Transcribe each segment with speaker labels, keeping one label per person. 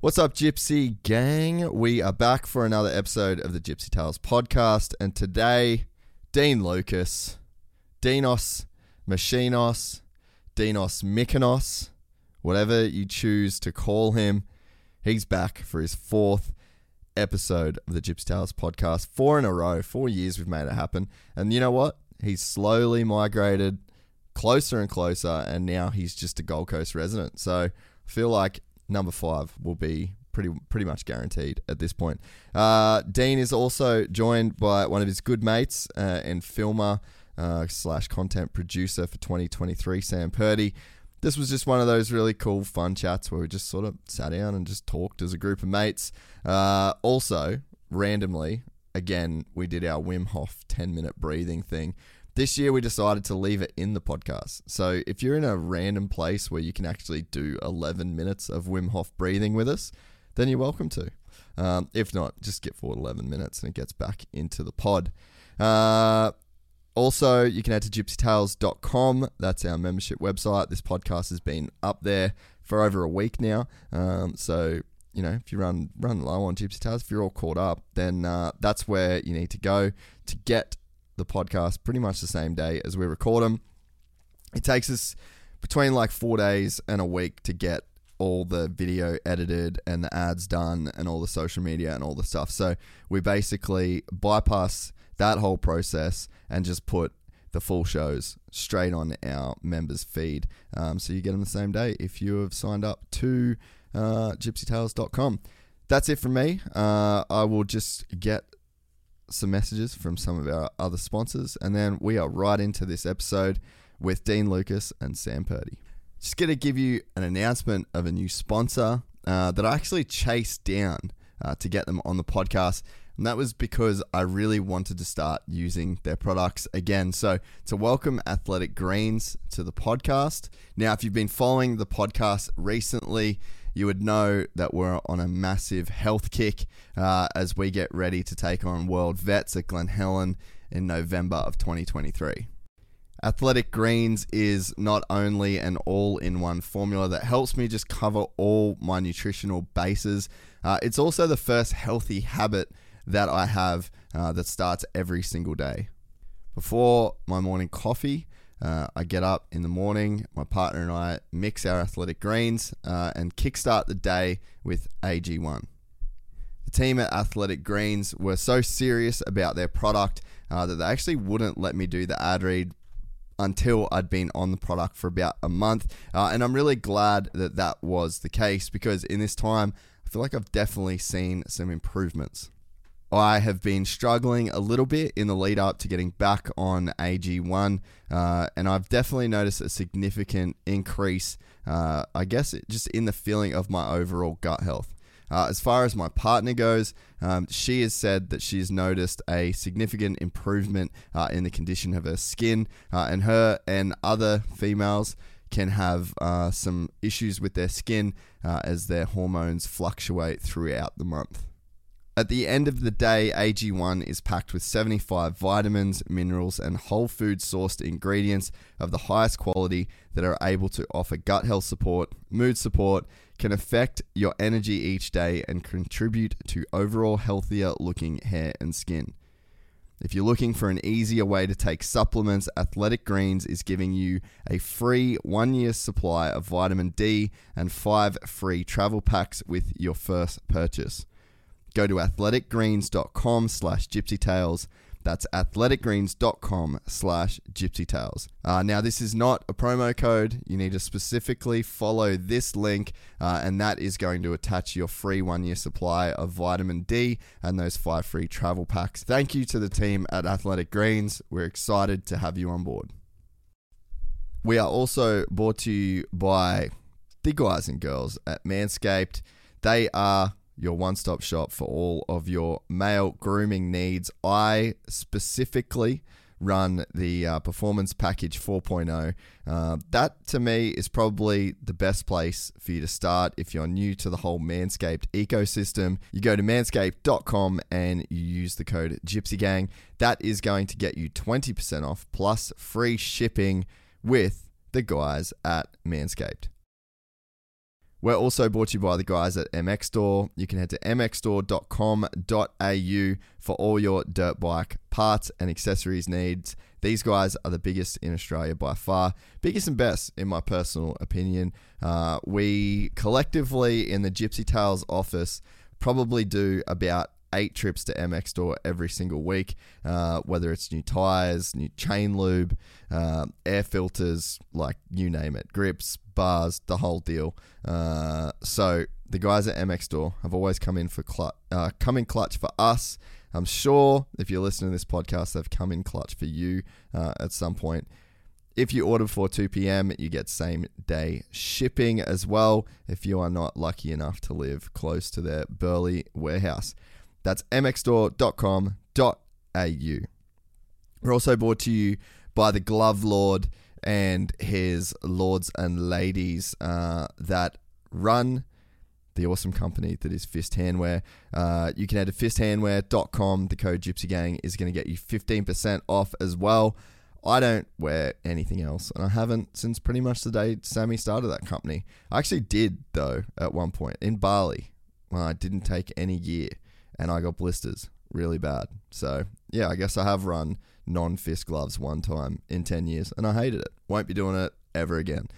Speaker 1: What's up, Gypsy Gang? We are back for another episode of the Gypsy Tales podcast, and today, Dean Lucas, Dinos Machinos, Dinos Mykonos, whatever you choose to call him, he's back for his fourth episode of the Gypsy Tales podcast. Four in a row, four years we've made it happen. And you know what? He's slowly migrated closer and closer, and now he's just a Gold Coast resident. So I feel like number five will be pretty pretty much guaranteed at this point. Uh, Dean is also joined by one of his good mates uh, and filmer uh, slash content producer for 2023, Sam Purdy. This was just one of those really cool, fun chats where we just sort of sat down and just talked as a group of mates. Uh, also, randomly, again, we did our Wim Hof 10 minute breathing thing. This year, we decided to leave it in the podcast. So, if you're in a random place where you can actually do 11 minutes of Wim Hof breathing with us, then you're welcome to. Um, if not, just get forward 11 minutes and it gets back into the pod. Uh, also, you can head to gypsytales.com. That's our membership website. This podcast has been up there for over a week now. Um, so, you know, if you run run low on Gypsy Tales, if you're all caught up, then uh, that's where you need to go to get the podcast pretty much the same day as we record them. It takes us between like four days and a week to get all the video edited and the ads done and all the social media and all the stuff. So we basically bypass that whole process and just put the full shows straight on our members' feed. Um, so you get them the same day if you have signed up to uh, gypsytales.com. That's it from me. Uh, I will just get some messages from some of our other sponsors, and then we are right into this episode with Dean Lucas and Sam Purdy. Just going to give you an announcement of a new sponsor uh, that I actually chased down uh, to get them on the podcast. And that was because I really wanted to start using their products again. So, to welcome Athletic Greens to the podcast. Now, if you've been following the podcast recently, you would know that we're on a massive health kick uh, as we get ready to take on World Vets at Glen Helen in November of 2023. Athletic Greens is not only an all in one formula that helps me just cover all my nutritional bases, uh, it's also the first healthy habit that I have uh, that starts every single day. Before my morning coffee, uh, I get up in the morning, my partner and I mix our Athletic Greens uh, and kickstart the day with AG1. The team at Athletic Greens were so serious about their product uh, that they actually wouldn't let me do the ad read until I'd been on the product for about a month. Uh, and I'm really glad that that was the case because in this time, I feel like I've definitely seen some improvements. I have been struggling a little bit in the lead up to getting back on AG1, uh, and I've definitely noticed a significant increase, uh, I guess, it- just in the feeling of my overall gut health. Uh, as far as my partner goes, um, she has said that she's noticed a significant improvement uh, in the condition of her skin, uh, and her and other females can have uh, some issues with their skin uh, as their hormones fluctuate throughout the month. At the end of the day, AG1 is packed with 75 vitamins, minerals, and whole food sourced ingredients of the highest quality that are able to offer gut health support, mood support, can affect your energy each day, and contribute to overall healthier looking hair and skin. If you're looking for an easier way to take supplements, Athletic Greens is giving you a free one year supply of vitamin D and five free travel packs with your first purchase go to athleticgreens.com slash gypsytales. That's athleticgreens.com slash gypsytales. Uh, now, this is not a promo code. You need to specifically follow this link, uh, and that is going to attach your free one year supply of vitamin D and those five free travel packs. Thank you to the team at Athletic Greens. We're excited to have you on board. We are also brought to you by the guys and girls at Manscaped. They are your one stop shop for all of your male grooming needs. I specifically run the uh, Performance Package 4.0. Uh, that to me is probably the best place for you to start if you're new to the whole Manscaped ecosystem. You go to manscaped.com and you use the code GypsyGang. That is going to get you 20% off plus free shipping with the guys at Manscaped. We're also brought to you by the guys at MX Store. You can head to mxstore.com.au for all your dirt bike parts and accessories needs. These guys are the biggest in Australia by far, biggest and best, in my personal opinion. Uh, we collectively in the Gypsy Tales office probably do about eight trips to MX Store every single week, uh, whether it's new tires, new chain lube, uh, air filters, like you name it, grips, bars, the whole deal. Uh, so the guys at MX Store have always come in for clu- uh, come in clutch for us. I'm sure if you're listening to this podcast, they've come in clutch for you uh, at some point. If you order before 2 p.m., you get same day shipping as well if you are not lucky enough to live close to their Burley warehouse. That's mxstore.com.au. We're also brought to you by the Glove Lord and his lords and ladies uh, that run the awesome company that is Fist Handwear. Uh, you can head to fisthandwear.com. The code Gypsy Gang is going to get you 15% off as well. I don't wear anything else, and I haven't since pretty much the day Sammy started that company. I actually did, though, at one point in Bali when I didn't take any gear and I got blisters really bad. So, yeah, I guess I have run non fist gloves one time in 10 years and I hated it. Won't be doing it ever again.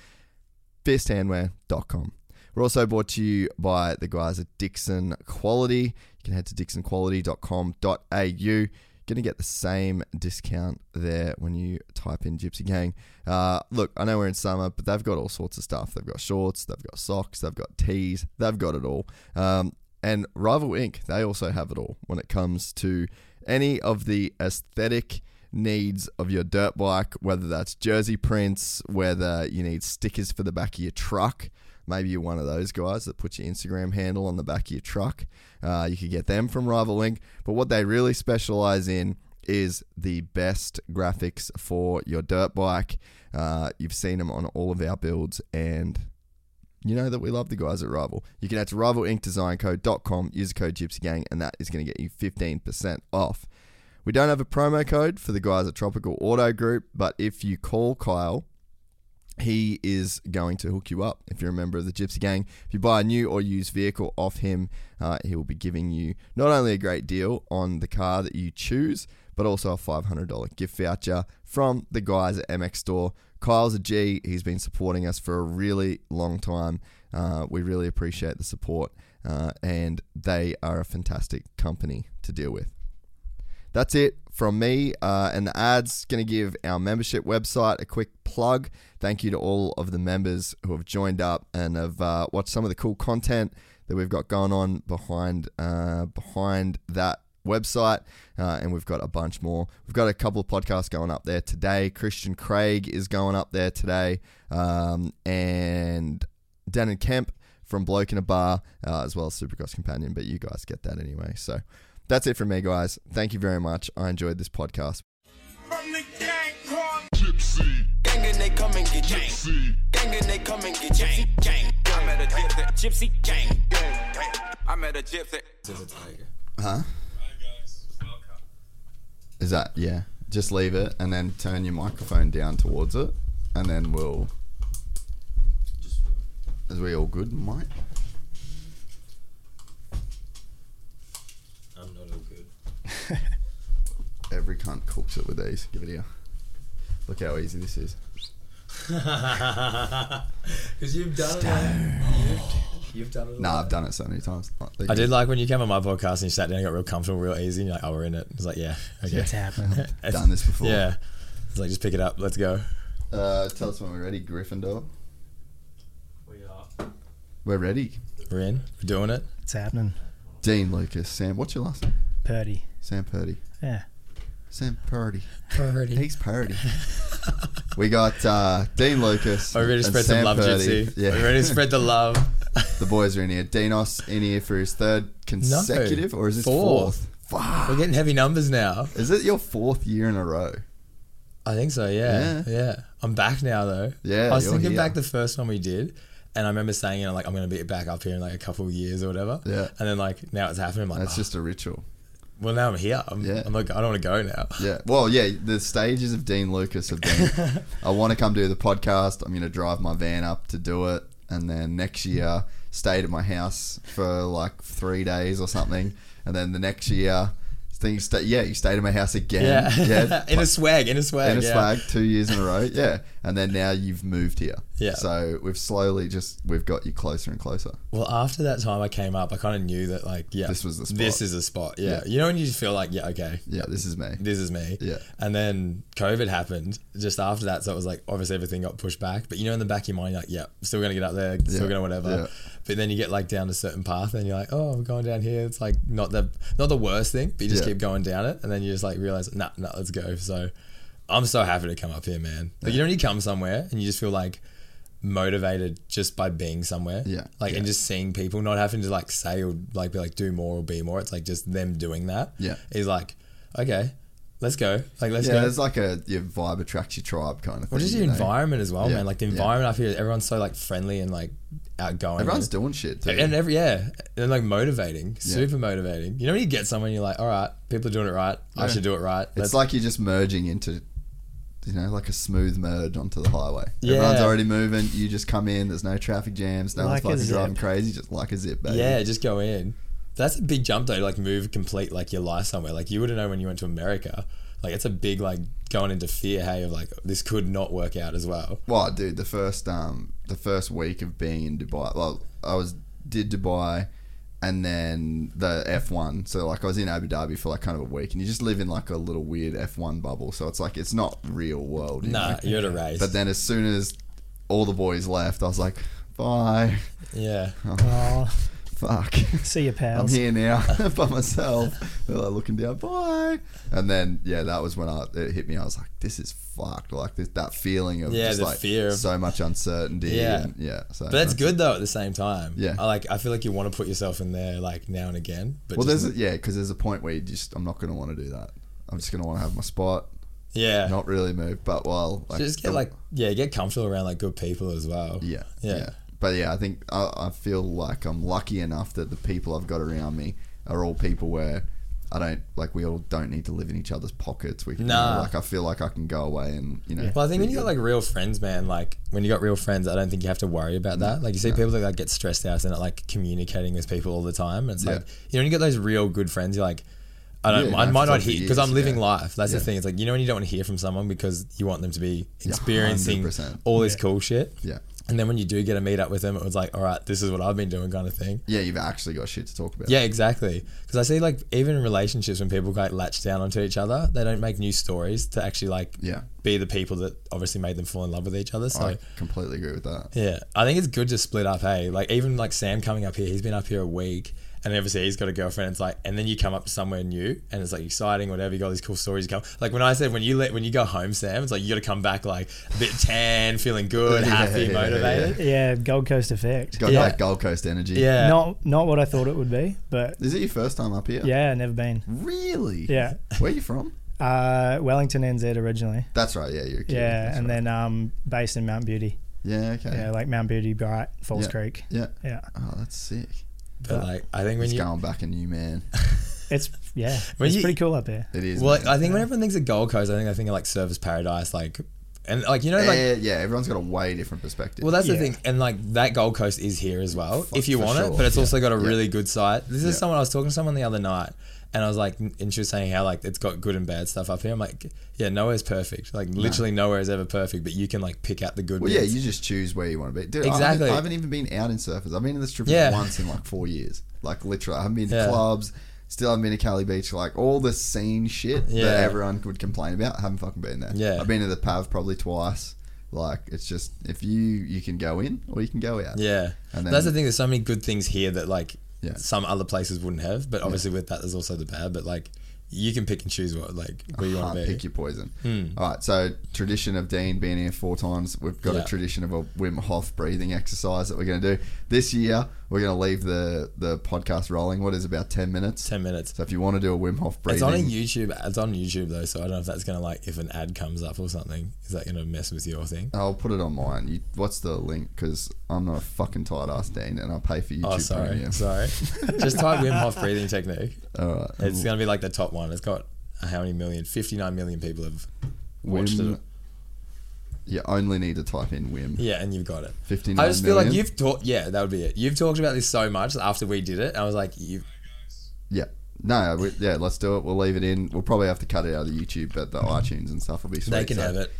Speaker 1: Fisthandwear.com. We're also brought to you by the guys at Dixon Quality. You can head to dixonquality.com.au. Going to get the same discount there when you type in Gypsy Gang. Uh, look, I know we're in summer, but they've got all sorts of stuff. They've got shorts, they've got socks, they've got tees, they've got it all. Um, and Rival Inc., they also have it all when it comes to any of the aesthetic needs of your dirt bike, whether that's jersey prints, whether you need stickers for the back of your truck. Maybe you're one of those guys that put your Instagram handle on the back of your truck. Uh, you could get them from Rival Inc. But what they really specialize in is the best graphics for your dirt bike. Uh, you've seen them on all of our builds and you know that we love the guys at Rival. You can head to rivalinkdesigncode.com, use the code GypsyGang, and that is going to get you 15% off. We don't have a promo code for the guys at Tropical Auto Group, but if you call Kyle, he is going to hook you up if you're a member of the Gypsy Gang. If you buy a new or used vehicle off him, uh, he will be giving you not only a great deal on the car that you choose, but also a $500 gift voucher from the guys at MX Store. Kyle's a G. He's been supporting us for a really long time. Uh, we really appreciate the support, uh, and they are a fantastic company to deal with. That's it from me. Uh, and the ad's going to give our membership website a quick plug. Thank you to all of the members who have joined up and have uh, watched some of the cool content that we've got going on behind uh, behind that website. Uh, and we've got a bunch more. We've got a couple of podcasts going up there today. Christian Craig is going up there today, um, and Dan and Kemp from Bloke in a Bar, uh, as well as Supercross Companion. But you guys get that anyway. So. That's it from me, guys. Thank you very much. I enjoyed this podcast.
Speaker 2: From the gang called
Speaker 3: Gypsy,
Speaker 4: Gang and they come and get you.
Speaker 3: Gypsy,
Speaker 4: Gang and they come and get you.
Speaker 2: gang. I met a gypsy.
Speaker 4: Gypsy gang.
Speaker 2: I met a gypsy.
Speaker 1: Is that yeah? Just leave it and then turn your microphone down towards it, and then we'll. Is we all good, Mike?
Speaker 5: I'm not all good.
Speaker 1: Every cunt cooks it with these. Give it here. Look how easy this is.
Speaker 5: Because you've done it. Like, you've, you've done it.
Speaker 1: Nah, I've done it so many times.
Speaker 5: I did like when you came on my podcast and you sat down and got real comfortable, real easy. And you're like, oh, we're in it. It's like, yeah, okay. It's happened.
Speaker 1: Done this before.
Speaker 5: Yeah. It's like, just pick it up. Let's go.
Speaker 1: Uh, tell us when we're ready, Gryffindor. We are. We're ready.
Speaker 5: We're in. We're doing it.
Speaker 6: It's happening.
Speaker 1: Dean Lucas, Sam. What's your last name?
Speaker 6: Purdy.
Speaker 1: Sam Purdy.
Speaker 6: Yeah.
Speaker 1: Sam Purdy.
Speaker 5: Already.
Speaker 1: He's parody. we got uh, Dean Lucas.
Speaker 5: Are we ready to
Speaker 1: and
Speaker 5: spread
Speaker 1: Sam
Speaker 5: some love,
Speaker 1: Purdy.
Speaker 5: Gypsy?
Speaker 1: Yeah.
Speaker 5: Are we ready to spread the love?
Speaker 1: The boys are in here. Dinos in here for his third consecutive, or is this fourth?
Speaker 5: Fourth.
Speaker 1: Fuck.
Speaker 5: We're getting heavy numbers now.
Speaker 1: Is it your fourth year in a row?
Speaker 5: I think so, yeah.
Speaker 1: Yeah.
Speaker 5: Yeah. I'm back now though.
Speaker 1: Yeah,
Speaker 5: I was
Speaker 1: you're
Speaker 5: thinking
Speaker 1: here.
Speaker 5: back the first one we did and I remember saying, you know, like I'm gonna be back up here in like a couple of years or whatever.
Speaker 1: Yeah.
Speaker 5: And then like now it's happening, I'm like
Speaker 1: That's
Speaker 5: "Oh,
Speaker 1: just a ritual.
Speaker 5: well now I'm here. I'm,
Speaker 1: Yeah.
Speaker 5: I'm like I don't wanna go now.
Speaker 1: Yeah. Well, yeah, the stages of Dean Lucas have been I want to come do the podcast. I'm going to drive my van up to do it. And then next year, stayed at my house for like three days or something. And then the next year, things stay, yeah, you stayed at my house again.
Speaker 5: Yeah.
Speaker 1: Yeah.
Speaker 5: in a swag, in a swag.
Speaker 1: in a
Speaker 5: yeah.
Speaker 1: swag two years in a row. Yeah. And then now you've moved here.
Speaker 5: Yeah.
Speaker 1: So we've slowly just, we've got you closer and closer.
Speaker 5: Well, after that time I came up, I kind of knew that like yeah,
Speaker 1: This was the spot.
Speaker 5: This is the spot. Yeah.
Speaker 1: Yeah.
Speaker 5: you know when you just feel like yeah, okay,
Speaker 1: Yeah. This is me.
Speaker 5: this is me.
Speaker 1: Yeah.
Speaker 5: And then COVID happened just after that, so it was like obviously everything got pushed back. But you know in the back of your mind, you're like yeah, still gonna get up there, still
Speaker 1: Yeah.
Speaker 5: gonna whatever.
Speaker 1: Yeah.
Speaker 5: But then you get like down a certain path, and you're like, oh, I'm going down here. It's like not the not the worst thing, but you just
Speaker 1: Yeah.
Speaker 5: keep going down it, and then you just like realize, nah, nah, let's go. So I'm so happy to come up here, man. Like you know when you come somewhere and you just feel like motivated just by being somewhere
Speaker 1: Yeah.
Speaker 5: like and just seeing people not having to like say or like be like do more or be more it's like just them doing that
Speaker 1: Yeah.
Speaker 5: is like okay let's go like let's
Speaker 1: yeah.
Speaker 5: go
Speaker 1: There's like a, your vibe attracts your tribe kind of thing.
Speaker 5: well, just the
Speaker 1: you know?
Speaker 5: environment as well,
Speaker 1: Yeah,
Speaker 5: man. Like the
Speaker 1: yeah.
Speaker 5: environment up here, everyone's so like friendly and like outgoing.
Speaker 1: Everyone's
Speaker 5: and,
Speaker 1: doing shit. Too.
Speaker 5: and every yeah, and like motivating, super motivating. You know when you get someone, you're like, all right, people are doing it right. I
Speaker 1: Yeah.
Speaker 5: should do it right.
Speaker 1: It's
Speaker 5: Let's-
Speaker 1: like you're just merging into, you know, like a smooth merge onto the highway.
Speaker 5: Yeah.
Speaker 1: Everyone's already moving. You just come in. There's no traffic jams. No
Speaker 3: Like a
Speaker 1: one's fucking
Speaker 3: zip.
Speaker 1: driving crazy. Just like a zip, baby.
Speaker 5: yeah, just go in. That's a big jump though. to, Like move complete like your life somewhere. Like you wouldn't know when you went to America. Like it's a big like going into fear. Hey, of like this could not work out as well.
Speaker 1: Well, dude, the first um the first week of being in Dubai, well, I was did Dubai, and then the F one. So like I was in Abu Dhabi for like kind of a week, and you just live in like a little weird F one bubble. So it's like it's not real world. you
Speaker 5: Nah,
Speaker 1: know?
Speaker 5: you're at a race.
Speaker 1: But then as soon as all the boys left, I was like, bye,
Speaker 5: yeah,
Speaker 3: Oh,
Speaker 1: fuck.
Speaker 3: see your
Speaker 1: I'm
Speaker 3: pals.
Speaker 1: here now by myself. They're like looking down, bye. And then yeah, that was when I it hit me. I was like, this is fucked. Like this, that feeling of
Speaker 5: Yeah,
Speaker 1: just
Speaker 5: the
Speaker 1: like
Speaker 5: fear of-
Speaker 1: so much uncertainty.
Speaker 5: Yeah.
Speaker 1: and, yeah. So
Speaker 5: but that's good though. At the same time,
Speaker 1: Yeah.
Speaker 5: I like I feel like you want to put yourself in there like now and again. But
Speaker 1: Well,
Speaker 5: just-
Speaker 1: there's a, yeah, because there's a point where you just I'm not gonna want to do that. I'm just gonna want to have my spot,
Speaker 5: yeah,
Speaker 1: not really move, but while like,
Speaker 5: just get
Speaker 1: the-
Speaker 5: like yeah, get comfortable around like good people as well.
Speaker 1: Yeah,
Speaker 5: Yeah.
Speaker 1: But yeah, I think I, I feel like I'm lucky enough that the people I've got around me are all people where I don't like. We all don't need to live in each other's pockets. We, can
Speaker 5: Nah.
Speaker 1: like I feel like I can go away and you know.
Speaker 5: Well, I think
Speaker 1: be
Speaker 5: when you got
Speaker 1: good.
Speaker 5: like real friends, man, like when you got real friends, I don't think you have to worry about that. Like you see people that like get stressed out and not like communicating with people all the time. And it's like you know when you get those real good friends, you're like, I
Speaker 1: Yeah,
Speaker 5: don't,
Speaker 1: you
Speaker 5: I
Speaker 1: don't
Speaker 5: might
Speaker 1: have to
Speaker 5: not
Speaker 1: talk for
Speaker 5: hear because I'm
Speaker 1: years,
Speaker 5: living
Speaker 1: yeah.
Speaker 5: life. That's
Speaker 1: Yeah.
Speaker 5: the thing. It's like you know when you don't want to hear from someone because you want them to be experiencing
Speaker 1: 100%.
Speaker 5: all this cool shit.
Speaker 1: yeah,
Speaker 5: And then when you do get to meet up with them, it was like, all right, this is what I've been doing, kind of thing.
Speaker 1: yeah, you've actually got shit to talk about.
Speaker 5: Yeah, exactly. Because I see like even in relationships when people like latch down onto each other, they don't make new stories to actually like
Speaker 1: Yeah.
Speaker 5: be the people that obviously made them fall in love with each other. So
Speaker 1: I completely agree with that.
Speaker 5: yeah, I think it's good to split up. Hey, like even like Sam coming up here, he's been up here a week, and obviously he's got a girlfriend. It's like, and then you come up to somewhere new, and it's like exciting, whatever. You got all these cool stories. You come like when I said when you let when you go home, Sam, it's like you got to come back like a bit tan, feeling good,
Speaker 1: Yeah,
Speaker 5: happy,
Speaker 1: yeah, yeah,
Speaker 5: motivated.
Speaker 3: Yeah, Gold Coast effect.
Speaker 1: Got
Speaker 5: Yeah.
Speaker 1: that Gold Coast energy.
Speaker 5: Yeah,
Speaker 3: Not not what I thought it would be, but
Speaker 1: Is it your first time up here?
Speaker 3: yeah, never been.
Speaker 1: Really?
Speaker 3: Yeah,
Speaker 1: Where are you from?
Speaker 3: uh, Wellington NZ originally.
Speaker 1: That's right. Yeah, you're. a kid,
Speaker 3: Yeah,
Speaker 1: that's
Speaker 3: and
Speaker 1: right.
Speaker 3: then um, based in Mount Beauty.
Speaker 1: yeah, okay.
Speaker 3: Yeah, like Mount Beauty, Bright, Falls
Speaker 1: Yeah.
Speaker 3: Creek.
Speaker 1: yeah.
Speaker 3: Yeah,
Speaker 1: Oh, that's sick.
Speaker 5: but like I think when
Speaker 1: It's
Speaker 5: you
Speaker 1: going back a new man.
Speaker 3: it's yeah,
Speaker 5: When
Speaker 3: it's
Speaker 5: you-
Speaker 3: pretty cool up there.
Speaker 1: It is.
Speaker 5: Well,
Speaker 1: man.
Speaker 5: I think when everyone thinks of Gold Coast, I think I think of like Surface Paradise, like, and like you know, like
Speaker 1: Eh, yeah, yeah, everyone's got a way different perspective.
Speaker 5: well, that's
Speaker 3: Yeah.
Speaker 5: the thing, and like that Gold Coast is here as well,
Speaker 1: For-
Speaker 5: if you
Speaker 1: for
Speaker 5: want
Speaker 1: sure,
Speaker 5: it. But it's
Speaker 1: yeah.
Speaker 5: also got a
Speaker 1: Yeah.
Speaker 5: really good site. This is
Speaker 1: Yeah.
Speaker 5: someone I was talking to someone the other night, and I was like, and she was saying how like it's got good and bad stuff up here. I'm like, yeah, nowhere's perfect. Like literally nowhere is ever perfect, but you can like pick out the good.
Speaker 1: Well, yeah,
Speaker 5: bits.
Speaker 1: you just choose where you want to be. Dude, I, haven't,
Speaker 5: Exactly.
Speaker 1: I haven't even been out in surfers. I've been in the strip
Speaker 5: Yeah.
Speaker 1: once in like four years. Like literally, I haven't been to
Speaker 5: Yeah.
Speaker 1: clubs. Still haven't been to Cali Beach. Like all the scene shit
Speaker 5: Yeah.
Speaker 1: that everyone would complain about, I haven't fucking been there.
Speaker 5: Yeah.
Speaker 1: I've been to the Pav probably twice. Like it's just if you you can go in or you can go out.
Speaker 5: Yeah.
Speaker 1: And
Speaker 5: That's the
Speaker 1: then-
Speaker 5: thing. There's so many good things here that like
Speaker 1: Yeah.
Speaker 5: some other places wouldn't have, but obviously with that there's also the bad. But like you can pick and choose what like where you want
Speaker 1: Ah,
Speaker 5: to be.
Speaker 1: pick your poison.
Speaker 5: Hmm.
Speaker 1: All right, so tradition of Dean being here four times. We've got
Speaker 5: Yeah.
Speaker 1: a tradition of a Wim Hof breathing exercise that we're going to do this year. We're going to leave the the podcast rolling. What is about ten minutes?
Speaker 5: Ten minutes.
Speaker 1: So if you want to do a Wim Hof
Speaker 5: It's on a
Speaker 1: breathing,
Speaker 5: YouTube. It's on YouTube though, so I don't know if that's gonna like if an ad comes up or something. Is that gonna mess with your thing?
Speaker 1: I'll put it on mine. You, what's the link? Because I'm not a fucking tight ass Dean, and I pay for YouTube
Speaker 5: Oh, sorry,
Speaker 1: Premium. Um,
Speaker 5: sorry. Just type Wim Hof breathing technique.
Speaker 1: All right,
Speaker 5: It's gonna be like the top one. It's got uh, how many million? Fifty nine million people have watched
Speaker 1: Wim.
Speaker 5: it.
Speaker 1: You only need to type in Wim.
Speaker 5: Yeah, and you've got it.
Speaker 1: 59
Speaker 5: I just feel like
Speaker 1: million?
Speaker 5: you've talked. Yeah, that would be it. You've talked about this so much after we did it. I was like, you.
Speaker 1: Yeah. No, we, yeah, let's do it. We'll leave it in. We'll probably have to cut it out of YouTube, but the iTunes and stuff will be sweet.
Speaker 5: They can
Speaker 1: so-
Speaker 5: have it.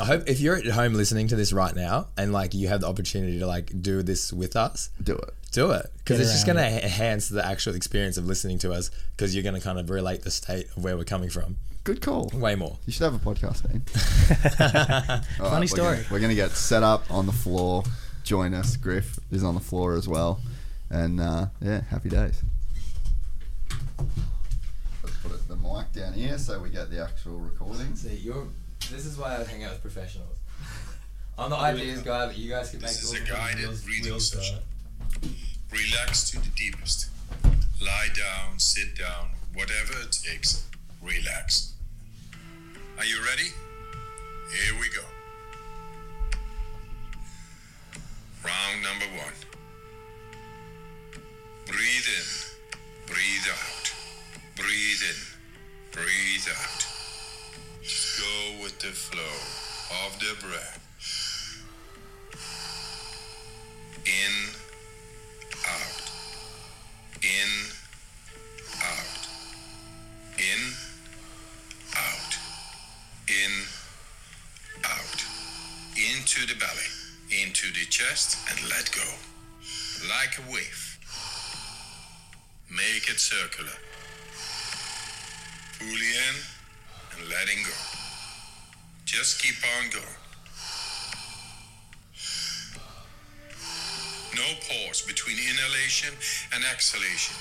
Speaker 5: I hope if you're at home listening to this right now and like you have the opportunity to like do this with us,
Speaker 1: Do it.
Speaker 5: do it because
Speaker 3: Get
Speaker 5: it's just
Speaker 3: around
Speaker 5: going to enhance the actual experience of listening to us because you're going to kind of relate the state of where we're coming from
Speaker 1: Good call.
Speaker 5: way more.
Speaker 1: You should have a podcast name. All
Speaker 3: Funny
Speaker 1: we're gonna-
Speaker 3: story.
Speaker 1: we're going to get set up on the floor. Join us. Griff is on the floor as well. And uh, yeah, happy days. Let's put it, the mic down here so we get the actual recording.
Speaker 5: See, you're. This is why I hang out with professionals. I'm the ideas guy, but you guys can
Speaker 6: This is a guided breathing session. Relax to the deepest. Lie down, sit down, whatever it takes. Relax. Are you ready? Here we go. Round number one. Breathe in, breathe out, breathe in, breathe out. Just go with the flow of the breath. In, out. In, out. In, out. In, out. Into the belly, into the chest, and let go. Like a wave. Make it circular. Pull in and letting go. Just keep on going. No pause between inhalation and exhalation.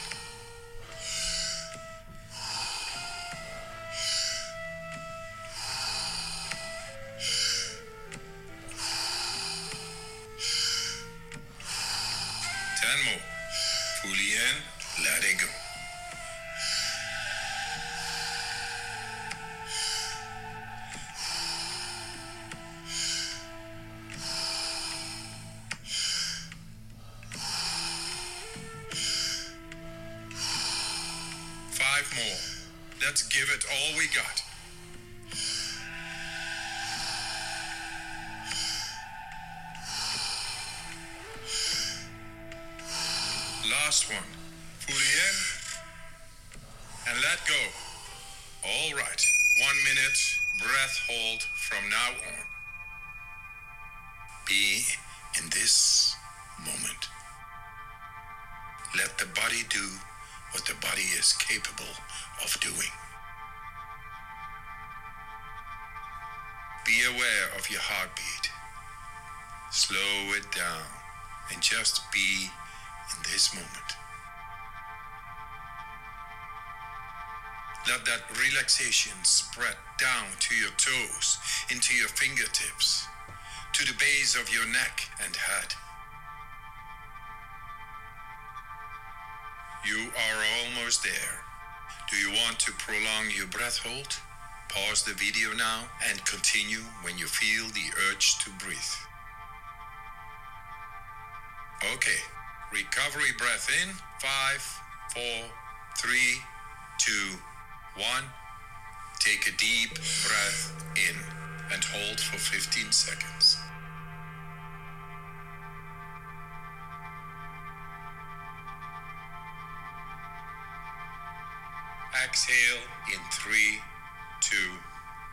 Speaker 6: Ten more. Fully in, let it go. Five more. Let's give it all we got. Last one. Pull in and let go. All right. One minute breath hold from now on. Be in this moment. Let the body do what the body is capable of doing. Be aware of your heartbeat. Slow it down and just be in this moment. Let that relaxation spread down to your toes, into your fingertips, to the base of your neck and head. You are almost there. Do you want to prolong your breath hold? Pause the video now and continue when you feel the urge to breathe. Okay, recovery breath in. Five, four, three, two, one. Take a deep breath in and hold for 15 seconds. Exhale in three, two,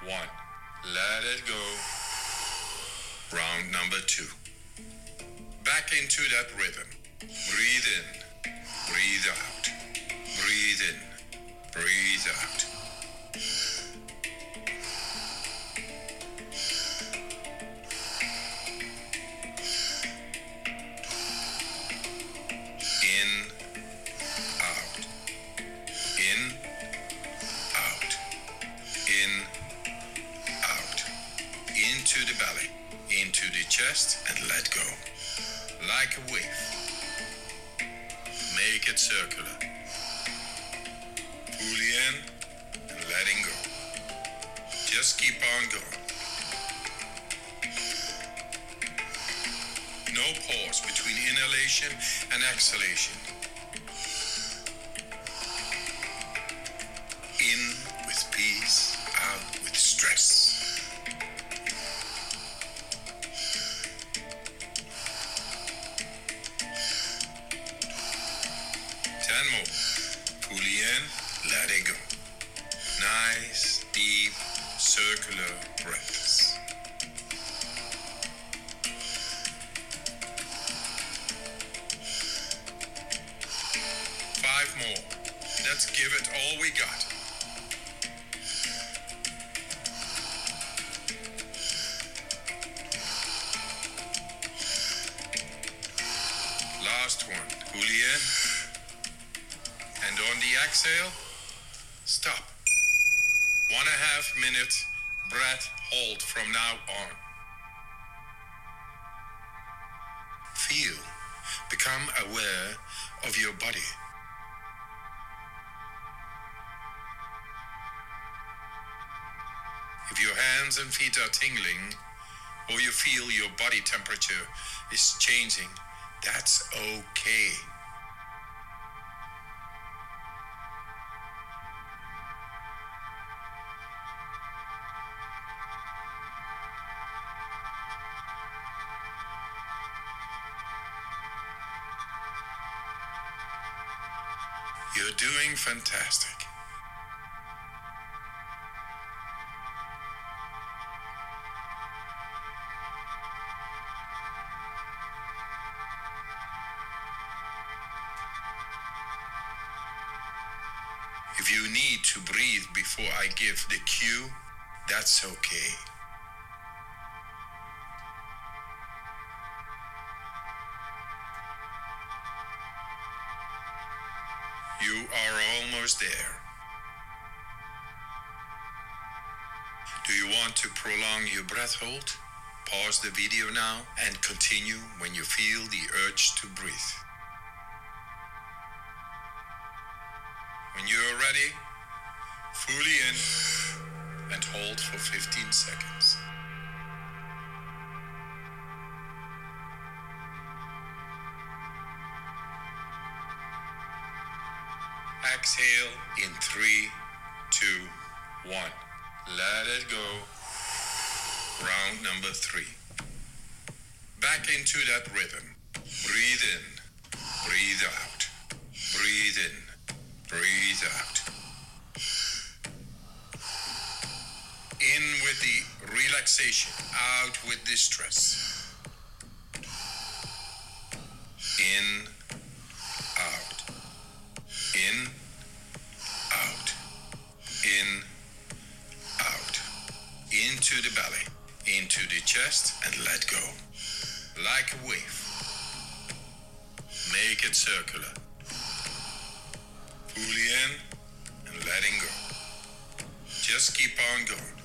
Speaker 6: one. Let it go. Round number two. Back into that rhythm. Breathe in, breathe out, breathe in, breathe out. In, out. In, like a wave. Make it circular. Pull in and letting go. Just keep on going. No pause between inhalation and exhalation. In with peace, out with stress. Ten more. Pull in, let it go. Nice, deep, circular breaths. Five more. Let's give it all we got. Last one. Pull in. And on the exhale, stop. One and a half minute breath hold from now on. Feel, become aware of your body. If your hands and feet are tingling, or you feel your body temperature is changing, that's okay. You're doing fantastic. If you need to breathe before I give the cue, that's okay. You are almost there. Do you want to prolong your breath hold? Pause the video now and continue when you feel the urge to breathe. When you're ready, fully in and hold for 15 seconds. Exhale in three, two, one. Let it go. Round number three. Back into that rhythm. Breathe in, breathe out, breathe in, breathe out. In with the relaxation, out with the stress. In, out. In, out. In, out. Into the belly, into the chest, and let go. Like a wave. Make it circular. Pull in and letting go. Just keep on going.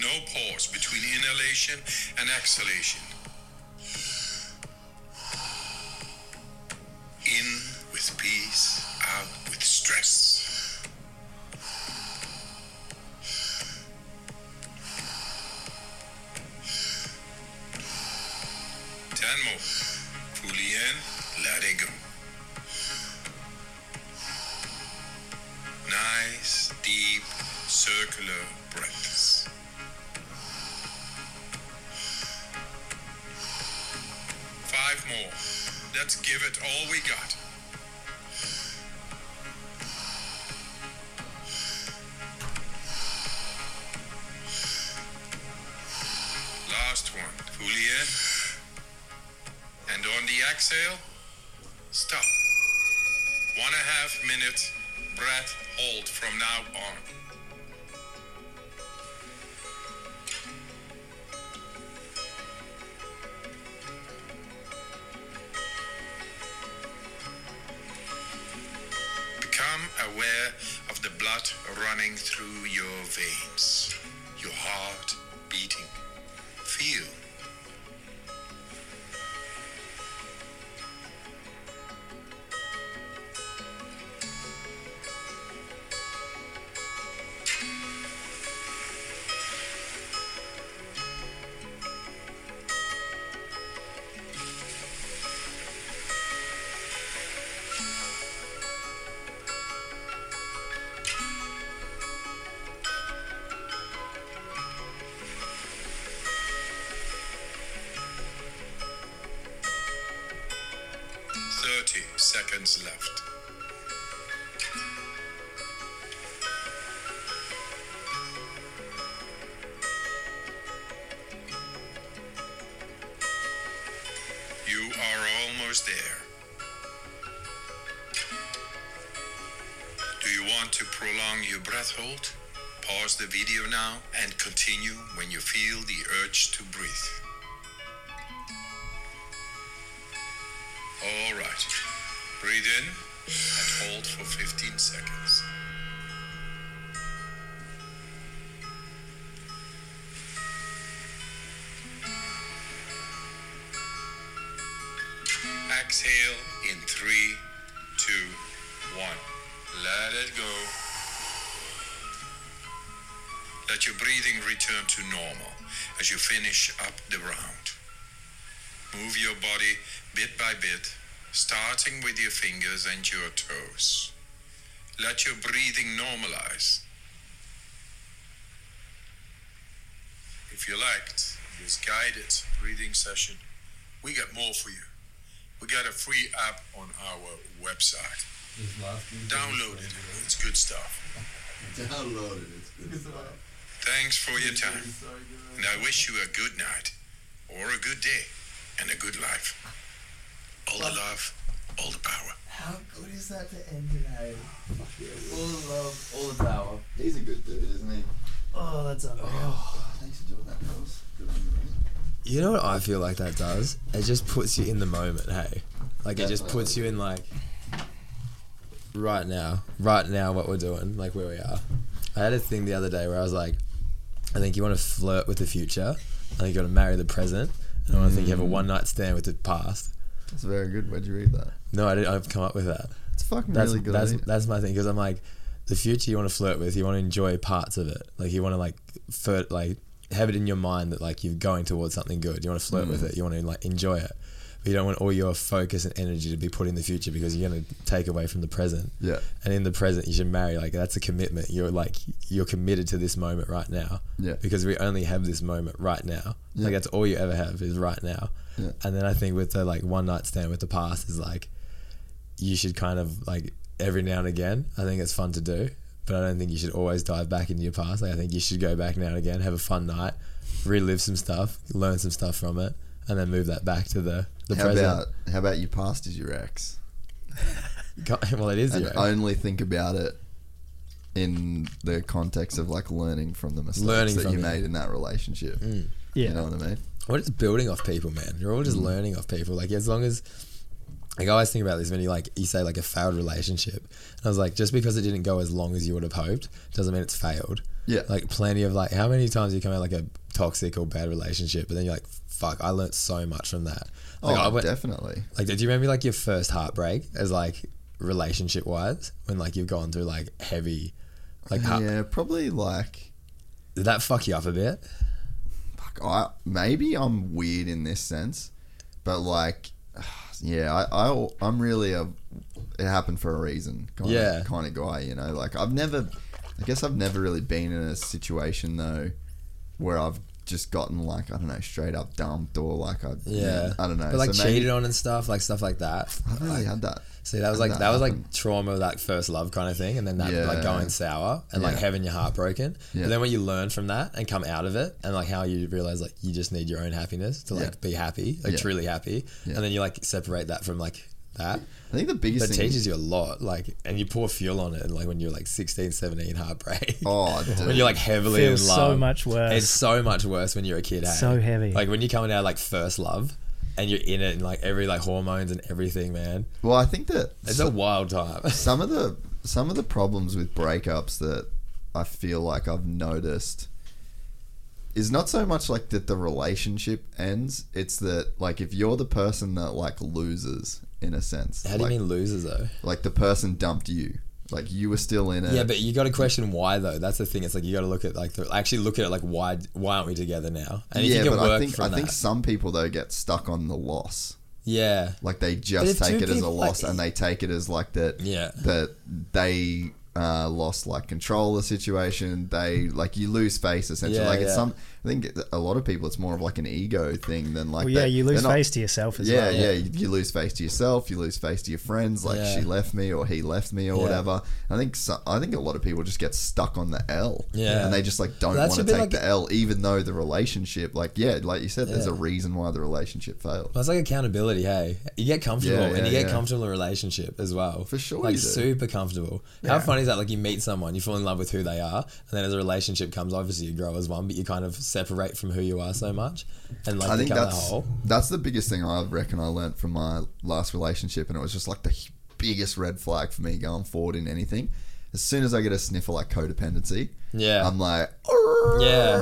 Speaker 6: No pause between inhalation and exhalation. In with peace, out with stress. Ten more. Pull in, let it go. Nice, deep, circular breaths. Five more. Let's give it all we got. Last one. Pull in. And on the exhale, stop. One and a half minute breath hold from now on. Become aware of the blood running through your veins, your heart beating. Feel 30 seconds left. You are almost there. Do you want to prolong your breath hold? Pause the video now and continue when you feel the urge to breathe. All right. Breathe in and hold for 15 seconds. Exhale in three, two, one. Let it go. Let your breathing return to normal as you finish up the round. Move your body bit by bit, starting with your fingers and your toes. Let your breathing normalize. If you liked this guided breathing session, we got more for you. We got a free app on our website. Download it. It's good stuff.
Speaker 1: Download it. It's good
Speaker 6: Thanks for your time. And I wish you a good night, or a good day, and a good life. All the love, all the power.
Speaker 7: How good is that to end today? All the love, all the power.
Speaker 1: He's a good dude, isn't he? Oh,
Speaker 7: Oh, that's unreal.
Speaker 1: Thanks for doing that, girls. Good on you, mate.
Speaker 5: You know what I feel like that does? It just puts you in the moment, hey. Like it just puts you in like right now, right now what we're doing, like where we are. I had a thing the other day where I was like, I think you want to flirt with the future. I think you want to marry the present. And I want to think you have a one night stand with the past.
Speaker 1: That's very good. Where'd you read that?
Speaker 5: No, I didn't. I've come up with that.
Speaker 1: It's fucking
Speaker 5: That's
Speaker 1: really good.
Speaker 5: that's
Speaker 1: idea.
Speaker 5: that's my thing because I'm like, the future you want to flirt with, you want to enjoy parts of it. Like you want to like flirt, like have it in your mind that like you're going towards something good. You want to flirt with
Speaker 1: Mm.
Speaker 5: it. You want to like enjoy it. But you don't want all your focus and energy to be put in the future because you're going to take away from the present.
Speaker 1: Yeah.
Speaker 5: And in the present, you should marry. Like that's a commitment. You're like you're committed to this moment right now.
Speaker 1: Yeah.
Speaker 5: Because we only have this moment right now.
Speaker 1: Yeah.
Speaker 5: Like that's all you ever have is right now.
Speaker 1: Yeah.
Speaker 5: And then I think with the like one night stand with the past is like you should kind of like every now and again. I think it's fun to do, but I don't think you should always dive back into your past. Like I think you should go back now and again, have a fun night, relive some stuff, learn some stuff from it, and then move that back to the the
Speaker 1: how
Speaker 5: present.
Speaker 1: about how about your past is your ex,
Speaker 5: Co- well, it is
Speaker 1: and
Speaker 5: your
Speaker 1: only think about it in the context of like learning from the mistakes
Speaker 5: Learning
Speaker 1: that
Speaker 5: from
Speaker 1: you
Speaker 5: it. Mm.
Speaker 1: made in that relationship.
Speaker 3: Yeah.
Speaker 1: You know what I mean?
Speaker 5: We're just building off people, man. You're all just learning off people. Like as long as like I always think about this when you like you say like a failed relationship. And I was like, just because it didn't go as long as you would have hoped, doesn't mean it's failed.
Speaker 1: Yeah.
Speaker 5: Like plenty of like how many times you come out of, like a toxic or bad relationship, but then you're like, fuck, I learnt so much from that. Like, I
Speaker 1: oh,
Speaker 5: went-
Speaker 1: definitely.
Speaker 5: like, do you remember like your first heartbreak as like relationship wise when like you've gone through like heavy, like heart-
Speaker 1: yeah, probably like
Speaker 5: did that fuck you up a bit?
Speaker 1: fuck, I maybe I'm weird in this sense, but like yeah, I, I I'm really a it happened for a reason kind
Speaker 5: Yeah.
Speaker 1: of kind of guy, you know. Like I've never I guess I've never really been in a situation though where I've just gotten like I don't know straight up dumped or like I
Speaker 5: Yeah.
Speaker 1: I don't know
Speaker 5: But like
Speaker 1: So maybe-
Speaker 5: cheated on and stuff, like stuff like that.
Speaker 1: I haven't really had that
Speaker 5: See, that was like
Speaker 1: That
Speaker 5: that, was
Speaker 1: happened.
Speaker 5: like trauma, like first love kind of thing, and then that
Speaker 1: Yeah.
Speaker 5: like going sour and like
Speaker 1: Yeah.
Speaker 5: having your heart broken.
Speaker 1: Yeah.
Speaker 5: But then what you learn from that and come out of it, and like how you realize like you just need your own happiness to like
Speaker 1: Yeah.
Speaker 5: be happy, like
Speaker 1: Yeah.
Speaker 5: truly happy,
Speaker 1: Yeah.
Speaker 5: and then you like separate that from like that.
Speaker 1: I think the biggest
Speaker 5: That
Speaker 1: thing
Speaker 5: teaches you a lot, like, and you pour fuel on it, like when you're like 16, 17, heartbreak.
Speaker 1: oh
Speaker 5: When
Speaker 1: dude
Speaker 5: you're like heavily
Speaker 3: Feels
Speaker 5: in
Speaker 3: so
Speaker 5: love,
Speaker 3: much worse.
Speaker 5: It's so much worse when you're a kid. Hey?
Speaker 3: So heavy.
Speaker 5: Like when you're coming out of, like first love, and you're in it, and like every like hormones and everything, man.
Speaker 1: well I think that
Speaker 5: It's a wild time.
Speaker 1: some of the some of the problems with breakups that I feel like I've noticed is not so much like that the relationship ends. It's that like if you're the person that like loses in a sense,
Speaker 5: How do
Speaker 1: like,
Speaker 5: you mean losers though?
Speaker 1: Like the person dumped you, like you were still in it.
Speaker 5: Yeah, but you got to question why though. That's the thing. It's like you got to look at like the, actually look at it like why why aren't we together now? And if
Speaker 1: yeah,
Speaker 5: you can
Speaker 1: but
Speaker 5: work
Speaker 1: I think
Speaker 5: from
Speaker 1: I
Speaker 5: that,
Speaker 1: think some people though get stuck on the loss.
Speaker 5: yeah,
Speaker 1: Like they
Speaker 5: if
Speaker 1: just
Speaker 5: two
Speaker 1: take it as a
Speaker 5: people,
Speaker 1: loss,
Speaker 5: like-
Speaker 1: and they take it as like that.
Speaker 5: Yeah.
Speaker 1: That they uh, lost like control of the situation. They like you lose face essentially.
Speaker 5: Yeah,
Speaker 1: like it's
Speaker 5: yeah.
Speaker 1: some. I think a lot of people, it's more of like an ego thing than like.
Speaker 3: Well, yeah,
Speaker 1: they-
Speaker 3: you lose
Speaker 1: they're not-
Speaker 3: face to yourself as
Speaker 1: yeah,
Speaker 3: well.
Speaker 1: yeah, You, you lose face to yourself. You lose face to your friends. Like
Speaker 5: Yeah.
Speaker 1: she left me, or he left me, or
Speaker 5: Yeah.
Speaker 1: whatever. I think so, I think a lot of people just get stuck on the L.
Speaker 5: Yeah.
Speaker 1: and they just like don't
Speaker 5: That
Speaker 1: want to
Speaker 5: should be
Speaker 1: take
Speaker 5: like-
Speaker 1: the L, even though the relationship, like yeah, like you said, there's a
Speaker 5: Yeah.
Speaker 1: reason why the relationship failed.
Speaker 5: Well, it's like accountability, hey. You get comfortable
Speaker 1: Yeah,
Speaker 5: and you
Speaker 1: yeah,
Speaker 5: get
Speaker 1: yeah.
Speaker 5: comfortable in a relationship as well.
Speaker 1: For sure
Speaker 5: Like
Speaker 1: you do.
Speaker 5: super comfortable. How funny is that? Like you meet someone, you fall in love with who they are, and then as a relationship comes, obviously you grow as one, but you kind of separate from who you are so much and like
Speaker 1: I think
Speaker 5: become a
Speaker 1: that's
Speaker 5: whole.
Speaker 1: that's the biggest thing I reckon I learnt from my last relationship, and it was just like the h- biggest red flag for me going forward in anything. As soon as I get a sniff of like codependency,
Speaker 5: Yeah.
Speaker 1: I'm like,
Speaker 5: Yeah.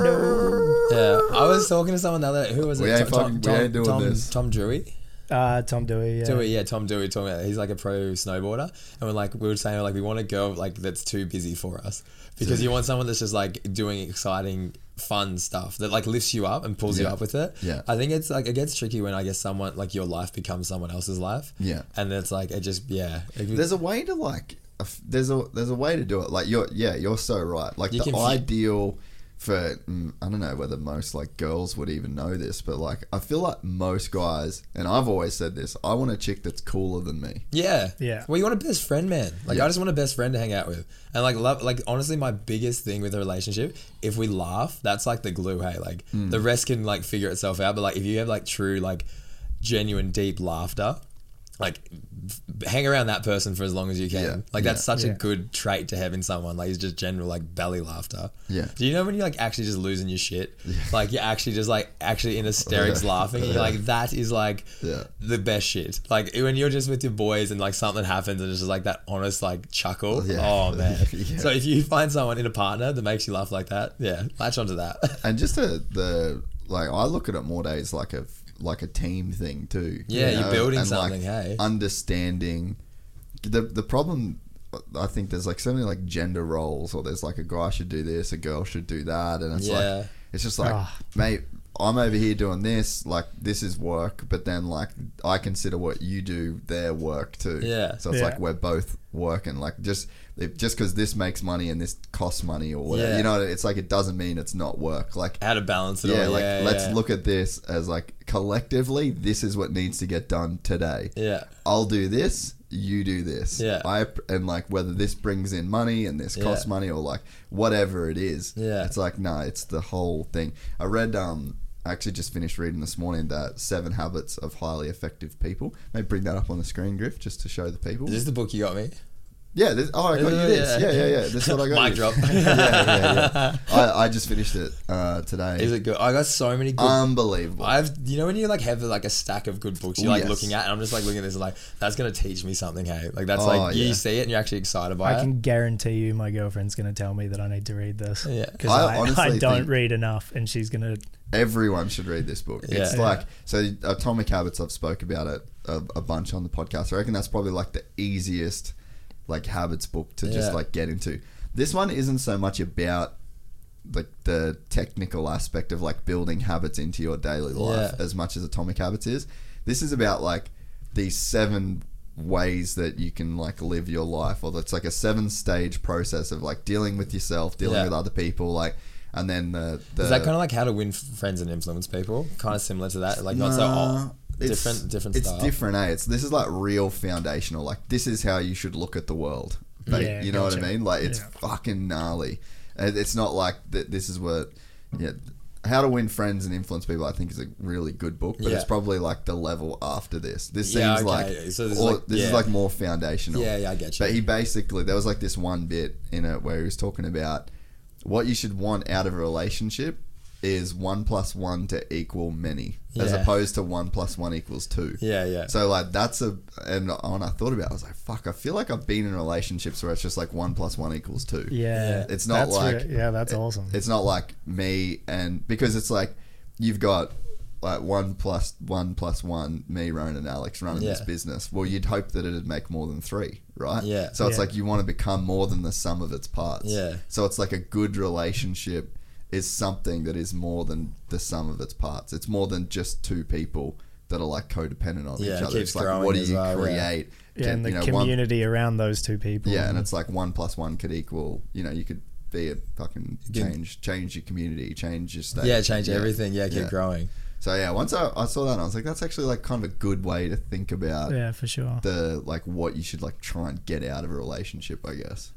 Speaker 5: Yeah. I was talking to someone the other who was it?
Speaker 1: We ain't
Speaker 5: Tom,
Speaker 1: fucking- we
Speaker 5: Tom,
Speaker 1: ain't doing
Speaker 5: Tom,
Speaker 1: this.
Speaker 5: Tom Dewey?
Speaker 3: Uh, Tom Dewey. Yeah.
Speaker 5: Dewey, yeah, Tom Dewey talking about he's like a pro snowboarder. And we're like we were saying like we want a girl like that's too busy for us. Because you want someone that's just like doing exciting fun stuff that like lifts you up and pulls you
Speaker 1: Yeah.
Speaker 5: up with it.
Speaker 1: Yeah.
Speaker 5: I think it's like it gets tricky when I guess someone like your life becomes someone else's life.
Speaker 1: Yeah.
Speaker 5: And it's like it just yeah. It-
Speaker 1: there's a way to like a f- there's a there's a way to do it like you're yeah you're so right like
Speaker 5: You
Speaker 1: the
Speaker 5: can fi-
Speaker 1: ideal for mm, i don't know whether most like girls would even know this but like i feel like most guys and i've always said this i want a chick that's cooler than me
Speaker 5: Yeah.
Speaker 3: Yeah.
Speaker 5: Well, you want a best friend, man. Like,
Speaker 1: Yeah.
Speaker 5: I just want a best friend to hang out with. And, like, love, like, honestly, my biggest thing with a relationship, if we laugh, that's like the glue, hey? Like, the rest can, like, figure itself out. But, like, if you have, like, true, like, genuine, deep laughter, like, f- hang around that person for as long as you can.
Speaker 1: Yeah.
Speaker 5: Like, that's such a
Speaker 3: Yeah.
Speaker 5: good trait to have in someone. Like, it's just general, like, belly laughter.
Speaker 1: Yeah.
Speaker 5: Do you know when you're, like, actually just losing your shit? Like, you're actually just, like, actually in hysterics
Speaker 1: Yeah.
Speaker 5: laughing. And you're like, that is, like,
Speaker 1: Yeah.
Speaker 5: the best shit. Like when you're just with your boys and like something happens and it's just like that honest like chuckle.
Speaker 1: Yeah.
Speaker 5: Oh man.
Speaker 1: Yeah.
Speaker 5: So if you find someone in a partner that makes you laugh like that, yeah, latch onto that.
Speaker 1: and just the the like I look at it more days like a like a team thing too.
Speaker 5: Yeah, you're building
Speaker 1: like,
Speaker 5: something, hey?
Speaker 1: understanding the the problem. I think there's like so many like gender roles, or there's like a guy should do this, a girl should do that, and it's
Speaker 5: Yeah.
Speaker 1: like it's just like
Speaker 3: Ah.
Speaker 1: mate. I'm over here doing this, like this is work, but then like I consider what you do their work too.
Speaker 5: Yeah.
Speaker 1: So it's
Speaker 3: Yeah.
Speaker 1: like we're both working, like just it, just because this makes money and this costs money or whatever,
Speaker 5: Yeah.
Speaker 1: you know, it's like it doesn't mean it's not work. Like
Speaker 5: How to balance it
Speaker 1: yeah,
Speaker 5: all.
Speaker 1: like
Speaker 5: yeah,
Speaker 1: let's
Speaker 5: yeah.
Speaker 1: look at this as like collectively, this is what needs to get done today.
Speaker 5: Yeah.
Speaker 1: I'll do this, you do this.
Speaker 5: Yeah.
Speaker 1: I and like whether this brings in money and this
Speaker 5: Yeah.
Speaker 1: costs money or like whatever it is.
Speaker 5: Yeah.
Speaker 1: It's like nah, it's the whole thing. I read um I actually just finished reading this morning that Seven Habits of Highly Effective People. Maybe bring that up on the screen, Griff, just to show the people.
Speaker 5: Is this the book you got me?
Speaker 1: yeah, this, oh, I got you this. Yeah, yeah, yeah. This is what I got.
Speaker 5: Mic
Speaker 1: you.
Speaker 5: drop.
Speaker 1: yeah, yeah, yeah. I, I just finished it uh, today.
Speaker 5: Is it good? I got so many good
Speaker 1: Um, Unbelievable.
Speaker 5: I've you know when you like have like a stack of good books you're
Speaker 1: Ooh,
Speaker 5: like
Speaker 1: yes.
Speaker 5: looking at and I'm just like looking at this like that's gonna teach me something hey like that's
Speaker 1: Oh,
Speaker 5: like you
Speaker 1: yeah.
Speaker 5: see it and you're actually excited by
Speaker 3: I
Speaker 5: it
Speaker 3: can guarantee you, my girlfriend's going to tell me that I need to read this.
Speaker 5: Yeah.
Speaker 3: Because
Speaker 1: I
Speaker 3: I, I,
Speaker 1: honestly
Speaker 3: don't
Speaker 1: think-
Speaker 3: read enough, and she's going to.
Speaker 1: everyone should read this book. It's
Speaker 5: Yeah.
Speaker 1: like so Atomic Habits. I've spoke about it a, a bunch on the podcast. I reckon that's probably like the easiest like habits book to just
Speaker 5: Yeah.
Speaker 1: like get into. This one isn't so much about like the technical aspect of like building habits into your daily life
Speaker 5: Yeah.
Speaker 1: as much as Atomic Habits is. This is about like these seven ways that you can like live your life or it's like a seven stage process of like dealing with yourself dealing
Speaker 5: Yeah.
Speaker 1: with other people like and then the, the
Speaker 5: Is that kind of like how to win f- friends and influence people? Kind of similar to that, like not so
Speaker 1: Nah,
Speaker 5: oh, different, different
Speaker 1: It's
Speaker 5: style.
Speaker 1: different, eh? It's this is like real foundational. Like this is how you should look at the world. Like,
Speaker 3: Yeah,
Speaker 1: you know what I
Speaker 3: gotcha.
Speaker 1: mean? Like it's
Speaker 3: Yeah.
Speaker 1: fucking gnarly. And It's not like that. This is what, yeah. How to win friends and influence people, I think, is a really good book, but
Speaker 5: Yeah.
Speaker 1: it's probably like the level after this. This
Speaker 5: Yeah,
Speaker 1: seems
Speaker 5: okay.
Speaker 1: like,
Speaker 5: So this is
Speaker 1: or-
Speaker 5: like-
Speaker 1: this is
Speaker 5: yeah.
Speaker 1: like more foundational.
Speaker 5: Yeah, yeah, I get you.
Speaker 1: But he basically there was like this one bit in it where he was talking about what you should want out of a relationship is one plus one to equal many, as
Speaker 5: Yeah.
Speaker 1: opposed to one plus one equals two.
Speaker 5: Yeah, yeah.
Speaker 1: So like that's a and when I thought about, it, I was like, fuck, I feel like I've been in relationships where it's just like one plus one equals two.
Speaker 3: Yeah.
Speaker 1: It's not
Speaker 3: That's
Speaker 1: like
Speaker 3: re- yeah, that's awesome.
Speaker 1: It's not like me and because it's like you've got like one plus one plus one, me, Ronan, and Alex running this
Speaker 5: Yeah.
Speaker 1: business. Well, you'd hope that it'd make more than three, right?
Speaker 5: Yeah.
Speaker 1: So it's
Speaker 3: Yeah.
Speaker 1: like you want to become more than the sum of its parts.
Speaker 5: Yeah.
Speaker 1: So it's like a good relationship is something that is more than the sum of its parts. It's more than just two people that are like codependent on
Speaker 5: Yeah,
Speaker 1: each
Speaker 5: it
Speaker 1: other.
Speaker 5: keeps
Speaker 1: It's like
Speaker 5: growing
Speaker 1: what do
Speaker 5: as
Speaker 1: you
Speaker 5: well, yeah.
Speaker 1: create?
Speaker 3: yeah, and the
Speaker 1: you know, one-
Speaker 3: community around those two people.
Speaker 5: Mm-hmm.
Speaker 1: yeah, and it's like one plus one could equal, you know, you could be a fucking
Speaker 5: Again-
Speaker 1: change, change your community, change your state.
Speaker 5: Yeah, change everything. Yeah, keep growing.
Speaker 1: So yeah, once I, I saw that, and I was like, that's actually like kind of a good way to think about
Speaker 3: Yeah, for sure.
Speaker 1: the like what you should like try and get out of a relationship. I guess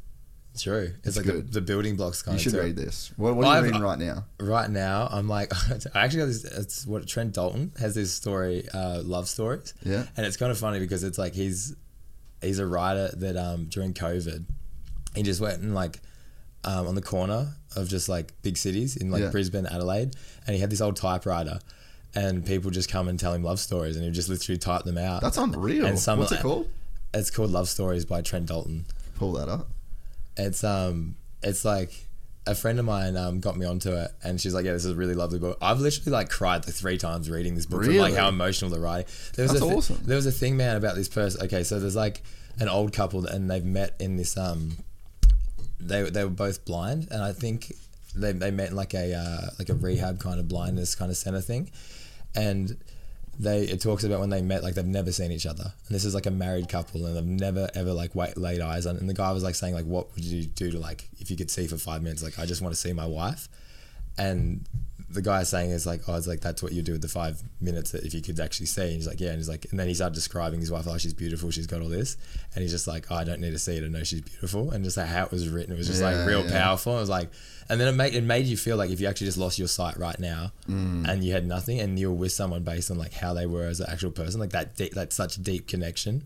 Speaker 5: True. It's, like the,
Speaker 1: good.
Speaker 5: the building blocks kind
Speaker 1: you
Speaker 5: of
Speaker 1: should
Speaker 5: to it.
Speaker 1: read this. What, what are you
Speaker 5: I've-
Speaker 1: reading right now?
Speaker 5: right now i'm like i actually got this it's what trent dalton has this story uh, love stories
Speaker 1: Yeah.
Speaker 5: and it's kind of funny because it's like he's he's a writer that um during covid he just went and like um, on the corner of just like big cities in like
Speaker 1: Yeah.
Speaker 5: brisbane adelaide and he had this old typewriter and people just come and tell him love stories and he just literally type them out
Speaker 1: That's unreal.
Speaker 5: And some-
Speaker 1: What's it called?
Speaker 5: it's called love stories by trent dalton
Speaker 1: Pull that up.
Speaker 5: it's um it's like a friend of mine um, got me onto it and she's like yeah this is a really lovely book i've literally like cried like three times reading this book from like
Speaker 1: Really?
Speaker 5: how emotional the writing there was
Speaker 1: That's
Speaker 5: a thi-
Speaker 1: awesome.
Speaker 5: there was a thing man about this person okay so there's like an old couple and they've met in this um they, they were both blind and i think they, they met in like a uh, like a rehab kind of blindness kind of center thing and they it talks about when they met like they've never seen each other and this is like a married couple and they've never ever like wait, laid eyes on and the guy was like saying like what would you do to like if you could see for five minutes like i just want to see my wife and the guy saying is like oh it's like that's what you do with the five minutes that if you could actually see and he's like yeah and he's like and then he started describing his wife like she's beautiful she's got all this and he's just like oh, i don't need to see it I know she's beautiful and just like how it was written it was just
Speaker 1: Yeah,
Speaker 5: like real
Speaker 1: yeah.
Speaker 5: powerful it was like and then it made it made you feel like if you actually just lost your sight right now
Speaker 1: Mm.
Speaker 5: and you had nothing and you were with someone based on like how they were as an actual person like that deep, like such deep connection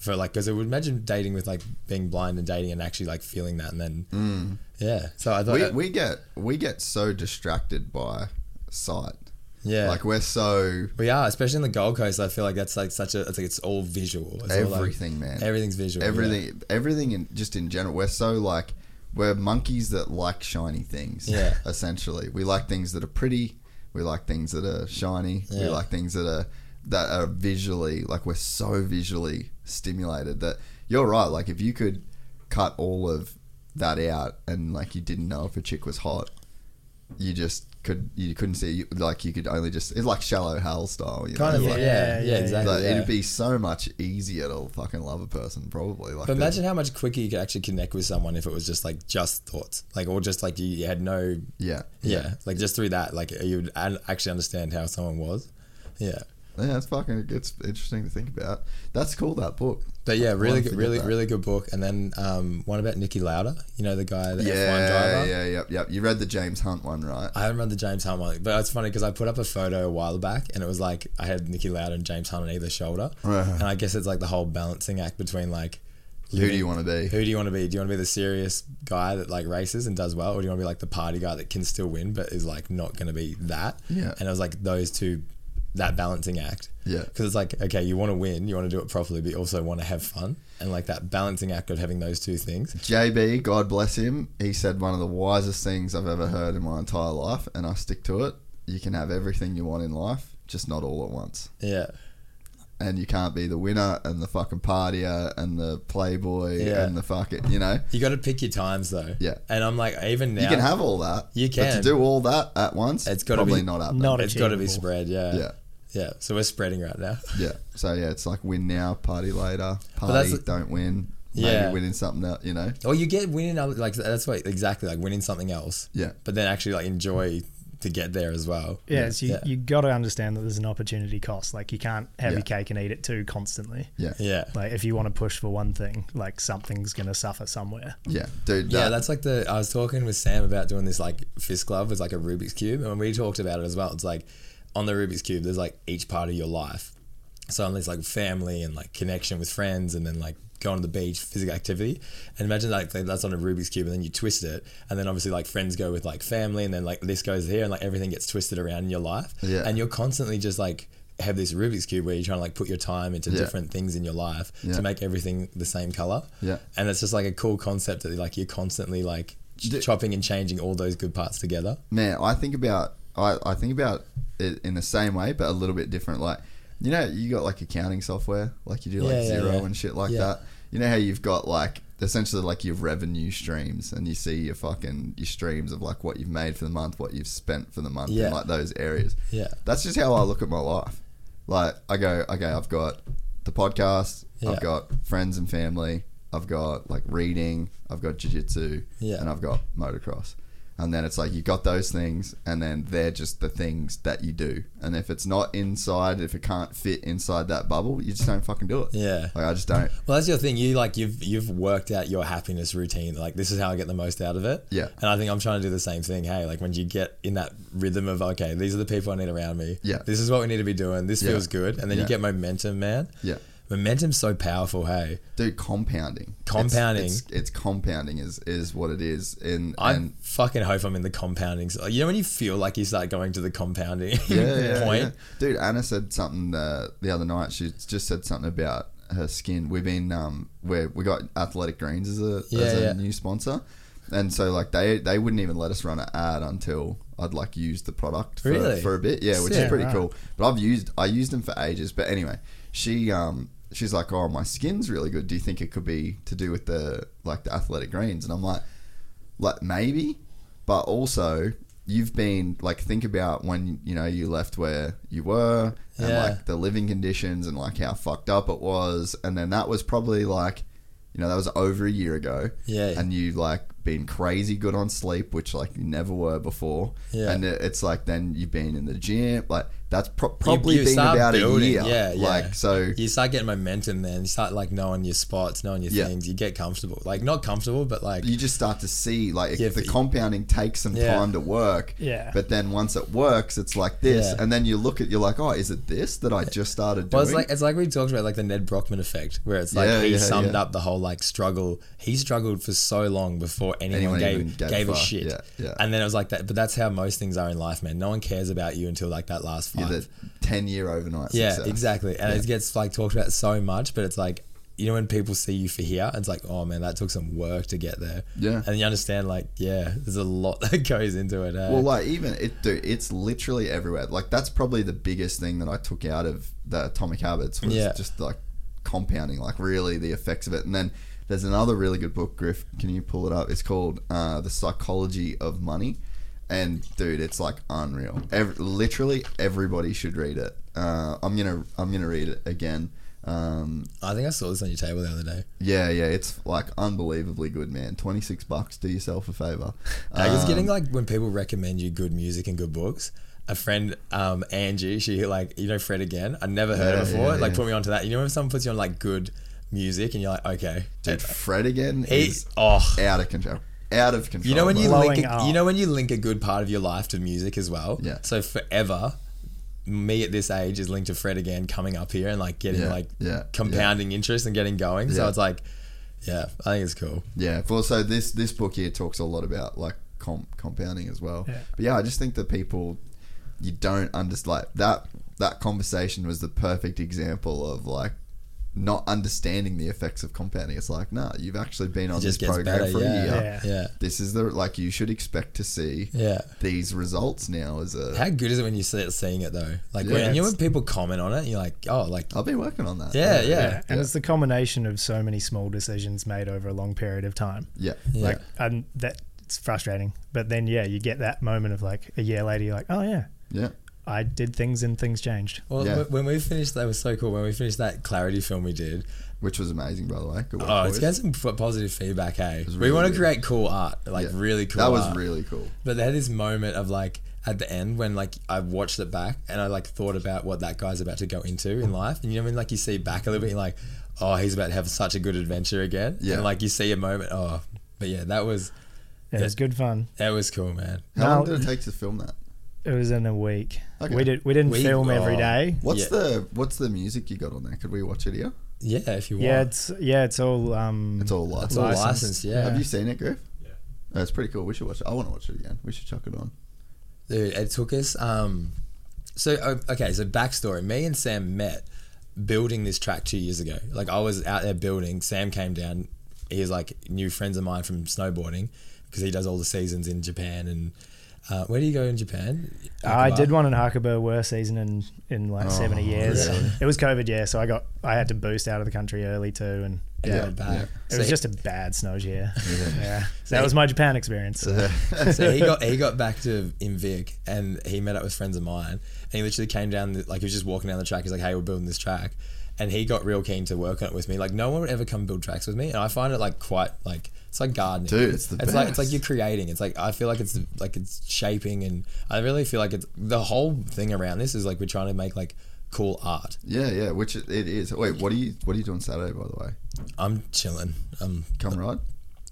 Speaker 5: for like because I would imagine dating with like being blind and dating and actually like feeling that and then yeah so I
Speaker 1: Mm.
Speaker 5: thought
Speaker 1: We,
Speaker 5: that-
Speaker 1: we get we get so distracted by sight.
Speaker 5: yeah
Speaker 1: Like we're so
Speaker 5: We are, especially in the Gold Coast. I feel like that's like such a. It's like it's all visual. It's all, like-
Speaker 1: Everything, man.
Speaker 5: Everything's visual.
Speaker 1: everything everything in just in general we're so like we're monkeys that like shiny things
Speaker 5: Yeah.
Speaker 1: essentially we like things that are pretty we like things that are shiny we
Speaker 5: Yeah.
Speaker 1: like things that are that are visually like we're so visually stimulated that you're right like if you could cut all of that out and like you didn't know if a chick was hot you just could you couldn't see you- like you could only just it's like shallow hell style you
Speaker 5: Yeah. Kind
Speaker 1: know?
Speaker 5: of.
Speaker 1: like,
Speaker 5: Yeah, yeah,
Speaker 3: Yeah,
Speaker 5: yeah,
Speaker 3: yeah,
Speaker 5: exactly.
Speaker 1: like,
Speaker 5: yeah.
Speaker 1: it'd be so much easier to fucking love a person, probably. Like,
Speaker 5: but
Speaker 1: the-
Speaker 5: imagine how much quicker you could actually connect with someone if it was just like just thoughts, like or just like you, you had no,
Speaker 1: yeah,
Speaker 5: yeah, like just through that, like you would an- actually understand how someone was, yeah.
Speaker 1: yeah, it's fucking it's interesting to think about. That's cool. That book.
Speaker 5: But yeah, really,
Speaker 1: Wanna
Speaker 5: good,
Speaker 1: forget
Speaker 5: really,
Speaker 1: that.
Speaker 5: really good book. And then um, one about Nicky Lauda, you know the guy, the F1 driver.
Speaker 1: Yeah,
Speaker 5: Ah,
Speaker 1: yeah, yep, yep. You read the James Hunt one, right?
Speaker 5: I haven't read the James Hunt one, but it's funny because I put up a photo a while back and it was like I had Nicky Loud and James Hunt on either shoulder. And I guess it's like the whole balancing act between like
Speaker 1: Who do you want to be?
Speaker 5: who do you want to be? Do you want to be the serious guy that like races and does well, or do you want to be like the party guy that can still win but is like not going to be that?
Speaker 1: Yeah.
Speaker 5: And it was like those two, that balancing act.
Speaker 1: Yeah.
Speaker 5: Because it's like okay, you want to win, you want to do it properly, but you also want to have fun, and like that balancing act of having those two things.
Speaker 1: JB, God bless him. He said one of the wisest things I've ever heard in my entire life, and I stick to it. You can have everything you want in life, just not all at once.
Speaker 5: Yeah.
Speaker 1: And you can't be the winner and the fucking partier and the playboy
Speaker 5: Yeah.
Speaker 1: and the fucking, you know.
Speaker 5: You got to pick your times though.
Speaker 1: Yeah.
Speaker 5: And I'm like even now
Speaker 1: You can have all that.
Speaker 5: You
Speaker 1: But to
Speaker 5: can.
Speaker 1: do all that at once,
Speaker 5: It's
Speaker 1: it's
Speaker 5: gotta
Speaker 1: probably
Speaker 5: be-
Speaker 1: not happening.
Speaker 3: Not
Speaker 5: it's got to be
Speaker 3: achievable.
Speaker 5: spread. Yeah.
Speaker 1: Yeah.
Speaker 5: Yeah, so we're spreading right now.
Speaker 1: Yeah. So yeah, it's like win now, party later,
Speaker 5: that's
Speaker 1: party
Speaker 5: the-
Speaker 1: don't win. Maybe
Speaker 5: Yeah.
Speaker 1: winning something else, you know.
Speaker 5: Or you get winning other like that's what exactly like winning something else.
Speaker 1: Yeah.
Speaker 5: But then actually like enjoy to get there as well.
Speaker 3: Yeah, so you,
Speaker 5: yeah.
Speaker 3: you got to understand that there's an opportunity cost. Like you can't have
Speaker 1: Yeah.
Speaker 3: your cake and eat it too constantly.
Speaker 1: Yeah.
Speaker 5: Yeah.
Speaker 3: Like if you want to push for one thing, like something's going to suffer somewhere.
Speaker 1: Yeah. Dude, that,
Speaker 5: Yeah, that's like the I was talking with Sam about doing this like fist glove with like a Rubik's cube, and when we talked about it as well, it's like on the Rubik's cube, there's like each part of your life. So there's like family and like connection with friends, and then like going to the beach, physical activity, and imagine like that's on a Rubik's cube, and then you twist it, and then obviously like friends go with like family, and then like this goes here, and like everything gets twisted around in your life,
Speaker 1: Yeah.
Speaker 5: and you're constantly just like have this Rubik's cube where you're trying to like put your time into
Speaker 1: Yeah.
Speaker 5: different things in your life
Speaker 1: Yeah.
Speaker 5: to make everything the same color
Speaker 1: Yeah.
Speaker 5: and it's just like a cool concept that like you're constantly like ch- chopping and changing all those good parts together.
Speaker 1: man, I think about I, I think about it in the same way but a little bit different. Like you know, you got like accounting software, like you do like
Speaker 5: Yeah, yeah,
Speaker 1: zero
Speaker 5: yeah.
Speaker 1: and shit like
Speaker 5: Yeah.
Speaker 1: that. You know how you've got like essentially like your revenue streams and you see your fucking your streams of like what you've made for the month, what you've spent for the month
Speaker 5: Yeah.
Speaker 1: and like those areas.
Speaker 5: Yeah.
Speaker 1: That's just how I look at my life. Like I go, okay, I've got the podcast,
Speaker 5: Yeah.
Speaker 1: I've got friends and family, I've got like reading, I've got jiu-jitsu,
Speaker 5: Yeah.
Speaker 1: and I've got motocross. And then it's like you got those things and then they're just the things that you do. And if it's not inside, if it can't fit inside that bubble, you just don't fucking do it.
Speaker 5: Yeah.
Speaker 1: Like I just don't
Speaker 5: Well, that's your thing. You like you've you've worked out your happiness routine. Like this is how I get the most out of it.
Speaker 1: Yeah.
Speaker 5: And I think I'm trying to do the same thing. Hey, like when you get in that rhythm of okay, these are the people I need around me.
Speaker 1: Yeah.
Speaker 5: This is what we need to be doing. This
Speaker 1: Yeah.
Speaker 5: feels good, and then
Speaker 1: Yeah.
Speaker 5: you get momentum, man.
Speaker 1: Yeah.
Speaker 5: Momentum's so powerful. Hey.
Speaker 1: do compounding. It's-
Speaker 5: Compounding.
Speaker 1: It's, it's compounding is is what it is. And
Speaker 5: I
Speaker 1: and
Speaker 5: fucking hope I'm in the compounding. So, you know when you feel like you start going to the compounding
Speaker 1: yeah, yeah,
Speaker 5: point.
Speaker 1: yeah. Dude, Anna said something uh, the other night. She just said something about her skin. We've been um, where we got Athletic Greens as a
Speaker 5: Yeah,
Speaker 1: as a
Speaker 5: yeah.
Speaker 1: new sponsor, and so like they they wouldn't even let us run an ad until I'd like used the product for,
Speaker 5: Really?
Speaker 1: for a bit. Yeah, which is
Speaker 5: Sick.
Speaker 1: pretty
Speaker 3: Right.
Speaker 1: cool. But I've used I used them for ages. But anyway, she um. She's like, oh, my skin's really good. Do you think it could be to do with the like the athletic greens? And I'm like, like maybe, but also you've been like think about when you know you left where you were and
Speaker 5: Yeah.
Speaker 1: like the living conditions and like how fucked up it was, and then that was probably like you know that was over a year ago,
Speaker 5: Yeah.
Speaker 1: and you like been crazy good on sleep, which like you never were before,
Speaker 5: Yeah.
Speaker 1: and it- it's like then you've been in the gym, like that's pro- probably
Speaker 5: you
Speaker 1: been
Speaker 5: start
Speaker 1: about
Speaker 5: building,
Speaker 1: a year,
Speaker 5: yeah, yeah.
Speaker 1: like so.
Speaker 5: you start getting momentum then you start like knowing your spots knowing your
Speaker 1: Yeah.
Speaker 5: things you get comfortable like not comfortable but like
Speaker 1: You just start to see like
Speaker 5: Yeah,
Speaker 1: the
Speaker 5: but-
Speaker 1: compounding takes some
Speaker 5: Yeah.
Speaker 1: time to work.
Speaker 3: Yeah.
Speaker 1: But then once it works, it's like this,
Speaker 5: Yeah.
Speaker 1: and then you look at you're like, oh, is it this that I just started doing?
Speaker 5: well, it's like it's like we talked about like the Ned Brockman effect, where it's like
Speaker 1: Yeah,
Speaker 5: he
Speaker 1: yeah,
Speaker 5: summed
Speaker 1: yeah.
Speaker 5: up the whole like struggle. He struggled for so long before anyone,
Speaker 1: Anyone even
Speaker 5: gave
Speaker 1: gave
Speaker 5: gave,
Speaker 1: a
Speaker 5: a
Speaker 1: fuck.
Speaker 5: shit.
Speaker 1: Yeah, yeah.
Speaker 5: And then it was like that, but that's how most things are in life, man. No one cares about you until like that last
Speaker 1: You're
Speaker 5: five.
Speaker 1: the ten year overnight.
Speaker 5: Yeah,
Speaker 1: success.
Speaker 5: exactly. And it gets like talked about so much, but it's like you know when people see you for here, it's like oh man, that took some work to get there.
Speaker 1: Yeah.
Speaker 5: and you understand like yeah, there's a lot that goes into it. eh?
Speaker 1: Well, like even it, dude, it's literally everywhere. Like that's probably the biggest thing that I took out of the Atomic Habits was
Speaker 5: Yeah.
Speaker 1: just like compounding, like really the effects of it. And then there's another really good book, Griff. Can you pull it up? It's called uh, The Psychology of Money, and dude, it's like unreal. Ev literally everybody should read it. Uh, I'm gonna I'm gonna read it again. Um,
Speaker 5: I think I saw this on your table the other day.
Speaker 1: yeah, yeah, it's like unbelievably good, man. Twenty six bucks. Do yourself a favor.
Speaker 5: I was getting
Speaker 1: Um,
Speaker 5: like when people recommend you good music and good books. A friend, um, Angie, she like you know Fred again. I never heard
Speaker 1: Yeah,
Speaker 5: her before.
Speaker 1: yeah,
Speaker 5: like
Speaker 1: yeah.
Speaker 5: put me onto that. You know when someone puts you on like good music and you're like okay,
Speaker 1: dude, Fred again.
Speaker 5: he,
Speaker 1: is
Speaker 5: oh.
Speaker 1: out of control. Out of control.
Speaker 5: You know when you
Speaker 1: bro.
Speaker 3: Blowing
Speaker 5: link, a,
Speaker 3: up.
Speaker 5: you know when you link a good part of your life to music as well.
Speaker 1: Yeah.
Speaker 5: So forever, me at this age is linked to Fred again coming up here and like getting
Speaker 1: Yeah,
Speaker 5: like
Speaker 1: yeah,
Speaker 5: compounding interest and getting going. So
Speaker 1: Yeah.
Speaker 5: it's like, yeah, I think it's cool.
Speaker 1: yeah. Well, so this this book here talks a lot about like comp, compounding as well.
Speaker 3: Yeah.
Speaker 1: But yeah, I just think that people you don't understand like that that conversation was the perfect example of like not understanding the effects of compounding. It's like, nah, you've actually been on this
Speaker 5: just gets
Speaker 1: program
Speaker 5: better,
Speaker 1: for
Speaker 5: yeah,
Speaker 1: a year.
Speaker 3: Yeah.
Speaker 5: Yeah.
Speaker 1: This is the like you should expect to see
Speaker 5: Yeah.
Speaker 1: these results now as a
Speaker 5: How good is it when you start seeing it though? Like
Speaker 1: Yeah.
Speaker 5: when you know when people comment on it, you're like, oh, like
Speaker 1: I've been working on that.
Speaker 5: yeah, yeah,
Speaker 3: Yeah, and it's the combination of so many small decisions made over a long period of time.
Speaker 1: Yeah.
Speaker 5: Yeah.
Speaker 3: Like, and that it's frustrating. But then, yeah, you get that moment of like a year later, you're like, oh yeah,
Speaker 1: Yeah.
Speaker 3: I did things and things changed.
Speaker 5: Well,
Speaker 1: Yeah.
Speaker 5: wh- when we finished, that was so cool. When we finished that clarity film we did,
Speaker 1: Which was amazing by the way. Good work.
Speaker 5: oh, it's
Speaker 1: boys.
Speaker 5: getting some f- positive feedback. Hey,
Speaker 1: was
Speaker 5: we
Speaker 1: really
Speaker 5: want
Speaker 1: good.
Speaker 5: to create cool art, like
Speaker 1: Yeah.
Speaker 5: really cool.
Speaker 1: That was
Speaker 5: art.
Speaker 1: really cool.
Speaker 5: But they had this moment of like at the end when like I watched it back and I like thought about what that guy's about to go into in life. And you know when like you see back a little bit, you're like, oh, he's about to have such a good adventure again.
Speaker 1: Yeah.
Speaker 5: And like you see a moment, oh, but yeah, that was
Speaker 3: It was good fun.
Speaker 5: that was cool, man.
Speaker 1: How
Speaker 3: Now-
Speaker 1: long did it take to film that?
Speaker 3: It was in a week.
Speaker 1: Okay.
Speaker 3: We did. We didn't
Speaker 5: Week?
Speaker 3: film every
Speaker 5: Oh.
Speaker 3: day.
Speaker 1: What's
Speaker 5: Yeah.
Speaker 1: the what's the music you got on there? Could we watch it here?
Speaker 5: Yeah, if you want.
Speaker 3: Yeah, it's yeah, it's all um,
Speaker 1: It's all live.
Speaker 5: It's all
Speaker 3: Licensed.
Speaker 5: licensed, yeah.
Speaker 1: Have you seen it, Griff? Yeah. That's pretty cool. We should watch it. I want to watch it again. We should chuck it on.
Speaker 5: Dude, it took us. Um, so o- okay, so backstory. Me and Sam met building this track two years ago. Like I was out there building. Sam came down. He was like new friends of mine from snowboarding because he does all the seasons in Japan and. Uh, where do you go in Japan?
Speaker 3: I
Speaker 5: Akaba?
Speaker 3: did one in Hakuba, worst season in in like seventy years. It was COVID, yeah. So I got I had to boost out of the country early too, and
Speaker 5: And
Speaker 3: yeah,
Speaker 5: go back.
Speaker 3: it
Speaker 5: So
Speaker 3: was
Speaker 5: he-
Speaker 3: just a bad snow year. yeah, so that was my Japan experience.
Speaker 5: so he got he got back to in Vic and he met up with friends of mine and he literally came down the, like he was just walking down the track. He's like, "Hey, we're building this track," and he got real keen to work on it with me. Like no one would ever come build tracks with me, and I find it like quite like it's like gardening.
Speaker 1: Dude, it's the
Speaker 5: like it's
Speaker 1: best.
Speaker 5: like you're creating. It's like I feel like it's like it's shaping, and I really feel like it's the whole thing around this is like we're trying to make like cool art.
Speaker 1: Yeah, yeah, which it it is. Wait, what are you what are you doing Saturday by the way?
Speaker 5: I'm chilling. I'm
Speaker 1: Come right.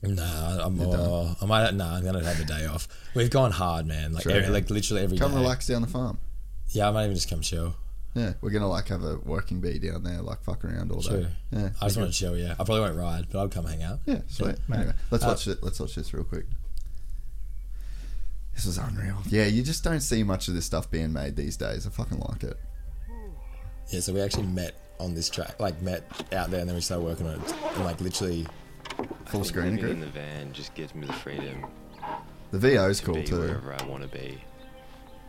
Speaker 5: Nah, I'm.
Speaker 1: done?
Speaker 5: Oh, I might. Nah, I'm gonna have a day off. We've gone hard, man. Like,
Speaker 1: Sure.
Speaker 5: every, like literally every
Speaker 1: Come
Speaker 5: day.
Speaker 1: relax down the farm.
Speaker 5: Yeah, I might even just come chill.
Speaker 1: Yeah, we're gonna like have a working bee down there, like fuck around all day.
Speaker 5: True.
Speaker 1: Yeah,
Speaker 5: I just want to chill. Yeah, I probably won't ride, but I'll come hang out.
Speaker 1: yeah, sweet. Anyway, let's watch it. Let's watch this real quick. This is unreal. Yeah, you just don't see much of this stuff being made these days. I fucking like it.
Speaker 5: Yeah. So we actually met on this track, like met out there, and then we started working on it, and like literally.
Speaker 1: Full screen
Speaker 8: Living in
Speaker 1: agree.
Speaker 8: the van just gives me the freedom
Speaker 1: The VO's
Speaker 8: to
Speaker 1: cool
Speaker 8: be
Speaker 1: too.
Speaker 8: wherever I want to be.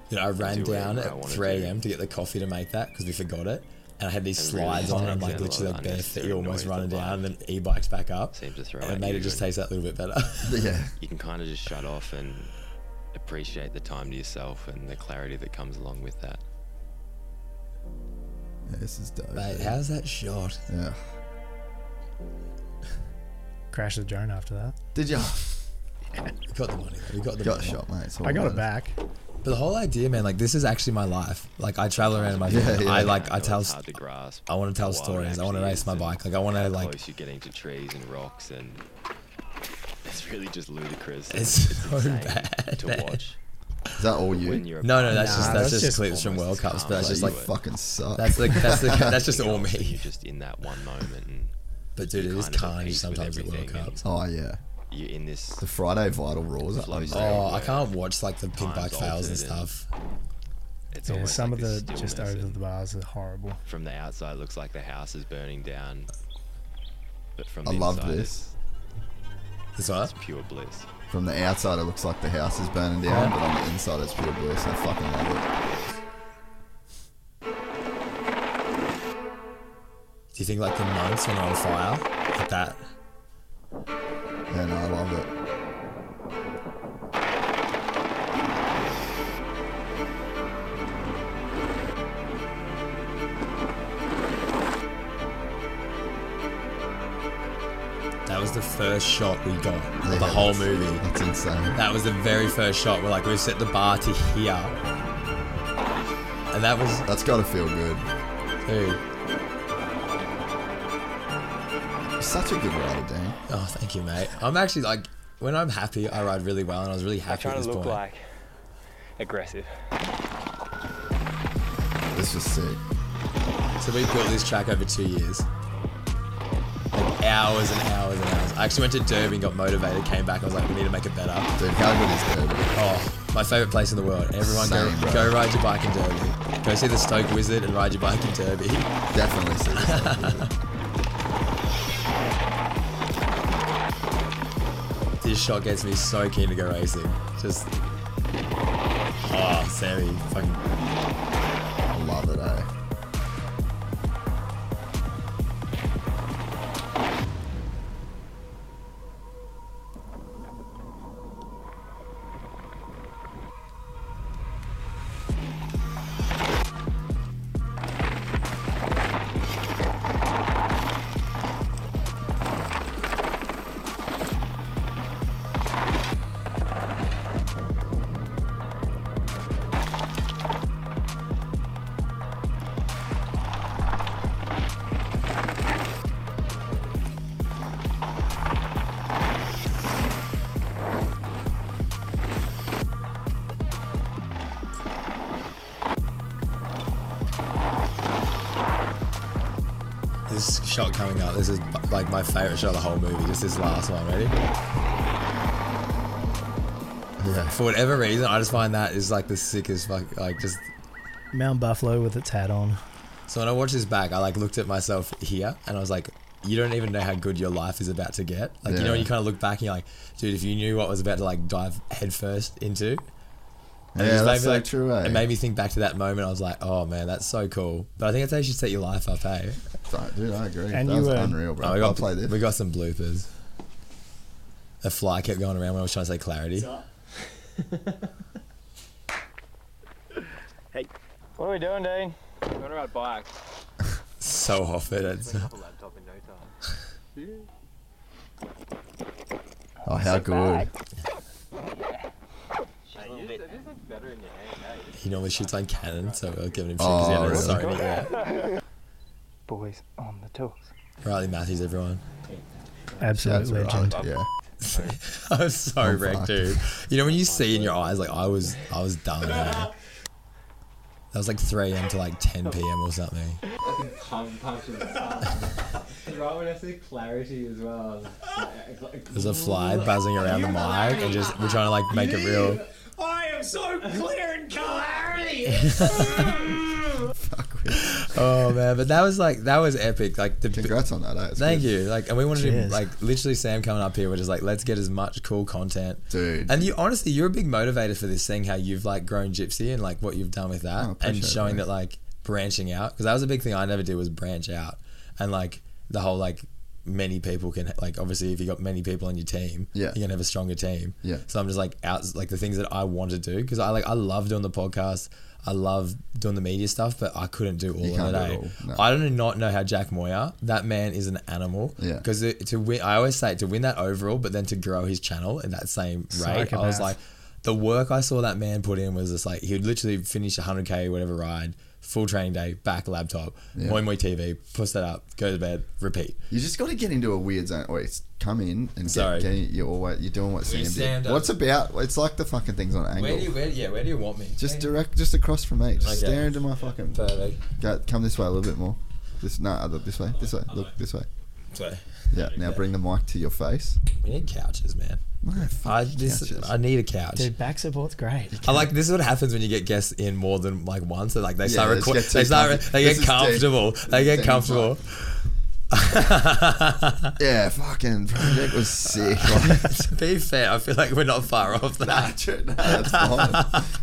Speaker 5: You know, I ran
Speaker 8: Do whatever
Speaker 5: down
Speaker 8: I
Speaker 5: at
Speaker 8: wanna
Speaker 5: 3
Speaker 8: do.
Speaker 5: a.m. to get the coffee to make that because we forgot it, and I had these
Speaker 8: It really
Speaker 5: slides on, and I'm like
Speaker 8: takes
Speaker 5: literally
Speaker 8: out a lot
Speaker 5: like
Speaker 8: of
Speaker 5: bare
Speaker 8: unnecessary
Speaker 5: feet almost
Speaker 8: noise
Speaker 5: running
Speaker 8: that
Speaker 5: down, and
Speaker 8: life
Speaker 5: then e-bikes back up,
Speaker 8: seems to throw
Speaker 5: and it
Speaker 8: at
Speaker 5: made it
Speaker 8: you
Speaker 5: just
Speaker 8: and-
Speaker 5: taste that little bit better.
Speaker 1: Yeah,
Speaker 8: You can kind of just shut off and appreciate the time to yourself and the clarity that comes along with that.
Speaker 1: yeah this is dope.
Speaker 5: Mate,
Speaker 1: dude.
Speaker 5: how's that shot?
Speaker 1: Yeah.
Speaker 3: Crash the drone after that.
Speaker 1: Did you
Speaker 5: We got the money. We got the
Speaker 1: got
Speaker 5: money.
Speaker 1: shot, mate? It's all
Speaker 3: I got
Speaker 1: matters.
Speaker 3: it back.
Speaker 5: But the whole idea, man, like this is actually my life. Like I travel around in my
Speaker 1: Yeah,
Speaker 5: van.
Speaker 1: yeah.
Speaker 5: I like I
Speaker 8: know
Speaker 5: tell
Speaker 8: it's hard to grasp.
Speaker 5: I wanna tell
Speaker 8: how wild it
Speaker 5: stories. I wanna
Speaker 8: actually
Speaker 5: race
Speaker 8: is
Speaker 5: my
Speaker 8: and
Speaker 5: bike. Like, I wanna,
Speaker 8: how
Speaker 5: like-
Speaker 8: close you getting to trees and rocks and it's really just ludicrous.
Speaker 5: It's so
Speaker 8: insane
Speaker 5: bad,
Speaker 8: to
Speaker 5: man.
Speaker 8: watch.
Speaker 1: Is that all
Speaker 8: When
Speaker 1: you?
Speaker 8: you're a
Speaker 5: No, no, that's
Speaker 3: Nah,
Speaker 5: just that's,
Speaker 3: that's
Speaker 5: just,
Speaker 3: just
Speaker 5: clips from
Speaker 8: almost
Speaker 5: World Cups, but that's just
Speaker 8: halfway
Speaker 1: you
Speaker 5: like
Speaker 8: to it.
Speaker 1: fucking suck.
Speaker 5: that's like that's the, that's just all
Speaker 8: Else, You're
Speaker 5: me.
Speaker 8: just in that one moment and
Speaker 5: But dude, it
Speaker 8: you're
Speaker 5: is
Speaker 8: kind of at
Speaker 5: carnage
Speaker 8: peace with
Speaker 5: sometimes at World
Speaker 8: everything and-
Speaker 5: Cups.
Speaker 1: oh yeah,
Speaker 8: you're in this
Speaker 1: the Friday vital roars. are
Speaker 8: Flow
Speaker 1: unreal.
Speaker 8: state.
Speaker 5: Oh, I
Speaker 8: where
Speaker 5: can't watch like the pink bike
Speaker 8: time's
Speaker 5: fails and
Speaker 8: altered and-
Speaker 5: stuff.
Speaker 8: it's
Speaker 3: Yeah,
Speaker 8: almost
Speaker 3: some
Speaker 8: like this
Speaker 3: of the just
Speaker 8: stillness
Speaker 3: over
Speaker 8: and
Speaker 3: the bars are horrible.
Speaker 8: from the outside it looks like the house is burning down but from
Speaker 1: I
Speaker 8: the
Speaker 1: love
Speaker 8: inside,
Speaker 1: this.
Speaker 5: This one.
Speaker 8: it's pure bliss
Speaker 1: From the outside, it looks like the house is burning down, but on the inside, it's pure bliss. I fucking love
Speaker 5: Do you think like the monks when they're on fire? Like that.
Speaker 1: it, and I love it.
Speaker 5: That was the first shot we got. of
Speaker 1: Yeah,
Speaker 5: the whole
Speaker 1: that's-
Speaker 5: movie.
Speaker 1: That's insane.
Speaker 5: That was the very first shot. We're like we set the bar to here. And that was
Speaker 1: That's got to feel good.
Speaker 5: dude.
Speaker 1: You're Such a good rider, Dan.
Speaker 5: Oh, thank you, mate. I'm actually like, when I'm happy, I ride really well, and I was really happy at this point.
Speaker 9: aggressive.
Speaker 1: This was sick.
Speaker 5: So we built this track over two years, like hours and hours and hours. I actually went to Derby and got motivated, came back, I was like, we need to make it better.
Speaker 1: Dude, how good is Derby?
Speaker 5: Oh, my favorite place in the world. Everyone,
Speaker 1: Same,
Speaker 5: go,
Speaker 1: bro.
Speaker 5: go ride your bike in Derby. Go see the Stoke Wizard and ride your bike in Derby.
Speaker 1: Definitely sick.
Speaker 5: This shot gets me so keen to go racing. Just, oh, Sammy, fucking
Speaker 1: I love it, eh?
Speaker 5: This shot coming up, this is like my favorite shot of the whole movie. Just this last one, ready? For whatever reason, I just find that is like the sickest fuck. Like just
Speaker 3: Mount Buffalo with its hat on.
Speaker 5: so when I watched this back, I like looked at myself here and I was like, you don't even know how good your life is about to get. Like you know,
Speaker 1: Yeah.
Speaker 5: when you kind of look back and you're like, dude, if you knew what I was about to like dive headfirst into. And it
Speaker 1: Yeah,
Speaker 5: just made
Speaker 1: that's
Speaker 5: me,
Speaker 1: so
Speaker 5: like-
Speaker 1: true, eh?
Speaker 5: It made me think back to that moment. I was like, "Oh man, that's so cool." But I think that's how you should set your life up, hey.
Speaker 1: Fuck, Dude, I agree.
Speaker 3: And
Speaker 1: that
Speaker 3: you
Speaker 1: was
Speaker 3: were-
Speaker 1: unreal, bro.
Speaker 5: Oh, we
Speaker 1: I'll
Speaker 5: got,
Speaker 1: play this.
Speaker 5: we got some bloopers. A fly kept going around when I was trying to say clarity.
Speaker 9: What are we doing, Dean? Going to ride bikes.
Speaker 5: so off it. It's,
Speaker 1: Oh, how good.
Speaker 5: he normally shoots like cannon, so we're giving him shit because he
Speaker 1: Oh,
Speaker 5: had a
Speaker 1: really?
Speaker 5: Sony. Yeah.
Speaker 9: Boys on the tools.
Speaker 5: Riley Matthews, everyone.
Speaker 3: Absolute
Speaker 1: That's
Speaker 3: legend.
Speaker 1: right. Yeah.
Speaker 5: I was so wrecked,
Speaker 1: Oh, fuck.
Speaker 5: dude. You know when you see in your eyes, like I was, I was done. Man. That was like 3 a.m. to like 10 p.m. or something.
Speaker 10: tongue punch in the tongue. right when I see clarity as well.
Speaker 5: There's a fly buzzing around the mic, and just we're trying to like make it real.
Speaker 10: I am so clear and clarity.
Speaker 5: Oh man, but that was like that was epic. Like the
Speaker 1: Congrats on that. eh? It's
Speaker 5: Thank
Speaker 1: good.
Speaker 5: you. Like, and we wanted
Speaker 3: Cheers.
Speaker 5: to like literally Sam coming up here. We're just like, let's get as much cool content,
Speaker 1: Dude.
Speaker 5: And you honestly, you're a big motivator for this thing. How you've like grown Gypsy and like what you've done with that,
Speaker 1: Oh, appreciate
Speaker 5: and
Speaker 1: it,
Speaker 5: showing
Speaker 1: man.
Speaker 5: that like branching out because that was a big thing I never did was branch out, and like the whole like many people can like obviously if you got many people on your team
Speaker 1: Yeah.
Speaker 5: you're gonna have a stronger team
Speaker 1: Yeah.
Speaker 5: so i'm just like out like the things that i want to do because i like i love doing the podcast i love doing the media stuff but i couldn't do all
Speaker 1: You
Speaker 5: all
Speaker 1: can't
Speaker 5: in a
Speaker 1: do it
Speaker 5: day.
Speaker 1: all, no.
Speaker 5: I don't not know how Jack Moyer. That man is an animal.
Speaker 1: Yeah.
Speaker 5: Because to win, I always say to win that overall, but then to grow his channel at that same rate, I was
Speaker 3: Psychopath.
Speaker 5: like, the work I saw that man put in was just like he would literally finish a hundred k whatever ride, full training day, back laptop,
Speaker 1: Yeah.
Speaker 5: Moi Moi TV, push that up, go to bed, repeat.
Speaker 1: You just got to get into a weird zone. Wait, it's come in and
Speaker 5: Sorry.
Speaker 1: get, get in- you're always, you're doing what Sam
Speaker 5: Sam
Speaker 1: did.
Speaker 5: does-
Speaker 1: What's about? It's like the fucking things on angle.
Speaker 5: where yeah where do you want me?
Speaker 1: just direct, just across from me. Just
Speaker 5: Okay.
Speaker 1: stare into my fucking.
Speaker 5: perfect.
Speaker 1: Go, come this way a little bit more. This no, other this way, this way. Look this way.
Speaker 5: So
Speaker 1: Yeah. Now bring the mic to your face.
Speaker 5: we need couches, man.
Speaker 1: No, fuck
Speaker 5: I this
Speaker 1: couches.
Speaker 5: I need a couch.
Speaker 3: Dude, back support's great.
Speaker 5: I like this is what happens when you get guests in more than like once. They're like they start
Speaker 1: let's
Speaker 5: record,
Speaker 1: get too
Speaker 5: they start,
Speaker 1: comfy.
Speaker 5: they
Speaker 1: This
Speaker 5: get
Speaker 1: is deep.
Speaker 5: comfortable, they
Speaker 1: This
Speaker 5: get
Speaker 1: is
Speaker 5: comfortable.
Speaker 1: yeah, fucking project was sick.
Speaker 5: to be fair, I feel like we're not far off
Speaker 1: nah,
Speaker 5: that.
Speaker 1: true, nah, that's fine.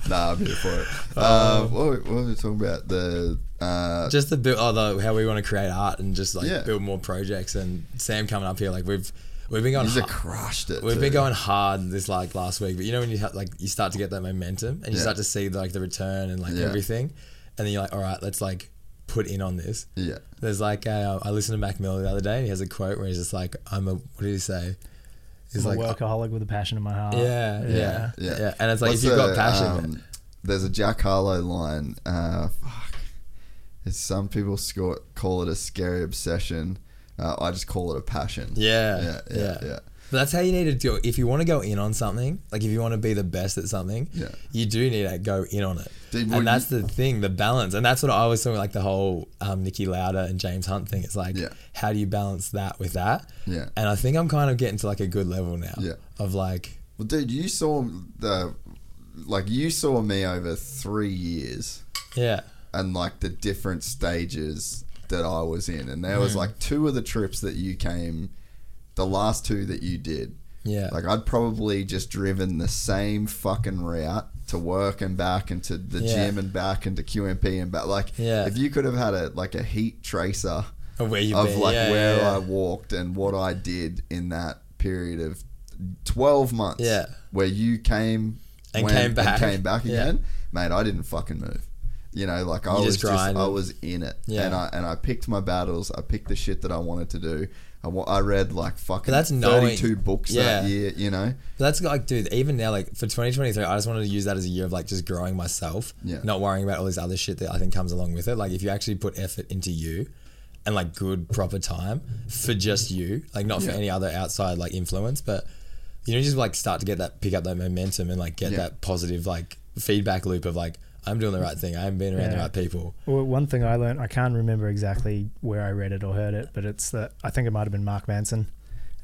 Speaker 1: nah, I'm here for it. Uh, what, were- what were we talking about? The uh,
Speaker 5: Just the build, oh, the, how we want to create art and just like
Speaker 1: Yeah.
Speaker 5: build more projects. And Sam coming up here, like we've we've been going.
Speaker 1: He's a
Speaker 5: har-
Speaker 1: crushed it.
Speaker 5: We've
Speaker 1: too.
Speaker 5: been going hard this like last week, but you know when you ha- like you start to get that momentum and you
Speaker 1: Yeah.
Speaker 5: start to see like the return and like
Speaker 1: Yeah.
Speaker 5: everything, and then you're like, all right, let's like put in on this.
Speaker 1: Yeah.
Speaker 5: There's like uh, I listened to Mac Miller the other day, and he has a quote where he's just like, "I'm a what did he say?" He's
Speaker 3: I'm
Speaker 5: like, uh,
Speaker 3: a workaholic with a passion in my heart.
Speaker 5: yeah, yeah, yeah,
Speaker 1: Yeah.
Speaker 5: And it's like
Speaker 1: What's
Speaker 5: if you've
Speaker 1: the,
Speaker 5: got passion,
Speaker 1: um, there's a Jack Harlow line. Uh, fuck. It's some people score, call it a scary obsession. Uh, I just call it a passion. Yeah.
Speaker 5: yeah,
Speaker 1: Yeah. Yeah. yeah.
Speaker 5: But that's how you need to do it. If you want to go in on something, like if you want to be the best at something,
Speaker 1: Yeah.
Speaker 5: you do need to go in on it.
Speaker 1: Dude, would
Speaker 5: and that's
Speaker 1: you-
Speaker 5: the thing, the balance. And that's what I always talking like the whole um, Nikki Lauda and James Hunt thing. It's like,
Speaker 1: Yeah.
Speaker 5: how do you balance that with that?
Speaker 1: Yeah.
Speaker 5: And I think I'm kind of getting to like a good level now
Speaker 1: Yeah.
Speaker 5: of like,
Speaker 1: Well, dude, you saw the, like, you saw me over three years
Speaker 5: yeah,
Speaker 1: and like the different stages that I was in, and there
Speaker 5: Hmm.
Speaker 1: was like two of the trips that you came, the last two that you did.
Speaker 5: yeah.
Speaker 1: Like I'd probably just driven the same fucking route to work and back and to the
Speaker 5: Yeah.
Speaker 1: gym and back and to QMP and back. Like
Speaker 5: Yeah.
Speaker 1: if you could have had a like a heat tracer
Speaker 5: Of where you've
Speaker 1: of
Speaker 5: been.
Speaker 1: like
Speaker 5: Yeah,
Speaker 1: where
Speaker 5: yeah, yeah.
Speaker 1: I walked and what I did in that period of twelve months.
Speaker 5: Yeah.
Speaker 1: Where you came
Speaker 5: And came back.
Speaker 1: came back
Speaker 5: Yeah.
Speaker 1: again, mate, I didn't fucking move. You know, like I
Speaker 5: You
Speaker 1: was
Speaker 5: just
Speaker 1: just,
Speaker 5: grinded.
Speaker 1: I was in it.
Speaker 5: Yeah.
Speaker 1: And I and I picked my battles, I picked the shit that I wanted to do. I, wa- I read like fucking
Speaker 5: that's knowing-
Speaker 1: 32 books
Speaker 5: Yeah.
Speaker 1: that year, you know?
Speaker 5: But that's like, dude, even now, like for 2023, I just wanted to use that as a year of like just growing myself,
Speaker 1: Yeah.
Speaker 5: not worrying about all this other shit that I think comes along with it. Like, if you actually put effort into you and like good, proper time for just you, like not for
Speaker 1: Yeah.
Speaker 5: any other outside like influence, but you know, just like start to get that, pick up that momentum and like get
Speaker 1: Yeah.
Speaker 5: that positive like feedback loop of like, I'm doing the right thing, I'm being around the
Speaker 3: Yeah.
Speaker 5: right people.
Speaker 3: Well, one thing I learned, I can't remember exactly where I read it or heard it, but it's that I think it might have been Mark Manson.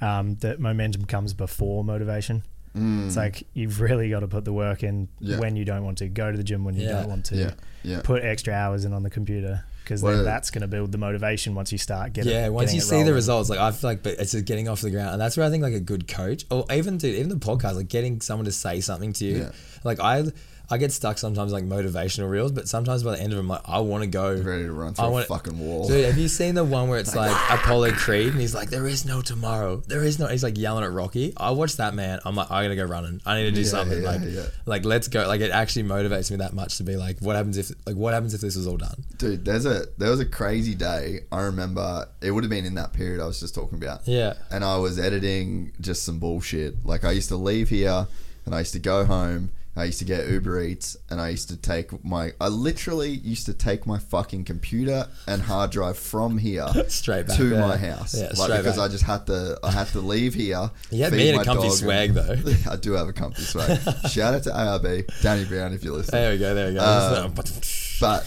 Speaker 3: Um, that momentum comes before motivation. It's
Speaker 5: Mm.
Speaker 3: like you've really got to put the work in
Speaker 1: Yeah.
Speaker 3: when you don't want to. Go to the gym when you
Speaker 5: Yeah.
Speaker 3: don't want to.
Speaker 1: Yeah. Yeah.
Speaker 3: Put extra hours in on the computer because
Speaker 1: Well-
Speaker 3: then that's going to build the motivation once you start getting.
Speaker 5: Yeah, once
Speaker 3: getting
Speaker 5: you
Speaker 3: it
Speaker 5: see the
Speaker 3: rolling.
Speaker 5: results, like I feel like, but it's just getting off the ground, and that's where I think like a good coach, or even dude, even the podcast, like getting someone to say something to you.
Speaker 1: Yeah.
Speaker 5: Like I, I get stuck sometimes like motivational reels, but sometimes by the end of them, like I want to go
Speaker 1: ready to run through
Speaker 5: I
Speaker 1: a
Speaker 5: wanna-
Speaker 1: fucking wall. "Ah!"
Speaker 5: Dude, have you seen the one where it's like Apollo Creed and he's like, "There is no tomorrow. There is no." He's like yelling at Rocky. I watched that man. I'm like, I gotta go running. I need to do
Speaker 1: Yeah,
Speaker 5: something.
Speaker 1: yeah,
Speaker 5: like,
Speaker 1: yeah.
Speaker 5: like let's go. Like it actually motivates me that much to be like, what happens if like what happens if this was all done?
Speaker 1: Dude, there's a there was a crazy day. I remember it would have been in that period I was just talking about.
Speaker 5: Yeah.
Speaker 1: And I was editing just some bullshit. Like I used to leave here and I used to go home. I used to get Uber Eats and I used to take my I literally used to take my fucking computer and hard drive from here
Speaker 5: Straight back,
Speaker 1: to
Speaker 5: yeah.
Speaker 1: my house.
Speaker 5: Yeah,
Speaker 1: like
Speaker 5: straight
Speaker 1: because
Speaker 5: back.
Speaker 1: I just had to I had to leave here.
Speaker 5: You had
Speaker 1: feed
Speaker 5: me in a
Speaker 1: my
Speaker 5: comfy
Speaker 1: dog
Speaker 5: swag,
Speaker 1: and-
Speaker 5: though.
Speaker 1: I do have a comfy swag. Shout out to ARB, Danny Brown if you're listening.
Speaker 5: There we go. There we go.
Speaker 1: Um, but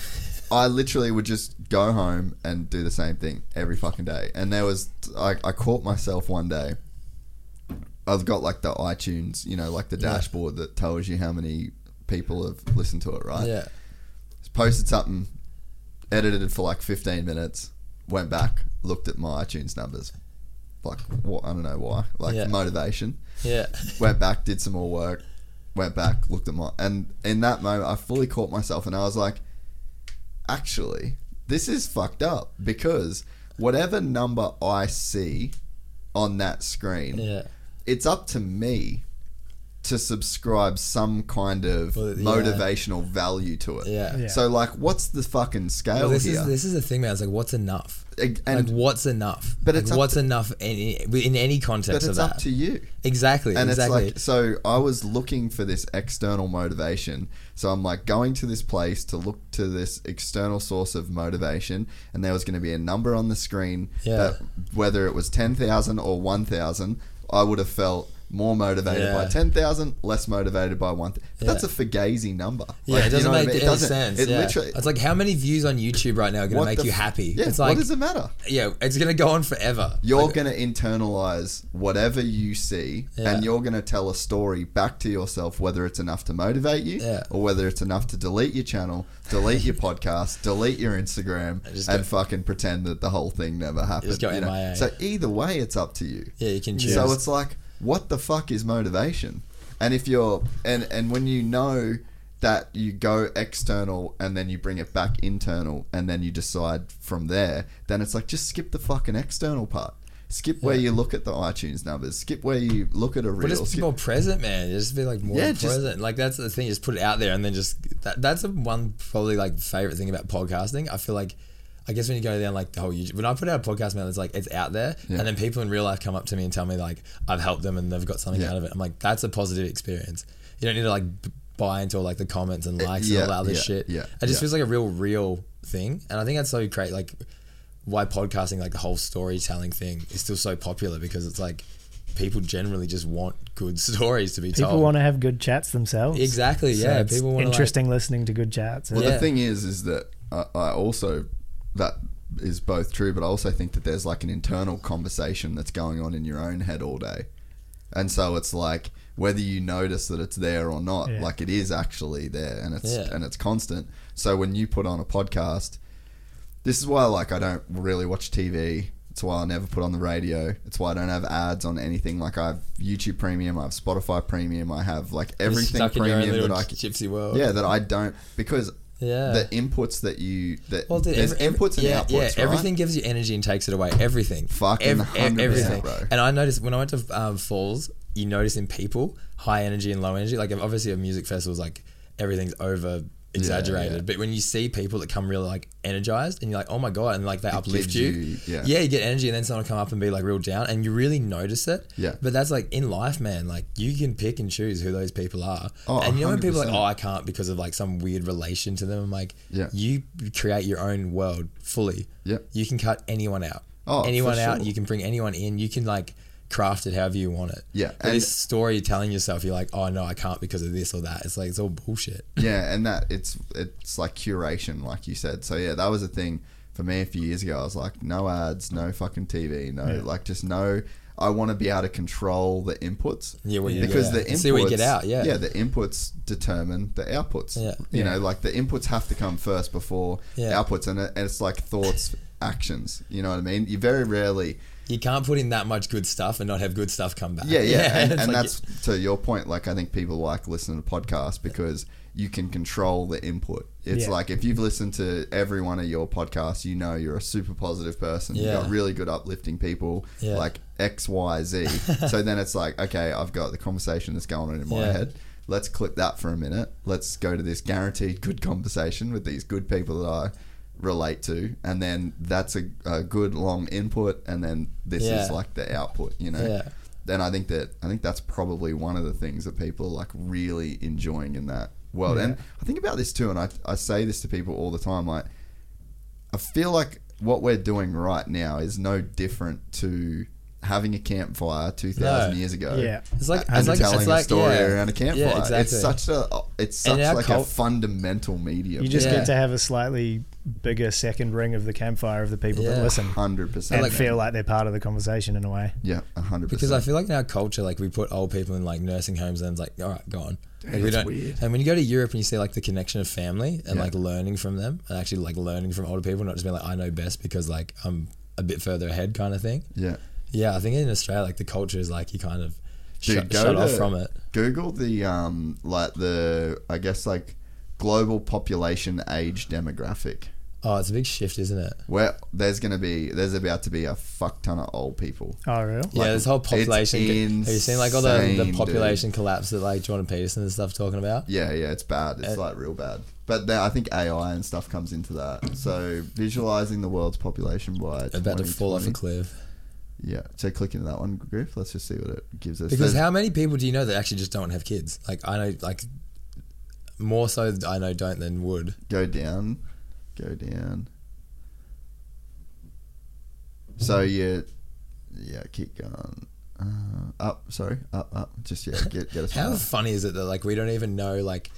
Speaker 1: I literally would just go home and do the same thing every fucking day. And there was, I, I caught myself one day. I've got like the iTunes, you know, like the
Speaker 5: Yeah.
Speaker 1: dashboard that tells you how many people have listened to it, right?
Speaker 5: yeah.
Speaker 1: Just posted something, edited it for like 15 minutes, went back, looked at my iTunes numbers. Like, what? I don't know why. Like,
Speaker 5: Yeah.
Speaker 1: motivation
Speaker 5: Yeah.
Speaker 1: went back, did some more work, went back, looked at my, and in that moment, I fully caught myself, and I was like, actually, this is fucked up because whatever number I see on that screen,
Speaker 5: Yeah.
Speaker 1: it's up to me to subscribe some kind of
Speaker 5: Well, yeah.
Speaker 1: motivational value to it.
Speaker 5: Yeah. Yeah.
Speaker 1: So like, what's the fucking scale
Speaker 5: Well, this
Speaker 1: here?
Speaker 5: is this is the thing, man. It's like, what's enough?
Speaker 1: Ag-
Speaker 5: like,
Speaker 1: and-
Speaker 5: what's enough?
Speaker 1: But
Speaker 5: Like,
Speaker 1: it's up
Speaker 5: what's
Speaker 1: to-
Speaker 5: enough in, in any context
Speaker 1: but
Speaker 5: of
Speaker 1: it's
Speaker 5: that?
Speaker 1: up to you.
Speaker 5: Exactly.
Speaker 1: And
Speaker 5: exactly.
Speaker 1: it's like, so I was looking for this external motivation. So I'm like going to this place to look to this external source of motivation. And there was going to be a number on the screen
Speaker 5: Yeah.
Speaker 1: that, whether it was 10,000 or 1,000, I would have felt more motivated by
Speaker 5: Yeah.
Speaker 1: 10,000, less motivated by 1,000. But That's a fugazi number.
Speaker 5: Yeah,
Speaker 1: Like,
Speaker 5: it
Speaker 1: you
Speaker 5: doesn't
Speaker 1: know what I
Speaker 5: make
Speaker 1: mean?
Speaker 5: any sense.
Speaker 1: It
Speaker 5: yeah.
Speaker 1: literally.
Speaker 5: it's like how many views on YouTube right now are going
Speaker 1: what
Speaker 5: to make
Speaker 1: the
Speaker 5: you
Speaker 1: f-
Speaker 5: happy?
Speaker 1: Yeah,
Speaker 5: it's like,
Speaker 1: what does it matter?
Speaker 5: yeah, it's going to go on forever.
Speaker 1: You're
Speaker 5: Like,
Speaker 1: going to internalize whatever you see
Speaker 5: Yeah.
Speaker 1: and you're going to tell a story back to yourself, whether it's enough to motivate you
Speaker 5: Yeah.
Speaker 1: or whether it's enough to delete your channel, delete your podcast, delete your Instagram,
Speaker 5: just
Speaker 1: and
Speaker 5: go-
Speaker 1: fucking pretend that the whole thing never happened.
Speaker 5: Just go
Speaker 1: you know?
Speaker 5: MIA.
Speaker 1: So either way, it's up to you.
Speaker 5: Yeah, you can choose.
Speaker 1: So it's like, what the fuck is motivation? And if you're and and when you know that you go external and then you bring it back internal and then you decide from there, then it's like just skip the fucking external part. Skip where you look at the iTunes numbers. Skip where you look at a
Speaker 5: But
Speaker 1: reel.
Speaker 5: just be
Speaker 1: skip-
Speaker 5: more present, man. Just be like more
Speaker 1: Yeah, just-
Speaker 5: present. like that's the thing. Just put it out there, and then just that, that's the one probably like favorite thing about podcasting. I feel like, I guess when you go down like the whole YouTube, when I put out a podcast, man, it's like it's out there, and then people in real life come up to me and tell me like I've helped them and they've got something
Speaker 1: Yeah.
Speaker 5: out of it. I'm like, that's a positive experience. You don't need to like b- buy into all like the comments and likes
Speaker 1: Uh, yeah,
Speaker 5: and all that other
Speaker 1: yeah,
Speaker 5: shit.
Speaker 1: yeah,
Speaker 5: it just
Speaker 1: yeah.
Speaker 5: feels like a real, real thing, and I think that's so great. Like why podcasting, like the whole storytelling thing, is still so popular because it's like people generally just want good stories to be
Speaker 3: People
Speaker 5: told.
Speaker 3: want to have good chats themselves.
Speaker 5: Exactly,
Speaker 3: So
Speaker 5: yeah,
Speaker 3: it's
Speaker 5: people wanna, like-
Speaker 3: interesting listening to good chats.
Speaker 1: Well,
Speaker 5: Yeah.
Speaker 1: the thing is, is that I, I also that is both true, but I also think that there's like an internal conversation that's going on in your own head all day, and so it's like whether you notice that it's there or not,
Speaker 3: Yeah.
Speaker 1: like it is actually there, and it's
Speaker 5: Yeah.
Speaker 1: and it's constant. So when you put on a podcast, this is why like I don't really watch TV. It's why I never put on the radio. It's why I don't have ads on anything. Like I have YouTube Premium, I have Spotify Premium, I have like everything
Speaker 5: stuck in your own
Speaker 1: premium
Speaker 5: little
Speaker 1: that I
Speaker 5: gypsy world.
Speaker 1: Yeah, that I don't because
Speaker 5: Yeah.
Speaker 1: the inputs that you that
Speaker 5: Well, dude,
Speaker 1: there's
Speaker 5: every- every-
Speaker 1: inputs and
Speaker 5: yeah,
Speaker 1: outputs.
Speaker 5: yeah,
Speaker 1: right?
Speaker 5: everything gives you energy and takes it away. Everything, e,
Speaker 1: Fucking 100%,
Speaker 5: everything.
Speaker 1: bro.
Speaker 5: And I noticed when I went to um, Falls, you notice in people high energy and low energy. Like obviously, a music festival is like everything's over exaggerated,
Speaker 1: yeah.
Speaker 5: but when you see people that come really like energized, and you're like, oh my god, and like they uplift
Speaker 1: gives
Speaker 5: you,
Speaker 1: you- yeah.
Speaker 5: you get energy, and then someone will come up and be like real down, and you really notice it.
Speaker 1: Yeah.
Speaker 5: But that's like in life, man. Like you can pick and choose who those people are.
Speaker 1: Oh,
Speaker 5: and you know when people are like,
Speaker 1: 100%.
Speaker 5: oh, I can't because of like some weird relation to them. I'm like,
Speaker 1: Yeah.
Speaker 5: you create your own world fully.
Speaker 1: Yep.
Speaker 5: You can cut anyone out.
Speaker 1: Oh, for
Speaker 5: anyone out.
Speaker 1: sure.
Speaker 5: You can bring anyone in. You can like craft it however you want it.
Speaker 1: Yeah,
Speaker 5: But
Speaker 1: and-
Speaker 5: this story you're telling yourself, you're like, oh no, I can't because of this or that. It's like it's all bullshit.
Speaker 1: yeah, and that it's it's like curation, like you said. So yeah, that was a thing for me a few years ago. I was like, no ads, no fucking TV, no like just no. I want to be able to control the inputs.
Speaker 5: Yeah, what you-
Speaker 1: because
Speaker 5: yeah.
Speaker 1: the inputs
Speaker 5: See what you get out, yeah.
Speaker 1: yeah, the inputs determine the outputs.
Speaker 5: Yeah.
Speaker 1: you know, like the inputs have to come first before
Speaker 5: Yeah.
Speaker 1: outputs, and, it, and it's like thoughts, actions. You know what I mean? You very rarely
Speaker 5: you can't put in that much good stuff and not have good stuff come back.
Speaker 1: Yeah, yeah, and,
Speaker 5: it's
Speaker 1: and
Speaker 5: like-
Speaker 1: that's to your point. Like, I think people like listening to podcasts because you can control the input. It's
Speaker 5: Yeah.
Speaker 1: like if you've listened to every one of your podcasts, you know you're a super positive person. You've got
Speaker 5: Yeah.
Speaker 1: really good, uplifting people.
Speaker 5: Yeah.
Speaker 1: Like X, Y, Z. so then it's like, okay, I've got the conversation that's going on in my
Speaker 5: Yeah.
Speaker 1: head. Let's clip that for a minute. Let's go to this guaranteed good conversation with these good people that I relate to, and then that's a, a good long input, and then this is
Speaker 5: Yeah.
Speaker 1: like the output. You know know?
Speaker 5: Yeah.
Speaker 1: Then I think that I think that's probably one of the things that people are like really enjoying in that world. And I think about this too, and I, I say this to people all the time. Like, I feel like what we're doing right now is no different to having a campfire two thousand
Speaker 5: No.
Speaker 1: years ago.
Speaker 5: Yeah. It's like-
Speaker 1: and
Speaker 5: it's like-
Speaker 1: telling
Speaker 5: it's like-
Speaker 1: a story
Speaker 5: yeah.
Speaker 1: around a campfire.
Speaker 5: Yeah,
Speaker 1: It's
Speaker 5: exactly.
Speaker 1: such a oh, it's such
Speaker 5: And our
Speaker 1: like a
Speaker 5: cult-
Speaker 1: fundamental medium.
Speaker 3: You just get to have a slightly bigger second ring of the campfire of the people that
Speaker 5: Yeah.
Speaker 3: listen,
Speaker 1: 100%.
Speaker 3: and
Speaker 5: Like-
Speaker 3: feel like they're part of the conversation in a way.
Speaker 1: yeah, hundred
Speaker 5: Because I
Speaker 1: percent.
Speaker 5: feel like in our culture, like we put old people in like nursing homes, and it's like, all right, go on.
Speaker 1: Dude,
Speaker 5: Like, we
Speaker 1: it's
Speaker 5: don't.
Speaker 1: weird.
Speaker 5: And when you go to Europe and you see like the connection of family and
Speaker 1: Yeah.
Speaker 5: like learning from them, and actually like learning from older people, not just being like, I know best because like I'm a bit further ahead kind of thing.
Speaker 1: Yeah.
Speaker 5: Yeah, I think in Australia, like the culture is like you kind of
Speaker 1: Dude,
Speaker 5: shut,
Speaker 1: go
Speaker 5: shut off
Speaker 1: to-
Speaker 5: from it.
Speaker 1: Google the um like the I guess like global population age demographic.
Speaker 5: Oh, it's a big shift, isn't it?
Speaker 1: Where there's gonna be there's about to be a fuck ton of old people.
Speaker 3: Oh, really?
Speaker 5: yeah, this whole
Speaker 1: it's
Speaker 5: population. Have you seen like all the,
Speaker 1: insane,
Speaker 5: the population collapse that like Jordan Peterson and stuff talking about?
Speaker 1: Yeah, yeah, it's bad. It's like real bad. But then I think AI and stuff comes into that. So visualizing the world's population by
Speaker 5: About to fall off
Speaker 1: 2020.
Speaker 5: a cliff.
Speaker 1: Yeah. So click into that one, Griff. Let's just see what it gives us.
Speaker 5: Because
Speaker 1: There's-
Speaker 5: how many people do you know that actually just don't have kids? Like I know, like more so I know don't than would.
Speaker 1: go down, go down. So yeah, yeah, keep going. Uh, up, sorry, up, up. Just yeah, get get us.
Speaker 5: How
Speaker 1: higher.
Speaker 5: funny is it that like we don't even know like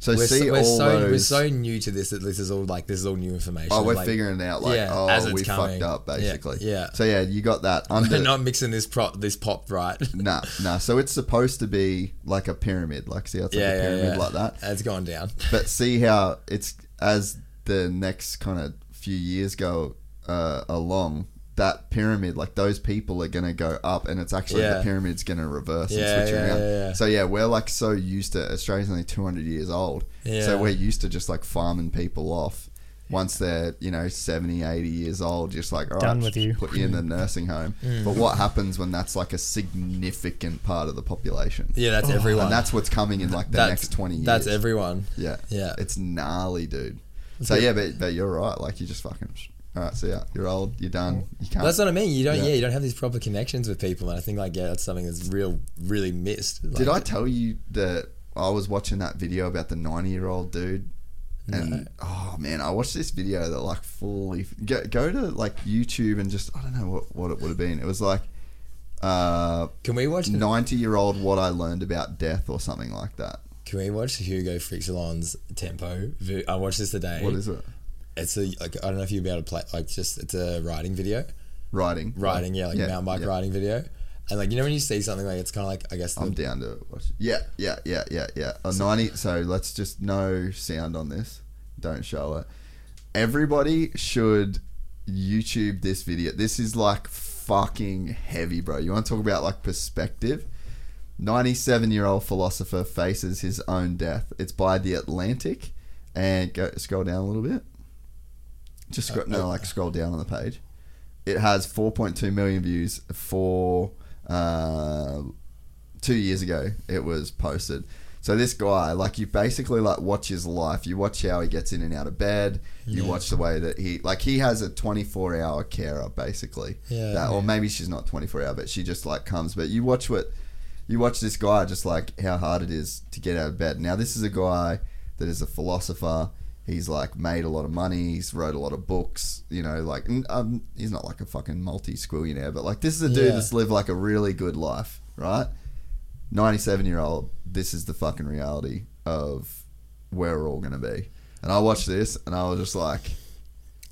Speaker 1: So
Speaker 5: we're
Speaker 1: see
Speaker 5: so, we're
Speaker 1: all
Speaker 5: so we're
Speaker 1: those-
Speaker 5: so new to this that this is all like this is all new information.
Speaker 1: Oh, we're
Speaker 5: like-
Speaker 1: figuring it out. Like,
Speaker 5: Yeah, as
Speaker 1: oh,
Speaker 5: it's
Speaker 1: we
Speaker 5: coming.
Speaker 1: fucked up,
Speaker 5: Yeah,
Speaker 1: basically.
Speaker 5: yeah.
Speaker 1: So yeah, you got that under.
Speaker 5: We're not mixing this prop this pop right.
Speaker 1: Nah, nah. So it's supposed to be like a pyramid, like see how it's
Speaker 5: yeah,
Speaker 1: like a
Speaker 5: yeah,
Speaker 1: pyramid
Speaker 5: yeah.
Speaker 1: like that.
Speaker 5: It's gone down.
Speaker 1: but see how it's as the next kind of few years go uh, along that pyramid like those people are gonna go up and it's actually the
Speaker 5: Yeah.
Speaker 1: pyramid's gonna reverse
Speaker 5: Yeah,
Speaker 1: and switch
Speaker 5: yeah,
Speaker 1: around
Speaker 5: yeah, yeah.
Speaker 1: so yeah we're like so used to australia's only 200 years old so
Speaker 5: Yeah.
Speaker 1: we're used to just like farming people off once they're you know 70 80 years old just like all right,
Speaker 3: Done with you. Mm.
Speaker 1: put you in the nursing home but what happens when that's like a significant part of the population
Speaker 5: Yeah, that's everyone.
Speaker 1: and that's what's coming in like the
Speaker 5: That's-
Speaker 1: next 20 years
Speaker 5: That's everyone.
Speaker 1: yeah.
Speaker 5: Yeah.
Speaker 1: It's gnarly, dude. So yeah, but, but you're right. Like you just fucking. All right. So yeah, you're old. You're done. You can't.
Speaker 5: That's what I mean. You don't,
Speaker 1: Yeah.
Speaker 5: yeah. you don't have these proper connections with people, and I think like, yeah, that's something that's real, really missed. Like,
Speaker 1: Did I tell you that I was watching that video about the 90 year old dude? And oh man, I watched this video that like fully go, go to like YouTube and just I don't know what, what it would have been. It was like uh
Speaker 5: Can we watch? the-
Speaker 1: 90 year old what I learned about death or something like that.
Speaker 5: Can we watch Hugo Frixelon's Tempo? vi- I watched this today.
Speaker 1: What is it?
Speaker 5: It's a like I don't know if you'll be able to play like just it's a riding video,
Speaker 1: Riding.
Speaker 5: riding yeah like mountain bike
Speaker 1: yeah.
Speaker 5: riding video, and like you know when you see something like it's kind of like I guess the,
Speaker 1: I'm down to watch it. Yeah, yeah, yeah, yeah, yeah. A 90. So let's just no sound on this. Don't show it. Everybody should YouTube this video. This is like fucking heavy, bro. You want to talk about like perspective? 97 year old philosopher faces his own death. It's by The Atlantic. And go scroll down a little bit. Just scroll, no, Uh, like scroll down on the page. It has 4.2 million views for uh, two years ago. It was posted. So this guy, like, you basically like watch his life. You watch how he gets in and out of bed. You watch the way that he, like, he has a 24 hour carer basically.
Speaker 5: Yeah.
Speaker 1: That, or maybe she's not 24 hour, but she just like comes. But you watch what you watch this guy just like how hard it is to get out of bed. Now this is a guy that is a philosopher. He's like made a lot of money. He's wrote a lot of books. You know, like n- um, he's not like a fucking multi-squillionaire, but like this is a dude
Speaker 5: Yeah.
Speaker 1: that's lived like a really good life, right? Ninety-seven year old. This is the fucking reality of where we're all gonna be. And I watched this, and I was just like,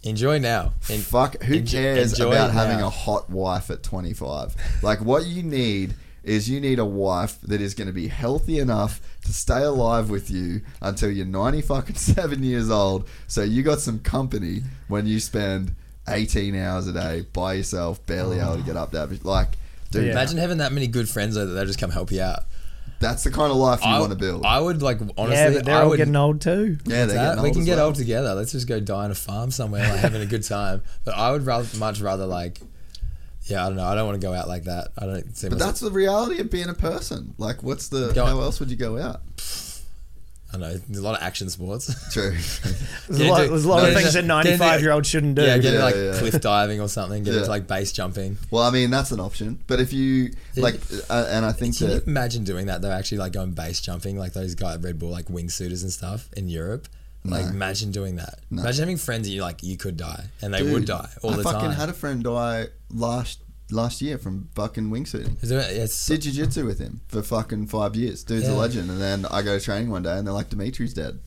Speaker 5: enjoy now. En-
Speaker 1: fuck, who
Speaker 5: enjo-
Speaker 1: cares
Speaker 5: enjoy
Speaker 1: about
Speaker 5: it
Speaker 1: having
Speaker 5: now.
Speaker 1: a hot wife at 25? Like, what you need is you need a wife that is going to be healthy enough to stay alive with you until you're 90 fucking seven years old. So you got some company when you spend 18 hours a day by yourself, barely
Speaker 5: Oh.
Speaker 1: able to get up that. Like, dude,
Speaker 5: Imagine having that many good friends though that they just come help you out.
Speaker 1: That's the kind of life you
Speaker 5: I-
Speaker 1: want to build.
Speaker 5: I would like honestly.
Speaker 3: yeah, but they're
Speaker 5: I
Speaker 3: all
Speaker 5: would,
Speaker 3: getting old too.
Speaker 1: yeah, they're
Speaker 5: That-
Speaker 1: getting
Speaker 5: we
Speaker 1: old
Speaker 5: can
Speaker 1: as
Speaker 5: get
Speaker 1: well.
Speaker 5: old together. Let's just go die on a farm somewhere, like having a good time. But I would rather, much rather like, yeah, I don't know. I don't want to go out like that. I don't. See
Speaker 1: But
Speaker 5: myself-
Speaker 1: that's the reality of being a person. Like, what's the?
Speaker 5: Go on.
Speaker 1: How else would you go out?
Speaker 5: I don't know. There's a lot of action sports.
Speaker 1: True.
Speaker 3: There's
Speaker 5: Yeah,
Speaker 3: a lot,
Speaker 5: dude.
Speaker 3: there's a lot
Speaker 5: No,
Speaker 3: of
Speaker 5: no,
Speaker 3: things
Speaker 5: no.
Speaker 3: that
Speaker 5: Get into-
Speaker 3: 95 year olds shouldn't do.
Speaker 5: yeah, get into
Speaker 1: Yeah,
Speaker 5: like
Speaker 1: yeah.
Speaker 5: cliff diving or something. Get
Speaker 1: Yeah.
Speaker 5: into like base jumping.
Speaker 1: well, I mean, that's an option. But if you like, uh, and I think
Speaker 5: Can you
Speaker 1: that
Speaker 5: imagine doing that though? Actually, like going base jumping, like those guys Red Bull, like wingsuiters and stuff in Europe. Like imagine doing that. Imagine having friends that you like you could die and they
Speaker 1: Dude,
Speaker 5: would die all
Speaker 1: I
Speaker 5: the
Speaker 1: fucking
Speaker 5: time.
Speaker 1: had a friend die last last year from fucking wingsuiting.
Speaker 5: Is there- it's-
Speaker 1: Did jiu-jitsu with him for fucking five years. Dude's a
Speaker 5: Yeah.
Speaker 1: legend. And then I go training one day, and they're like, "Dimitri's dead."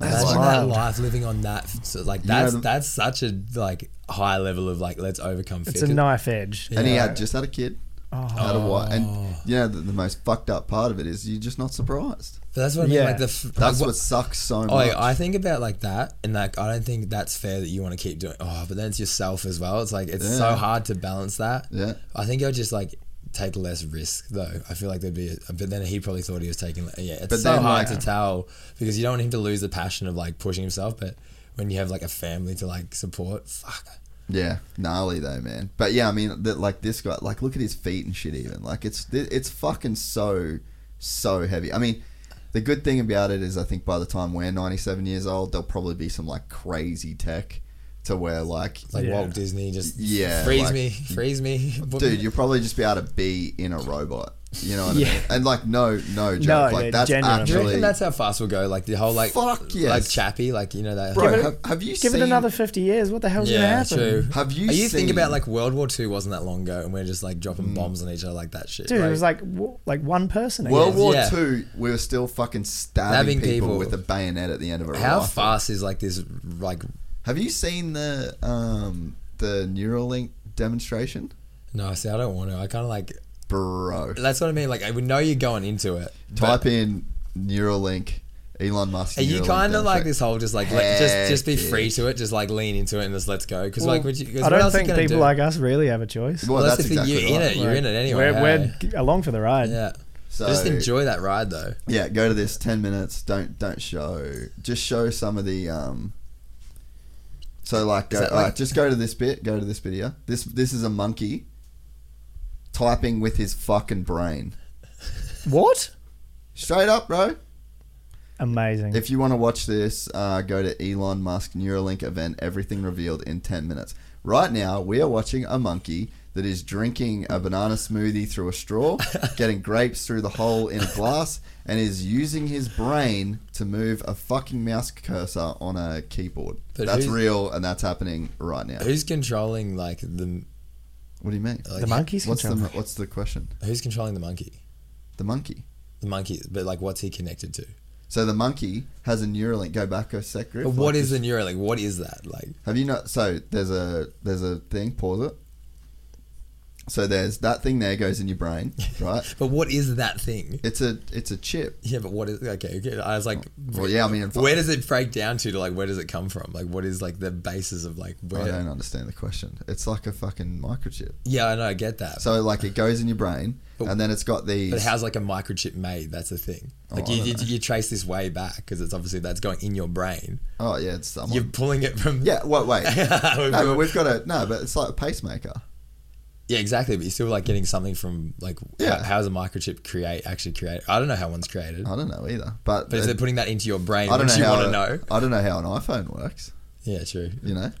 Speaker 5: That's
Speaker 1: Like,
Speaker 5: that life living on that. So like
Speaker 1: know
Speaker 5: that's
Speaker 1: the-
Speaker 5: that's such a like high level of like let's overcome.
Speaker 3: It's
Speaker 5: fear.
Speaker 3: a knife edge.
Speaker 1: and he had just had a kid, had a wife,
Speaker 5: Oh.
Speaker 1: and you know the, the most fucked up part of it is you're just not surprised.
Speaker 5: But that's what I mean.
Speaker 3: Yeah.
Speaker 5: Like the f-
Speaker 1: That's
Speaker 5: like,
Speaker 1: what sucks so
Speaker 5: Oh,
Speaker 1: much.
Speaker 5: yeah, I think about like that, and like I don't think that's fair that you want to keep doing. Oh, but then it's yourself as well. It's like it's so
Speaker 1: Yeah.
Speaker 5: hard to balance that.
Speaker 1: Yeah.
Speaker 5: I think I'll just like take less risk though. I feel like there'd be, a, but then he probably thought he was taking. Yeah, it's
Speaker 1: But
Speaker 5: so
Speaker 1: then,
Speaker 5: hard
Speaker 1: like-
Speaker 5: to tell because you don't want him to lose the passion of like pushing himself. But when you have like a family to like support, fuck.
Speaker 1: Yeah, gnarly though, man. But yeah, I mean, that like this guy, like look at his feet and shit. Even like it's th- it's fucking so so heavy. I mean, the good thing about it is, I think by the time we're ninety seven years old, there'll probably be some like crazy tech to where like,
Speaker 5: Like
Speaker 3: Yeah.
Speaker 5: Walt Disney just
Speaker 1: Yeah,
Speaker 5: freeze
Speaker 1: like-
Speaker 5: me, freeze me, Put me-
Speaker 1: dude, you'll probably just be able to be in a robot. You know what I
Speaker 3: Yeah.
Speaker 1: mean? And like, no, no joke.
Speaker 3: No,
Speaker 1: like
Speaker 3: yeah,
Speaker 1: that's
Speaker 3: genuine.
Speaker 5: Do you reckon
Speaker 1: actually,
Speaker 5: that's how fast we'll go? Like the whole like
Speaker 1: Fuck yes.
Speaker 5: like Chappie, like you know that.
Speaker 1: bro.
Speaker 3: Give it-
Speaker 1: have, have you
Speaker 3: Give
Speaker 1: seen,
Speaker 3: it another 50 years. What the hell's
Speaker 5: Yeah,
Speaker 3: going to happen?
Speaker 5: true.
Speaker 1: Have you
Speaker 5: Are you
Speaker 1: seen- Mm.
Speaker 5: think about like World War Two wasn't that long ago, and we're just like dropping bombs on each other like that shit.
Speaker 3: Dude, it was like w- like one person. again.
Speaker 1: World War
Speaker 5: Yeah.
Speaker 1: Two? We were still fucking stabbing,
Speaker 5: Stabbing
Speaker 1: people,
Speaker 5: people.
Speaker 1: with a bayonet at the end of a
Speaker 5: how
Speaker 1: rifle.
Speaker 5: fast is like this? Like
Speaker 1: Have you seen the um, the Neuralink demonstration,
Speaker 5: no, see, I don't want to. I kind of like
Speaker 1: bro?
Speaker 5: that's what I mean. Like I would know you're going into it. but
Speaker 1: Type in Neuralink, Elon Musk.
Speaker 5: Are you
Speaker 1: Neuralink
Speaker 5: kind of like
Speaker 1: demonstration.
Speaker 5: this whole just like let, just just be
Speaker 1: Heck
Speaker 5: free
Speaker 1: yeah.
Speaker 5: to it, just like lean into it and just let's go? Because
Speaker 3: Well,
Speaker 5: like would you? 'cause
Speaker 3: I
Speaker 5: what
Speaker 3: don't
Speaker 5: else are you
Speaker 3: think
Speaker 5: gonna
Speaker 3: people
Speaker 5: do?
Speaker 3: like us really have a choice.
Speaker 1: Well,
Speaker 5: Well,
Speaker 1: that's,
Speaker 5: that's, if
Speaker 1: exactly
Speaker 5: you're in
Speaker 1: right.
Speaker 5: it, you're in it anyway.
Speaker 3: we're,
Speaker 5: hey?
Speaker 3: we're g- along for the ride.
Speaker 5: yeah.
Speaker 1: So
Speaker 5: just enjoy that ride though.
Speaker 1: Yeah, go to this ten minutes. Don't don't show. Just show some of the. Um, so like, go,
Speaker 5: that
Speaker 1: all right,
Speaker 5: like-
Speaker 1: just go to this bit. Go to this bit here. This this is a monkey typing with his fucking brain.
Speaker 3: What?
Speaker 1: Straight up, bro.
Speaker 3: Amazing.
Speaker 1: If you want to watch this, uh, go to Elon Musk Neuralink event. Everything revealed in ten minutes. Right now, we are watching a monkey that is drinking a banana smoothie through a straw, getting grapes through the hole in a glass, and is using his brain to move a fucking mouse cursor on a keyboard.
Speaker 5: But
Speaker 1: that's
Speaker 5: who-
Speaker 1: real, and that's happening right now.
Speaker 5: Who's controlling like the
Speaker 1: What do you mean?
Speaker 5: like,
Speaker 3: the monkeys
Speaker 1: What's the
Speaker 3: control.
Speaker 1: what's the question?
Speaker 5: Who's controlling the monkey?
Speaker 1: The monkey.
Speaker 5: The monkey, but like, what's he connected to?
Speaker 1: So the monkey has a Neuralink. Go back a sec, Griff.
Speaker 5: But what
Speaker 1: Like,
Speaker 5: is the Neuralink? What is that like?
Speaker 1: Have you not? So there's a there's a thing. Pause it. So there's that thing there goes in your brain, right?
Speaker 5: But what is that thing?
Speaker 1: it's a it's a chip.
Speaker 5: Yeah, but what is? Okay, okay. I was like,
Speaker 1: Oh, Well, yeah, I mean, if-
Speaker 5: where does it break down to? To like, where does it come from? Like, what is like the basis of like
Speaker 1: I don't
Speaker 5: where?
Speaker 1: understand the question. It's like a fucking microchip.
Speaker 5: yeah, I know, I get that.
Speaker 1: So like it goes in your brain,
Speaker 5: But-
Speaker 1: and then it's got these.
Speaker 5: but how's like a microchip made? That's the thing. Like
Speaker 1: Oh, I
Speaker 5: you,
Speaker 1: don't
Speaker 5: you,
Speaker 1: know.
Speaker 5: you trace this way back because it's obviously that's going in your brain.
Speaker 1: oh yeah, it's someone.
Speaker 5: You're pulling it from.
Speaker 1: yeah, wait, wait. no,
Speaker 5: We've
Speaker 1: but
Speaker 5: got-
Speaker 1: we've got a no, but it's like a pacemaker.
Speaker 5: Yeah, exactly. But you're still like getting something from like.
Speaker 1: Yeah.
Speaker 5: Yeah. How does a microchip create? Actually, create. I don't know how one's created.
Speaker 1: I don't know either, but,
Speaker 5: But if they're putting that into your brain,
Speaker 1: I don't
Speaker 5: wouldn't
Speaker 1: know
Speaker 5: you
Speaker 1: how
Speaker 5: want to
Speaker 1: a-
Speaker 5: know?
Speaker 1: I don't know how an iPhone works.
Speaker 5: Yeah, true.
Speaker 1: You know,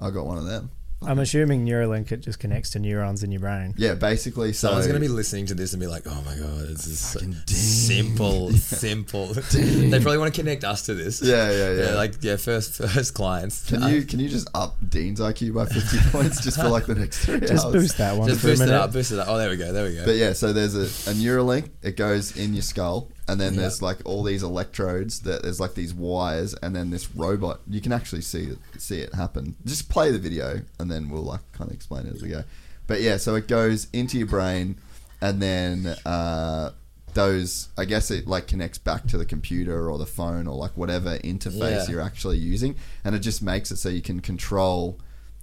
Speaker 1: I got one of them.
Speaker 3: I'm assuming Neuralink it just connects to neurons in your brain.
Speaker 1: Yeah, basically. So
Speaker 5: Someone's gonna be listening to this and be like, "Oh my god, this is so simple, simple." they probably want to connect us to this.
Speaker 1: Yeah, yeah, yeah.
Speaker 5: like yeah, first first clients. Uh,
Speaker 1: Can you can you just up Dean's IQ by fifty points just for like the next three
Speaker 3: Just
Speaker 1: hours?
Speaker 3: boost that one
Speaker 5: just
Speaker 3: for a
Speaker 5: boost it
Speaker 3: minute.
Speaker 5: up, boost it up. Oh, there we go, there we go.
Speaker 1: But yeah, so there's a, a Neuralink. It goes in your skull, and then there's like all these electrodes. That there's like these wires, and then this robot. You can actually see it, see it happen. Just play the video, and then we'll like kind of explain it as we go. But yeah, so it goes into your brain, and then uh, those. I guess it like connects back to the computer or the phone or like whatever interface
Speaker 5: Yeah.
Speaker 1: you're actually using, and it just makes it so you can control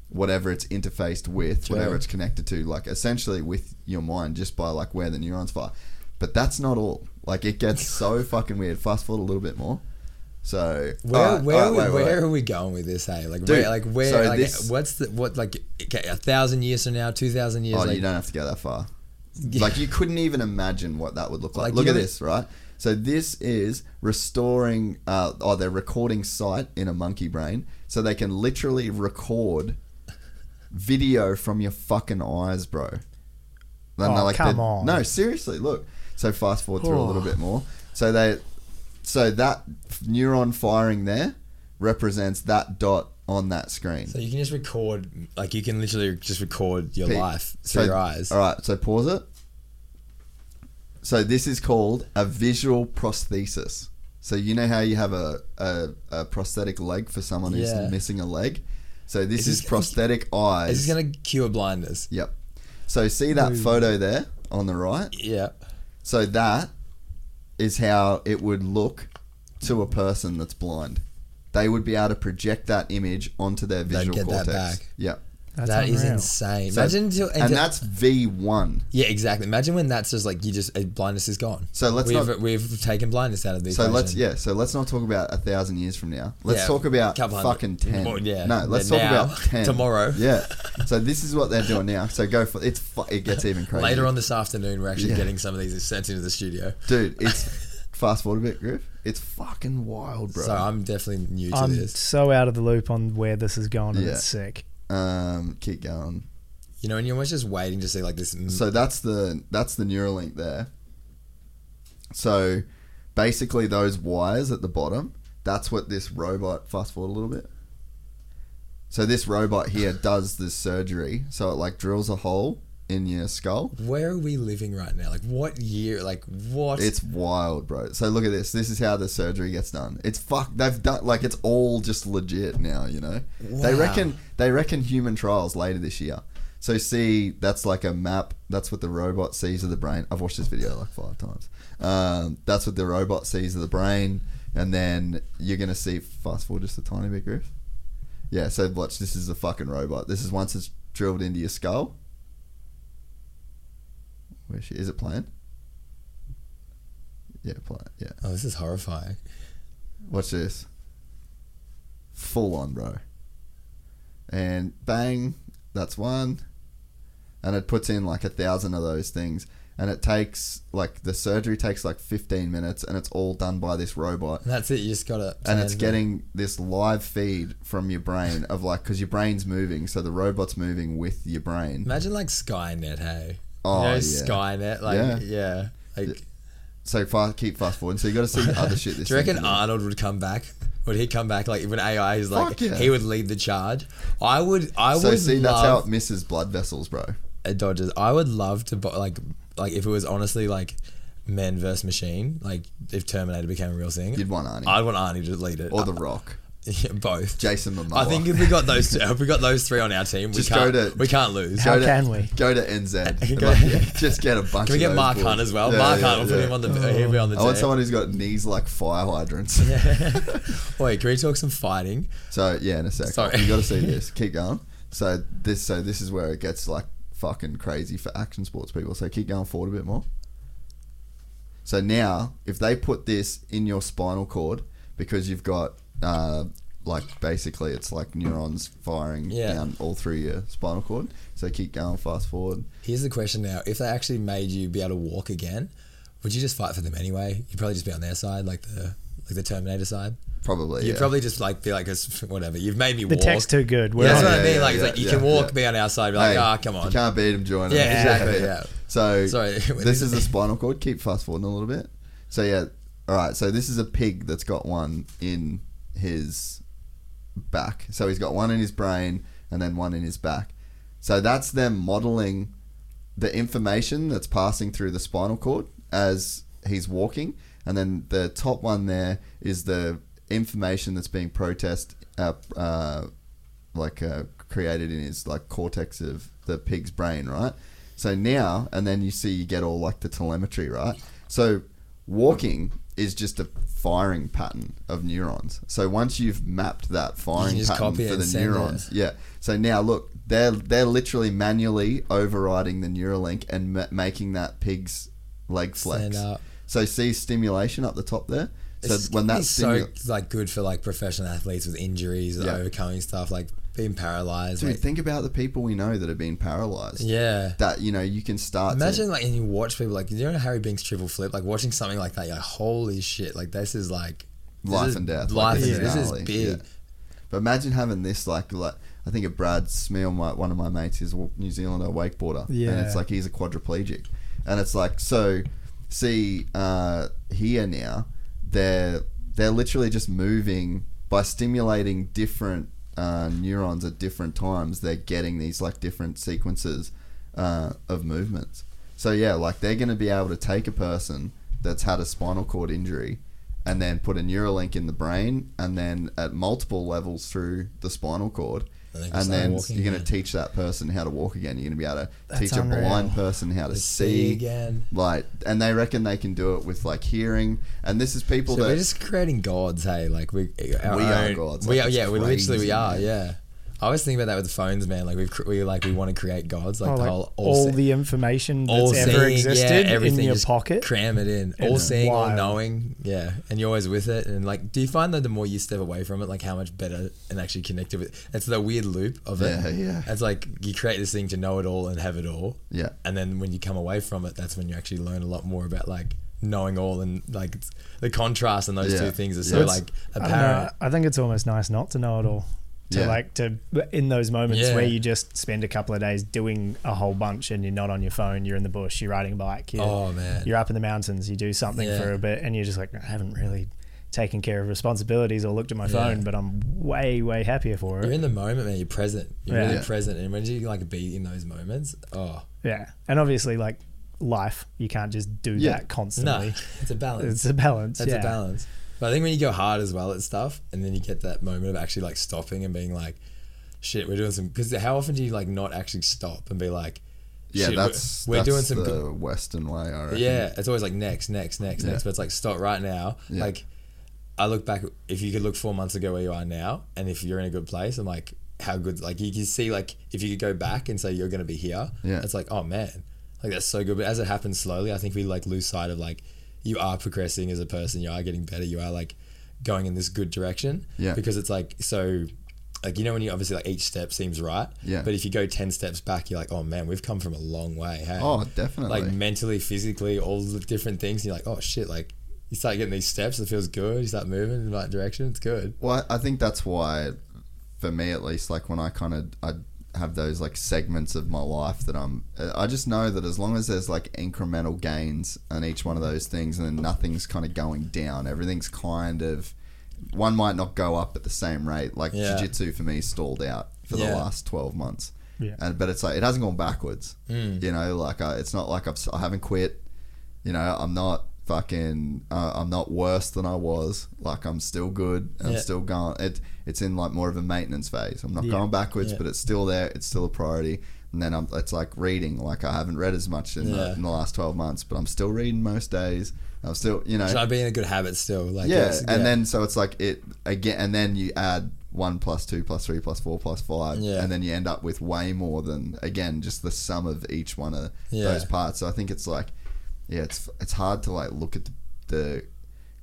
Speaker 1: whatever it's interfaced with,
Speaker 5: Sure.
Speaker 1: whatever it's connected to, like essentially with your mind just by like where the neurons fire. But that's not all. Like it gets so fucking weird. Fast forward a little bit more. So
Speaker 5: Where,
Speaker 1: alright,
Speaker 5: where,
Speaker 1: alright,
Speaker 5: we-
Speaker 1: wait, wait,
Speaker 5: where
Speaker 1: wait.
Speaker 5: are we going with this? Hey, like,
Speaker 1: Dude,
Speaker 5: where, like, where,
Speaker 1: so
Speaker 5: like,
Speaker 1: this-
Speaker 5: what's the, what, like, okay, a thousand years from now, two thousand years,
Speaker 1: Oh,
Speaker 5: like,
Speaker 1: you don't have to go that far.
Speaker 5: Yeah.
Speaker 1: Like you couldn't even imagine what that would look like.
Speaker 5: Like,
Speaker 1: look
Speaker 5: you
Speaker 1: at
Speaker 5: know-
Speaker 1: this, right? So this is restoring. Uh, oh, they're recording sight in a monkey brain, so they can literally record video from your fucking eyes, bro. And they're
Speaker 3: Oh,
Speaker 1: they're-
Speaker 3: come on.
Speaker 1: No, seriously, look. So fast forward through a
Speaker 3: Oh.
Speaker 1: little bit more. So they, so that neuron firing there represents that dot on that screen.
Speaker 5: so you can just record, like, you can literally just record your
Speaker 1: Pete,
Speaker 5: life through your eyes.
Speaker 1: All right, so pause it. So this is called a visual prosthesis. So you know how you have a, a, a prosthetic leg for someone who's
Speaker 5: Yeah.
Speaker 1: missing a leg. So this
Speaker 5: Is
Speaker 1: is,
Speaker 5: this-
Speaker 1: prosthetic eyes.
Speaker 5: Is this gonna cure blindness?
Speaker 1: Yep. So see that
Speaker 5: Move.
Speaker 1: photo there on the right.
Speaker 5: Yeah.
Speaker 1: So that is how it would look to a person that's blind. They would be able to project that image onto their
Speaker 5: They'd
Speaker 1: visual
Speaker 5: get that
Speaker 1: cortex.
Speaker 5: back.
Speaker 1: Yep.
Speaker 3: That's
Speaker 5: That is
Speaker 3: unreal.
Speaker 5: insane.
Speaker 1: So-
Speaker 5: Imagine until,
Speaker 1: and that's V one.
Speaker 5: yeah, exactly. Imagine when that's just like you just uh, blindness is gone.
Speaker 1: So let's
Speaker 5: we've,
Speaker 1: not-
Speaker 5: we've taken blindness out of the
Speaker 1: So let's
Speaker 5: equation.
Speaker 1: yeah. So let's not talk about a thousand years from now. Let's
Speaker 5: Yeah,
Speaker 1: talk about
Speaker 5: couple hundred.
Speaker 1: fucking ten.
Speaker 5: Well, yeah,
Speaker 1: No, let's
Speaker 5: then
Speaker 1: talk
Speaker 5: now,
Speaker 1: about ten
Speaker 5: tomorrow.
Speaker 1: Yeah. So this is what they're doing now. So go for it's. fu- It gets even crazier
Speaker 5: Later on this afternoon, we're actually
Speaker 1: Yeah.
Speaker 5: getting some of these sent into the studio.
Speaker 1: dude. It's fast forward a bit, Griff. It's fucking wild, bro.
Speaker 5: So I'm definitely new to
Speaker 3: I'm
Speaker 5: this.
Speaker 3: so out of the loop on where this is going, and
Speaker 1: Yeah.
Speaker 3: it's sick.
Speaker 1: um, keep going.
Speaker 5: You know, and you're almost just waiting to see like this. m-
Speaker 1: So that's the that's the Neuralink there. So basically, those wires at the bottom. That's what this robot. Fast forward a little bit. So this robot here does this surgery. So it like drills a hole in your skull.
Speaker 5: where are we living right now? Like, what year? Like, what?
Speaker 1: It's wild, bro. So look at this. This is how the surgery gets done. It's fuck. They've done like it's all just legit now. You know. They
Speaker 5: Wow.
Speaker 1: reckon they reckon human trials later this year. So see, that's like a map. That's what the robot sees of the brain. I've watched this video like five times. Um, that's what the robot sees of the brain, and then you're gonna see. Fast forward just a tiny bit, Griff. Yeah. So watch. This is a fucking robot. This is once it's drilled into your skull. Where she is it playing? Yeah, play, yeah.
Speaker 5: oh, this is horrifying.
Speaker 1: Watch this. Full on, bro. And bang, that's one. And it puts in like a thousand of those things. And it takes, like, the surgery takes like 15 minutes and it's all done by this robot.
Speaker 5: And that's it. You just gotta.
Speaker 1: And it's getting this live feed from your brain of like, because your brain's moving, so the robot's moving with your brain.
Speaker 5: Imagine like Skynet, hey.
Speaker 1: Oh,
Speaker 5: you know,
Speaker 1: yeah.
Speaker 5: Skynet, like
Speaker 1: Yeah.
Speaker 5: yeah, like.
Speaker 1: So far, keep fast forwarding. So you got to see the other shit. This
Speaker 5: Do you
Speaker 1: thing
Speaker 5: reckon
Speaker 1: can
Speaker 5: Arnold would come back? Would he come back like when AI is like
Speaker 1: Fuck yeah.
Speaker 5: he would lead the charge? I would. I
Speaker 1: So
Speaker 5: would
Speaker 1: see, that's how
Speaker 5: love
Speaker 1: it misses blood vessels, bro.
Speaker 5: at Dodgers. I would love to buy like like if it was honestly like men versus machine. Like if Terminator became a real thing,
Speaker 1: You'd want Arnie.
Speaker 5: I'd want Arnie to lead it
Speaker 1: Or The Rock.
Speaker 5: Yeah, both.
Speaker 1: Jason Momoa.
Speaker 5: I think if we got those two, if we got those three on our team, we
Speaker 1: Just
Speaker 5: can't
Speaker 1: go to-
Speaker 5: we can't lose.
Speaker 3: How
Speaker 1: go to,
Speaker 3: can we?
Speaker 1: go to NZ?
Speaker 5: Go-
Speaker 1: Like, just get a bunch.
Speaker 5: Can we
Speaker 1: of
Speaker 5: get
Speaker 1: those
Speaker 5: Mark
Speaker 1: boys.
Speaker 5: Hunt as well?
Speaker 1: Yeah,
Speaker 5: Mark
Speaker 1: yeah,
Speaker 5: Hunt, we'll
Speaker 1: yeah.
Speaker 5: put him on the he'll be on the
Speaker 1: I want
Speaker 5: team.
Speaker 1: someone who's got knees like fire hydrants.
Speaker 5: Wait, can we talk some fighting?
Speaker 1: So yeah, in a sec.
Speaker 5: Sorry.
Speaker 1: You got to see this. Keep going. So this, so this is where it gets like fucking crazy for action sports people. So keep going forward a bit more. So now, if they put this in your spinal cord, because you've got uh, like basically it's like neurons firing
Speaker 5: Yeah.
Speaker 1: down all through your spinal cord. So keep going, fast forward.
Speaker 5: Here's the question now: If they actually made you be able to walk again, would you just fight for them anyway? You'd probably just be on their side, like the like the Terminator side.
Speaker 1: Probably.
Speaker 5: You'd
Speaker 1: yeah.
Speaker 5: probably just like be like, "It's- whatever. You've made me
Speaker 3: The
Speaker 5: walk.
Speaker 3: tech's too good. We're
Speaker 5: Yeah, that's
Speaker 3: on
Speaker 5: what
Speaker 3: it.
Speaker 5: I
Speaker 1: Yeah,
Speaker 5: mean.
Speaker 1: yeah,
Speaker 5: Like, it's
Speaker 1: yeah,
Speaker 5: like you
Speaker 1: yeah,
Speaker 5: can walk,
Speaker 1: yeah.
Speaker 5: be on our side, be like,
Speaker 1: Hey,
Speaker 5: ah, come
Speaker 1: If
Speaker 5: on.
Speaker 1: you can't beat him, join him.
Speaker 5: Yeah, exactly, yeah.
Speaker 1: So
Speaker 5: Sorry.
Speaker 1: this is the spinal cord. Keep fast forwarding a little bit. So yeah, all right. So this is a pig that's got one in his back. So he's got one in his brain and then one in his back. So that's them modeling the information that's passing through the spinal cord as he's walking, and then the top one there is the information that's being protest, uh, uh, like uh, created in his like cortex of the pig's brain, right? So now, and then you see you get all like the telemetry, right? So walking is just a firing pattern of neurons. So once you've mapped that
Speaker 5: You
Speaker 1: firing
Speaker 5: just
Speaker 1: pattern
Speaker 5: copy it
Speaker 1: for
Speaker 5: and
Speaker 1: the
Speaker 5: send it.
Speaker 1: neurons, yeah. So now look, they're they're literally manually overriding the Neuralink and ma- making that pig's leg flex.
Speaker 5: Stand up.
Speaker 1: So see stimulation up the top there. So
Speaker 5: It's
Speaker 1: when
Speaker 5: gonna
Speaker 1: that
Speaker 5: be so
Speaker 1: stimu-
Speaker 5: like good for like professional athletes with injuries,
Speaker 1: Yeah.
Speaker 5: overcoming stuff, like being paralyzed.
Speaker 1: Dude,
Speaker 5: like-
Speaker 1: think about the people we know that have been paralyzed.
Speaker 5: Yeah.
Speaker 1: That you know you can start. to-
Speaker 5: Imagine like and you watch people like you know Harry Binks triple flip like watching something like that you're like holy shit like this is like this
Speaker 1: life
Speaker 5: is
Speaker 1: and death.
Speaker 5: life
Speaker 1: like,
Speaker 5: and
Speaker 1: it's
Speaker 5: death. this
Speaker 1: gnarly,
Speaker 5: is big
Speaker 1: yeah. But imagine having this like like I think of Brad Smeal, my one of my mates is a New Zealander wakeboarder, and
Speaker 3: Yeah.
Speaker 1: it's like he's a quadriplegic, and it's like so. See uh, here now, they're they're literally just moving by stimulating different uh, neurons at different times. They're getting these like different sequences uh, of movements. So yeah, like they're going to be able to take a person that's had a spinal cord injury and then put a Neuralink in the brain, and then at multiple levels through the spinal cord.
Speaker 5: And they
Speaker 1: And,
Speaker 5: can start
Speaker 1: then
Speaker 5: walking
Speaker 1: you're going
Speaker 5: again.
Speaker 1: to teach that person how to walk again. You're going to be able to
Speaker 5: That's
Speaker 1: teach
Speaker 5: unreal.
Speaker 1: a blind person how to
Speaker 5: To
Speaker 1: see
Speaker 5: see again.
Speaker 1: Like, and they reckon they can do it with like hearing. And this is people
Speaker 5: So
Speaker 1: that
Speaker 5: we're just creating gods hey like we our
Speaker 1: We are
Speaker 5: own-
Speaker 1: gods,
Speaker 5: we
Speaker 1: like,
Speaker 5: are
Speaker 1: it's
Speaker 5: yeah we literally
Speaker 1: crazy,
Speaker 5: we are
Speaker 1: man.
Speaker 5: yeah I always think about that with the phones man like we've cr- we like we want to create gods like
Speaker 3: Oh,
Speaker 5: the
Speaker 3: like
Speaker 5: whole all,
Speaker 3: all
Speaker 5: se-
Speaker 3: the information that's
Speaker 5: all
Speaker 3: ever
Speaker 5: seeing,
Speaker 3: existed
Speaker 5: yeah,
Speaker 3: in
Speaker 5: everything
Speaker 3: your
Speaker 5: just
Speaker 3: pocket.
Speaker 5: cram it in
Speaker 3: It's
Speaker 5: all seeing all
Speaker 3: wild.
Speaker 5: knowing yeah and you're always with it and like do you find that the more you step away from it like how much better and actually connected with it's the weird loop of it
Speaker 1: Yeah, yeah.
Speaker 5: it's like you create this thing to know it all and have it all
Speaker 1: Yeah.
Speaker 5: and then when you come away from it that's when you actually learn a lot more about like knowing all and like it's, the contrast in those
Speaker 1: Yeah.
Speaker 5: two things is
Speaker 1: Yeah.
Speaker 5: so
Speaker 1: It's-
Speaker 5: like
Speaker 3: I don't know,
Speaker 5: apparent
Speaker 3: I think it's almost nice not to know it all. To
Speaker 1: Yeah.
Speaker 3: like to in those moments
Speaker 5: Yeah.
Speaker 3: where you just spend a couple of days doing a whole bunch and you're not on your phone, you're in the bush, you're riding a bike, you're,
Speaker 5: Oh, man.
Speaker 3: you're up in the mountains, you do something
Speaker 5: Yeah.
Speaker 3: for a bit, and you're just like, I haven't really taken care of responsibilities or looked at my phone, but I'm way way happier for it.
Speaker 5: you're in the moment man you're present you're
Speaker 3: Yeah.
Speaker 5: really
Speaker 3: Yeah.
Speaker 5: present and when you like be in those moments oh
Speaker 3: yeah, and obviously like life, you can't just do
Speaker 5: Yeah.
Speaker 3: that constantly.
Speaker 5: No, it's a balance.
Speaker 3: It's a balance.
Speaker 5: That's
Speaker 3: yeah.
Speaker 5: a balance. But I think when you go hard as well at stuff, and then you get that moment of actually like stopping and being like, "Shit, we're doing some." Because how often do you like not actually stop and be like,
Speaker 1: yeah,
Speaker 5: "Shit, we're-
Speaker 1: that's
Speaker 5: we're,
Speaker 1: that's
Speaker 5: doing some."
Speaker 1: the
Speaker 5: good
Speaker 1: Western way. I reckon.
Speaker 5: yeah, it's always like next, next, next,
Speaker 1: Yeah.
Speaker 5: next. But it's like stop right now.
Speaker 1: Yeah.
Speaker 5: Like, I look back. If you could look four months ago where you are now, and if you're in a good place, I'm like, how good. Like you can see like if you could go back and say you're gonna be here.
Speaker 1: Yeah.
Speaker 5: It's like oh man, like that's so good. But as it happens slowly, I think we like lose sight of like you are progressing as a person. You are getting better. You are like going in this good direction.
Speaker 1: Yeah.
Speaker 5: Because it's like so. Like you know when you obviously like each step seems right,
Speaker 1: Yeah.
Speaker 5: But if you go ten steps back, you're like, oh man, we've come from a long way. Hey,
Speaker 1: Oh, definitely.
Speaker 5: like mentally, physically, all the different things. And you're like, oh shit, like you start getting these steps, it feels good. You start moving in the right direction, it's good.
Speaker 1: Well, I think that's why, for me at least, like when I kind of I have those like segments of my life that I'm, I just know that as long as there's like incremental gains on each one of those things, and then nothing's kind of going down, everything's kind of, one might not go up at the same rate. Like
Speaker 5: Yeah.
Speaker 1: jiu-jitsu for me stalled out for the
Speaker 5: Yeah.
Speaker 1: last twelve months,
Speaker 3: Yeah.
Speaker 1: and but it's like it hasn't gone backwards.
Speaker 5: Mm.
Speaker 1: You know, like I, it's not like I've s- I haven't quit you know, I'm not fucking, uh, I'm not worse than I was. Like I'm still good. I'm
Speaker 5: Yeah.
Speaker 1: still going. It, it's in like more of a maintenance phase. I'm not
Speaker 3: Yeah.
Speaker 1: going backwards,
Speaker 5: Yeah.
Speaker 1: but it's still there. It's still a priority. And then I'm, it's like reading. Like I haven't read as much in, the,
Speaker 5: Yeah.
Speaker 1: in the last 12 months, but I'm still reading most days. I'm still, you know,
Speaker 5: Try to be in a good habit still. Like
Speaker 1: yeah,
Speaker 5: yes,
Speaker 1: and then so it's like it again, and then you add one plus two plus three plus four plus five,
Speaker 5: Yeah.
Speaker 1: and then you end up with way more than again just the sum of each one of
Speaker 5: Yeah.
Speaker 1: those parts. So I think it's like, yeah, it's it's hard to like look at the, the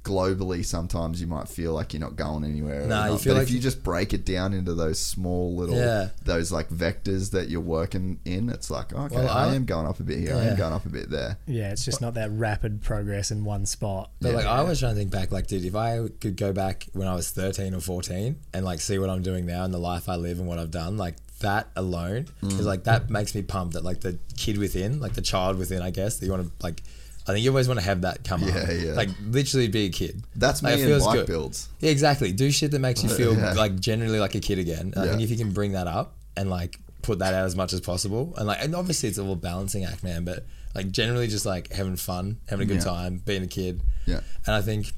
Speaker 1: globally. Sometimes you might feel like you're not going anywhere. or
Speaker 5: Nah, you
Speaker 1: not,
Speaker 5: feel
Speaker 1: but
Speaker 5: like-
Speaker 1: if you just break it down into those small little
Speaker 5: Yeah.
Speaker 1: those like vectors that you're working in, it's like okay,
Speaker 5: Well,
Speaker 1: I,
Speaker 5: I-
Speaker 1: am going up a bit here, I
Speaker 5: Yeah.
Speaker 1: am going up a bit there.
Speaker 3: Yeah, it's just not that rapid progress in one spot.
Speaker 5: But like I was trying to think back, like, dude, if I could go back when I was thirteen or fourteen and like see what I'm doing now and the life I live and what I've done, like that alone
Speaker 1: Mm.
Speaker 5: is like that makes me pumped that like the kid within, like the child within, I guess, that you wanna like I think you always want to have that come up.
Speaker 1: Yeah, yeah.
Speaker 5: Like literally be a kid.
Speaker 1: That's
Speaker 5: Like,
Speaker 1: me
Speaker 5: it
Speaker 1: in
Speaker 5: feels
Speaker 1: bike
Speaker 5: good.
Speaker 1: builds.
Speaker 5: Yeah, exactly. Do shit that makes you feel
Speaker 1: Yeah.
Speaker 5: like generally like a kid again. I
Speaker 1: Yeah.
Speaker 5: think if you can bring that up and like put that out as much as possible, and like, and obviously it's all a balancing act, man. But like generally just like having fun, having a good
Speaker 1: Yeah.
Speaker 5: time, being a kid.
Speaker 1: Yeah.
Speaker 5: And I think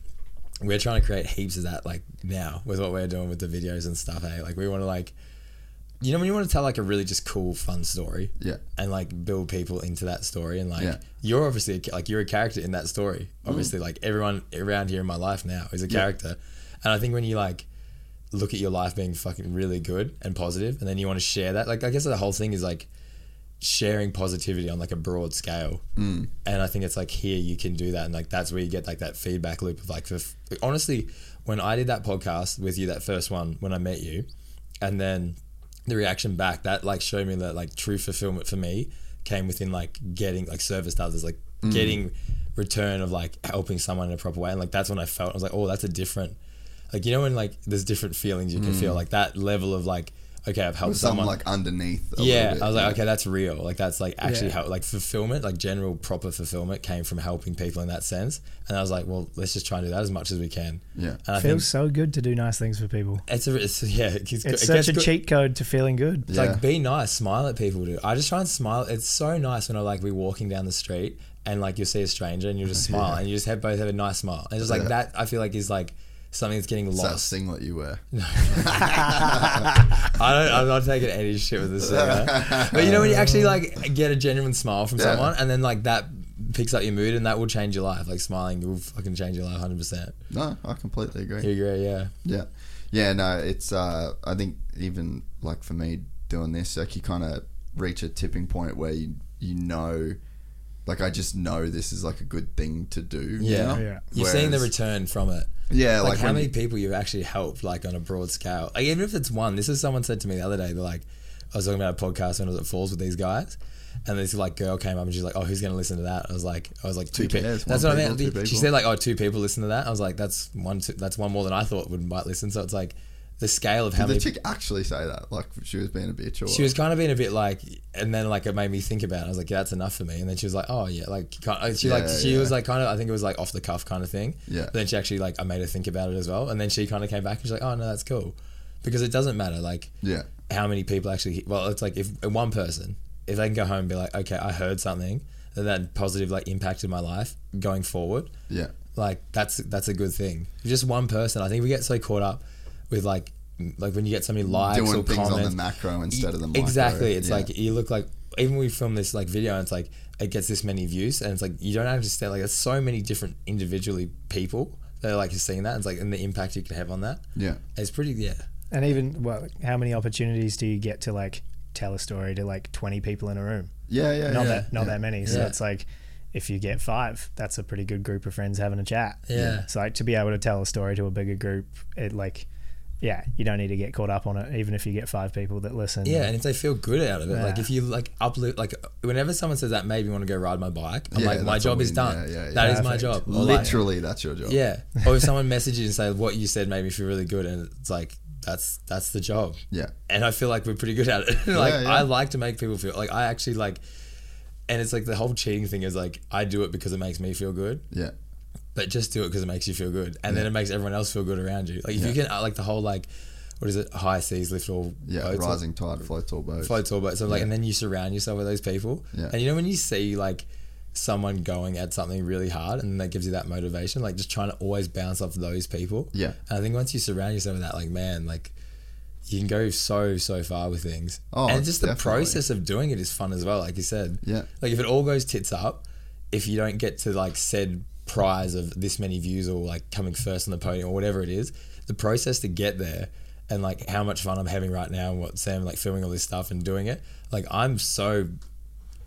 Speaker 5: we're eh? trying to create heaps of that like now with what we're doing with the videos and stuff. Hey, like we want to like you know when you want to tell like a really just cool fun story
Speaker 1: Yeah.
Speaker 5: and like build people into that story and like
Speaker 1: Yeah. Mm.
Speaker 5: you're obviously a, ca- like you're a character in that story obviously like everyone around here in my life now is a
Speaker 1: Yeah.
Speaker 5: character and i think when you like look at your life being fucking really good and positive and then you want to share that like i guess the whole thing is like sharing positivity on like a broad scale
Speaker 1: Mm.
Speaker 5: and I think it's like here you can do that, and like that's where you get like that feedback loop of like, for, honestly, when I did that podcast with you, that first one when I met you, and then the reaction back that like showed me that like true fulfillment for me came within like getting like service to others, like
Speaker 1: Mm.
Speaker 5: getting return of like helping someone in a proper way, and like that's when I felt I was like, oh, that's a different, like you know when like there's different feelings you can
Speaker 1: Mm.
Speaker 5: feel like that level of like. Okay, I've helped
Speaker 1: With something
Speaker 5: someone
Speaker 1: like underneath. a
Speaker 5: yeah,
Speaker 1: little bit,
Speaker 5: I was like,
Speaker 1: yeah.
Speaker 5: okay, that's real. Like that's like actually
Speaker 1: Yeah.
Speaker 5: how like fulfillment, like general proper fulfillment, came from helping people in that sense. And I was like, well, let's just try and do that as much as we can.
Speaker 1: Yeah,
Speaker 5: and I think
Speaker 3: Feels so good to do nice things for people.
Speaker 5: it's a it's, yeah, it gets,
Speaker 3: It's
Speaker 5: it
Speaker 3: such
Speaker 5: gets
Speaker 3: a
Speaker 5: good-
Speaker 3: cheat code to feeling good.
Speaker 5: It's like be nice, smile at people. Dude. I just try and smile. It's so nice when I like be walking down the street and like you'll see a stranger and you just smile
Speaker 1: Yeah.
Speaker 5: and you just have both have a nice smile. And just like
Speaker 1: Yeah.
Speaker 5: that, I feel like is like something that's getting
Speaker 1: It's that
Speaker 5: lost.
Speaker 1: singlet you wear.
Speaker 5: I don't, I'm not taking any shit with this. singer. But you know when you actually like get a genuine smile from
Speaker 1: Um, Yeah.
Speaker 5: someone, and then like that picks up your mood, and that will change your life. Like smiling will fucking change your life 100. percent
Speaker 1: No, I completely agree.
Speaker 5: You agree? Yeah.
Speaker 1: Yeah. Yeah, no, it's uh I think even like for me doing this, like you kinda reach a tipping point where you you know like I just know this is like a good thing to do.
Speaker 5: Yeah.
Speaker 1: now.
Speaker 3: Yeah.
Speaker 5: You're seeing the
Speaker 1: Whereas-
Speaker 5: return from it.
Speaker 1: Yeah,
Speaker 5: like,
Speaker 1: like
Speaker 5: how
Speaker 1: when
Speaker 5: many
Speaker 1: you-
Speaker 5: people you've actually helped, like on a broad scale. Like even if it's one. This is someone said to me the other day. They're like, I was talking about a podcast when I was at Falls with these guys. And this like girl came up and she's like, "Oh, who's gonna listen to that?" I was like, "I was like two
Speaker 1: Who
Speaker 5: people."
Speaker 1: cares?
Speaker 5: That's
Speaker 1: One
Speaker 5: what I
Speaker 1: people,
Speaker 5: meant.
Speaker 1: two
Speaker 5: She
Speaker 1: people.
Speaker 5: said like, "Oh, two people listen to that." I was like, "That's one. Two, that's one more than I thought would might listen." So it's like the scale of how
Speaker 1: Did the
Speaker 5: many.
Speaker 1: chick actually say that? Like she was being a bitch or
Speaker 5: She was kind of being a bit like, and then like it made me think about. it. I was like, yeah, that's enough for me. And then she was like, oh yeah, like kind of- she like
Speaker 1: Yeah,
Speaker 5: she
Speaker 1: yeah.
Speaker 5: was like kind of I think it was like off the cuff kind of thing.
Speaker 1: Yeah.
Speaker 5: But then she actually like I made her think about it as well. And then she kind of came back and she's like, oh no, that's cool, because it doesn't matter like
Speaker 1: Yeah.
Speaker 5: how many people actually. Well, it's like if one person if they can go home and be like, okay, I heard something that that positive like impacted my life going forward
Speaker 1: Yeah.
Speaker 5: like that's that's a good thing. Just one person. I think we get so caught up with like m- like when you get so many likes
Speaker 1: Doing
Speaker 5: or
Speaker 1: things on the
Speaker 5: comments
Speaker 1: macro instead of the micro,
Speaker 5: Exactly. It's
Speaker 1: yeah.
Speaker 5: like you look like even we film this like video and it's like it gets this many views and it's like you don't understand like there's so many different individually people that are like seeing that and it's like and the impact you can have on that.
Speaker 1: Yeah.
Speaker 5: It's pretty yeah.
Speaker 3: And even well, how many opportunities do you get to like tell a story to like twenty people in a room?
Speaker 1: Yeah, yeah,
Speaker 3: not
Speaker 1: yeah,
Speaker 3: that not
Speaker 1: yeah.
Speaker 3: that many. So
Speaker 5: Yeah.
Speaker 3: it's like if you get five, that's a pretty good group of friends having a chat.
Speaker 5: Yeah.
Speaker 3: So like to be able to tell a story to a bigger group, it like yeah, you don't need to get caught up on it, even if you get five people that listen.
Speaker 5: Yeah, and if they feel good out of it, like
Speaker 3: Yeah.
Speaker 5: if you like uplift, like whenever someone says that made me want to go ride my bike, I'm
Speaker 1: Yeah,
Speaker 5: like my
Speaker 1: that's a
Speaker 5: job is
Speaker 1: win.
Speaker 5: done. That is
Speaker 1: Yeah, yeah, yeah.
Speaker 5: my
Speaker 3: Perfect.
Speaker 5: job. Or, like-
Speaker 1: Literally that's your job.
Speaker 5: Yeah. Or if someone messages you and say what you said made me feel really good, and it's like that's that's the job.
Speaker 1: Yeah.
Speaker 5: And I feel like we're pretty good at it. like
Speaker 1: Yeah, yeah.
Speaker 5: I like to make people feel like I actually like, and it's like the whole cheating thing is like I do it because it makes me feel good,
Speaker 1: Yeah.
Speaker 5: but just do it because it makes you feel good, and then
Speaker 1: Yeah.
Speaker 5: it makes everyone else feel good around you. Like if you
Speaker 1: Yeah.
Speaker 5: can uh, like the whole like, what is it? High seas lift all
Speaker 1: Yeah.
Speaker 5: boats or-
Speaker 1: Rising tide floats all boats.
Speaker 5: floats all boats. So like,
Speaker 1: Yeah.
Speaker 5: and then you surround yourself with those people.
Speaker 1: Yeah.
Speaker 5: And you know when you see like someone going at something really hard, and that gives you that motivation, like just trying to always bounce off those people.
Speaker 1: Yeah.
Speaker 5: And I think once you surround yourself with that, like man, like you can go so so far with things.
Speaker 1: Oh,
Speaker 5: and just the
Speaker 1: definitely.
Speaker 5: process of doing it is fun as well. Like you said.
Speaker 1: Yeah.
Speaker 5: Like if it all goes tits up, if you don't get to like said prize of this many views or like coming first on the podium or whatever it is, the process to get there and like how much fun I'm having right now and what Sam like filming all this stuff and doing it, like I'm so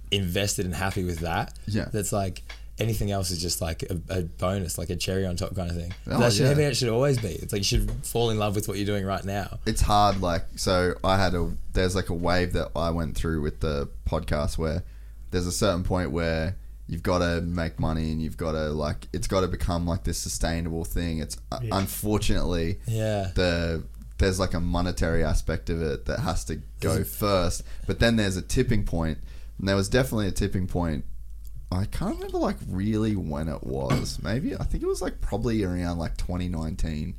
Speaker 5: invested and happy with that.
Speaker 1: Yeah.
Speaker 5: That's like anything else is just like a, a bonus, like a cherry on top kind of thing.
Speaker 1: Oh,
Speaker 5: that should
Speaker 1: yeah.
Speaker 5: maybe it should always be. It's like you should fall in love with what you're doing right now.
Speaker 1: it's hard like so i had a there's like a wave that i went through with the podcast where there's a certain point where you've got to make money and you've got to like it's got to become like this sustainable thing it's uh
Speaker 3: Yeah.
Speaker 1: unfortunately
Speaker 5: Yeah.
Speaker 1: the there's like a monetary aspect of it that has to go first but then there's a tipping point and there was definitely a tipping point I can't remember like really when it was. Maybe I think it was like probably around like 2019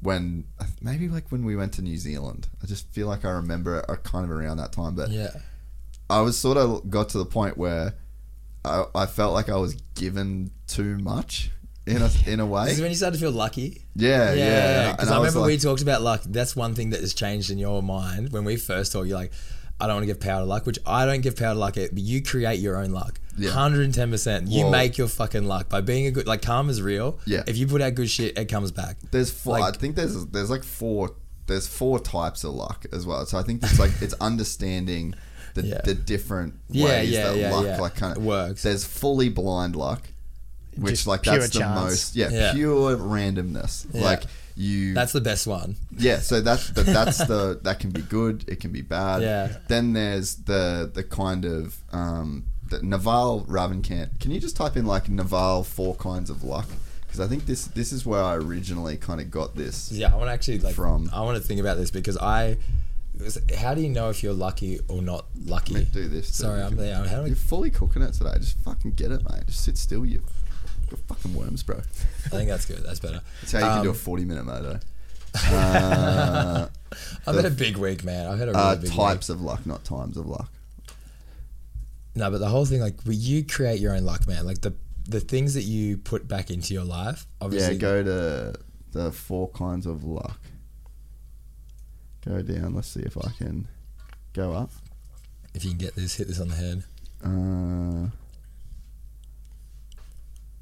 Speaker 1: when uh, maybe like when we went to New Zealand. I just feel like I remember it uh, kind of around that time, but
Speaker 5: Yeah.
Speaker 1: I was sort of got to the point where I, I felt like I was given too much in a in a way.
Speaker 5: This is when you start to feel lucky.
Speaker 1: Yeah, yeah, yeah.
Speaker 5: Because
Speaker 1: And I
Speaker 5: I,
Speaker 1: was
Speaker 5: remember we
Speaker 1: like-
Speaker 5: talked about luck. That's one thing that has changed in your mind when we first talked. You're like, I don't want to give power to luck, which I don't give power to luck. It, but you create your own luck.
Speaker 1: Yeah.
Speaker 5: Hundred and ten percent. You
Speaker 1: Well-
Speaker 5: make your fucking luck by being a good. Like karma's real.
Speaker 1: Yeah.
Speaker 5: If you put out good shit, it comes back.
Speaker 1: There's four. I think there's there's like four. There's four types of luck as well. So I think it's like it's understanding the,
Speaker 5: Yeah.
Speaker 1: the different ways
Speaker 5: Yeah, yeah,
Speaker 1: that
Speaker 5: yeah,
Speaker 1: luck
Speaker 5: yeah.
Speaker 1: like kind of
Speaker 5: Works.
Speaker 1: There's fully blind luck, which
Speaker 5: Just
Speaker 1: like
Speaker 5: pure
Speaker 1: that's the
Speaker 5: chance.
Speaker 1: most yeah,
Speaker 5: Yeah.
Speaker 1: pure randomness.
Speaker 5: Yeah.
Speaker 1: Like you.
Speaker 5: That's the best one.
Speaker 1: yeah, so that's the, that's the that can be good, it can be bad.
Speaker 5: Yeah.
Speaker 1: Then there's the the kind of um, the Naval Ravikant. Can you just type in like Naval four kinds of luck? Because I think this this is where I originally kind of got this.
Speaker 5: Yeah, I want to actually like.
Speaker 1: From-
Speaker 5: I want to think about this because I. How do you know if you're lucky or not lucky?
Speaker 1: Mate, do this. so
Speaker 5: Sorry,
Speaker 1: you
Speaker 5: I'm
Speaker 1: can-
Speaker 5: there. How do I
Speaker 1: You're fully cooking it today. Just fucking get it, mate. Just sit still, you. You're fucking worms, bro.
Speaker 5: I think that's good. That's better.
Speaker 1: That's how you can do a
Speaker 5: Um,
Speaker 1: 40 minute moto. Uh,
Speaker 5: I've
Speaker 1: the-
Speaker 5: had a big week, man. I've had a really
Speaker 1: uh,
Speaker 5: big week.
Speaker 1: types of luck, not times of luck.
Speaker 5: No, but the whole thing, like, well, you create your own luck, man. Like the the things that you put back into your life, obviously.
Speaker 1: Yeah, go to the four kinds of luck. Go down. Let's see if I can go up.
Speaker 5: If you can get this, hit this on the head.
Speaker 1: Uh,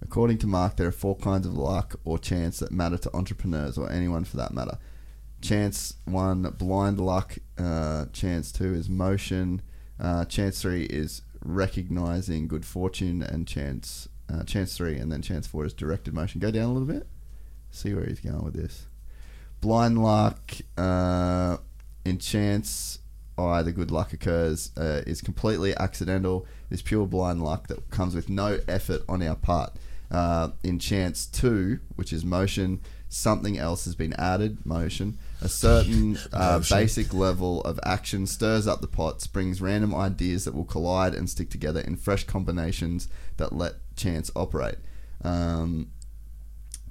Speaker 1: according to Mark, there are four kinds of luck or chance that matter to entrepreneurs or anyone for that matter. Chance one, blind luck. Uh, chance two is motion. Uh, chance three is recognizing good fortune, and chance uh, chance three, and then chance four is directed motion. Go down a little bit. See where he's going with this. Blind luck, uh, in chance, either good luck occurs, uh, is completely accidental. Is pure blind luck that comes with no effort on our part. Uh, in chance two, which is motion, something else has been added. Motion, a certain uh,
Speaker 5: Motion.
Speaker 1: basic level of action stirs up the pot, springs random ideas that will collide and stick together in fresh combinations that let chance operate. Um,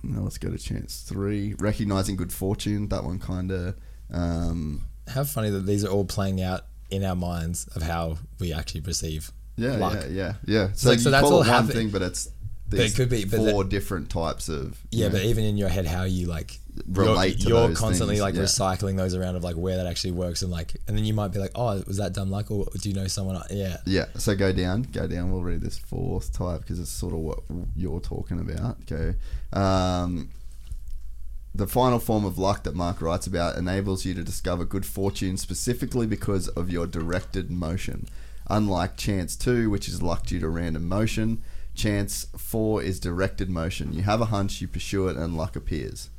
Speaker 1: now let's go to chance three. Recognizing good fortune. That one kind of. Um,
Speaker 5: How funny that these are all playing out in our minds of how we actually perceive
Speaker 1: yeah,
Speaker 5: luck.
Speaker 1: yeah, yeah, yeah.
Speaker 5: So,
Speaker 1: So,
Speaker 5: like,
Speaker 1: you
Speaker 5: so that's
Speaker 1: call
Speaker 5: all
Speaker 1: it one
Speaker 5: happen-
Speaker 1: thing, but it's
Speaker 5: But it
Speaker 1: these
Speaker 5: could be- but
Speaker 1: four
Speaker 5: that-
Speaker 1: different types of. you
Speaker 5: Yeah,
Speaker 1: know,
Speaker 5: but even in your head, how you like you're-
Speaker 1: Relate to
Speaker 5: You're,
Speaker 1: those
Speaker 5: constantly
Speaker 1: things,
Speaker 5: like
Speaker 1: yeah.
Speaker 5: recycling those around of like where that actually works and like, and then you might be like, oh, was that dumb luck or do you know someone? I-" Yeah,
Speaker 1: Yeah, so go down, go down. We'll read this fourth type because it's sort of what you're talking about. Go. Um, the final form of luck that Mark writes about enables you to discover good fortune specifically because of your directed motion. Unlike chance two, which is luck due to random motion, chance four is directed motion. You have a hunch, you pursue it, and luck appears.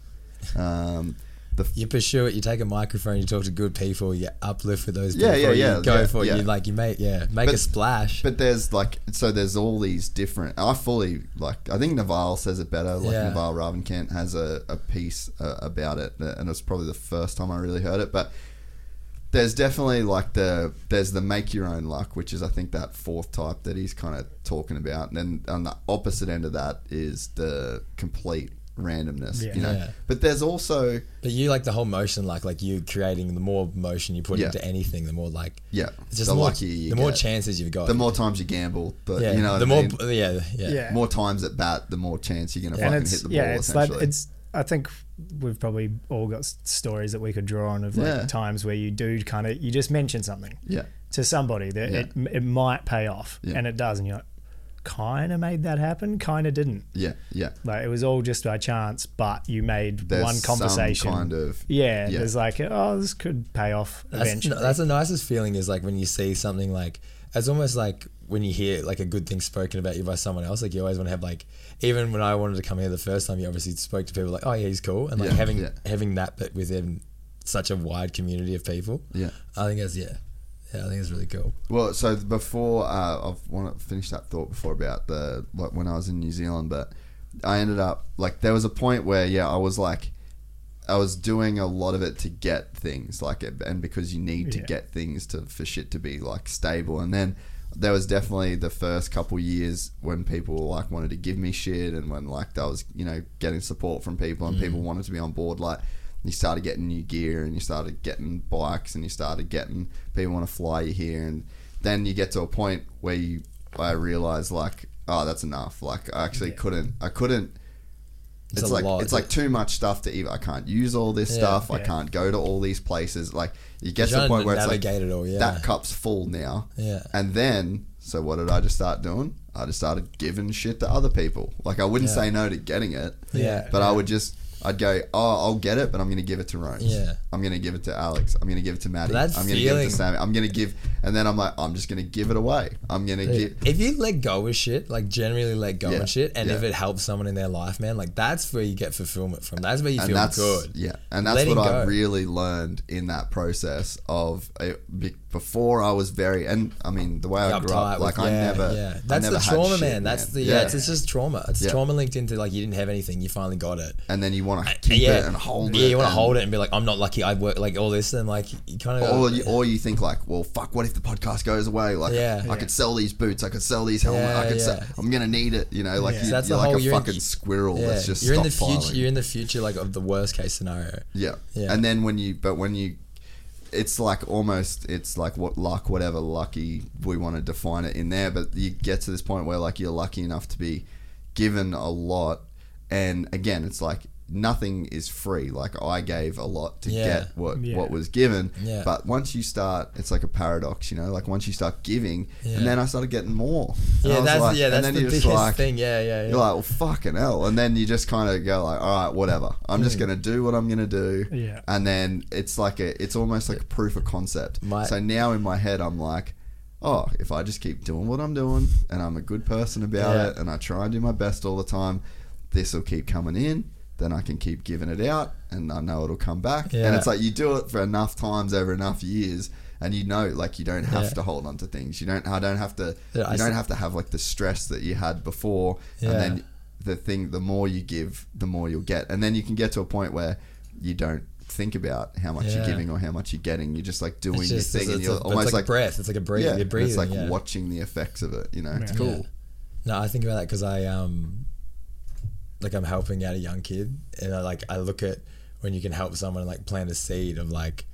Speaker 1: Um, the
Speaker 5: you pursue it. You take a microphone. You talk to good people. You uplift with those.
Speaker 1: Yeah,
Speaker 5: people,
Speaker 1: yeah, yeah,
Speaker 5: You go
Speaker 1: yeah,
Speaker 5: for it.
Speaker 1: yeah.
Speaker 5: You like you make yeah make a
Speaker 1: But-
Speaker 5: splash.
Speaker 1: But there's like so there's all these different. I fully like. I think Naval says it better. Like
Speaker 5: Yeah.
Speaker 1: Naval Ravikant has a a piece uh, about it, uh, and it's probably the first time I really heard it. But there's definitely like the there's the make your own luck, which is I think that fourth type that he's kind of talking about, and then on the opposite end of that is the complete randomness.
Speaker 3: Yeah.
Speaker 1: You know,
Speaker 5: Yeah.
Speaker 1: but there's also
Speaker 5: But you like the whole motion, like like you creating the more motion you put
Speaker 1: Yeah.
Speaker 5: into anything, the more like
Speaker 1: yeah,
Speaker 5: it's just
Speaker 1: the
Speaker 5: more,
Speaker 1: luckier you
Speaker 5: the more
Speaker 1: get.
Speaker 5: chances you've got.
Speaker 1: the more times you gamble, the,
Speaker 5: yeah,
Speaker 1: you know, what
Speaker 5: the
Speaker 1: I
Speaker 5: more
Speaker 1: mean?
Speaker 5: yeah, yeah
Speaker 3: Yeah.
Speaker 1: more times at bat, the more chance you're gonna
Speaker 5: Yeah.
Speaker 3: and
Speaker 1: fucking
Speaker 3: it's
Speaker 1: hit the ball.
Speaker 3: yeah, it's like
Speaker 1: essentially.
Speaker 3: it's. I think we've probably all got s- stories that we could draw on of like
Speaker 1: Yeah.
Speaker 3: times where you do kind of you just mention something
Speaker 1: yeah,
Speaker 3: to somebody that
Speaker 1: Yeah.
Speaker 3: it it might pay off
Speaker 1: Yeah.
Speaker 3: and it does, and you're like, kind of made that happen, kind of didn't.
Speaker 1: yeah, yeah.
Speaker 3: Like it was all just by chance, but you made
Speaker 1: There's
Speaker 3: one conversation.
Speaker 1: some kind of
Speaker 3: yeah,
Speaker 1: yeah.
Speaker 3: there's like, oh, this could pay off
Speaker 5: That's,
Speaker 3: eventually.
Speaker 5: that's the nicest feeling is like when you see something like it's almost like when you hear like a good thing spoken about you by someone else. Like you always want to have like even when I wanted to come here the first time, you obviously spoke to people like, oh yeah, he's cool, and like
Speaker 1: Yeah,
Speaker 5: having
Speaker 1: yeah.
Speaker 5: having that but within such a wide community of people.
Speaker 1: Yeah.
Speaker 5: I think that's yeah, yeah, I think it's really cool.
Speaker 1: Well, so before uh, I want to finish that thought before about the like when I was in New Zealand, but I ended up like there was a point where yeah, I was like, I was doing a lot of it to get things like it, and because you need to
Speaker 3: Yeah.
Speaker 1: get things to for shit to be like stable, and then there was definitely the first couple years when people like wanted to give me shit and when like that was you know getting support from people and people wanted to be on board like you started getting new gear and you started getting bikes and you started getting people want to fly you here and then you get to a point where you I realize like oh that's enough like I actually couldn't I couldn't It's,
Speaker 5: a
Speaker 1: like
Speaker 5: lot,
Speaker 1: it's like too much stuff to even. I can't use all this
Speaker 5: Yeah.
Speaker 1: stuff. I
Speaker 5: Yeah.
Speaker 1: can't go to all these places. Like you
Speaker 5: You're
Speaker 1: get to the
Speaker 5: trying
Speaker 1: point
Speaker 5: to
Speaker 1: where it's like
Speaker 5: navigate it all, yeah.
Speaker 1: that cup's full now.
Speaker 5: Yeah.
Speaker 1: And then so what did I just start doing? I just started giving shit to other people. Like I wouldn't
Speaker 5: Yeah.
Speaker 1: say no to getting it.
Speaker 5: Yeah.
Speaker 1: But I would just I'd go, oh, I'll get it, but I'm gonna give it to Rose.
Speaker 5: Yeah.
Speaker 1: I'm gonna give it to Alex. I'm gonna give it to Maddie.
Speaker 5: But that
Speaker 1: I'm gonna give it
Speaker 5: feeling-
Speaker 1: to Sammy. I'm gonna give, and then I'm like, I'm just gonna give it away. I'm gonna give.
Speaker 5: Dude, if you let go of shit, like generally let go
Speaker 1: Yeah,
Speaker 5: of shit, and if
Speaker 1: yeah.
Speaker 5: it helps someone in their life, man, like that's where you get fulfillment from. That's where you feel
Speaker 1: that's,
Speaker 5: good.
Speaker 1: Yeah, and that's
Speaker 5: Letting
Speaker 1: what I
Speaker 5: go.
Speaker 1: really learned in that process of it, be- before I was very and I mean the way I grew
Speaker 5: Uptight
Speaker 1: up,
Speaker 5: with-
Speaker 1: like I
Speaker 5: yeah,
Speaker 1: never,
Speaker 5: yeah.
Speaker 1: I
Speaker 5: That's
Speaker 1: never
Speaker 5: the
Speaker 1: had
Speaker 5: trauma,
Speaker 1: shit,
Speaker 5: man. That's the yeah. It's, it's just trauma. It's
Speaker 1: Yeah.
Speaker 5: trauma linked into like you didn't have anything, you finally got it.
Speaker 1: and then you want to keep
Speaker 5: yeah,
Speaker 1: it and hold
Speaker 5: yeah,
Speaker 1: it.
Speaker 5: you want to
Speaker 1: and-
Speaker 5: hold it and be like, I'm not lucky. I work like all this, and like you kind of
Speaker 1: Or you, or you think like, well, fuck. What if the podcast goes away? Like,
Speaker 5: Yeah.
Speaker 1: I
Speaker 5: Yeah.
Speaker 1: could sell these boots. I could sell these helmets.
Speaker 5: Yeah,
Speaker 1: I could.
Speaker 5: yeah.
Speaker 1: Sell, I'm gonna need it. You know, like
Speaker 5: Yeah.
Speaker 1: you,
Speaker 5: So that's the
Speaker 1: are
Speaker 5: whole-
Speaker 1: like a
Speaker 5: you're in-
Speaker 1: fucking squirrel. that's just
Speaker 5: you're in the future.
Speaker 1: stockpiling.
Speaker 5: You're in the future, like of the worst case scenario.
Speaker 1: Yeah.
Speaker 5: Yeah.
Speaker 1: And then when you, but when you, it's like almost, it's like what luck, whatever lucky we want to define it in there. But you get to this point where like you're lucky enough to be given a lot. And again, it's like nothing is free. Like I gave a lot to
Speaker 5: Yeah.
Speaker 1: get what,
Speaker 5: Yeah.
Speaker 1: what was given.
Speaker 5: Yeah.
Speaker 1: But once you start, it's like a paradox, you know, like once you start giving
Speaker 5: Yeah.
Speaker 1: and then I started getting more. And I
Speaker 5: Yeah,
Speaker 1: was
Speaker 5: that's
Speaker 1: like-
Speaker 5: yeah,
Speaker 1: and
Speaker 5: that's
Speaker 1: then
Speaker 5: the
Speaker 1: you're just
Speaker 5: biggest
Speaker 1: like,
Speaker 5: thing. Yeah, yeah, yeah.
Speaker 1: you're like, well, fucking hell. And then you just kind of go like, all right, whatever. I'm just going to do what I'm going to do.
Speaker 5: Mm. Yeah.
Speaker 1: And then it's like a, it's almost like a proof of concept.
Speaker 5: My-
Speaker 1: so now in my head, I'm like, oh, if I just keep doing what I'm doing and I'm a good person about
Speaker 5: Yeah.
Speaker 1: it and I try and do my best all the time, this will keep coming in. Then I can keep giving it out and I know it'll come back. And
Speaker 5: Yeah.
Speaker 1: it's like you do it for enough times over enough years. And you know, like you don't have
Speaker 5: Yeah.
Speaker 1: to hold on to things. You don't. I don't have to.
Speaker 5: Yeah, I
Speaker 1: you don't
Speaker 5: s-
Speaker 1: have to have like the stress that you had before. And then
Speaker 5: Yeah.
Speaker 1: the thing the more you give the more you'll get and then you can get to a point where you don't think about how much you're
Speaker 5: Yeah.
Speaker 1: giving or how much you're getting you're just like doing
Speaker 5: It's
Speaker 1: your
Speaker 5: just-
Speaker 1: thing
Speaker 5: it's-
Speaker 1: and
Speaker 5: it's
Speaker 1: you're
Speaker 5: a- it's
Speaker 1: almost
Speaker 5: like
Speaker 1: like
Speaker 5: breath. It's like a breath.
Speaker 1: yeah,
Speaker 5: You're
Speaker 1: and it's
Speaker 5: breathing,
Speaker 1: like
Speaker 5: yeah.
Speaker 1: watching the effects of it you know it's
Speaker 5: Yeah.
Speaker 1: cool
Speaker 5: No, I think about that because I um, like I'm helping out a young kid, and I like I look at when you can help someone like plant a seed of like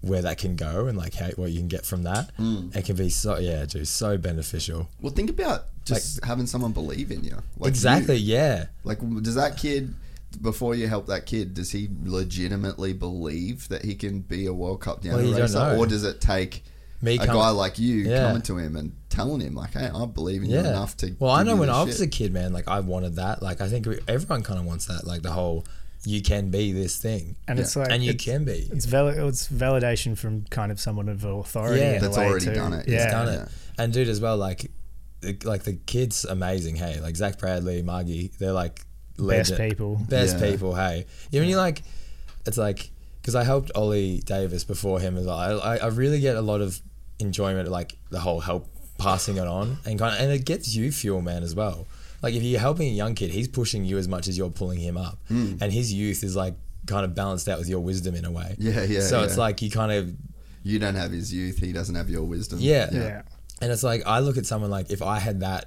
Speaker 5: where that can go and like how what you can get from that.
Speaker 1: Mm.
Speaker 5: It can be so yeah, dude, so beneficial.
Speaker 1: well think about just having someone believe in you like
Speaker 5: exactly,
Speaker 1: you.
Speaker 5: yeah.
Speaker 1: like does that kid before you help that kid does he legitimately believe that he can be a world cup down
Speaker 5: Well, you don't
Speaker 1: racer
Speaker 5: know.
Speaker 1: or does it take
Speaker 5: Me
Speaker 1: a
Speaker 5: coming-
Speaker 1: guy like you
Speaker 5: Yeah.
Speaker 1: coming to him and telling him like hey i believe in you enough to
Speaker 5: Well, I
Speaker 1: give
Speaker 5: know
Speaker 1: you
Speaker 5: when
Speaker 1: this
Speaker 5: I
Speaker 1: shit."
Speaker 5: was a kid, man, like I wanted that. Like I think we- everyone kind of wants that. Like the whole, you can be this thing,
Speaker 3: And it's like
Speaker 5: and you
Speaker 3: it's-
Speaker 5: can be.
Speaker 3: It's, valid, it's validation from kind of someone of authority.
Speaker 5: Yeah.
Speaker 3: in a
Speaker 5: That's
Speaker 3: way
Speaker 1: already
Speaker 3: too.
Speaker 1: done it.
Speaker 3: Yeah,
Speaker 5: He's done it. And dude, as well, like, the- like the kids, amazing. Hey, like Zach Bradley, Margie, they're like
Speaker 3: Best
Speaker 5: legend-
Speaker 3: people.
Speaker 5: best
Speaker 3: Yeah.
Speaker 5: people. Hey, you know, when you like, it's like because I helped Ollie Davis before him as well. I, I, I really get a lot of enjoyment, like the whole help passing it on and kind of, and it gets you fuel, man, as well. Like if you're helping a young kid, he's pushing you as much as you're pulling him up,
Speaker 1: Mm.
Speaker 5: and his youth is like kind of balanced out with your wisdom in a way.
Speaker 1: Yeah, yeah,
Speaker 5: So it's
Speaker 1: yeah.
Speaker 5: like you kind of
Speaker 1: you don't have his youth, he doesn't have your wisdom.
Speaker 5: Yeah. And it's like I look at someone like if I had that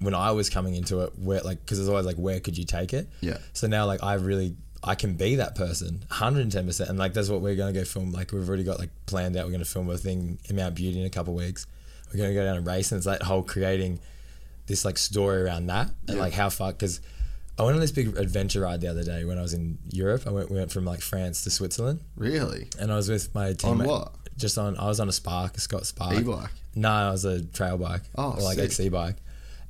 Speaker 5: when I was coming into it, where like because it's always like where could you take it?
Speaker 1: Yeah.
Speaker 5: So now like I really I can be that person, hundred and ten percent, and like that's what we're gonna go film. Like we've already got like planned out. We're gonna film a thing in Mount Beauty in a couple weeks. We're gonna go down and race, and it's that whole creating this like story around that and
Speaker 1: Yeah.
Speaker 5: like how far because. I went on this big adventure ride the other day when I was in Europe. I went, we went from like France to Switzerland.
Speaker 1: Really?
Speaker 5: And I was with my teammate.
Speaker 1: what?
Speaker 5: Just on. I was on a Spark, a Scott Spark.
Speaker 1: E-bike?
Speaker 5: No, I was a trail bike.
Speaker 1: Oh,
Speaker 5: or like
Speaker 1: sick.
Speaker 5: XC bike.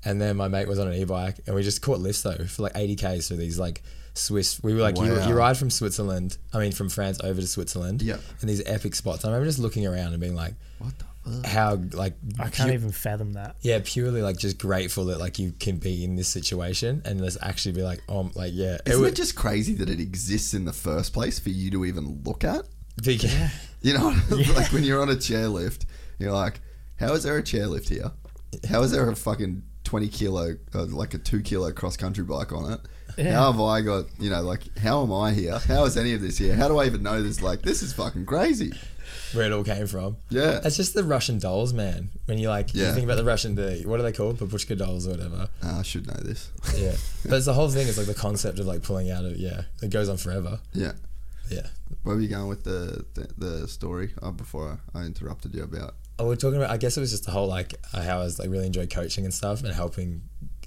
Speaker 5: And then my mate was on an e-bike, and we just caught lifts though for like 80 k's through these like Swiss. We were like, you,
Speaker 1: Wow.
Speaker 5: you ride from Switzerland, I mean from France over to Switzerland,
Speaker 1: Yeah.
Speaker 5: and these epic spots. I remember just looking around and being like,
Speaker 1: What the fuck?
Speaker 5: how like
Speaker 3: I can't
Speaker 5: pu-
Speaker 3: even fathom that.
Speaker 5: yeah, purely like just grateful that like you can be in this situation and let's actually be like, um, like yeah, it
Speaker 1: Isn't
Speaker 5: wa-
Speaker 1: it just crazy that it exists in the first place for you to even look at?
Speaker 5: big-
Speaker 1: You know, like when you're on a chairlift, you're like, how is there a chairlift here? How is there a fucking 20 kilo, uh, like a two kilo cross country bike on it?
Speaker 3: Yeah.
Speaker 1: How have I got, you know, like, how am I here? How is any of this here? How do I even know this? Like, this is fucking crazy.
Speaker 5: where it all came from.
Speaker 1: Yeah.
Speaker 5: It's just the Russian dolls, man. When you like,
Speaker 1: Yeah.
Speaker 5: you think about the Russian, the, what are they called? Babushka dolls or whatever.
Speaker 1: Ah, I should know this.
Speaker 5: Yeah. but it's the whole thing. It's like the concept of like pulling out of, yeah, it goes on forever.
Speaker 1: Yeah.
Speaker 5: Yeah.
Speaker 1: Where were you going with the, the, the story uh, before I, I interrupted you about
Speaker 5: Oh, we're talking about, I guess it was just the whole like uh, how I was like really enjoy coaching and stuff and helping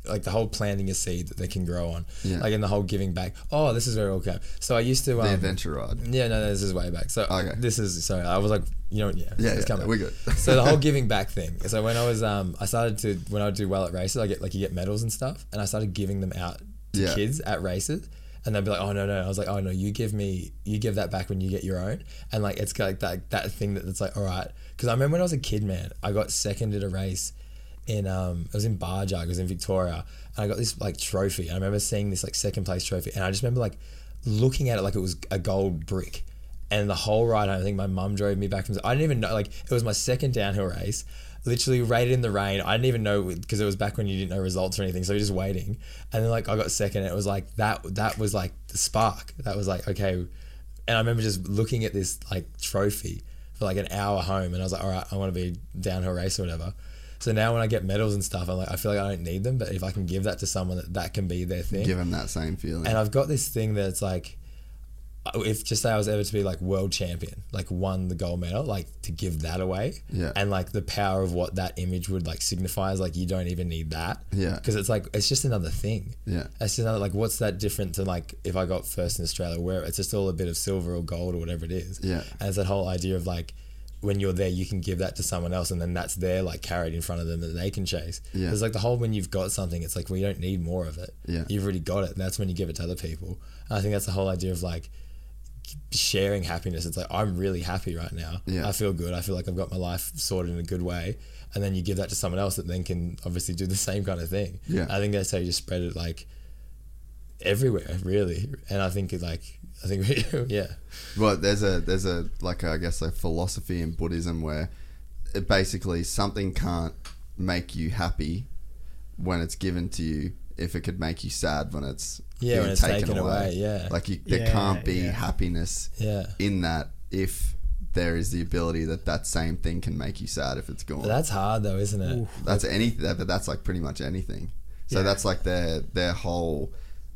Speaker 5: like the whole planting a seed that they can grow on,
Speaker 1: Yeah.
Speaker 5: like in the whole giving back. Oh, this is where it all came. So I used to um,
Speaker 1: The adventure ride.
Speaker 5: Yeah, no, no, this is way back. So this is sorry, I was like, you know, yeah,
Speaker 1: Yeah,
Speaker 5: it's
Speaker 1: yeah,
Speaker 5: coming.
Speaker 1: we're good.
Speaker 5: so the whole giving back thing. So when I was um, I started to when I would do well at races, I get like you get medals and stuff, and I started giving them out to
Speaker 1: Yeah.
Speaker 5: kids at races. And they'd be like, "Oh no, no!" I was like, "Oh no, you give me, you give that back when you get your own." And like, it's got, like that that thing that it's like, all right, because I remember when I was a kid, man, I got second at a race in um it was in Barjag, it was in Victoria, and I got this like trophy. And I remember seeing this like second place trophy, and I just remember like looking at it like it was a gold brick. And the whole ride, home, I think my mum drove me back from. I didn't even know like it was my second downhill race. Literally rated in the rain. I didn't even know because it was back when you didn't know results or anything, so you're just waiting. And then like I got second, and it was like that. That was like the spark. That was like okay. And I remember just looking at this like trophy for like an hour home, and I was like, all right, I want to be downhill race or whatever. So now when I get medals and stuff, I'm like, I feel like I don't need them, but if I can give that to someone, that, that can be their thing.
Speaker 1: Give them that same feeling.
Speaker 5: And I've got this thing that it's like, uh, if just say I was ever to be like world champion, like won the gold medal, like to give that away,
Speaker 1: Yeah.
Speaker 5: and like the power of what that image would like signify is like you don't even need that,
Speaker 1: Yeah.
Speaker 5: because it's like it's just another thing,
Speaker 1: Yeah.
Speaker 5: it's just another like what's that different than like if I got first in Australia, where it's just all a bit of silver or gold or whatever it is,
Speaker 1: Yeah.
Speaker 5: and it's that whole idea of like when you're there, you can give that to someone else, and then that's there like carried in front of them that they can chase.
Speaker 1: Yeah.
Speaker 5: It's like the whole when you've got something, it's like well you don't need more of it.
Speaker 1: Yeah.
Speaker 5: You've already got it. That's when you give it to other people. And I think that's the whole idea of like sharing happiness. It's like I'm really happy right now.
Speaker 1: Yeah.
Speaker 5: I feel good. I feel like I've got my life sorted in a good way. And then you give that to someone else that then can obviously do the same kind of thing.
Speaker 1: Yeah.
Speaker 5: I think that's how you just spread it like everywhere, really. And I think it like I think yeah.
Speaker 1: Well, there's a there's a like I guess a philosophy in Buddhism where it basically something can't make you happy when it's given to you if it could make you sad when it's
Speaker 5: Yeah,
Speaker 1: being
Speaker 5: when it's taken away, yeah.
Speaker 1: like you, there
Speaker 5: Yeah,
Speaker 1: can't be
Speaker 5: yeah.
Speaker 1: happiness
Speaker 5: Yeah.
Speaker 1: in that if there is the ability that that same thing can make you sad if it's gone.
Speaker 5: That's hard though, isn't it?
Speaker 1: That's any that, but that's like pretty much anything. So
Speaker 5: Yeah.
Speaker 1: that's like their their whole,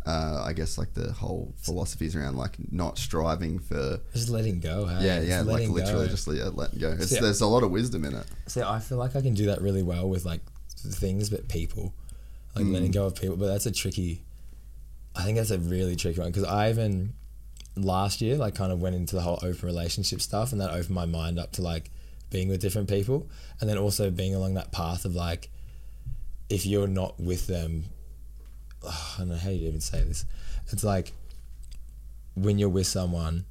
Speaker 1: uh, I guess like the whole philosophies around like not striving for.
Speaker 5: Just letting go, hey?
Speaker 1: Yeah,
Speaker 5: Just
Speaker 1: yeah, like
Speaker 5: letting
Speaker 1: literally
Speaker 5: go.
Speaker 1: just le- letting go. It's,
Speaker 5: See, I-
Speaker 1: there's a lot of wisdom in it.
Speaker 5: See, I feel like I can do that really well with like things, but people, like
Speaker 1: Mm.
Speaker 5: letting go of people. But that's a tricky. I think that's a really tricky one because I even last year like kind of went into the whole open relationship stuff, and that opened my mind up to like being with different people, and then also being along that path of like, if you're not with them, I don't know how you'd even say this. It's like when you're with someone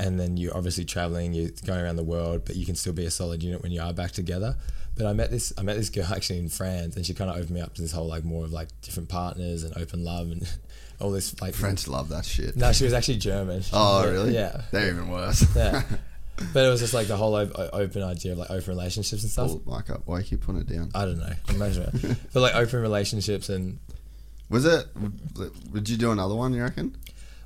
Speaker 5: and then you're obviously traveling, you're going around the world, but you can still be a solid unit when you are back together. But I met this I met this girl actually in France and she kind of opened me up to this whole like more of like different partners and open love and all this like
Speaker 1: French love that shit.
Speaker 5: No, she was actually German.
Speaker 1: Oh,
Speaker 5: Yeah,
Speaker 1: really?
Speaker 5: Yeah.
Speaker 1: They're even worse.
Speaker 5: Yeah. But it was just like the whole o- o- open idea of like open relationships and stuff.
Speaker 1: Hold the mic up. Why you keep putting it down?
Speaker 5: I don't know. I'm not sure. but like open relationships and
Speaker 1: Was it? Would you do another one? You reckon?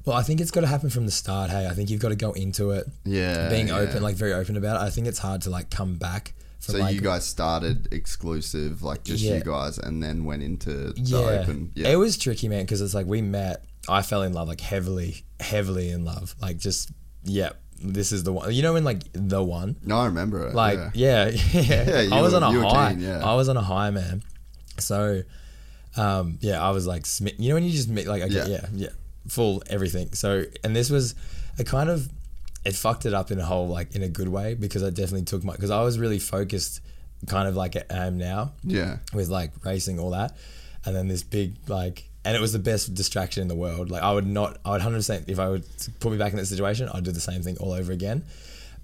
Speaker 5: Well, I think it's got to happen from the start. Hey, I think you've got to go into it.
Speaker 1: Yeah,
Speaker 5: Being
Speaker 1: yeah.
Speaker 5: open, like very open about it. I think it's hard to like come back. From,
Speaker 1: So
Speaker 5: like,
Speaker 1: you guys started exclusive, like just
Speaker 5: Yeah.
Speaker 1: you guys, and then went into the
Speaker 5: yeah.
Speaker 1: open. Yeah.
Speaker 5: It was tricky, man, because it's like we met. I fell in love like heavily, heavily in love. Like just yeah, this is the one. You know when like the one.
Speaker 1: no, I remember it.
Speaker 5: Like
Speaker 1: yeah.
Speaker 5: yeah, yeah.
Speaker 1: Yeah, you
Speaker 5: I was
Speaker 1: were-
Speaker 5: on
Speaker 1: you
Speaker 5: a
Speaker 1: were
Speaker 5: high.
Speaker 1: keen, yeah.
Speaker 5: I was on a high, man. So, um, yeah, I was like, smi- you know, when you just meet, like, okay,
Speaker 1: Yeah.
Speaker 5: yeah. yeah, full everything. So, and this was, it kind of, it fucked it up in a whole like in a good way because I definitely took my because I was really focused, kind of like I am now.
Speaker 1: Yeah.
Speaker 5: With like racing all that, and then this big like. And it was the best distraction in the world. Like I would not, I would hundred percent. If I would put me back in that situation, I'd do the same thing all over again.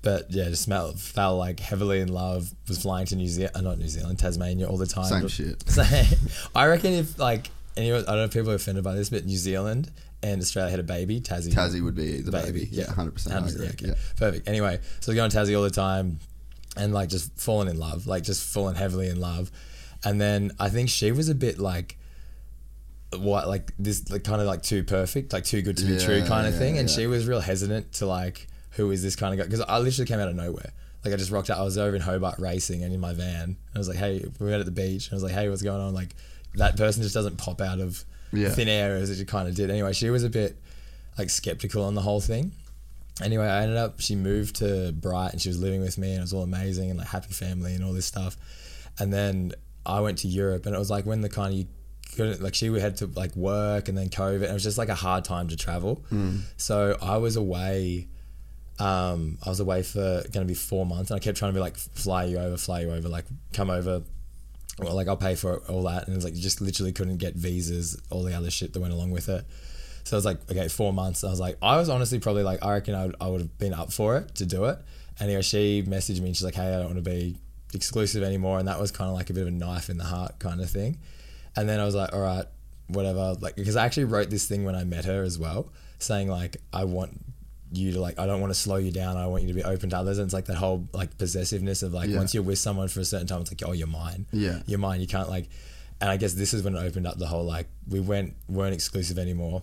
Speaker 5: But yeah, just fell, fell like heavily in love. Was flying to New Zealand, uh, not New Zealand, Tasmania all the time.
Speaker 1: Same
Speaker 5: Just-
Speaker 1: shit.
Speaker 5: Same. I reckon if like anyone, I don't know if people are offended by this, but New Zealand and Australia had a baby, Tassie.
Speaker 1: Tassie would be the baby. Yeah, 100%, I
Speaker 5: 100%,
Speaker 1: agree.
Speaker 5: okay.
Speaker 1: Yeah.
Speaker 5: Perfect. Anyway, so going to Tassie all the time, and like just falling in love, like just falling heavily in love, and then I think she was a bit like what like this like, kind of like too perfect, like too good to be
Speaker 1: Yeah,
Speaker 5: true kind of
Speaker 1: yeah,
Speaker 5: thing. And
Speaker 1: yeah.
Speaker 5: she was real hesitant to like, who is this kind of guy? Because I literally came out of nowhere. Like I just rocked out. I was over in Hobart racing and in my van. And I was like, hey, we met at the beach. And I was like, hey, what's going on? Like that person just doesn't pop out of
Speaker 1: Yeah.
Speaker 5: thin air as it kind of did. Anyway, she was a bit like skeptical on the whole thing. Anyway, I ended up she moved to Bright and she was living with me and it was all amazing and like happy family and all this stuff. And then I went to Europe and it was like when the kind of you couldn't like she had to like work and then COVID. And it was just like a hard time to travel.
Speaker 11: Mm.
Speaker 5: So I was away. Um, I was away for going to be four months, and I kept trying to be like, fly you over, fly you over, like come over. Well, like I'll pay for it, all that, and it was like you just literally couldn't get visas, all the other shit that went along with it. So I was like, okay, four months. I was like, I was honestly probably like, I reckon I would, I would have been up for it to do it. Anyway, she messaged me and she's like, hey, I don't want to be exclusive anymore. And that was kind of like a bit of a knife in the heart kind of thing. And then I was like, all right, whatever. Like, because I actually wrote this thing when I met her as well, saying like, I want you to like, I don't want to slow you down. I want you to be open to others. And it's like that whole like possessiveness of like,
Speaker 11: Yeah.
Speaker 5: once you're with someone for a certain time, it's like, oh, you're mine.
Speaker 11: Yeah.
Speaker 5: You're mine. You can't like, and I guess this is when it opened up the whole like, we went, weren't exclusive anymore.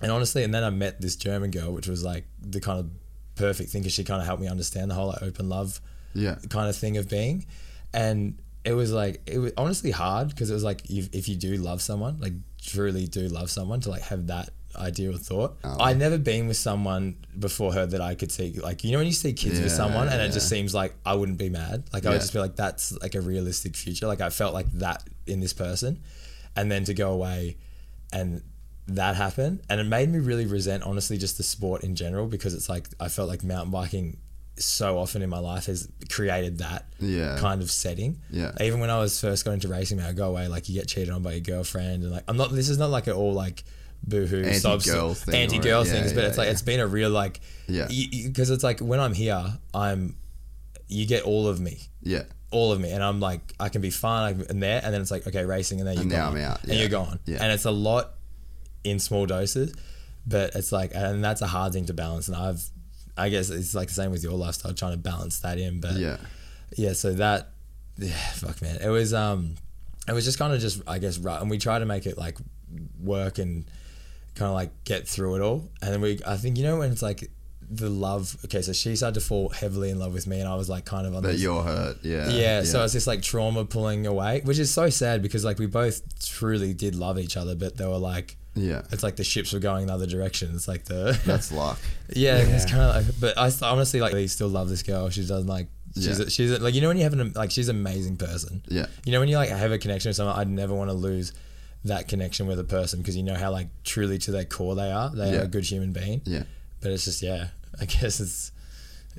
Speaker 5: And honestly, and then I met this German girl, which was like the kind of perfect thing because she kind of helped me understand the whole like open love
Speaker 11: Yeah.
Speaker 5: kind of thing of being. And it was like, it was honestly hard because it was like, if, if you do love someone, like truly do love someone, to like have that idea or thought.
Speaker 11: Oh,
Speaker 5: I'd never been with someone before her that I could see, like, you know, when you see kids with
Speaker 11: Yeah,
Speaker 5: someone and it
Speaker 11: yeah.
Speaker 5: just seems like I wouldn't be mad. Like, I
Speaker 11: Yeah.
Speaker 5: would just be like, that's like a realistic future. Like, I felt like that in this person. And then to go away and that happened and it made me really resent honestly just the sport in general because it's like i felt like mountain biking so often in my life has created that
Speaker 11: Yeah.
Speaker 5: kind of setting
Speaker 11: Yeah.
Speaker 5: even when i was first going into racing man i go away like you get cheated on by your girlfriend and like i'm not this is not like at all like boo-hoo
Speaker 11: Anti-girl thing or-
Speaker 5: anti-girl
Speaker 11: yeah,
Speaker 5: things but
Speaker 11: yeah,
Speaker 5: it's like
Speaker 11: yeah.
Speaker 5: it's been a real like
Speaker 11: Yeah.
Speaker 5: because it's like when i'm here i'm you get all of me
Speaker 11: Yeah.
Speaker 5: all of me and i'm like i can be fun I can, and there and then it's like okay racing and then you're
Speaker 11: And now
Speaker 5: gone
Speaker 11: I'm out,
Speaker 5: and
Speaker 11: yeah.
Speaker 5: you're gone
Speaker 11: Yeah.
Speaker 5: and it's a lot in small doses but it's like and that's a hard thing to balance and i've i guess it's like the same with your lifestyle trying to balance that in but
Speaker 11: Yeah.
Speaker 5: yeah so that yeah, fuck man it was um it was just kind of just i guess right and we try to make it like work and kind of like get through it all and then we i think you know when it's like the love okay so she started to fall heavily in love with me and i was like kind of on
Speaker 11: That
Speaker 5: this-
Speaker 11: you're hurt, yeah,
Speaker 5: yeah so
Speaker 11: yeah.
Speaker 5: it's just like trauma pulling away which is so sad because like we both truly did love each other but they were like
Speaker 11: Yeah.
Speaker 5: it's like the ships were going the other direction it's like the
Speaker 11: That's luck.
Speaker 5: yeah, it's
Speaker 11: Yeah.
Speaker 5: kind of like, but I st- honestly like really still love this girl. She doesn't like she's
Speaker 11: Yeah.
Speaker 5: a, she's a, like you know when you have an like she's an amazing person.
Speaker 11: Yeah.
Speaker 5: You know when you like have a connection with someone, I'd never want to lose that connection with a person because you know how like truly to their core they are. They
Speaker 11: Yeah.
Speaker 5: are a good human being.
Speaker 11: Yeah.
Speaker 5: But it's just yeah, I guess it's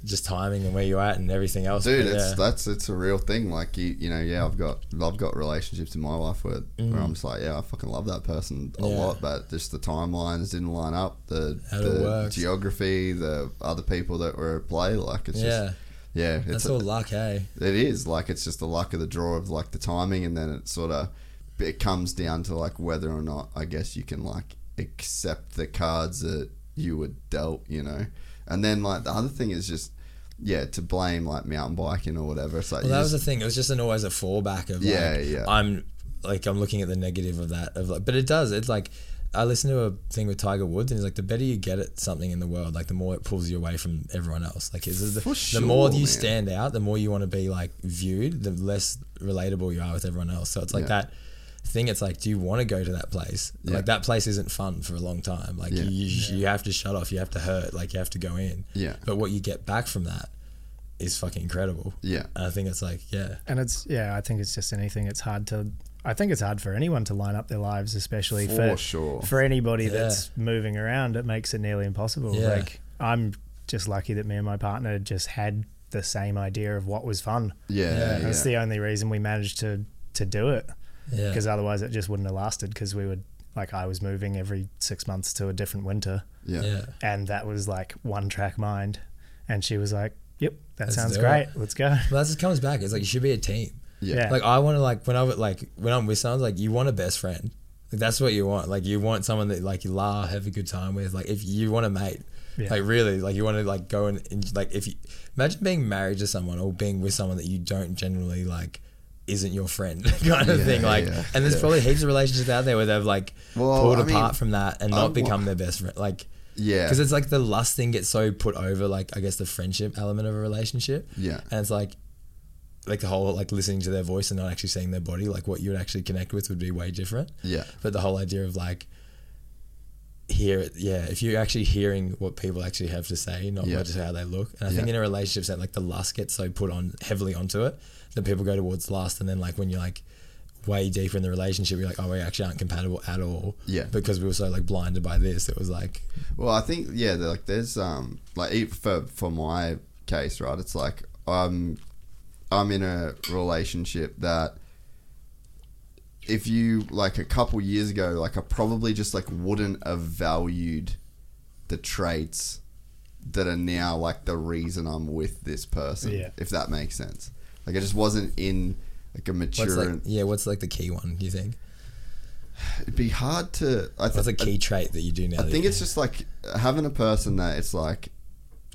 Speaker 5: just timing and where you're at and everything else.
Speaker 11: Dude,
Speaker 5: but,
Speaker 11: it's,
Speaker 5: yeah.
Speaker 11: that's it's a real thing. Like you, you know, yeah, I've got I've got relationships in my life where, where
Speaker 5: Mm.
Speaker 11: I'm just like, yeah, I fucking love that person a
Speaker 5: Yeah.
Speaker 11: lot, but just the timelines didn't line up, the
Speaker 5: How it
Speaker 11: the
Speaker 5: works.
Speaker 11: geography, the other people that were at play, like it's
Speaker 5: Yeah.
Speaker 11: just yeah, it's
Speaker 5: that's
Speaker 11: a-
Speaker 5: all luck, hey.
Speaker 11: It is like it's just the luck of the draw of like the timing, and then it sort of it comes down to like whether or not I guess you can like accept the cards that you were dealt, you know. And then like the other thing is just yeah to blame like mountain biking or whatever. It's like
Speaker 5: Well,
Speaker 11: you
Speaker 5: that was
Speaker 11: just-
Speaker 5: the thing. It was just an always a fallback of
Speaker 11: Yeah,
Speaker 5: like,
Speaker 11: yeah.
Speaker 5: I'm like I'm looking at the negative of that of like, but it does. It's like I listened to a thing with Tiger Woods, and he's like, the better you get at something in the world, like the more it pulls you away from everyone else. Like, is the,
Speaker 11: sure,
Speaker 5: the more you
Speaker 11: man.
Speaker 5: stand out, the more you want to be like viewed, the less relatable you are with everyone else. So it's like
Speaker 11: Yeah.
Speaker 5: that thing. It's like, do you want to go to that place?
Speaker 11: Yeah.
Speaker 5: Like that place isn't fun for a long time. Like
Speaker 11: Yeah.
Speaker 5: you, you, you have to shut off. You have to hurt. Like you have to go in.
Speaker 11: Yeah.
Speaker 5: But what you get back from that is fucking incredible.
Speaker 11: Yeah.
Speaker 5: And I think it's like, yeah.
Speaker 3: And it's yeah, I think it's just anything. It's hard to. I think it's hard for anyone to line up their lives, especially
Speaker 11: For
Speaker 3: for,
Speaker 11: sure.
Speaker 3: for anybody
Speaker 11: Yeah.
Speaker 3: that's moving around. It makes it nearly impossible.
Speaker 11: Yeah.
Speaker 3: Like I'm just lucky that me and my partner just had the same idea of what was fun.
Speaker 11: Yeah, Yeah.
Speaker 3: that's the only reason we managed to to do it.
Speaker 11: Yeah.
Speaker 3: because otherwise it just wouldn't have lasted. Because we would like I was moving every six months to a different winter.
Speaker 11: Yeah. Yeah.
Speaker 3: and that was like one track mind, and she was like, "Yep, that
Speaker 5: Let's
Speaker 3: sounds
Speaker 5: do
Speaker 3: great.
Speaker 5: it."
Speaker 3: Let's go."
Speaker 5: Well, that just comes back. It's like you should be a team.
Speaker 3: Yeah. Yeah.
Speaker 5: Like I want to like when I am like when I'm with someone like you want a best friend. Like that's what you want. Like you want someone that like you laugh, have a good time with. Like if you want a mate.
Speaker 11: Yeah.
Speaker 5: Like really, like you want to like go and, and like if you imagine being married to someone or being with someone that you don't generally like isn't your friend kind of
Speaker 11: Yeah,
Speaker 5: thing. Like
Speaker 11: yeah,
Speaker 5: and there's
Speaker 11: yeah.
Speaker 5: probably heaps of relationships out there where they've like
Speaker 11: Well,
Speaker 5: pulled
Speaker 11: I mean,
Speaker 5: apart from that and
Speaker 11: I
Speaker 5: not
Speaker 11: wa-
Speaker 5: become their best friend. Like
Speaker 11: Yeah.
Speaker 5: because it's like the lust thing gets so put over like I guess the friendship element of a relationship.
Speaker 11: Yeah.
Speaker 5: And it's like like the whole like listening to their voice and not actually seeing their body, like what you would actually connect with would be way different.
Speaker 11: Yeah.
Speaker 5: But the whole idea of like hear it yeah, if you're actually hearing what people actually have to say, not
Speaker 11: Yeah.
Speaker 5: just how they look. And I think
Speaker 11: Yeah.
Speaker 5: in a relationship that like the lust gets so put on heavily onto it that people go towards lust and then like when you're like way deeper in the relationship, you're like, oh, we actually aren't compatible at all.
Speaker 1: Yeah.
Speaker 5: Because we were so like blinded by this, it was like,
Speaker 1: Well, I think yeah, they're like there's um like e- for for my case, right? It's like um I'm in a relationship that if you like a couple years ago, like I probably just like wouldn't have valued the traits that are now like the reason I'm with this person.
Speaker 5: Yeah.
Speaker 1: If that makes sense. Like I just wasn't in like a
Speaker 5: what's
Speaker 1: mature
Speaker 5: like, yeah, what's like the key one? Do you think?
Speaker 1: It'd be hard to. I
Speaker 5: What's a key trait that you do now?
Speaker 1: I
Speaker 5: that
Speaker 1: think
Speaker 5: you-
Speaker 1: it's just like having a person that it's like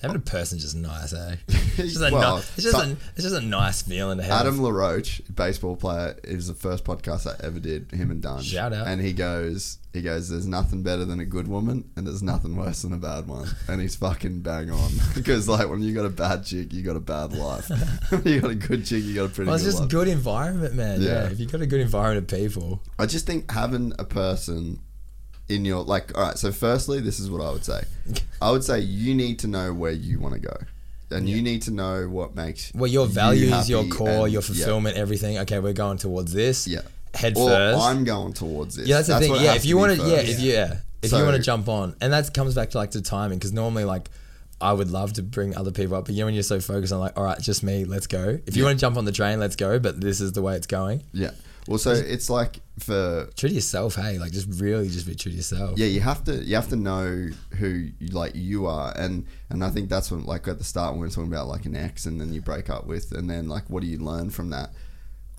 Speaker 5: having a person's just nice, eh? It's just, a, ni-
Speaker 1: Well,
Speaker 5: it's, just
Speaker 1: some-
Speaker 5: a, it's just a nice feeling to have.
Speaker 1: Adam LaRoche, baseball player, is the first podcast I ever did. Him and Dunge.
Speaker 5: Shout out.
Speaker 1: And he goes, he goes. There's nothing better than a good woman, and there's nothing worse than a bad one. And he's fucking bang on because like when you got a bad chick, you got a bad life. when you got a good chick, you got a pretty.
Speaker 5: well, it's
Speaker 1: good
Speaker 5: just
Speaker 1: life.
Speaker 5: good environment, man. Yeah.
Speaker 1: Yeah.
Speaker 5: If you've got a good environment of people,
Speaker 1: I just think having a person in your like all right, so firstly, this is what I would say. I would say you need to know where you want to go. And you need to know what makes
Speaker 5: well, your
Speaker 1: you
Speaker 5: values, your
Speaker 1: happy
Speaker 5: core,
Speaker 1: and-
Speaker 5: your
Speaker 1: yeah.
Speaker 5: fulfillment, everything. Okay, we're going towards this. Yeah. Head
Speaker 1: Or
Speaker 5: first.
Speaker 1: I'm going towards this.
Speaker 5: Yeah, that's the
Speaker 1: what
Speaker 5: thing.
Speaker 1: it
Speaker 5: Yeah,
Speaker 1: has
Speaker 5: if you
Speaker 1: be
Speaker 5: want to, yeah,
Speaker 1: first.
Speaker 5: if you, yeah, if you
Speaker 1: So-
Speaker 5: want to jump on, and that comes back to like the timing, because normally like I would love to bring other people up, but you know when you're so focused on like, all right, just me, let's go. If you
Speaker 1: Yeah.
Speaker 5: want to jump on the train, let's go. But this is the way it's going.
Speaker 1: Yeah. Well, so it's like for
Speaker 5: true to yourself, hey, like just really just be true to yourself.
Speaker 1: Yeah, you have to you have to know who you, like you are, and and I think that's when like at the start when we were talking about like an ex, and then you break up with, and then like what do you learn from that?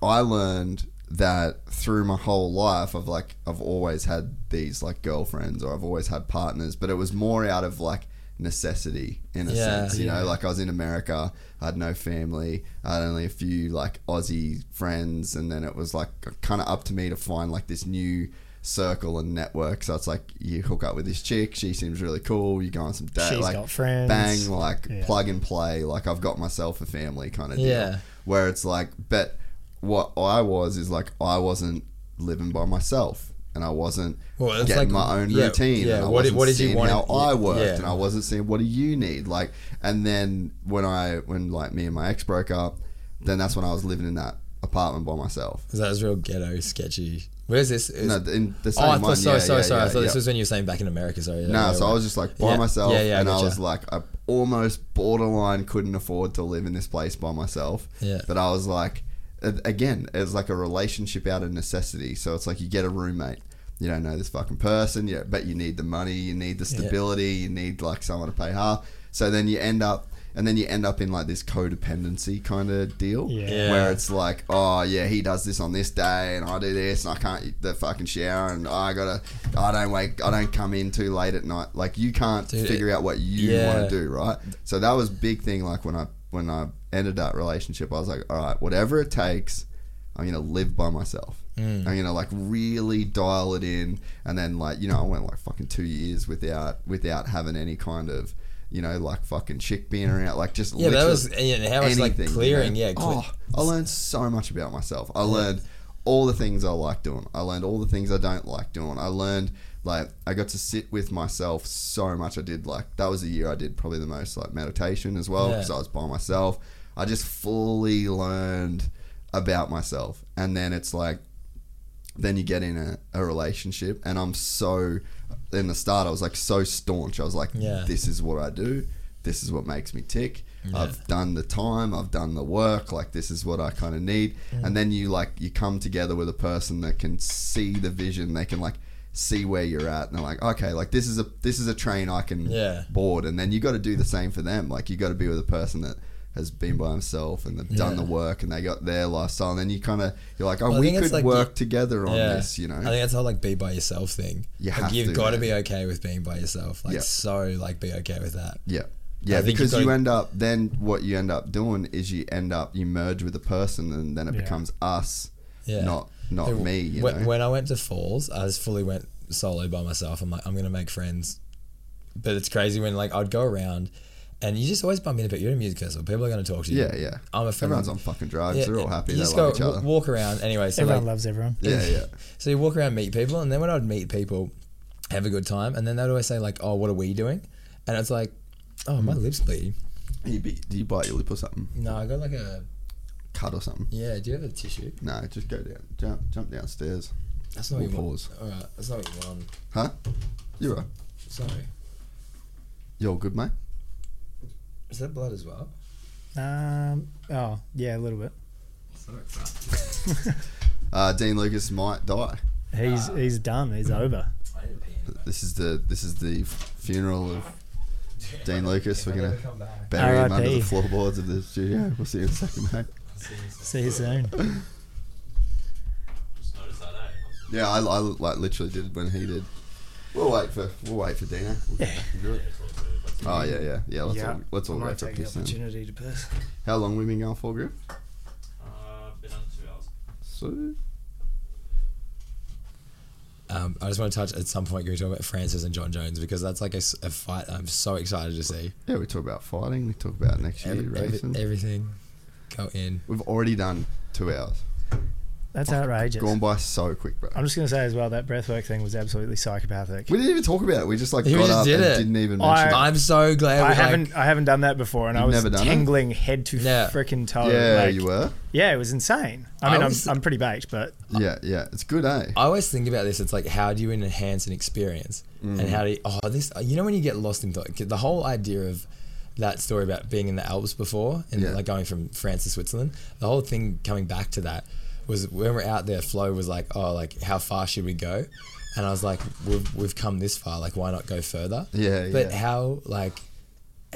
Speaker 1: I learned that through my whole life, I've like I've always had these like girlfriends, or I've always had partners, but it was more out of like necessity in a
Speaker 5: Yeah.
Speaker 1: sense, you
Speaker 5: Yeah.
Speaker 1: know, like I was in America, I had no family, I had only a few like Aussie friends, and then it was like kind of up to me to find like this new circle and network. So it's like you hook up with this chick, she seems really cool, you go on some date,
Speaker 3: She's
Speaker 1: like
Speaker 3: got friends.
Speaker 1: bang, like
Speaker 3: Yeah.
Speaker 1: plug and play, like I've got myself a family kind of deal.
Speaker 5: Yeah.
Speaker 1: Where it's like, but what I was is like I wasn't living by myself. And I wasn't
Speaker 5: Well, it's
Speaker 1: getting
Speaker 5: like-
Speaker 1: my own
Speaker 5: yeah,
Speaker 1: routine.
Speaker 5: yeah,
Speaker 1: And I
Speaker 5: what did-
Speaker 1: wasn't
Speaker 5: what did you
Speaker 1: seeing
Speaker 5: want-
Speaker 1: How I
Speaker 5: yeah,
Speaker 1: worked,
Speaker 5: yeah.
Speaker 1: and I wasn't seeing what do you need like and then when i when like me and my ex broke up then that's when i was living in that apartment by myself
Speaker 5: 'Cause that was real ghetto, sketchy. Where's this? Is-
Speaker 1: No, in the
Speaker 5: oh, I
Speaker 1: same
Speaker 5: thought,
Speaker 1: one,
Speaker 5: sorry,
Speaker 1: yeah,
Speaker 5: sorry,
Speaker 1: yeah,
Speaker 5: sorry. I
Speaker 1: yeah,
Speaker 5: thought this
Speaker 1: yeah.
Speaker 5: was when you were saying back in America. Sorry. yeah,
Speaker 1: no
Speaker 5: yeah,
Speaker 1: so i
Speaker 5: right.
Speaker 1: was just like by
Speaker 5: Yeah,
Speaker 1: myself
Speaker 5: Yeah, yeah.
Speaker 1: and i
Speaker 5: gotcha.
Speaker 1: was like i almost borderline couldn't afford to live in this place by myself
Speaker 5: Yeah.
Speaker 1: but i was like a- again it's like a relationship out of necessity so it's like you get a roommate you don't know this fucking person yeah but you need the money you need the
Speaker 5: Yeah.
Speaker 1: stability you need like someone to pay half so then you end up and then you end up in like this codependency kind of deal
Speaker 5: Yeah.
Speaker 1: where it's like, oh yeah, he does this on this day, and I do this, and I can't eat the fucking shower, and I gotta, I don't wake, I don't come in too late at night. Like you can't
Speaker 5: Dude,
Speaker 1: figure
Speaker 5: it-
Speaker 1: out what you
Speaker 5: yeah.
Speaker 1: want to do, right? So that was big thing. Like when I when I ended that relationship, I was like, all right, whatever it takes, I'm gonna live by myself.
Speaker 5: Mm.
Speaker 1: I'm gonna like really dial it in, and then like you know, I went like fucking two years without without having any kind of. You know, like fucking chick being around, like just
Speaker 5: Yeah, but that was-
Speaker 1: literally
Speaker 5: and how it's, like,
Speaker 1: anything, you know?
Speaker 5: clearing, yeah, cle-
Speaker 1: Oh, I learned so much about myself. I learned all the things I like doing. I learned all the things I don't like doing. I learned like I got to sit with myself so much. I did like that was the year I did probably the most like meditation as well
Speaker 5: Yeah.
Speaker 1: because I was by myself. I just fully learned about myself, and then it's like then you get in a, a relationship and i'm so in the start i was like so staunch i was like
Speaker 5: Yeah.
Speaker 1: this is what i do this is what makes me tick
Speaker 5: Yeah.
Speaker 1: i've done the time i've done the work like this is what i kind of need
Speaker 5: Mm.
Speaker 1: and then you like you come together with a person that can see the vision they can like see where you're at and they're like okay like this is a this is a train i can
Speaker 5: Yeah.
Speaker 1: board and then you got to do the same for them like you got to be with a person that has been by himself and they've done
Speaker 5: Yeah.
Speaker 1: the work and they got their lifestyle and then you kind of you're like oh
Speaker 5: Well, I
Speaker 1: we
Speaker 5: think it's
Speaker 1: could
Speaker 5: like
Speaker 1: work
Speaker 5: you-
Speaker 1: together on
Speaker 5: Yeah.
Speaker 1: this you know
Speaker 5: I think that's how like be by yourself thing.
Speaker 1: You
Speaker 5: like,
Speaker 1: have
Speaker 5: you've
Speaker 1: to,
Speaker 5: got to
Speaker 1: man.
Speaker 5: be okay with being by yourself. Like
Speaker 1: Yeah.
Speaker 5: so, like be okay with that.
Speaker 1: Yeah. Yeah,
Speaker 5: think
Speaker 1: because
Speaker 5: you've
Speaker 1: you
Speaker 5: gotta-
Speaker 1: end up then what you end up doing is you end up you merge with a person and then it
Speaker 5: Yeah.
Speaker 1: becomes us, not not
Speaker 5: Hey,
Speaker 1: me. You
Speaker 5: when,
Speaker 1: know?
Speaker 5: when I went to Falls, I just fully went solo by myself. I'm like, I'm gonna make friends, but it's crazy when like I'd go around, and you just always bump into people. You're at a music festival, people are gonna talk to you.
Speaker 1: yeah, yeah.
Speaker 5: I'm a friend.
Speaker 1: Everyone's on fucking drugs. They're all happy.
Speaker 5: You
Speaker 1: They
Speaker 5: just
Speaker 1: love
Speaker 5: go
Speaker 1: each other.
Speaker 5: w- walk around anyway. So
Speaker 3: Everyone
Speaker 5: like-
Speaker 3: loves everyone.
Speaker 1: Yeah, yeah.
Speaker 5: so you walk around, meet people, and then when I'd meet people, have a good time, and then they'd always say like, "Oh, what are we doing?" And it's
Speaker 1: Hmm.
Speaker 5: like, "Oh, my lips bleed."
Speaker 1: You be, do you bite your lip or something?
Speaker 5: No, I got like a
Speaker 1: cut or something.
Speaker 5: Yeah, do you have a tissue?
Speaker 1: No, just go down, jump, jump downstairs.
Speaker 5: That's not
Speaker 1: We'll
Speaker 5: what you
Speaker 1: pause.
Speaker 5: want. All right, that's not what you want.
Speaker 1: Huh? You're right.
Speaker 5: Sorry.
Speaker 1: You're good, mate.
Speaker 5: Is that blood as well?
Speaker 3: Um. Oh yeah, a little bit.
Speaker 5: Sorry,
Speaker 1: Uh, Dean Lucas might die.
Speaker 3: He's
Speaker 5: Ah.
Speaker 3: he's done. He's over.
Speaker 1: This is the this is the funeral of Dean Lucas. We're gonna bury him under the
Speaker 3: R.I.P..
Speaker 1: floorboards of the studio. We'll see you in a second, mate.
Speaker 3: See you soon.
Speaker 1: Yeah, I, I like literally did when he did. We'll wait for we'll wait for Dino. We'll get back and do it. Oh yeah, yeah, yeah. Let's all let's all
Speaker 12: I might
Speaker 1: wrap up
Speaker 12: take the
Speaker 1: this then.
Speaker 12: opportunity to piss.
Speaker 1: How long we been going for, group? So
Speaker 5: Um, I just want to touch at some point. Can we talk about Francis and John Jones because that's like a, s- a fight I'm so excited to see.
Speaker 1: yeah, we talk about fighting. We talk about next year
Speaker 5: Every- every-
Speaker 1: racing.
Speaker 5: everything go in.
Speaker 1: We've already done two hours. Oh,
Speaker 3: That's outrageous.
Speaker 1: Gone by so quick, bro.
Speaker 3: I'm just gonna say as well that breathwork thing was absolutely psychopathic.
Speaker 1: We didn't even talk about it. We just like
Speaker 5: Who
Speaker 1: got
Speaker 5: just
Speaker 1: up
Speaker 5: did
Speaker 1: and
Speaker 5: it?
Speaker 1: didn't even mention
Speaker 3: I,
Speaker 5: I'm so glad.
Speaker 3: I
Speaker 5: we, like-
Speaker 3: haven't I haven't done that before, and I
Speaker 1: You've
Speaker 3: was
Speaker 1: never done it?
Speaker 3: tingling head to
Speaker 5: Yeah.
Speaker 3: frickin'
Speaker 5: Oh,
Speaker 3: toe.
Speaker 1: Yeah,
Speaker 3: like-
Speaker 1: you were.
Speaker 3: Yeah, it was insane. I,
Speaker 5: I
Speaker 3: mean,
Speaker 5: was-
Speaker 3: I'm I'm pretty baked, but
Speaker 5: uh,
Speaker 1: it. Yeah, yeah. It's good, eh?
Speaker 5: I always think about this. It's like, how do you enhance an experience?
Speaker 1: Mm.
Speaker 5: And how do you, oh, this, you know, when you get lost in thought, 'cause the whole idea of that story about being in the Alps before and
Speaker 1: Yeah.
Speaker 5: like going from France to Switzerland, the whole thing coming back to that was when we're out there, Flo was like, oh, like, how far should we go? And I was like, we've, we've come this far. Like, why not go further?
Speaker 1: Yeah,
Speaker 5: But
Speaker 1: yeah.
Speaker 5: how, like,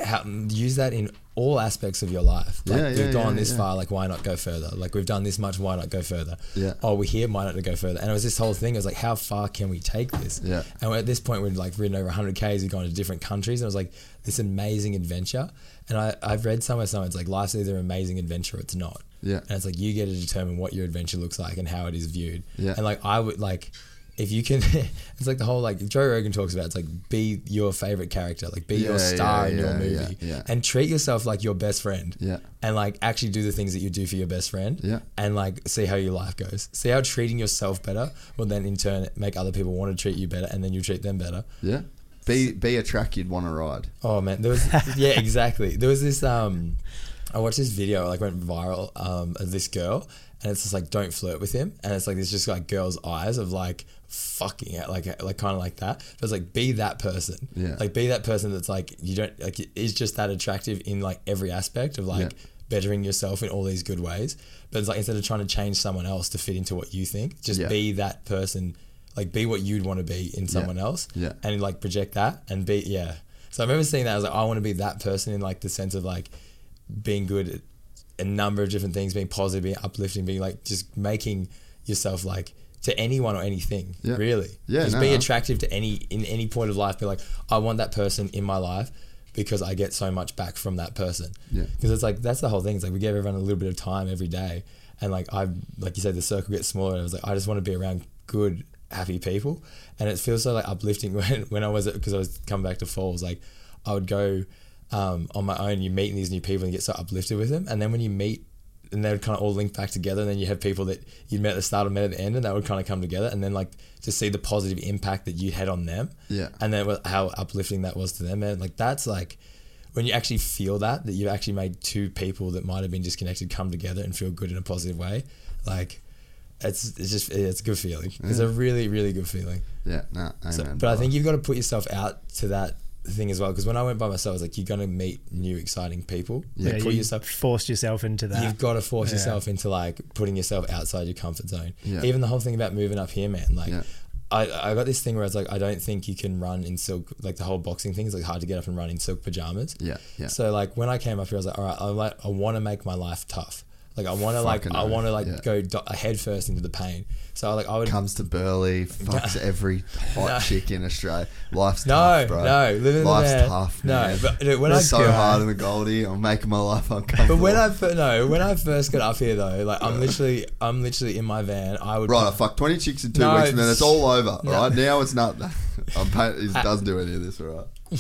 Speaker 5: how, use that in all aspects of your life. Like,
Speaker 1: Yeah,
Speaker 5: we've
Speaker 1: yeah,
Speaker 5: gone
Speaker 1: yeah,
Speaker 5: this
Speaker 1: yeah.
Speaker 5: far. Like, why not go further? Like, we've done this much. Why not go further?
Speaker 1: Yeah.
Speaker 5: oh, we're here, might not go further. And it was this whole thing. It was like, how far can we take this?
Speaker 1: Yeah.
Speaker 5: And at this point, we'd like ridden over 100 Ks, we'd gone to different countries. And it was like, this amazing adventure. And I, I've read somewhere, somewhere, it's like, life's either an amazing adventure or it's not.
Speaker 1: Yeah.
Speaker 5: And it's like, you get to determine what your adventure looks like and how it is viewed.
Speaker 1: Yeah.
Speaker 5: And like, I would like, if you can, it's like the whole like Joe Rogan talks about. It's like be your favorite character, like be
Speaker 1: Yeah,
Speaker 5: your star
Speaker 1: yeah,
Speaker 5: in your
Speaker 1: yeah, yeah,
Speaker 5: movie,
Speaker 1: yeah.
Speaker 5: and treat yourself like your best friend
Speaker 1: Yeah.
Speaker 5: and like actually do the things that you do for your best friend
Speaker 1: Yeah.
Speaker 5: and like see how your life goes see how treating yourself better will then in turn make other people want to treat you better and then you treat them better
Speaker 1: Yeah. Be be a track you'd want to ride.
Speaker 5: oh man there was yeah exactly there was this um i watched this video like went viral um of this girl and it's just like don't flirt with him and it's like there's just like girls eyes of like fucking it like like kind of like that but it's like be that person
Speaker 1: Yeah.
Speaker 5: like be that person that's like you don't like is just that attractive in like every aspect of like
Speaker 1: Yeah.
Speaker 5: bettering yourself in all these good ways. But it's like instead of trying to change someone else to fit into what you think, just
Speaker 1: Yeah.
Speaker 5: be that person, like be what you'd want to be in someone else,
Speaker 1: Yeah.
Speaker 5: and like project that and be yeah. So I remember seeing that I was like, oh, I want to be that person in like the sense of like being good at a number of different things, being positive, being uplifting, being like just making yourself like to anyone or anything,
Speaker 1: Yeah.
Speaker 5: really.
Speaker 1: Yeah,
Speaker 5: just
Speaker 1: no,
Speaker 5: be
Speaker 1: no.
Speaker 5: attractive to any in any point of life. Be like, I want that person in my life because I get so much back from that person.
Speaker 1: Yeah.
Speaker 5: Because it's like that's the whole thing. It's like we give everyone a little bit of time every day, and like I, like you said, the circle gets smaller. And I was like, I just want to be around good, happy people, and it feels so like uplifting when when I was because I was coming back to falls. Like I would go um, on my own. You meet these new people and you get so uplifted with them, and then when you meet. And they would kind of all link back together. And then you have people that you met at the start and met at the end, and that would kind of come together. And then, like, to see the positive impact that you had on them.
Speaker 1: Yeah.
Speaker 5: And then what- how uplifting that was to them. And, like, that's like, when you actually feel that that you've actually made two people that might have been disconnected come together and feel good in a positive way like it's it's just it's a good feeling it's
Speaker 3: Mm.
Speaker 5: a really really good feeling
Speaker 1: Yeah, no, amen.
Speaker 5: So- but i
Speaker 1: brother.
Speaker 5: think you've got to put yourself out to that thing as well because when i went by myself it's like you're going to meet new exciting people
Speaker 3: yeah,
Speaker 5: like
Speaker 3: you
Speaker 5: put yourself
Speaker 3: forced yourself into that.
Speaker 5: You've got to force
Speaker 3: Yeah.
Speaker 5: yourself into like putting yourself outside your comfort zone.
Speaker 3: Yeah.
Speaker 5: Even the whole thing about moving up here, man. Like,
Speaker 3: Yeah.
Speaker 5: I, I got this thing where it's like, I don't think you can run in silk, like the whole boxing thing is like hard to get up and run in silk pajamas.
Speaker 1: Yeah, yeah.
Speaker 5: So, like, when I came up here, I was like, all right, I, like, I want to make my life tough. Like, I want to, like,
Speaker 1: Fucking
Speaker 5: I want to,
Speaker 1: oath,
Speaker 5: like,
Speaker 1: yeah.
Speaker 5: go do- head first into the pain. So, like, I would.
Speaker 1: comes to Burley, fucks every hot
Speaker 5: No.
Speaker 1: chick in Australia. Life's
Speaker 5: No,
Speaker 1: tough, bro.
Speaker 5: no, living in
Speaker 1: life's
Speaker 5: there-
Speaker 1: tough.
Speaker 5: no,
Speaker 1: man.
Speaker 5: but, dude, when
Speaker 1: It's so
Speaker 5: I go-
Speaker 1: hard in the Goldie, I'm making my life uncomfortable.
Speaker 5: But when I fir- no, when I first got up here though, like I'm literally, I'm literally in my van. I would
Speaker 1: right, I fucked twenty chicks in two
Speaker 5: No,
Speaker 1: weeks, and then it's all over.
Speaker 5: no.
Speaker 1: Right now, it's not. I'm paying,
Speaker 5: Uh,
Speaker 1: it doesn't do any of this, all right?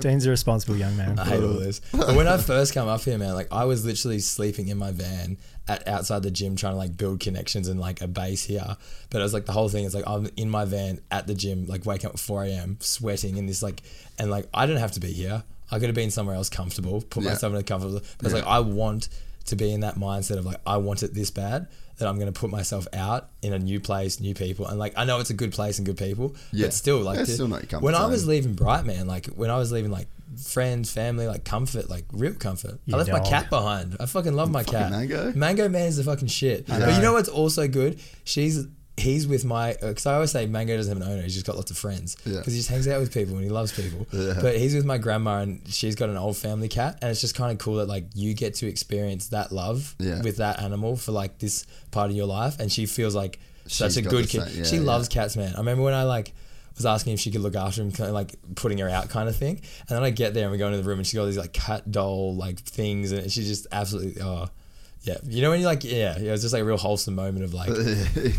Speaker 3: Dean's a responsible young man.
Speaker 5: I hate all this. But when I first come up here, man, like I was literally sleeping in my van at outside the gym, trying to like build connections and like a base here. But it was like the whole thing is like I'm in my van at the gym, like waking up at 4 a.m. sweating in this like, and like I don't have to be here. I could have been somewhere else comfortable, put
Speaker 1: Yeah.
Speaker 5: myself in a comfortable. But it's
Speaker 1: Yeah.
Speaker 5: like I want to be in that mindset of like I want it this bad that I'm going to put myself out in a new place, new people, and like I know it's a good place and good people,
Speaker 1: Yeah.
Speaker 5: but still like
Speaker 1: It's
Speaker 5: to-
Speaker 1: still not your comfort
Speaker 5: when I
Speaker 1: zone.
Speaker 5: was leaving Brightman, like when I was leaving like friends, family, like comfort, like real comfort.
Speaker 1: You
Speaker 5: I left
Speaker 1: dog.
Speaker 5: my cat behind. I fucking love my
Speaker 1: Fucking
Speaker 5: cat.
Speaker 1: Mango?
Speaker 5: Mango man is the fucking shit.
Speaker 1: I
Speaker 5: But you
Speaker 1: know.
Speaker 5: know what's also good? She's he's with my because I always say Mango doesn't have an owner. He's just got lots of friends because
Speaker 1: Yeah.
Speaker 5: he just hangs out with people and he loves people.
Speaker 1: Yeah.
Speaker 5: But he's with my grandma and she's got an old family cat and it's just kind of cool that like you get to experience that love
Speaker 1: Yeah.
Speaker 5: with that animal for like this part of your life and she feels like such
Speaker 1: She's
Speaker 5: a
Speaker 1: got
Speaker 5: good
Speaker 1: the
Speaker 5: kid.
Speaker 1: same- yeah,
Speaker 5: she
Speaker 1: yeah.
Speaker 5: loves cats, man. I remember when I like was asking if she could look after him, kind of like putting her out kind of thing. And then I get there and we go into the room and she got all these like cat doll like things and she just absolutely oh yeah. You know when you like yeah, yeah, it was just like a real wholesome moment of like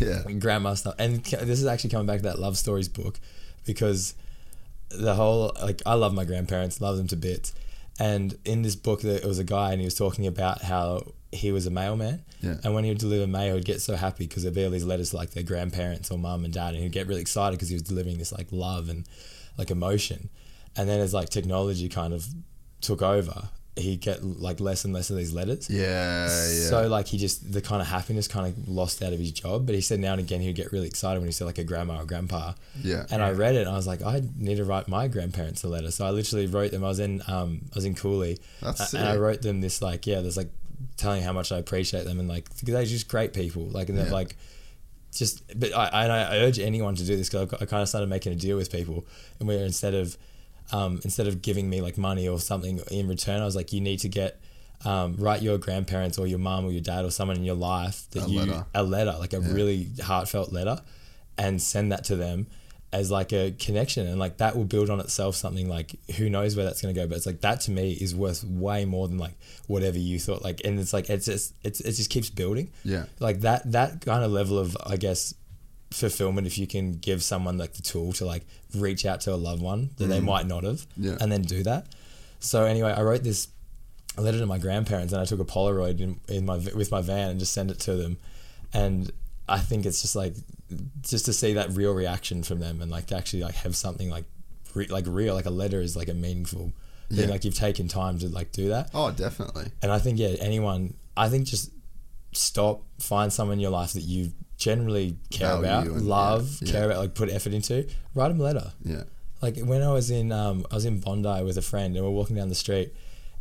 Speaker 1: yeah.
Speaker 5: grandma stuff. And ca- this is actually coming back to that love stories book because the whole like I love my grandparents, love them to bits. And in this book, there it was a guy and he was talking about how he was a mailman.
Speaker 1: Yeah.
Speaker 5: And when he would deliver mail, he'd get so happy because there'd be all these letters to, like their grandparents or mum and dad, and he'd get really excited because he was delivering this like love and like emotion. And then as like technology kind of took over, he'd get like less and less of these letters.
Speaker 1: Yeah,
Speaker 5: So
Speaker 1: yeah.
Speaker 5: like he just the kind of happiness kind of lost out of his job. But he said now and again he'd get really excited when he said like a grandma or grandpa.
Speaker 1: Yeah.
Speaker 5: And I read it and I was like, I need to write my grandparents a letter. So I literally wrote them. I was in um I was in Cooley.
Speaker 1: That's
Speaker 5: a- and I
Speaker 1: sick.
Speaker 5: wrote them this like yeah, there's like telling how much I appreciate them and like 'cause they're just great people. Like and they're
Speaker 1: Yeah.
Speaker 5: like just but I and I urge anyone to do this because I kind of started making a deal with people and where instead of um, instead of giving me like money or something in return, I was like, you need to get um, write your grandparents or your mum or your dad or someone in your life that
Speaker 1: A
Speaker 5: you
Speaker 1: letter.
Speaker 5: a letter like a really heartfelt letter and send that to them as like a connection and like that will build on itself something like who knows where that's going to go but it's like that to me is worth way more than like whatever you thought like and it's like it's just it's, it just keeps building
Speaker 1: Yeah.
Speaker 5: like that that kind of level of i guess fulfillment if you can give someone like the tool to like reach out to a loved one that they
Speaker 1: Mm.
Speaker 5: might not have
Speaker 1: Yeah.
Speaker 5: and then do that so anyway i wrote this letter to my grandparents and i took a polaroid in, in my with my van and just sent it to them and i think it's just like just to see that real reaction from them and like to actually like have something like re- like real like a letter is like a meaningful
Speaker 1: Yeah.
Speaker 5: thing like you've taken time to like do that
Speaker 1: Oh, definitely.
Speaker 5: and I think yeah, anyone. I think just stop, find someone in your life that you generally care
Speaker 1: Value
Speaker 5: about,
Speaker 1: and-
Speaker 5: love,
Speaker 1: yeah,
Speaker 5: care
Speaker 1: yeah.
Speaker 5: about, like put effort into. Write them a letter.
Speaker 1: Yeah.
Speaker 5: Like when I was in, um, I was in Bondi with a friend, and we're walking down the street,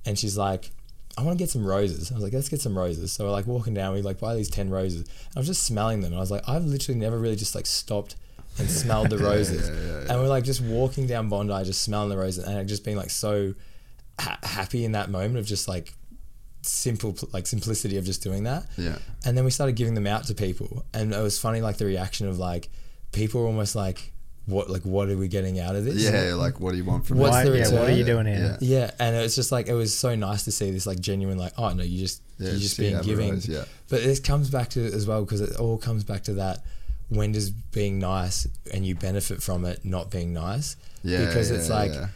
Speaker 5: and she's like. I want to get some roses. I was like, let's get some roses. So we're like walking down, we like buy these 10 roses. And I was just smelling them. And I was like, I've literally never really just like stopped and smelled the
Speaker 1: Yeah,
Speaker 5: roses.
Speaker 1: yeah, yeah, yeah.
Speaker 5: And we're like just walking down Bondi, just smelling the roses. And it just being like so ha- happy in that moment of just like simple like simplicity of just doing that
Speaker 1: Yeah.
Speaker 5: and then we started giving them out to people and it was funny like the reaction of like people were almost like what like what are we getting out of this
Speaker 1: Yeah, like, what do you want from
Speaker 5: what's
Speaker 1: me?
Speaker 5: the
Speaker 1: Yeah,
Speaker 5: return?
Speaker 1: what are you doing here?
Speaker 5: yeah. and it was just like it was so nice to see this like genuine like oh no you just
Speaker 1: Yeah,
Speaker 5: you're
Speaker 1: just
Speaker 5: just
Speaker 1: see
Speaker 5: being
Speaker 1: how it
Speaker 5: giving
Speaker 1: goes, yeah.
Speaker 5: but this comes back to it as well because it all comes back to that when does being nice and you benefit from it not being nice
Speaker 1: Yeah,
Speaker 5: because it's
Speaker 1: yeah,
Speaker 5: like
Speaker 1: yeah.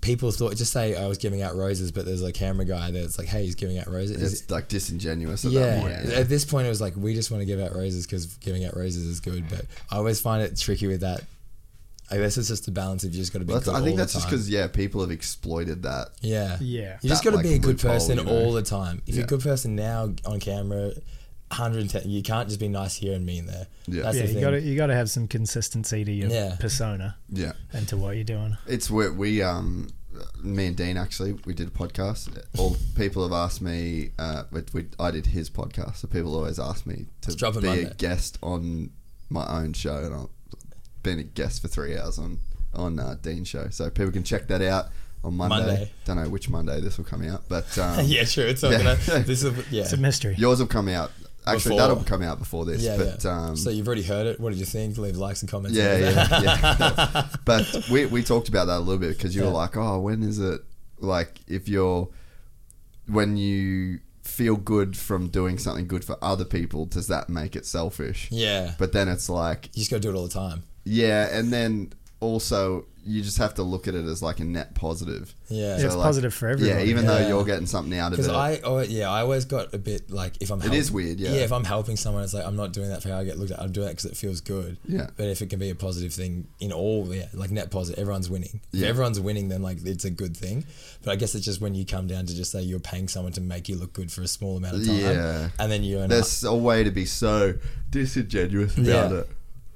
Speaker 5: people thought just say "Oh, I was giving out roses but there's a camera guy that's like hey he's giving out roses Is-
Speaker 1: It's like disingenuous at
Speaker 5: yeah.
Speaker 1: that point. Yeah.
Speaker 5: At this point, it was like we just want to give out roses because giving out roses is good. But I always find it tricky with that. I guess it's just the balance of you just got to be.
Speaker 1: Well, that's-
Speaker 5: good
Speaker 1: I
Speaker 5: all
Speaker 1: think
Speaker 5: the
Speaker 1: that's just
Speaker 5: time.
Speaker 1: because yeah, people have exploited that.
Speaker 5: Yeah.
Speaker 3: Yeah.
Speaker 5: You just
Speaker 1: That,
Speaker 5: got to be a
Speaker 1: like,
Speaker 5: good
Speaker 1: loophole,
Speaker 5: person
Speaker 1: you know?
Speaker 5: all the time. If you're
Speaker 1: Yeah.
Speaker 5: a good person now on camera, 110, you can't just be nice here and mean there. That's
Speaker 3: yeah,
Speaker 5: the
Speaker 3: you
Speaker 5: thing.
Speaker 3: got to you got to have some consistency to your
Speaker 5: Yeah.
Speaker 3: persona.
Speaker 1: Yeah.
Speaker 3: And to what you're doing.
Speaker 1: It's where we, um, me and Dean actually, we did a podcast. All people have asked me, uh, we, we, I did his podcast, so people always ask me
Speaker 5: Let's
Speaker 1: to
Speaker 5: drop it
Speaker 1: be a
Speaker 5: Monday.
Speaker 1: guest on my own show, and I've been a guest for three hours on on uh, Dean's show. So people can check that out on Monday.
Speaker 5: Monday.
Speaker 1: Don't know which Monday this will come out, but um,
Speaker 5: yeah, true. It's not gonna. This is yeah.
Speaker 1: Yours will come out. Actually,
Speaker 5: Before.
Speaker 1: that'll come out before this.
Speaker 5: Yeah,
Speaker 1: but
Speaker 5: yeah.
Speaker 1: Um,
Speaker 5: so you've already heard it. What did you think? Leave likes and comments.
Speaker 1: yeah, yeah, yeah. but we, we talked about that a little bit because you were
Speaker 5: Yeah.
Speaker 1: like, oh, when is it like if you're when you feel good from doing something good for other people, does that make it selfish?
Speaker 5: Yeah.
Speaker 1: But then it's like
Speaker 5: You just got to do it all the time.
Speaker 1: yeah, and then also you just have to look at it as like a net positive.
Speaker 5: Yeah.
Speaker 3: It's positive for everyone.
Speaker 1: Yeah, even though
Speaker 5: Yeah.
Speaker 1: you're getting something out of
Speaker 5: Because
Speaker 1: it.
Speaker 5: I, oh, yeah, I always got a bit like if I'm.
Speaker 1: It is weird, yeah.
Speaker 5: Yeah, if I'm helping someone, it's like I'm not doing that for how I get looked at. I'm doing that because it feels good.
Speaker 1: Yeah.
Speaker 5: But if it can be a positive thing in all, yeah, like net positive, everyone's winning.
Speaker 1: Yeah.
Speaker 5: If everyone's winning, then like it's a good thing. But I guess it's just when you come down to just say you're paying someone to make you look good for a small amount of time.
Speaker 1: yeah,
Speaker 5: And then you earn.
Speaker 1: There's a way to be so disingenuous about it.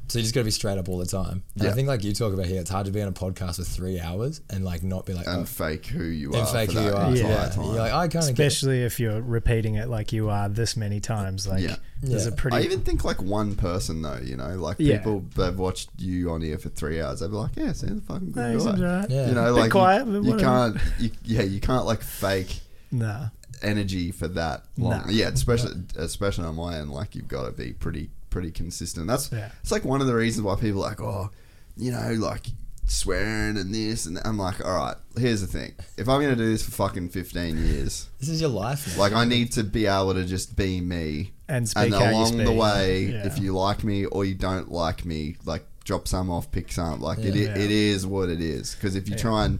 Speaker 5: So you just got to be straight up all the time. And
Speaker 1: Yeah.
Speaker 5: I think like you talk about here, it's hard to be on a podcast for three hours and like not be like
Speaker 1: And
Speaker 5: oh.
Speaker 1: fake who you
Speaker 5: and
Speaker 1: are
Speaker 5: fake
Speaker 1: for
Speaker 5: who you
Speaker 1: that
Speaker 5: are.
Speaker 1: entire
Speaker 5: Yeah.
Speaker 1: time.
Speaker 5: You're like I kind of get
Speaker 3: Especially if you're repeating it like you are this many times. Like,
Speaker 1: Yeah.
Speaker 3: there's a pretty.
Speaker 1: I even think like one person though, you know, like
Speaker 3: Yeah.
Speaker 1: people they've watched you on here for three hours, they'd be like, "Yeah, Sam's a fucking
Speaker 3: No,
Speaker 1: good
Speaker 3: he
Speaker 1: guy."
Speaker 3: seems alright.
Speaker 1: You know,
Speaker 3: Bit
Speaker 1: like you-
Speaker 3: quiet, but
Speaker 1: you,
Speaker 3: whatever.
Speaker 1: can't, you, yeah, you can't like fake
Speaker 3: Nah.
Speaker 1: energy for that long.
Speaker 3: Nah.
Speaker 1: Yeah, especially especially on my end, like you've got to be pretty pretty consistent. That's
Speaker 3: Yeah.
Speaker 1: it's like one of the reasons why people are like, oh, you know, like swearing and this and that. I'm like, all right, here's the thing: if I'm gonna do this for fucking 15 years.
Speaker 5: this is your life. man.
Speaker 1: Like I need to be able to just be me,
Speaker 3: And speak how you
Speaker 1: along the
Speaker 3: speak.
Speaker 1: way,
Speaker 3: Yeah.
Speaker 1: if you like me or you don't like me, like drop some off, pick some. Like it,
Speaker 3: Yeah.
Speaker 1: it is what it is. Because if you
Speaker 3: Yeah.
Speaker 1: try and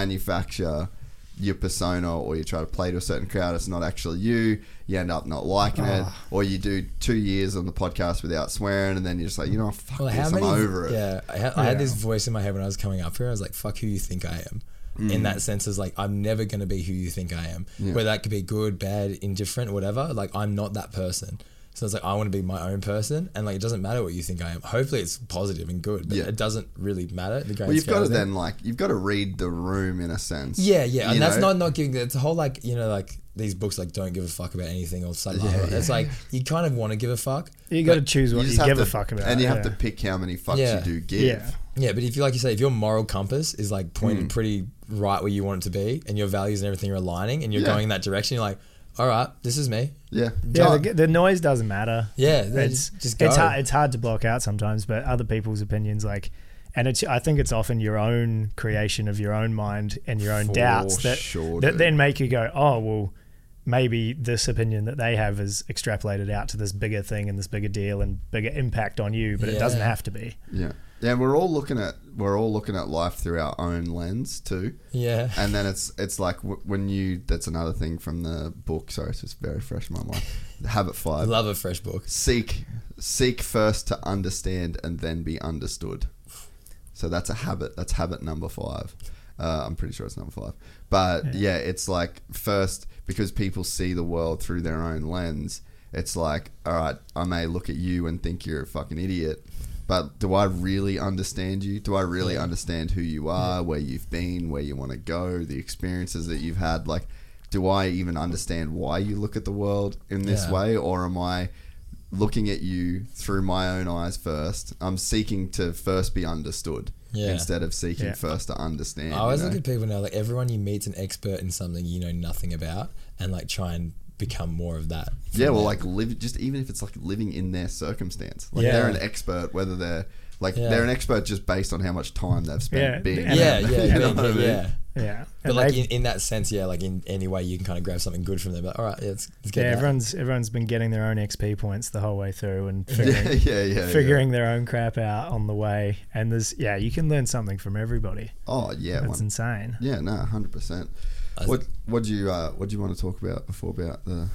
Speaker 1: manufacture your persona or you try to play to a certain crowd, it's not actually you. You end up not liking it,
Speaker 3: Ah.
Speaker 1: or you do two years on the podcast without swearing, and then you're just like, you know, fuck
Speaker 5: Well,
Speaker 1: this,
Speaker 5: how
Speaker 1: I'm
Speaker 5: many?
Speaker 1: over it.
Speaker 5: Yeah, I, ha- I had
Speaker 1: Yeah.
Speaker 5: this voice in my head when I was coming up here. I was like, "Fuck who you think I am."
Speaker 1: Mm.
Speaker 5: In that sense, is like I'm never gonna be who you think I am.
Speaker 1: Yeah.
Speaker 5: Whether that could be good, bad, indifferent, whatever. Like I'm not that person. So it's like I want to be my own person, and like it doesn't matter what you think I am. Hopefully, it's positive and good, but
Speaker 1: Yeah.
Speaker 5: it doesn't really matter. The grand
Speaker 1: Well, you've
Speaker 5: scale
Speaker 1: got to
Speaker 5: of it.
Speaker 1: then like you've got to read the room in a sense.
Speaker 5: Yeah, yeah,
Speaker 1: You
Speaker 5: and that's
Speaker 1: know?
Speaker 5: not not giving. It's a whole like you know like these books like don't give a fuck about anything or something. like
Speaker 1: Yeah,
Speaker 5: that.
Speaker 1: yeah,
Speaker 5: it's like you kind of want to give a fuck.
Speaker 3: You got to
Speaker 5: but-
Speaker 3: choose what
Speaker 1: just
Speaker 3: you,
Speaker 1: have
Speaker 3: give
Speaker 1: to-
Speaker 3: a fuck about.
Speaker 1: and you have
Speaker 3: yeah.
Speaker 1: to pick how many fucks
Speaker 5: Yeah.
Speaker 1: you do give.
Speaker 3: Yeah.
Speaker 5: Yeah, but if you like you say, if your moral compass is like
Speaker 1: Mm.
Speaker 5: pointed pretty right where you want it to be, and your values and everything are aligning, and you're
Speaker 1: Yeah.
Speaker 5: going in that direction, you're like, all right, this is me.
Speaker 1: Yeah. Oh,
Speaker 3: Yeah, the, the noise doesn't matter.
Speaker 5: Yeah, then
Speaker 3: it's
Speaker 5: just- just
Speaker 3: it's
Speaker 5: go.
Speaker 3: hard, it's hard to block out sometimes, but other people's opinions, like, and it's I think it's often your own creation of your own mind and your own
Speaker 1: For
Speaker 3: doubts that
Speaker 1: sure,
Speaker 3: that
Speaker 1: dude.
Speaker 3: then make you go, oh well, maybe this opinion that they have is extrapolated out to this bigger thing and this bigger deal and bigger impact on you, but it doesn't
Speaker 5: Yeah.
Speaker 3: have to be.
Speaker 1: Yeah. Yeah, and we're all looking at we're all looking at life through our own lens too.
Speaker 5: Yeah.
Speaker 1: And then it's it's like w- when you that's another thing from the book. Sorry, it's just very fresh in my mind. The Habit
Speaker 5: I
Speaker 1: five.
Speaker 5: love a fresh book.
Speaker 1: Seek seek first to understand and then be understood. So that's a habit. That's habit number five. Uh, I'm pretty sure it's number five. But yeah. it's like first because people see the world through their own lens. It's like, all right, I may look at you and think you're a fucking idiot, but do I really understand you? Do I really understand who you are, where you've been, where you want to go, the experiences that you've had? Like, do I even understand why you look at the world in this
Speaker 5: Yeah.
Speaker 1: way, or am I looking at you through my own eyes first. I'm seeking to first be understood
Speaker 5: Yeah.
Speaker 1: instead of seeking
Speaker 3: Yeah.
Speaker 1: first to understand.
Speaker 5: I always
Speaker 1: you know?
Speaker 5: look at people now, like everyone you meet's an expert in something you know nothing about, and like try and become more of that. from
Speaker 1: yeah, well,
Speaker 5: that.
Speaker 1: like live just even if it's like living in their circumstance, like
Speaker 5: Yeah.
Speaker 1: they're an expert, whether they're like
Speaker 5: Yeah.
Speaker 1: they're an expert just based on how much time they've
Speaker 3: Yeah,
Speaker 1: spent being.
Speaker 3: and-
Speaker 5: yeah,
Speaker 1: them.
Speaker 5: yeah,
Speaker 1: You know
Speaker 5: being-
Speaker 1: what I mean?
Speaker 5: yeah.
Speaker 3: Yeah,
Speaker 5: But
Speaker 3: And
Speaker 5: like
Speaker 3: they've-
Speaker 5: in, in that sense, yeah, like in any way you can kind of grab something good from them. But all right, yeah, let's, let's get
Speaker 3: yeah,
Speaker 5: that.
Speaker 3: everyone's everyone's been getting their own XP points the whole way through and
Speaker 1: yeah,
Speaker 3: figuring,
Speaker 1: yeah, yeah.
Speaker 3: figuring their own crap out on the way. And there's yeah, you can learn something from everybody.
Speaker 1: Oh yeah,
Speaker 3: That's
Speaker 1: one,
Speaker 3: insane.
Speaker 1: yeah, no, hundred percent.
Speaker 5: I
Speaker 1: What what do you uh, what do you want to talk about before about the?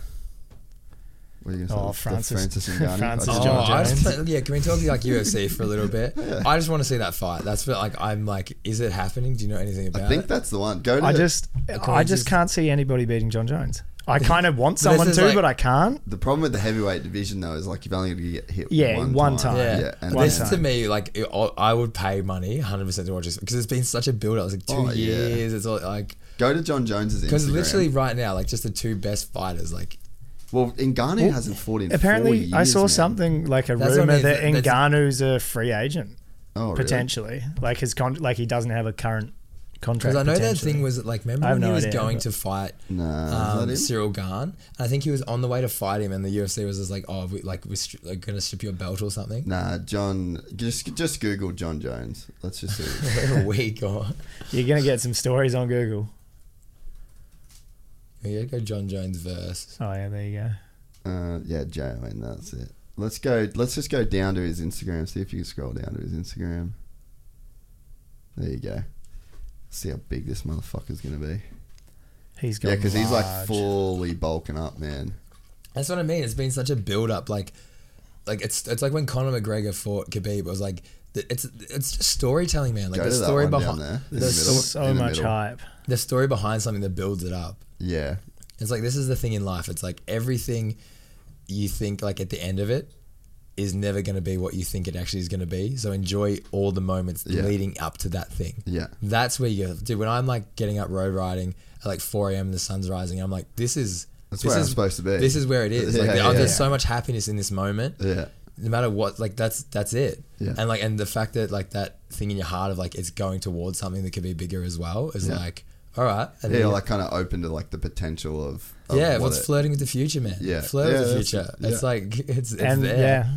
Speaker 1: What are you going to say?
Speaker 3: Oh,
Speaker 1: The
Speaker 3: Francis-
Speaker 1: Francis and Ngannou?
Speaker 3: Francis
Speaker 1: I
Speaker 5: Oh,
Speaker 1: just-
Speaker 3: John
Speaker 5: I just
Speaker 3: Jones.
Speaker 5: pla- yeah, can we talk like UFC for a little bit?
Speaker 1: Yeah.
Speaker 5: I just want to see that fight. That's what, like I'm like, is it happening? Do you know anything about
Speaker 1: I think
Speaker 5: it?
Speaker 1: that's the one. Go to
Speaker 3: I
Speaker 1: the-
Speaker 3: just I just
Speaker 5: coexist-
Speaker 3: can't see anybody beating John Jones. I kind of want someone
Speaker 5: is
Speaker 3: to,
Speaker 5: like-
Speaker 3: but I can't.
Speaker 1: The problem with the heavyweight division though is like you've only got to get hit.
Speaker 3: Yeah,
Speaker 1: one,
Speaker 3: one
Speaker 1: time.
Speaker 3: time.
Speaker 5: yeah,
Speaker 1: yeah. And
Speaker 3: One
Speaker 5: this
Speaker 1: then-
Speaker 3: time.
Speaker 5: to me, like, it, I would pay money, hundred percent to watch this because it's been such a build up. It's like two
Speaker 1: Oh, yeah.
Speaker 5: years. It's all like
Speaker 1: go to John Jones's
Speaker 5: because
Speaker 1: Instagram.
Speaker 5: literally right now, like, just the two best fighters, like,
Speaker 1: well, Ngannou hasn't fought in
Speaker 3: Apparently,
Speaker 1: four years,
Speaker 3: I saw
Speaker 1: man.
Speaker 3: something like a
Speaker 5: That's what I
Speaker 3: rumor
Speaker 5: mean,
Speaker 3: that
Speaker 5: that- that's-
Speaker 3: Ngannou's a free agent
Speaker 1: Oh, really?
Speaker 3: potentially. Like his con- like he doesn't have a current contract.
Speaker 5: because I know that
Speaker 3: potentially.
Speaker 5: thing was that, like, remember
Speaker 3: I have
Speaker 5: when he
Speaker 3: no
Speaker 5: was
Speaker 3: idea,
Speaker 5: going
Speaker 3: but-
Speaker 5: to fight
Speaker 1: Nah,
Speaker 5: um,
Speaker 1: is that him?
Speaker 5: Cyril Garn? I think he was on the way to fight him, and the UFC was just like, oh, we, like we're stri- like, gonna strip your belt or something.
Speaker 1: Nah, John. Just just Google John Jones. Let's just see.
Speaker 5: Where are we going?
Speaker 3: You're gonna get some stories on Google.
Speaker 5: We gotta go John Jones verse.
Speaker 3: Oh yeah, there you go.
Speaker 1: uh, yeah, J O N. That's it. Let's go. Let's just go down to his Instagram. See if you can scroll down to his Instagram. There you go. See how big this motherfucker's gonna be.
Speaker 3: He's
Speaker 1: yeah,
Speaker 3: going
Speaker 1: because he's like
Speaker 3: large.
Speaker 1: fully bulking up, man.
Speaker 5: That's what I mean. It's been such a build up. Like, like it's it's like when Conor McGregor fought Khabib. It was like th- it's it's just storytelling, man. Like
Speaker 1: Go
Speaker 5: the
Speaker 1: to that
Speaker 5: story
Speaker 1: one down
Speaker 5: behind
Speaker 1: there.
Speaker 5: the
Speaker 1: In the middle.
Speaker 5: sto-
Speaker 1: So In the much middle. hype.
Speaker 5: The story behind something that builds it up.
Speaker 1: Yeah,
Speaker 5: It's like this is the thing in life. It's like everything you think like at the end of it is never going to be what you think it actually is going to be. So enjoy all the moments
Speaker 1: Yeah.
Speaker 5: leading up to that thing.
Speaker 1: Yeah.
Speaker 5: That's where you go, dude. When I'm like getting up road riding at like 4 a.m. the sun's rising, I'm like, this is
Speaker 1: That's
Speaker 5: this
Speaker 1: where
Speaker 5: is
Speaker 1: I'm supposed to be.
Speaker 5: This is where it is.
Speaker 1: Yeah,
Speaker 5: like,
Speaker 1: yeah,
Speaker 5: oh, there's
Speaker 1: yeah.
Speaker 5: so much happiness in this moment.
Speaker 1: Yeah.
Speaker 5: No matter what, like that's that's it.
Speaker 1: Yeah.
Speaker 5: And like and the fact that like that thing in your heart of like it's going towards something that could be bigger as well is
Speaker 1: Yeah.
Speaker 5: like, all right. And
Speaker 1: yeah,
Speaker 5: then-
Speaker 1: like kind of open to like the potential of, of
Speaker 5: yeah,
Speaker 1: what
Speaker 5: what's
Speaker 1: it-
Speaker 5: flirting with the future, man?
Speaker 1: Yeah.
Speaker 5: flirt
Speaker 1: Yeah,
Speaker 5: with the
Speaker 1: that's-
Speaker 5: future.
Speaker 1: yeah.
Speaker 5: It's like it's, it's
Speaker 3: And,
Speaker 5: there.
Speaker 3: yeah.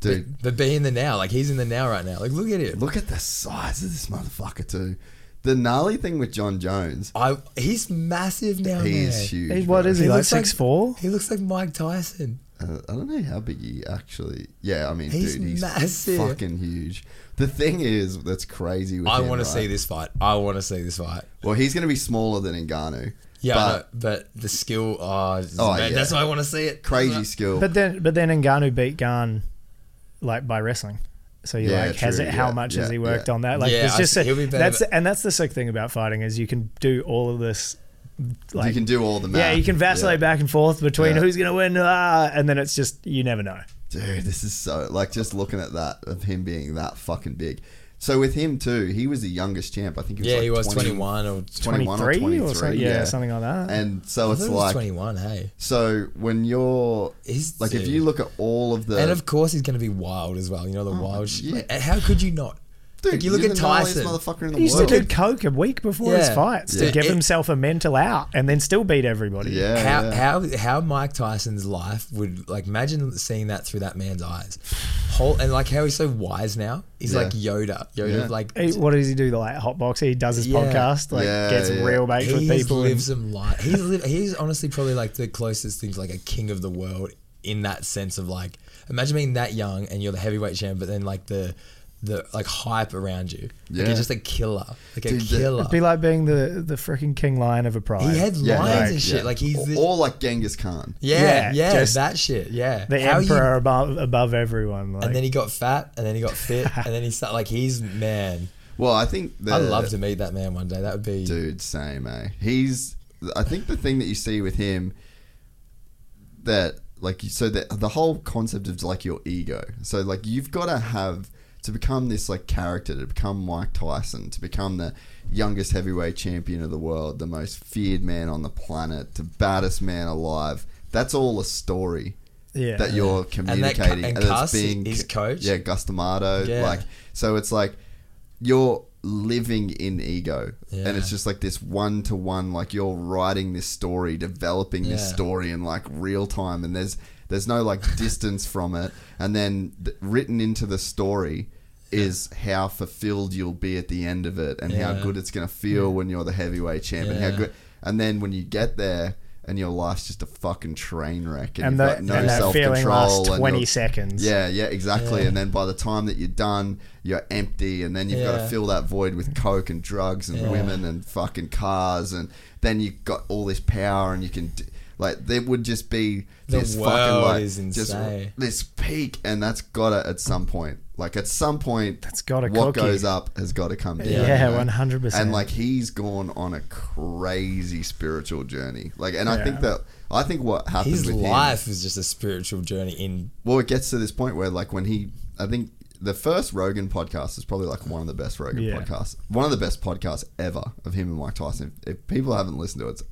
Speaker 1: Dude.
Speaker 5: but, but be in the now. Like he's in the now right now. Like look at him.
Speaker 1: Look at the size of this motherfucker too. The gnarly thing with John Jones.
Speaker 5: I he's massive now.
Speaker 1: He
Speaker 5: man.
Speaker 1: is huge.
Speaker 3: what
Speaker 1: bro.
Speaker 3: is he, like six four?
Speaker 5: He looks like Mike Tyson.
Speaker 1: Uh, I don't know how big he actually. Yeah, I mean,
Speaker 5: He's
Speaker 1: dude, he's
Speaker 5: massive.
Speaker 1: fucking huge. The thing is, that's crazy. With
Speaker 5: I
Speaker 1: want to
Speaker 5: see this fight. I want to see this fight.
Speaker 1: Well, he's going to be smaller than Ngannou.
Speaker 5: Yeah,
Speaker 1: but,
Speaker 5: but, but the skill. Oh, it's-
Speaker 1: Oh,
Speaker 5: man,
Speaker 1: yeah.
Speaker 5: that's why I want to see it.
Speaker 1: Crazy
Speaker 5: That's
Speaker 1: skill.
Speaker 3: But then, but then Ngannou beat Gan like by wrestling. So you're
Speaker 1: Yeah,
Speaker 3: like, has
Speaker 1: true,
Speaker 3: it? How
Speaker 1: yeah,
Speaker 3: much has
Speaker 1: yeah,
Speaker 3: he worked
Speaker 1: yeah.
Speaker 3: on that? Like,
Speaker 1: Yeah,
Speaker 3: it's
Speaker 1: I
Speaker 3: just
Speaker 1: see-
Speaker 3: a-
Speaker 1: he'll be better,
Speaker 3: that's
Speaker 1: but-
Speaker 3: and that's the sick thing about fighting is you can do all of this. Like,
Speaker 1: can do all the
Speaker 3: Yeah,
Speaker 1: math.
Speaker 3: you can vacillate back and forth between
Speaker 1: Yeah.
Speaker 3: who's gonna win, ah, and then it's just you never know.
Speaker 1: Dude, this is so like just looking at that of him being that fucking big. So with him too, he was the youngest champ. I think he was
Speaker 5: Yeah,
Speaker 1: like
Speaker 5: he was
Speaker 1: 20
Speaker 5: 21
Speaker 1: 21
Speaker 5: or
Speaker 1: or
Speaker 3: 23
Speaker 1: 23
Speaker 3: or something- yeah, something like that.
Speaker 1: And so
Speaker 5: I
Speaker 1: it's
Speaker 5: thought it was
Speaker 1: like
Speaker 5: 21, hey.
Speaker 1: So when you're
Speaker 5: He's-
Speaker 1: like if
Speaker 5: dude.
Speaker 1: you look at all of the Oh,
Speaker 5: and of course he's going to be wild as well. You know the wild. sh
Speaker 1: yeah.
Speaker 5: Like, how could you not?
Speaker 1: Dude,
Speaker 5: like you look
Speaker 1: you're
Speaker 5: at
Speaker 1: the gnarliest
Speaker 5: Tyson.
Speaker 1: motherfucker in the
Speaker 3: He used to
Speaker 1: world.
Speaker 3: do coke a week before his
Speaker 5: Yeah.
Speaker 3: fights
Speaker 5: Yeah.
Speaker 3: to give
Speaker 5: It-
Speaker 3: himself a mental out, and then still beat everybody.
Speaker 5: how how how Mike Tyson's life would like imagine seeing that through that man's eyes, whole and like how he's so wise now. He's
Speaker 3: Yeah.
Speaker 5: like Yoda. Yoda like
Speaker 3: He- what does he do? The like hot box. He does his
Speaker 5: yeah.
Speaker 3: podcast, like gets real mates with
Speaker 5: He's
Speaker 3: people. and-
Speaker 5: Lived some life. He's lived, he's honestly probably like the closest thing to like a king of the world in that sense of like imagine being that young and you're the heavyweight champ, but then like the the like hype around you. Like
Speaker 1: Yeah.
Speaker 5: you're just a killer. Like
Speaker 1: Dude,
Speaker 5: a
Speaker 1: the-
Speaker 5: killer.
Speaker 3: It'd be like being the the freaking king lion of a pride.
Speaker 5: He had lions and shit. Like he's
Speaker 1: or,
Speaker 5: the,
Speaker 1: or like Genghis Khan.
Speaker 5: yeah, yeah,
Speaker 3: just
Speaker 5: that shit. Yeah,
Speaker 3: the
Speaker 5: How you-
Speaker 3: emperor above above everyone. Like,
Speaker 5: and then he got fat, and then he got fit, and then he started like he's man.
Speaker 1: Well, I think
Speaker 5: I'd
Speaker 1: the-
Speaker 5: love to meet that man one day. That would be
Speaker 1: dude. Same, eh? He's. I think the thing that you see with him that like so the the whole concept of like your ego. So like you've got to have to become this like character to become Mike Tyson to become the youngest heavyweight champion of the world, the most feared man on the planet, the baddest man alive. That's all a story.
Speaker 3: Yeah.
Speaker 1: That you're
Speaker 5: And that cu-
Speaker 1: communicating
Speaker 5: and
Speaker 1: it's
Speaker 5: Cuss, his coach.
Speaker 1: Yeah, Gustamato.
Speaker 5: Yeah.
Speaker 1: Like so it's like you're living in ego. And
Speaker 5: Yeah.
Speaker 1: it's just like this one to one, like you're writing this story, developing this
Speaker 5: Yeah.
Speaker 1: story in like real time, and there's there's no like distance from it. And then th- written into the story is how fulfilled you'll be at the end of it, and
Speaker 5: Yeah.
Speaker 1: how good it's gonna feel when you're the heavyweight champ, and
Speaker 5: Yeah.
Speaker 1: how good. And then when you get there. And your life's just a fucking train wreck, and,
Speaker 3: And
Speaker 1: you've
Speaker 3: that-
Speaker 1: got no
Speaker 3: and that
Speaker 1: self
Speaker 3: feeling lasts
Speaker 1: control.
Speaker 3: 20 seconds.
Speaker 1: Yeah, yeah, exactly.
Speaker 3: Yeah.
Speaker 1: And then by the time that you're done, you're empty, and then you've got to
Speaker 3: Yeah.
Speaker 1: fill that void with coke and drugs and
Speaker 5: Yeah.
Speaker 1: women and fucking cars, and then you've got all this power, and you can d like there would just be
Speaker 5: The
Speaker 1: this fucking
Speaker 5: world
Speaker 1: like
Speaker 5: is
Speaker 1: just
Speaker 5: insane.
Speaker 1: this peak, and that's gotta at some point. Like at some point, that's
Speaker 3: gotta
Speaker 1: what
Speaker 3: cook you.
Speaker 1: goes up has got to come down.
Speaker 3: Yeah,
Speaker 1: you know?
Speaker 3: 100%.
Speaker 1: And like he's gone on a crazy spiritual journey. Like, and I think
Speaker 5: Yeah.
Speaker 1: that I think what happened
Speaker 5: his
Speaker 1: with him-
Speaker 5: life is just a spiritual journey in
Speaker 1: well, it gets to this point where, like, when he, I think the first Rogan podcast is probably like one of the best Rogan
Speaker 5: Yeah.
Speaker 1: podcasts, one of the best podcasts ever of him and Mike Tyson. If, if people haven't listened to it, it's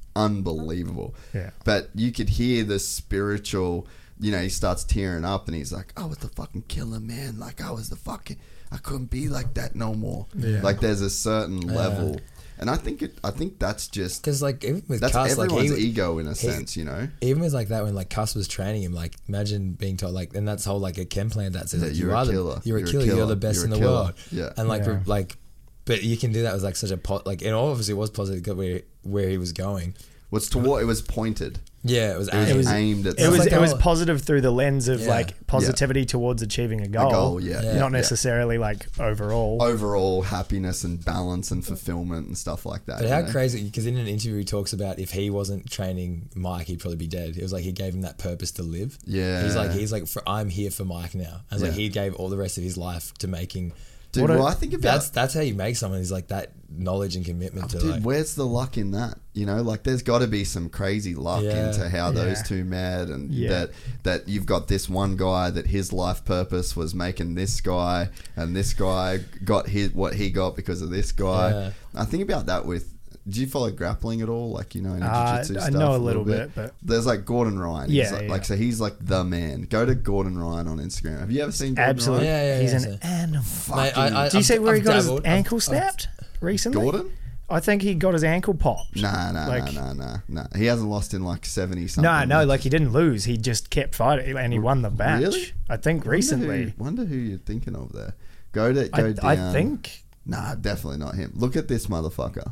Speaker 1: unbelievable.
Speaker 3: Yeah.
Speaker 1: But you could hear the spiritual, you know, he starts tearing up and he's like, I was the fucking killer, man. Like, I was the fucking, I couldn't be like that no more.
Speaker 5: Yeah.
Speaker 1: Like, there's a certain
Speaker 5: Yeah.
Speaker 1: level. And I think it, I think that's just
Speaker 5: because like even with
Speaker 1: that's
Speaker 5: Cuss, like, he
Speaker 1: everyone's
Speaker 5: would-
Speaker 1: ego in a
Speaker 5: he-
Speaker 1: sense, you know.
Speaker 5: even with like that when like Cuss was training him, like imagine being told like, and that's whole like a chem plan that says
Speaker 1: That
Speaker 5: like,
Speaker 1: you're
Speaker 5: you
Speaker 1: a
Speaker 5: are the-
Speaker 1: killer,
Speaker 5: you're a killer, you're the best
Speaker 1: you're a
Speaker 5: in the
Speaker 1: killer.
Speaker 5: world,
Speaker 1: Yeah.
Speaker 5: and like
Speaker 1: Yeah.
Speaker 5: re- like, but you can do that with like such a pot like, and obviously it was positive 'cause where where he was going.
Speaker 1: What's toward it was pointed.
Speaker 5: Yeah, it was aimed.
Speaker 3: it was
Speaker 1: aimed at
Speaker 3: it was,
Speaker 1: something.
Speaker 3: it was positive through the lens of
Speaker 1: Yeah. Yeah.
Speaker 3: like positivity towards achieving a goal,
Speaker 1: goal, yeah, yeah, yeah.
Speaker 3: not necessarily like overall.
Speaker 1: overall happiness and balance and fulfillment and stuff like that.
Speaker 5: But
Speaker 1: you
Speaker 5: how
Speaker 1: know?
Speaker 5: crazy? Because in an interview, he talks about if he wasn't training Mike, he'd probably be dead. It was like he gave him that purpose to live.
Speaker 1: Yeah.
Speaker 5: he's like he's like for, I'm here for Mike now. I was like
Speaker 1: Yeah.
Speaker 5: he gave all the rest of his life to making.
Speaker 1: Dude, What a- well, I think about-
Speaker 5: that's that's how you make someone is like that knowledge and commitment to
Speaker 1: Oh, Dude,
Speaker 5: like.
Speaker 1: where's the luck in that? You know, like there's got to be some crazy luck
Speaker 5: Yeah.
Speaker 1: into how those
Speaker 5: Yeah.
Speaker 1: two met, and
Speaker 5: Yeah.
Speaker 1: that that you've got this one guy that his life purpose was making this guy, and this guy got his what he got because of this guy.
Speaker 3: Yeah.
Speaker 1: I think about that with. Do you follow grappling at all? Like you know, any
Speaker 3: Uh,
Speaker 1: jiu-jitsu
Speaker 3: I
Speaker 1: stuff
Speaker 3: know a little bit, but-
Speaker 1: there's like Gordon Ryan.
Speaker 3: Yeah,
Speaker 1: he's like,
Speaker 3: yeah.
Speaker 1: like so he's like the man. Go to Gordon Ryan on Instagram. Have you ever seen Gordon
Speaker 3: Absolutely,
Speaker 1: Ryan?
Speaker 3: he's an animal.
Speaker 1: Mate, I- I-
Speaker 3: Do you see
Speaker 1: I've-
Speaker 3: where he
Speaker 1: I've
Speaker 3: got
Speaker 1: dabbled.
Speaker 3: his ankle
Speaker 1: I've-
Speaker 3: snapped recently?
Speaker 1: Gordon?
Speaker 3: I think he got his ankle popped.
Speaker 1: Nah, nah,
Speaker 3: Like-
Speaker 1: nah, nah, nah, nah. He hasn't lost in like seventy something.
Speaker 3: No, no, like he didn't lose. He just kept fighting and he won the match.
Speaker 1: Really?
Speaker 3: I think
Speaker 1: Wonder
Speaker 3: recently.
Speaker 1: who- Wonder who, you're thinking of there. Go to go
Speaker 3: I- I
Speaker 1: down.
Speaker 3: think-
Speaker 1: Nah, definitely not him. Look at this motherfucker.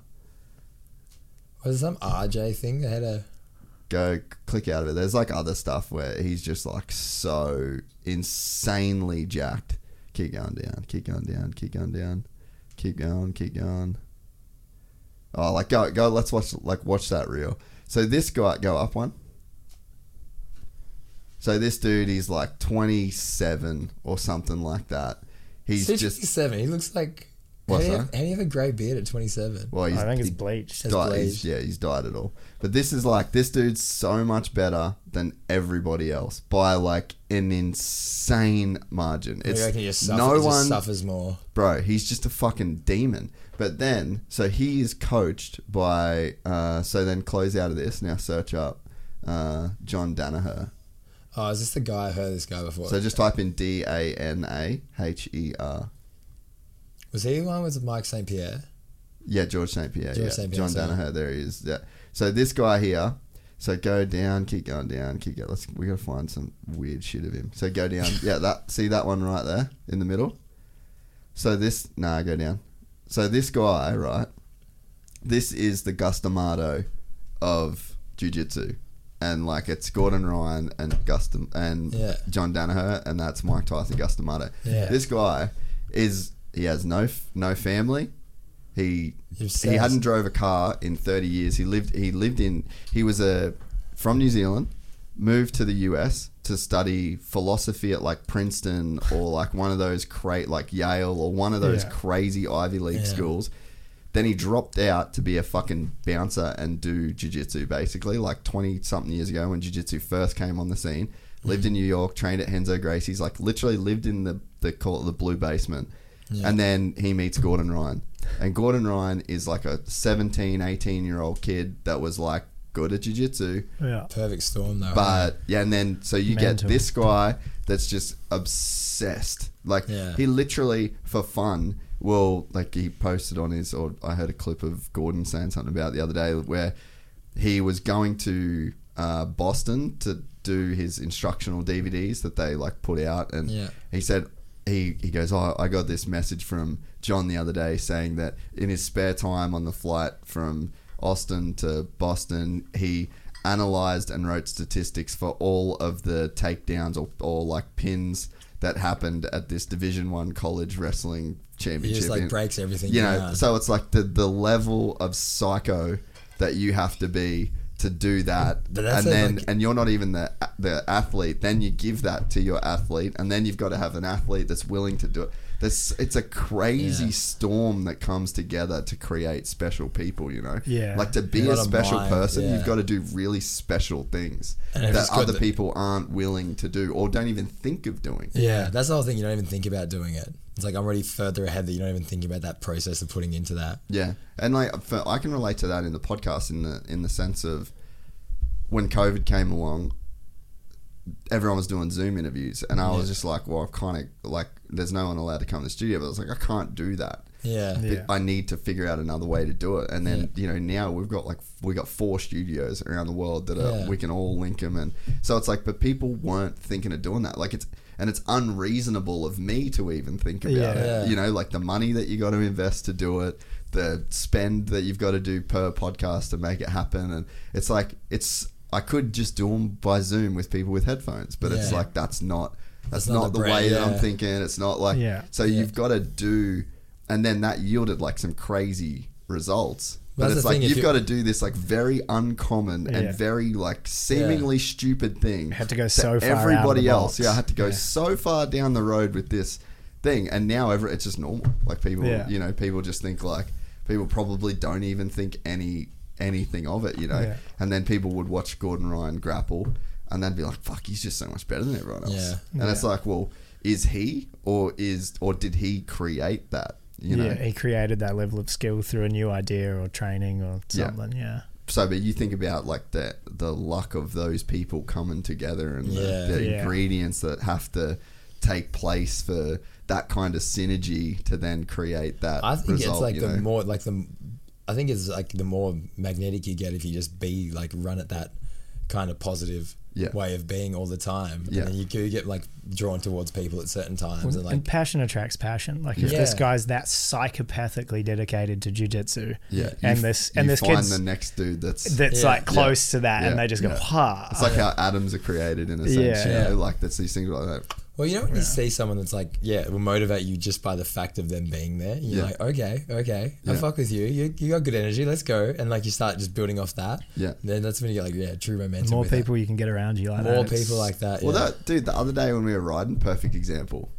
Speaker 5: Was it some RJ thing? They had a
Speaker 1: Go c- click out of it. There's like other stuff where he's just like so insanely jacked. Keep going down. Keep going down. Keep going down. Keep going. Keep going. Oh, like go go. Let's watch like watch that reel. So this guy go up one. So this dude, he's like 27 or something like that. He's just
Speaker 5: 57. He looks like.
Speaker 1: What's
Speaker 5: how do you
Speaker 1: that?
Speaker 5: have- how do you have a grey beard at 27?
Speaker 1: Well, he's, he
Speaker 5: bleached.
Speaker 1: died- he's- yeah, he's died it all. But this is like this dude's so much better than everybody else by like an insane margin.
Speaker 5: I
Speaker 1: It's
Speaker 5: reckon he just suffers,
Speaker 1: no
Speaker 5: just
Speaker 1: one
Speaker 5: suffers more.
Speaker 1: bro. He's just a fucking demon. But then, so he is coached by. Uh, so then, close out of this. Now search up uh, John Danaher.
Speaker 5: Oh, is this the guy? I heard this guy before.
Speaker 1: So just type in D A N A H E R.
Speaker 5: was he the one with Mike St Pierre?
Speaker 1: Yeah, George St. Pierre.
Speaker 5: George
Speaker 1: yeah.
Speaker 5: St. Pierre,
Speaker 1: John
Speaker 5: sorry.
Speaker 1: Danaher, there he is. Yeah. So this guy here. So go down, keep going down, keep going. Let's we gotta find some weird shit of him. So go down. yeah, that see that one right there in the middle. So this nah, go down. So this guy, right? This is the Gustamato of Jiu Jitsu. And like it's Gordon Ryan and Gustam and
Speaker 5: Yeah.
Speaker 1: John Danaher and that's Mike Tyson Gustamato.
Speaker 5: Yeah.
Speaker 1: This guy is he has no f- no family. He he
Speaker 5: Obsessed.
Speaker 1: hadn't drove a car in 30 years. He lived he lived in he was a from New Zealand, moved to the US to study philosophy at like Princeton or like one of those cra like Yale or one of those
Speaker 5: Yeah.
Speaker 1: crazy Ivy League
Speaker 5: Yeah.
Speaker 1: schools. Then he dropped out to be a fucking bouncer and do jiu-jitsu basically like 20 something years ago when jiu-jitsu first came on the scene. Lived in New York, trained at Henzo Gracie's, like literally lived in the the call it the blue basement.
Speaker 5: Yeah.
Speaker 1: And then he meets Gordon Ryan. And Gordon Ryan is like a 17, 18 year old kid that was like good at jiu-jitsu.
Speaker 3: Yeah.
Speaker 5: Perfect storm though.
Speaker 1: But yeah, and then so you
Speaker 5: Mental.
Speaker 1: get this guy that's just obsessed. Like
Speaker 5: Yeah.
Speaker 1: he literally for fun will like he posted on his or I heard a clip of Gordon saying something about it the other day where he was going to uh, Boston to do his instructional DVDs that they like put out and
Speaker 5: Yeah.
Speaker 1: he said he, he goes oh I got this message from John the other day saying that in his spare time on the flight from Austin to Boston he analyzed and wrote statistics for all of the takedowns or, or like pins that happened at this Division One college wrestling championship.
Speaker 5: like,
Speaker 1: in-
Speaker 5: breaks everything
Speaker 1: You know,
Speaker 5: down.
Speaker 1: so it's like the the level of psycho that you have to be to do that
Speaker 5: But
Speaker 1: and
Speaker 5: that's a,
Speaker 1: then
Speaker 5: like-
Speaker 1: and you're not even the the athlete. Then you give that to your athlete, and then you've got to have an athlete that's willing to do it. This it's a crazy
Speaker 5: Yeah.
Speaker 1: storm that comes together to create special people. You know,
Speaker 5: Yeah.
Speaker 1: Like to be a,
Speaker 5: A lot of
Speaker 1: special
Speaker 5: mind,
Speaker 1: person,
Speaker 5: yeah.
Speaker 1: you've got to do really special things
Speaker 5: And if
Speaker 1: that
Speaker 5: it's got
Speaker 1: other
Speaker 5: the-
Speaker 1: people aren't willing to do or don't even think of doing.
Speaker 5: Yeah, that's the whole thing. You don't even think about doing it. It's like I'm already further ahead that you don't even think about that process of putting into that.
Speaker 1: Yeah, and like for, I can relate to that in the podcast in the in the sense of when COVID came along, everyone was doing Zoom interviews, and I was
Speaker 5: Yeah.
Speaker 1: just like, well, I kind of like there's no one allowed to come to the studio, but I was like, I can't do that.
Speaker 5: Yeah.
Speaker 1: But
Speaker 5: Yeah.
Speaker 1: I need to figure out another way to do it, and then you know now we've got like we got four studios around the world that are
Speaker 5: Yeah.
Speaker 1: we can all link them, and so it's like, but people weren't thinking of doing that, like it's. And it's unreasonable of me to even think about
Speaker 5: Yeah.
Speaker 1: it.
Speaker 5: Yeah.
Speaker 1: You know, know, like the money that you got to invest to do it, the spend that you've got to do per podcast to make it happen, and it's like it's I could just do them by Zoom with people with headphones, but it's
Speaker 13: Yeah.
Speaker 1: like that's not that's,
Speaker 13: That's
Speaker 1: not,
Speaker 13: not
Speaker 1: the
Speaker 13: the brand,
Speaker 1: way that I'm
Speaker 13: yeah.
Speaker 1: thinking. It's not like
Speaker 13: Yeah.
Speaker 1: so you've got to do, and then that yielded like some crazy results.
Speaker 13: Well,
Speaker 1: But
Speaker 13: that's
Speaker 1: it's
Speaker 13: the
Speaker 1: like
Speaker 13: thing, if
Speaker 1: you've
Speaker 13: you-
Speaker 1: got to do this like very uncommon
Speaker 13: Yeah.
Speaker 1: and very like seemingly stupid thing.
Speaker 3: Had to go so far out of
Speaker 1: everybody
Speaker 3: the
Speaker 1: else.
Speaker 3: box.
Speaker 1: Yeah, I had to go
Speaker 3: Yeah.
Speaker 1: so far down the road with this thing, and now every, it's just normal. Like people,
Speaker 3: Yeah.
Speaker 1: you know, people just think like people probably don't even think any anything of it, you know.
Speaker 13: Yeah.
Speaker 1: And then people would watch Gordon Ryan grapple, and they'd be like, "Fuck, he's just so much better than everyone else."
Speaker 5: Yeah.
Speaker 1: And it's
Speaker 3: Yeah.
Speaker 1: like, well, is he or is or did he create that? You know.
Speaker 3: yeah, he created that level of skill through a new idea or training or something. Yeah.
Speaker 1: So, but you think about like the the luck of those people coming together and
Speaker 3: Yeah.
Speaker 1: the, the
Speaker 3: Yeah.
Speaker 1: ingredients that have to take place for that kind of synergy to then create that.
Speaker 5: I think
Speaker 1: result,
Speaker 5: it's like
Speaker 1: you
Speaker 5: the
Speaker 1: know?
Speaker 5: more like the I think it's like the more magnetic you get if you just be like run at that kind of positive
Speaker 1: Yeah.
Speaker 5: way of being all the time.
Speaker 1: Yeah.
Speaker 5: And then you do get like drawn towards people at certain times
Speaker 3: Well,
Speaker 5: and like
Speaker 3: and passion attracts passion. Like if
Speaker 5: Yeah.
Speaker 3: this guy's that psychopathically dedicated to jujitsu,
Speaker 1: Yeah,
Speaker 3: and
Speaker 1: you-
Speaker 3: this and
Speaker 1: you
Speaker 3: this
Speaker 1: find
Speaker 3: kid's
Speaker 1: the next dude that's
Speaker 3: that's like close to that, and they just go, ha.
Speaker 1: It's like how atoms are created in a sense.
Speaker 3: Yeah.
Speaker 1: you know,
Speaker 5: Yeah.
Speaker 1: like that's these things like that.
Speaker 5: Well, you know when you see someone that's like, yeah, it will motivate you just by the fact of them being there. You're
Speaker 1: Yeah.
Speaker 5: like, okay, okay, I
Speaker 1: Yeah.
Speaker 5: fuck with you. you. You got good energy. Let's go. And like you start just building off that.
Speaker 1: Yeah.
Speaker 5: Then that's when you get like, yeah, true momentum.
Speaker 3: more
Speaker 5: with it.
Speaker 3: people you can get around you like
Speaker 5: More
Speaker 3: that.
Speaker 5: people like that.
Speaker 1: Well,
Speaker 5: yeah.
Speaker 1: that dude, the other day when we were riding, perfect example.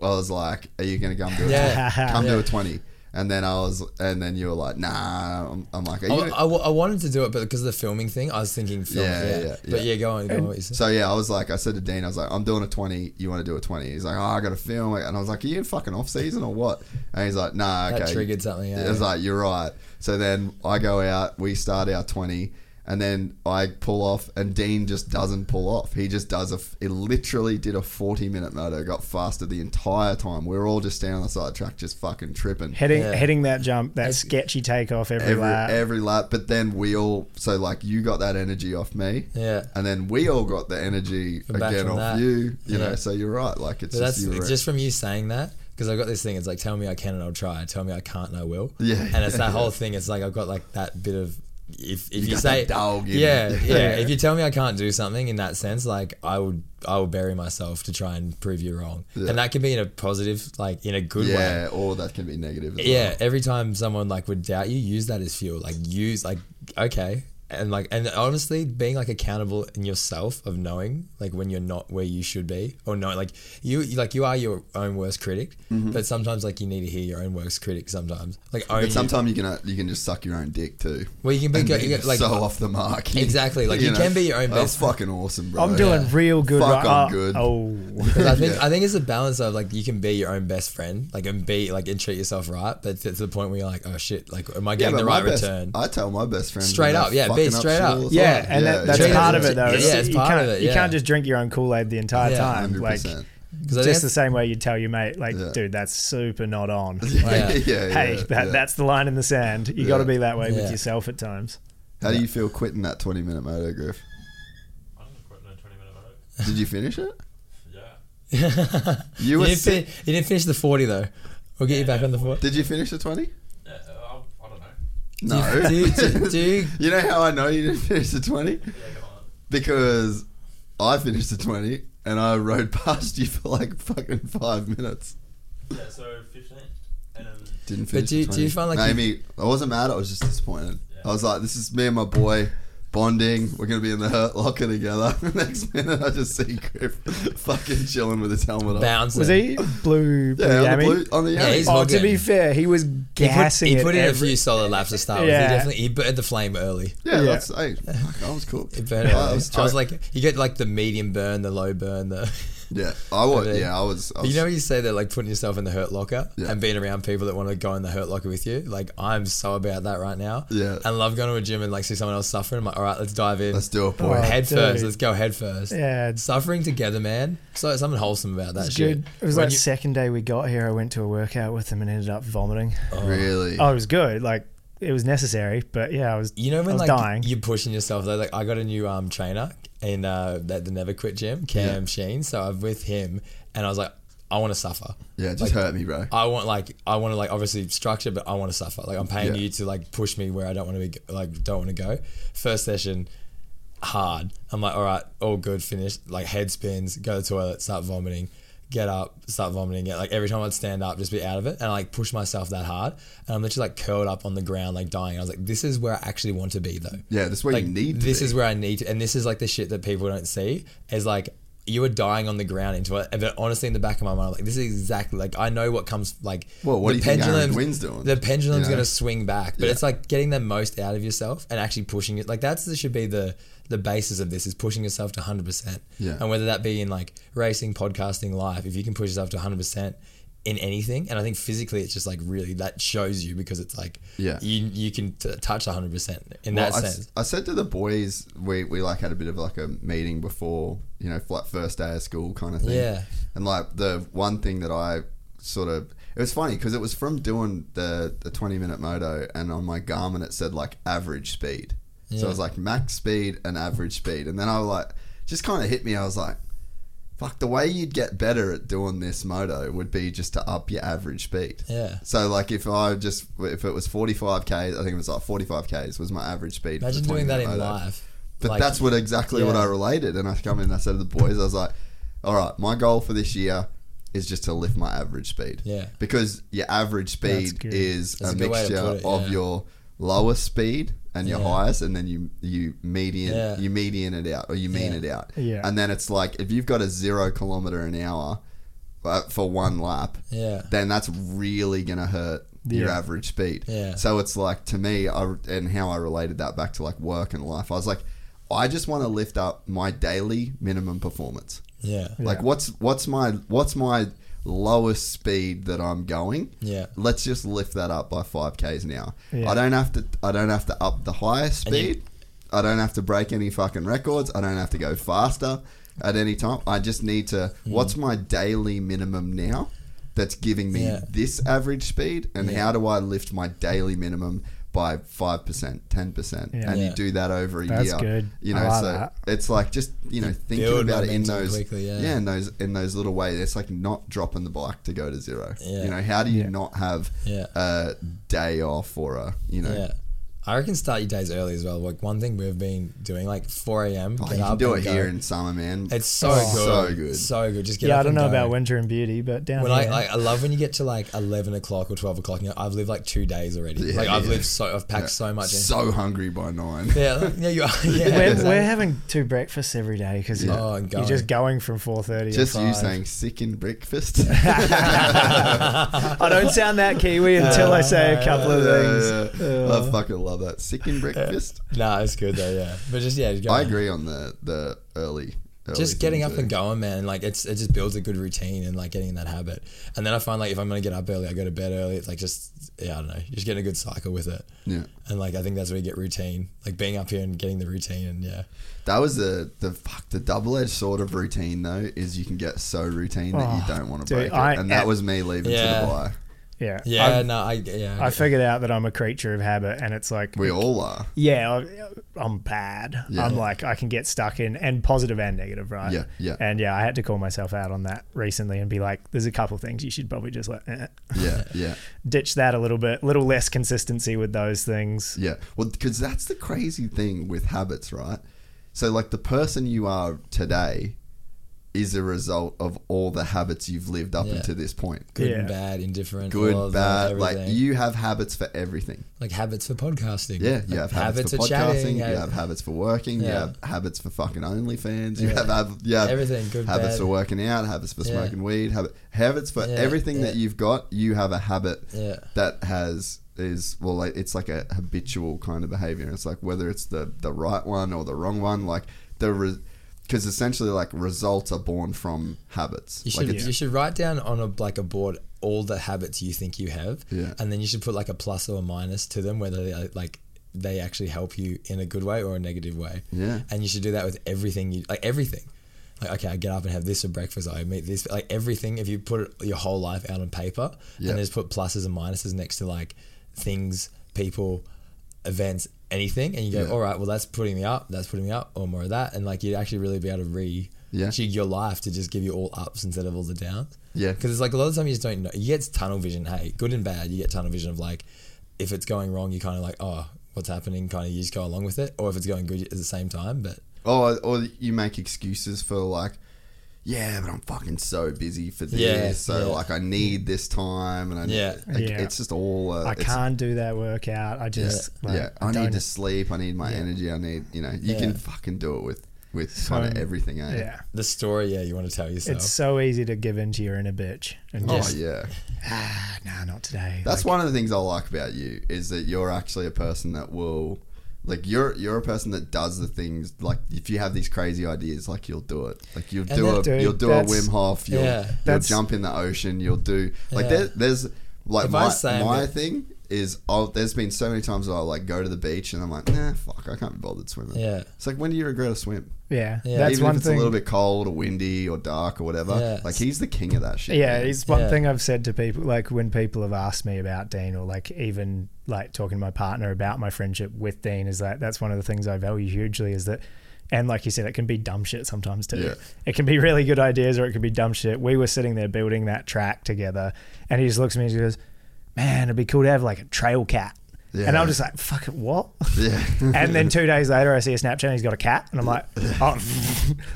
Speaker 1: I was like, "Are you going to come do a
Speaker 5: Yeah.
Speaker 1: 20? come do
Speaker 5: Yeah.
Speaker 1: a 20? And then I was, and then you were like, "Nah." I'm, I'm like, Are you
Speaker 5: I,
Speaker 1: gonna-
Speaker 5: I, I wanted to do it, but because of the filming thing, I was thinking film. Yeah, But yeah, go on, go on. What you said.
Speaker 1: So yeah, I was like, I said to Dean, I was like, I'm doing a 20. You want to do a 20? He's like, oh, I got to film it. And I was like, are you in fucking off season or what? And he's like, nah, okay.
Speaker 5: That triggered something, yeah.
Speaker 1: I was like, you're right. So then I go out, we start our 20, and then I pull off, and Dean just doesn't pull off. He just does a, f- he literally did a 40 minute moto, got faster the entire time. We were all just standing on the side of the track, just fucking tripping.
Speaker 3: Heading, heading that jump, that sketchy takeoff every,
Speaker 1: Every
Speaker 3: lap.
Speaker 1: every lap, but then we all so like you got that energy off me,
Speaker 5: Yeah.
Speaker 1: and then we all got the energy
Speaker 5: From back
Speaker 1: again
Speaker 5: from
Speaker 1: off
Speaker 5: that.
Speaker 1: you. You know,
Speaker 5: Yeah.
Speaker 1: so you're right. Like it's
Speaker 5: But
Speaker 1: just
Speaker 5: that's
Speaker 1: you were,
Speaker 5: just from you saying that because I've got this thing. It's like, tell me I can and I'll try. Tell me I can't and I will.
Speaker 1: Yeah.
Speaker 5: And it's that whole thing. It's like I've got like that bit of if if
Speaker 1: You
Speaker 5: you,
Speaker 1: got
Speaker 5: say
Speaker 1: that dog in
Speaker 5: yeah,
Speaker 1: you.
Speaker 5: yeah if you tell me I can't do something in that sense, like I would I would bury myself to try and prove you wrong.
Speaker 1: Yeah.
Speaker 5: And that can be in a positive, like in a good way.
Speaker 1: yeah, or that can be negative. As
Speaker 5: Yeah,
Speaker 1: well.
Speaker 5: every time someone like would doubt you, use that as fuel. Like use like okay, and like and honestly, being like accountable in yourself of knowing like when you're not where you should be, or no, like you you- like you are your own worst critic.
Speaker 1: Mhm.
Speaker 5: But sometimes like you need to hear your own worst critic. Sometimes like own
Speaker 1: But
Speaker 5: you-
Speaker 1: sometimes you can uh, you can just suck your own dick too.
Speaker 5: Well, you can be
Speaker 1: And
Speaker 5: go-
Speaker 1: be
Speaker 5: you get, like-
Speaker 1: so off the mark.
Speaker 5: Exactly, like, you can be your own
Speaker 1: That's
Speaker 5: best-
Speaker 1: fucking awesome, bro.
Speaker 3: I'm doing real good.
Speaker 1: Oh, Fuck,
Speaker 3: right?
Speaker 1: I'm
Speaker 3: oh,
Speaker 1: good.
Speaker 3: Oh,
Speaker 5: Because I think I think it's a balance of like you can be your own best friend, like and be like and treat yourself right, but to, to the point where you're like, oh shit, like am I getting
Speaker 1: but
Speaker 5: the
Speaker 1: my
Speaker 5: right
Speaker 1: best-
Speaker 5: return?
Speaker 1: I tell my best friend
Speaker 5: Straight
Speaker 1: when
Speaker 5: up,
Speaker 1: they're
Speaker 5: yeah, be
Speaker 1: fucking
Speaker 5: straight
Speaker 1: shit
Speaker 5: up.
Speaker 1: all the
Speaker 3: yeah,
Speaker 1: time.
Speaker 3: and
Speaker 1: Yeah,
Speaker 3: that, that's
Speaker 1: yeah.
Speaker 3: part of it though.
Speaker 5: Yeah,
Speaker 3: It's-
Speaker 5: it's
Speaker 3: you
Speaker 5: part
Speaker 3: can't,
Speaker 5: of it,
Speaker 3: You
Speaker 5: yeah.
Speaker 3: can't just drink your own Kool Aid the entire
Speaker 5: Yeah,
Speaker 3: time. Like
Speaker 1: 100%.
Speaker 5: 'Cause I
Speaker 3: just
Speaker 5: think-
Speaker 3: the same way you'd tell your mate, like,
Speaker 1: Yeah.
Speaker 3: dude, that's super not on. Like,
Speaker 1: Yeah, yeah,
Speaker 3: hey,
Speaker 1: yeah,
Speaker 3: that,
Speaker 1: yeah.
Speaker 3: that's the line in the sand. You
Speaker 1: Yeah.
Speaker 3: got to be that way
Speaker 1: Yeah.
Speaker 3: with yourself at times.
Speaker 1: How do you feel quitting that 20 minute moto, Griff? I didn't quit no 20 minute moto. Did you finish it?
Speaker 5: you,
Speaker 1: You were
Speaker 5: didn't
Speaker 1: sick.
Speaker 5: fin- you didn't finish the 40 though. We'll get you back on the 40.
Speaker 1: Did you finish the 20?
Speaker 5: Do
Speaker 1: No.
Speaker 5: you- do you- do- do you-
Speaker 1: You know how I know you didn't finish the 20? Because I finished the 20 and I rode past you for like fucking five minutes.
Speaker 14: Yeah, so 15. And then
Speaker 1: Didn't
Speaker 5: But
Speaker 1: finish
Speaker 5: do
Speaker 1: the
Speaker 5: you- do
Speaker 1: 20.
Speaker 5: you find like
Speaker 1: Made
Speaker 5: you-
Speaker 1: me- I wasn't mad, I was just disappointed. I was like, this is me and my boy bonding. We're going to be in the hurt locker together. Next minute, I just see Griff fucking chilling with his helmet on.
Speaker 5: Bouncing.
Speaker 3: Was he blue? blue
Speaker 1: Yeah, on the
Speaker 3: yammy?
Speaker 1: blue, on the
Speaker 5: Yeah,
Speaker 1: yammy.
Speaker 5: he's
Speaker 3: oh,
Speaker 5: hogging.
Speaker 3: to be fair, he was
Speaker 5: He put,
Speaker 3: gassing
Speaker 5: he put
Speaker 3: it
Speaker 5: in
Speaker 3: every-
Speaker 5: a few solid laps to start with. He
Speaker 3: Yeah.
Speaker 5: definitely he burned the flame early.
Speaker 1: Yeah,
Speaker 3: Yeah.
Speaker 1: that's hey, fuck, I was cool.
Speaker 5: He burned
Speaker 1: I
Speaker 5: early.
Speaker 1: was
Speaker 5: I was
Speaker 1: trying-
Speaker 5: like, you get like the medium burn, the low burn, the.
Speaker 1: yeah, I was.
Speaker 5: But then-
Speaker 1: Yeah, I was. I
Speaker 5: you
Speaker 1: was-
Speaker 5: know, you say that like putting yourself in the hurt locker
Speaker 1: Yeah.
Speaker 5: and being around people that want to go in the hurt locker with you. Like I'm so about that right now.
Speaker 1: Yeah.
Speaker 5: I love going to a gym and like see someone else suffering. I'm like, all right, let's dive in.
Speaker 1: Let's do it, boy.
Speaker 3: Oh,
Speaker 5: head
Speaker 3: dude.
Speaker 5: first. Let's go head first.
Speaker 3: Yeah.
Speaker 5: Suffering together, man. So something wholesome about that
Speaker 3: It's
Speaker 5: shit.
Speaker 3: good. It was
Speaker 5: When
Speaker 3: like
Speaker 5: you-
Speaker 3: second day we got here. I went to a workout with him and ended up vomiting.
Speaker 1: really.
Speaker 3: Oh, it was good. Like it was necessary, but yeah, I was.
Speaker 5: You know
Speaker 3: I
Speaker 5: when
Speaker 3: was
Speaker 5: like
Speaker 3: dying.
Speaker 5: you're pushing yourself though. Like I got a new um trainer in uh that the Never Quit gym, Cam Sheen. So I'm with him, and I was like, I want to suffer.
Speaker 1: Yeah, just
Speaker 5: Like,
Speaker 1: hurt me, bro.
Speaker 5: I want like I want to like obviously structure, but I want to suffer. Like I'm paying
Speaker 1: Yeah.
Speaker 5: you to like push me where I don't want to be like don't want to go. First session, hard. I'm like, all right, all good, finished. Like head spins, go to the toilet, start vomiting, get up, start vomiting. Get, like every time I'd stand up, just be out of it, and I like push myself that hard, and I'm literally like curled up on the ground, like dying. I was like, this is where I actually want to be, though.
Speaker 1: Yeah, this is where you
Speaker 5: Like,
Speaker 1: need to
Speaker 5: This
Speaker 1: be.
Speaker 5: is where I need to, and this is like the shit that people don't see is like. You were dying on the ground into it, but honestly, in the back of my mind, I'm like this is exactly like I know what comes like.
Speaker 1: Well, what
Speaker 5: the
Speaker 1: do you think Aaron
Speaker 5: pendulum's-
Speaker 1: Gwynn's doing?
Speaker 5: The pendulum's
Speaker 1: You know?
Speaker 5: going to swing back, but
Speaker 1: Yeah.
Speaker 5: it's like getting the most out of yourself and actually pushing it. Like that's that should be the the basis of this is pushing yourself to hundred percent.
Speaker 1: Yeah.
Speaker 5: And whether that be in like racing, podcasting, life, if you can push yourself to hundred percent in anything, and I think physically it's just like really that shows you because it's like
Speaker 1: Yeah.
Speaker 5: you you can t- touch hundred percent in
Speaker 1: Well,
Speaker 5: that
Speaker 1: I, s-
Speaker 5: sense.
Speaker 1: I said to the boys, we, we like had a bit of like a meeting before, you know, like first day of school kind of thing.
Speaker 5: Yeah.
Speaker 1: And like the one thing that I sort of, it was funny because it was from doing the, the 20 minute moto and on my Garmin it said like average speed. So
Speaker 5: Yeah.
Speaker 1: I was like max speed and average speed. And then I was like, just kind of hit me. I was like, fuck, the way you'd get better at doing this moto would be just to up your average speed.
Speaker 5: Yeah.
Speaker 1: So like if I just if it was 45k, I think it was like 45k's was my average speed. for
Speaker 5: Imagine
Speaker 1: the
Speaker 5: doing
Speaker 1: 20
Speaker 5: that in
Speaker 1: minute moto.
Speaker 5: life.
Speaker 1: But
Speaker 5: Like-
Speaker 1: that's what exactly what
Speaker 5: Yeah.
Speaker 1: I related, and I come in and I said to the boys, I was like, "All right, my goal for this year is just to lift my average speed."
Speaker 5: Yeah.
Speaker 1: Because your average
Speaker 5: That's
Speaker 1: speed
Speaker 5: good.
Speaker 1: is
Speaker 5: That's
Speaker 1: a,
Speaker 5: a good way to
Speaker 1: mixture
Speaker 5: put it,
Speaker 1: of
Speaker 5: yeah.
Speaker 1: your lowest speed and your
Speaker 5: Yeah.
Speaker 1: highest, and then you you median
Speaker 5: Yeah.
Speaker 1: you median it out or you mean
Speaker 5: Yeah.
Speaker 1: it out.
Speaker 5: Yeah.
Speaker 1: And then it's like if you've got a zero kilometer an hour uh, for one lap,
Speaker 5: Yeah.
Speaker 1: then that's really gonna hurt your
Speaker 5: Yeah.
Speaker 1: average speed.
Speaker 5: Yeah.
Speaker 1: So it's like to me, I, and how I related that back to like work and life. I was like, I just want to lift up my daily minimum performance.
Speaker 5: Yeah.
Speaker 1: Like
Speaker 5: Yeah.
Speaker 1: what's what's my what's my lowest speed that I'm going?
Speaker 5: Yeah.
Speaker 1: Let's just lift that up by five k's an hour.
Speaker 5: Yeah.
Speaker 1: I don't have to. I don't have to up the highest
Speaker 5: And you-
Speaker 1: speed. I don't have to break any fucking records. I don't have to go faster at any time. I just need to. What's my daily minimum now? That's giving me
Speaker 5: Yeah.
Speaker 1: this average speed, and
Speaker 5: Yeah.
Speaker 1: how do I lift my daily minimum by five percent, ten percent?
Speaker 3: Yeah.
Speaker 1: And
Speaker 3: Yeah.
Speaker 1: you do that over a
Speaker 3: That's
Speaker 1: year.
Speaker 3: good.
Speaker 1: You
Speaker 3: I
Speaker 1: know,
Speaker 3: like
Speaker 1: so
Speaker 3: that.
Speaker 1: it's like just you know
Speaker 5: You
Speaker 1: thinking
Speaker 5: build
Speaker 1: about it in
Speaker 5: momentum
Speaker 1: those
Speaker 5: quickly, yeah.
Speaker 1: in those in those little ways. It's like not dropping the bike to go to zero.
Speaker 5: Yeah.
Speaker 1: You know, how do you
Speaker 5: Yeah.
Speaker 1: not have
Speaker 5: Yeah.
Speaker 1: a day off or a you know?
Speaker 5: Yeah. I reckon start your days early as well. Like one thing we've been doing, like 4 a.m.
Speaker 1: Oh,
Speaker 5: get
Speaker 1: you can
Speaker 5: up
Speaker 1: do
Speaker 5: and
Speaker 1: it
Speaker 5: go.
Speaker 1: here in summer, man.
Speaker 5: It's so
Speaker 1: Oh.
Speaker 5: good.
Speaker 1: So good.
Speaker 5: So good. Just get
Speaker 3: Yeah,
Speaker 5: up
Speaker 3: I don't
Speaker 5: and
Speaker 3: know
Speaker 5: go.
Speaker 3: about winter and beauty, but down
Speaker 5: When
Speaker 3: here,
Speaker 5: I like, I love when you get to like eleven o'clock or twelve o'clock. You know, I've lived like two days already.
Speaker 1: Yeah,
Speaker 5: like I've
Speaker 1: yeah.
Speaker 5: lived so, I've packed
Speaker 1: Yeah.
Speaker 5: so much. In.
Speaker 1: So hungry by nine.
Speaker 5: Yeah, yeah, you are. Yeah,
Speaker 3: we're,
Speaker 5: exactly.
Speaker 3: we're having two breakfasts every day because
Speaker 1: Yeah.
Speaker 5: Oh, and
Speaker 3: you're just going from four thirty.
Speaker 1: Just
Speaker 3: to
Speaker 1: you
Speaker 3: 5.
Speaker 1: saying sick in breakfast.
Speaker 3: I don't sound that Kiwi until I say a couple of things.
Speaker 1: I fucking love that sick in breakfast.
Speaker 5: Nah, it's good though. Yeah, but just yeah, go
Speaker 1: I
Speaker 5: on.
Speaker 1: agree on the the early. early
Speaker 5: just getting
Speaker 1: thing
Speaker 5: up
Speaker 1: too.
Speaker 5: and going, man. Like it's it just builds a good routine and like getting in that habit. And then I find like if I'm gonna get up early, I go to bed early. It's like just yeah, I don't know, You're just getting a good cycle with it.
Speaker 1: Yeah.
Speaker 5: And like I think that's where you get routine, like being up here and getting the routine and yeah.
Speaker 1: That was the the fuck the double edged sword of routine though is you can get so routine that you
Speaker 3: Oh,
Speaker 1: don't want to
Speaker 3: dude,
Speaker 1: break
Speaker 3: I-
Speaker 1: it, and that was me leaving to
Speaker 5: Yeah.
Speaker 1: the buy.
Speaker 3: Yeah.
Speaker 5: Yeah,
Speaker 3: I've-
Speaker 5: no, I yeah.
Speaker 3: I figured out that I'm a creature of habit, and it's like
Speaker 1: We all are.
Speaker 3: Yeah, I- I'm bad.
Speaker 1: Yeah.
Speaker 3: I'm like I can get stuck in, and positive and negative, right?
Speaker 1: Yeah, yeah.
Speaker 3: And yeah, I had to call myself out on that recently and be like, "There's a couple things you should probably just like, eh.
Speaker 1: Yeah, yeah.
Speaker 3: ditch that a little bit, little less consistency with those things."
Speaker 1: Yeah. Well, because that's the crazy thing with habits, right? So, like, the person you are today is a result of all the habits you've lived up
Speaker 5: Yeah.
Speaker 1: until this point.
Speaker 5: good
Speaker 3: Yeah.
Speaker 5: and bad, indifferent,
Speaker 1: Good,
Speaker 5: all of that,
Speaker 1: bad. Like,
Speaker 5: everything.
Speaker 1: you have habits for everything.
Speaker 5: like habits for podcasting.
Speaker 1: Yeah. You
Speaker 5: Like
Speaker 1: have habits, for
Speaker 5: uh, of
Speaker 1: podcasting. you
Speaker 5: hab-
Speaker 1: have habits for working. You
Speaker 5: Yeah.
Speaker 1: have habits for fucking OnlyFans. You
Speaker 5: Yeah.
Speaker 1: have, have, you have
Speaker 5: Everything, good,
Speaker 1: habits
Speaker 5: bad.
Speaker 1: for working out, habits for
Speaker 5: Yeah.
Speaker 1: smoking weed, habit, habits for
Speaker 5: Yeah,
Speaker 1: everything that
Speaker 5: yeah.
Speaker 1: you've got. You have a habit
Speaker 5: Yeah.
Speaker 1: that has is well like it's like a habitual kind of behavior it's like whether it's the the right one or the wrong one like the because essentially like results are born from habits
Speaker 5: You should
Speaker 1: like it's,
Speaker 5: you should write down on a like a board all the habits you think you have,
Speaker 1: Yeah.
Speaker 5: and then you should put like a plus or a minus to them, whether they are, like they actually help you in a good way or a negative way.
Speaker 1: Yeah.
Speaker 5: and you should do that with everything you like everything. Like okay, I get up and have this for breakfast. I meet this like everything. If you put it, your whole life out on paper
Speaker 1: Yeah.
Speaker 5: and just put pluses and minuses next to like things, people, events, anything, and you go,
Speaker 1: Yeah.
Speaker 5: all right, well that's putting me up, that's putting me up, or more of that, and like you'd actually really be able to re
Speaker 1: Yeah.
Speaker 5: jig your life to just give you all ups instead of all the downs.
Speaker 1: Yeah.
Speaker 5: Because it's like a lot of the time you just don't know. You get tunnel vision. Hey, good and bad. You get tunnel vision of like, if it's going wrong, you kind of like, oh, what's happening? Kind of you just go along with it. Or if it's going good at the same time. But
Speaker 1: Or, or you make excuses for like, yeah, but I'm fucking so busy for this.
Speaker 5: Yeah,
Speaker 1: so
Speaker 5: yeah.
Speaker 1: like I need this time, and I
Speaker 5: Yeah.
Speaker 1: like,
Speaker 3: Yeah.
Speaker 1: it's just all. Uh,
Speaker 3: I
Speaker 1: it's-
Speaker 3: can't do that workout. I just
Speaker 1: yeah,
Speaker 3: like,
Speaker 1: yeah.
Speaker 3: I,
Speaker 1: I,
Speaker 3: don't e-
Speaker 1: need to sleep. I need my energy. I need you know. You can
Speaker 3: Yeah.
Speaker 1: fucking do it with with
Speaker 3: So,
Speaker 1: kind of everything. Eh?
Speaker 3: yeah.
Speaker 5: The story, yeah, you want to tell yourself.
Speaker 3: It's so easy to give in to your inner bitch and
Speaker 1: Oh
Speaker 3: just
Speaker 1: yeah.
Speaker 3: ah nah not today.
Speaker 1: That's
Speaker 3: Like,
Speaker 1: one of the things I like about you is that you're actually a person that will, like, you're you're a person that does the things. Like, if you have these crazy ideas, like you'll do it. Like you'll
Speaker 5: And
Speaker 1: do
Speaker 5: that-
Speaker 1: a
Speaker 5: dude,
Speaker 1: you'll do a
Speaker 5: that's-
Speaker 1: Wim Hof. You'll,
Speaker 5: Yeah.
Speaker 1: you'll
Speaker 5: That's-
Speaker 1: jump in the ocean. You'll do like
Speaker 5: Yeah.
Speaker 1: there, there's like
Speaker 5: If I
Speaker 1: my
Speaker 5: say
Speaker 1: my
Speaker 5: that-
Speaker 1: thing is I'll, there's been so many times that I like go to the beach and I'm like nah fuck I can't be bothered swimming.
Speaker 5: Yeah.
Speaker 1: It's like when do you regret a swim?
Speaker 3: Yeah. Yeah. That's
Speaker 1: Even
Speaker 3: one
Speaker 1: if it's
Speaker 3: thing-
Speaker 1: a little bit cold or windy or dark or whatever.
Speaker 3: Yeah.
Speaker 1: Like he's the king of that shit.
Speaker 3: yeah,
Speaker 1: man.
Speaker 3: it's one thing I've said to people like when people have asked me about Dean or like even like talking to my partner about my friendship with Dean is like that's one of the things I value hugely is that and like you said, it can be dumb shit sometimes too.
Speaker 1: Yeah.
Speaker 3: It can be really good ideas or it can be dumb shit. We were sitting there building that track together and he just looks at me and he goes, Man, it'd be cool to have like a trail cat. And
Speaker 1: Yeah.
Speaker 3: I'm just like, fuck it, what?
Speaker 1: Yeah.
Speaker 3: and then two days later, I see a Snapchat and he's got a cat, and I'm like, oh,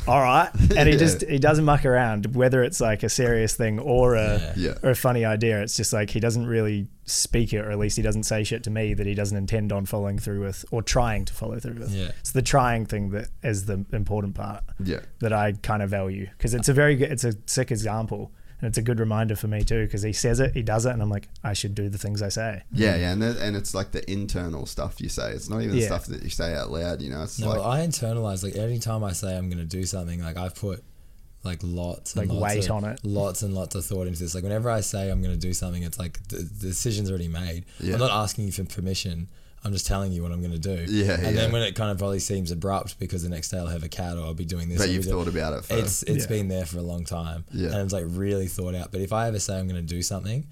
Speaker 3: all right. And he
Speaker 1: Yeah.
Speaker 3: just he doesn't muck around, whether it's like a serious thing or a
Speaker 1: Yeah.
Speaker 3: or a funny idea. It's just like he doesn't really speak it, or at least he doesn't say shit to me that he doesn't intend on following through with or trying to follow through with.
Speaker 5: Yeah.
Speaker 3: It's the trying thing that is the important part.
Speaker 1: Yeah.
Speaker 3: That I kind of value because it's a very good, it's a sick example. And it's a good reminder for me too, because he says it, he does it, and I'm like, I should do the things I say.
Speaker 1: Yeah, yeah, and the, and it's like the internal stuff you say. It's not even the
Speaker 3: Yeah.
Speaker 1: stuff that you say out loud. You know, it's
Speaker 5: No,
Speaker 1: like
Speaker 5: I internalize like every time I say I'm gonna do something, like I put like lots and
Speaker 3: Like,
Speaker 5: lots
Speaker 3: weight
Speaker 5: of,
Speaker 3: on it.
Speaker 5: lots and lots of thought into this. Like whenever I say I'm gonna do something, it's like the, the decision's already made.
Speaker 1: Yeah.
Speaker 5: I'm not asking you for permission. I'm just telling you what I'm gonna do.
Speaker 1: Yeah,
Speaker 5: and
Speaker 1: yeah.
Speaker 5: then when it kind of probably seems abrupt because the next day I'll have a cat or I'll be doing this.
Speaker 1: But
Speaker 5: I'll be
Speaker 1: you've
Speaker 5: doing-
Speaker 1: thought about it for-
Speaker 5: It's it's
Speaker 1: Yeah.
Speaker 5: been there for a long time.
Speaker 1: Yeah.
Speaker 5: and it's like really thought out. But if I ever say I'm gonna do something,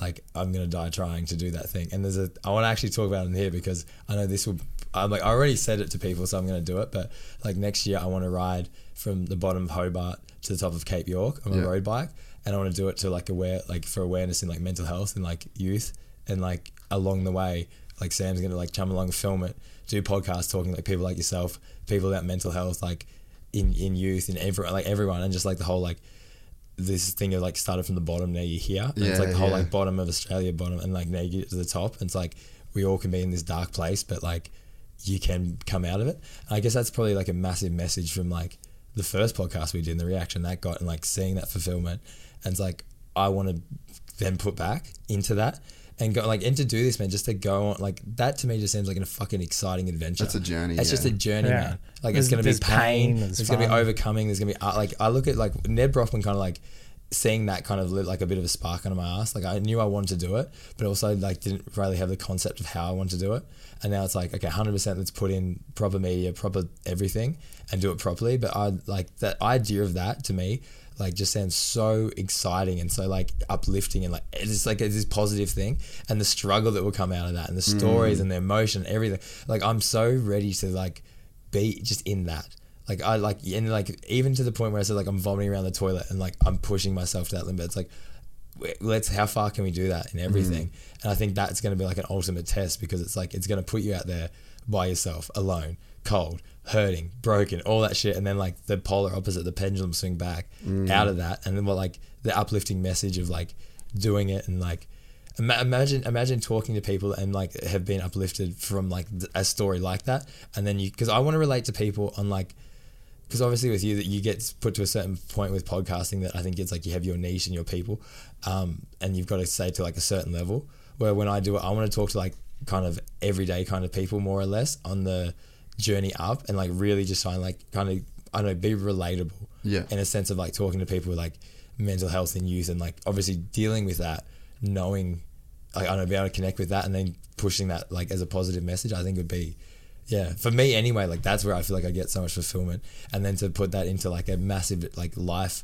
Speaker 5: like I'm gonna die trying to do that thing. And there's a I want to actually talk about it in here because I know this will. I'm like I already said it to people, so I'm gonna do it. But like next year, I want to ride from the bottom of Hobart to the top of Cape York on my
Speaker 1: Yeah.
Speaker 5: road bike, and I want to do it to like aware like for awareness in like mental health and like youth and like along the way, like Sam's gonna like come along, film it, do podcasts talking like people like yourself, people about mental health, like in in youth and every like everyone, and just like the whole like this thing of like started from the bottom now you're here and it's
Speaker 1: Yeah,
Speaker 5: like the whole
Speaker 1: yeah.
Speaker 5: like bottom of australia bottom and like now you get to the top and it's like we all can be in this dark place but like you can come out of it And i guess that's probably like a massive message from like the first podcast we did and the reaction that got and like seeing that fulfillment and it's like i want to then put back into that and go like and to do this man just to go on like that to me just seems like a fucking exciting adventure
Speaker 1: That's a journey,
Speaker 5: it's just a
Speaker 1: yeah.
Speaker 5: journey
Speaker 3: Yeah.
Speaker 5: man like
Speaker 3: There's-
Speaker 5: it's gonna be
Speaker 3: there's
Speaker 5: pain,
Speaker 3: pain, there's
Speaker 5: there's, gonna be
Speaker 3: fun.
Speaker 5: overcoming. There's gonna be uh, like I look at like Ned Brockman kind of like seeing that kind of lit like a bit of a spark under my ass. Like I knew I wanted to do it, but also like didn't really have the concept of how I wanted to do it. And now it's like okay, hundred percent. Let's put in proper media, proper everything, and do it properly. But I like that idea of that to me. Like just sounds so exciting and so like uplifting and like it's just, like it's this positive thing and the struggle that will come out of that and the stories
Speaker 1: Mm.
Speaker 5: and the emotion everything like I'm so ready to like be just in that. Like I like and like even to the point where I said like I'm vomiting around the toilet and like I'm pushing myself to that limit. It's like w- let's how far can we do that in everything? And I think that's going to be like an ultimate test because it's like it's going to put you out there by yourself, alone, cold, hurting, broken, all that shit, and then like the polar opposite, the pendulum swing back
Speaker 1: Mm.
Speaker 5: out of that, and then what like the uplifting message of like doing it and like Ima- imagine imagine talking to people and like have been uplifted from like th- a story like that and then you because i want to relate to people on like because obviously with you that you get put to a certain point with podcasting that i think it's like you have your niche and your people um, and you've got to say to like a certain level where when i do it i want to talk to like kind of everyday kind of people more or less on the journey up and like really just try and like kind of i don't know be relatable
Speaker 1: Yeah.
Speaker 5: in a sense of like talking to people with like mental health and youth and like obviously dealing with that, knowing like I don't know, be able to connect with that and then pushing that like as a positive message, I think would be yeah. For me anyway, like that's where I feel like I get so much fulfillment. And then to put that into like a massive like life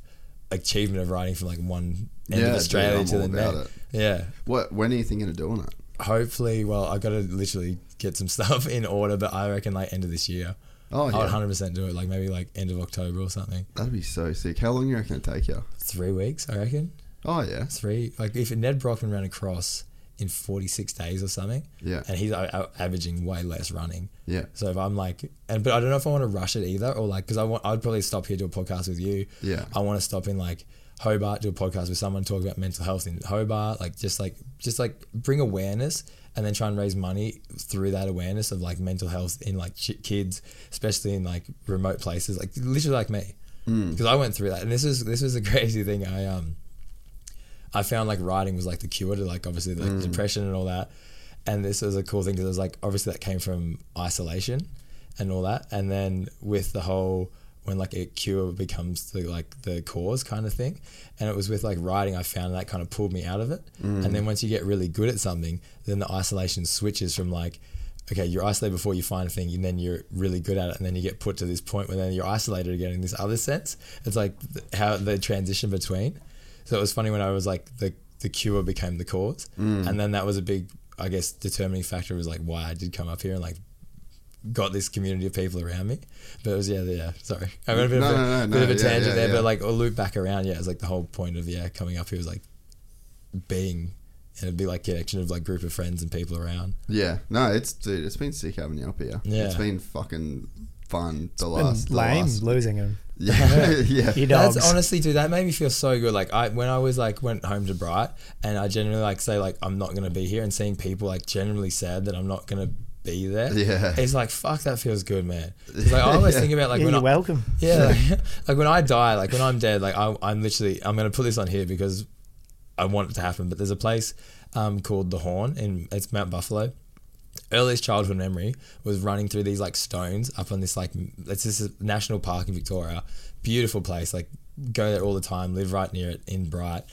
Speaker 5: achievement of writing from like one end
Speaker 1: Yeah,
Speaker 5: of
Speaker 1: dude,
Speaker 5: Australia
Speaker 1: I'm
Speaker 5: to the
Speaker 1: all about
Speaker 5: next.
Speaker 1: it.
Speaker 5: Yeah.
Speaker 1: What? When are you thinking of doing it?
Speaker 5: Hopefully, well, I've got to literally get some stuff in order, but I reckon like end of this year.
Speaker 1: Oh,
Speaker 5: I would
Speaker 1: yeah.
Speaker 5: 100% do it, like maybe like end of October or something.
Speaker 1: That'd be so sick. How long you reckon it take you?
Speaker 5: Three weeks, I reckon.
Speaker 1: Oh yeah,
Speaker 5: Three. Like if Ned Brockman ran across in 46 days or something.
Speaker 1: Yeah.
Speaker 5: And he's uh, uh, averaging way less running.
Speaker 1: Yeah.
Speaker 5: So if I'm like, and but I don't know if I want to rush it either, or like, because I want, I'd probably stop here do a podcast with you.
Speaker 1: Yeah.
Speaker 5: I want to stop in like Hobart, do a podcast with someone, talk about mental health in Hobart, like just like just like bring awareness and then try and raise money through that awareness of like mental health in like ch- kids, especially in like remote places, like literally like me,
Speaker 1: Mm.
Speaker 5: because I went through that. And this is this was a crazy thing. I um, I found like writing was like the cure to like obviously like
Speaker 1: Mm.
Speaker 5: depression and all that. And this was a cool thing because it was like obviously that came from isolation and all that. And then with the whole when like a cure becomes the like the cause kind of thing. And it was with like writing I found that kind of pulled me out of it.
Speaker 1: Mm.
Speaker 5: And then once you get really good at something, then the isolation switches from like okay, you're isolated before you find a thing and then you're really good at it and then you get put to this point where then you're isolated again in this other sense. It's like th- how the transition between. So it was funny when I was like the the cure became the cause,
Speaker 1: Mm.
Speaker 5: and then that was a big, I guess, determining factor was like why I did come up here and like got this community of people around me. But it was yeah, yeah. Sorry, I went a bit
Speaker 1: No,
Speaker 5: of a,
Speaker 1: no, no,
Speaker 5: bit of
Speaker 1: no,
Speaker 5: a
Speaker 1: yeah,
Speaker 5: tangent
Speaker 1: yeah,
Speaker 5: there,
Speaker 1: yeah.
Speaker 5: but like I'll loop back around. Yeah, it's like the whole point of yeah coming up here was like being and it'd be like connection of like group of friends and people around.
Speaker 1: Yeah, no, it's dude, it's been sick having you up here.
Speaker 5: Yeah.
Speaker 1: it's been fucking fun. The
Speaker 3: Been
Speaker 1: last, the
Speaker 3: lame
Speaker 1: last-
Speaker 3: losing him.
Speaker 1: Yeah, yeah.
Speaker 3: You dogs.
Speaker 5: That's honestly, dude, that made me feel so good. Like I, when I was like went home to Bright, and I generally like say like I'm not gonna be here, and seeing people like generally sad that I'm not gonna be there.
Speaker 1: Yeah.
Speaker 5: it's like fuck, that feels good, man. 'Cause, like I always
Speaker 1: Yeah.
Speaker 5: think about like
Speaker 3: Yeah,
Speaker 5: when
Speaker 3: you're
Speaker 5: I,
Speaker 3: welcome.
Speaker 5: Yeah, like, like, when I die, like when I'm dead, like I, I'm literally I'm gonna put this on here because I want it to happen. But there's a place um, called the Horn, in it's Mount Buffalo earliest childhood memory was running through these like stones up on this like m- it's this uh, national park in Victoria, beautiful place. Like go there all the time. Live right near it in Bright.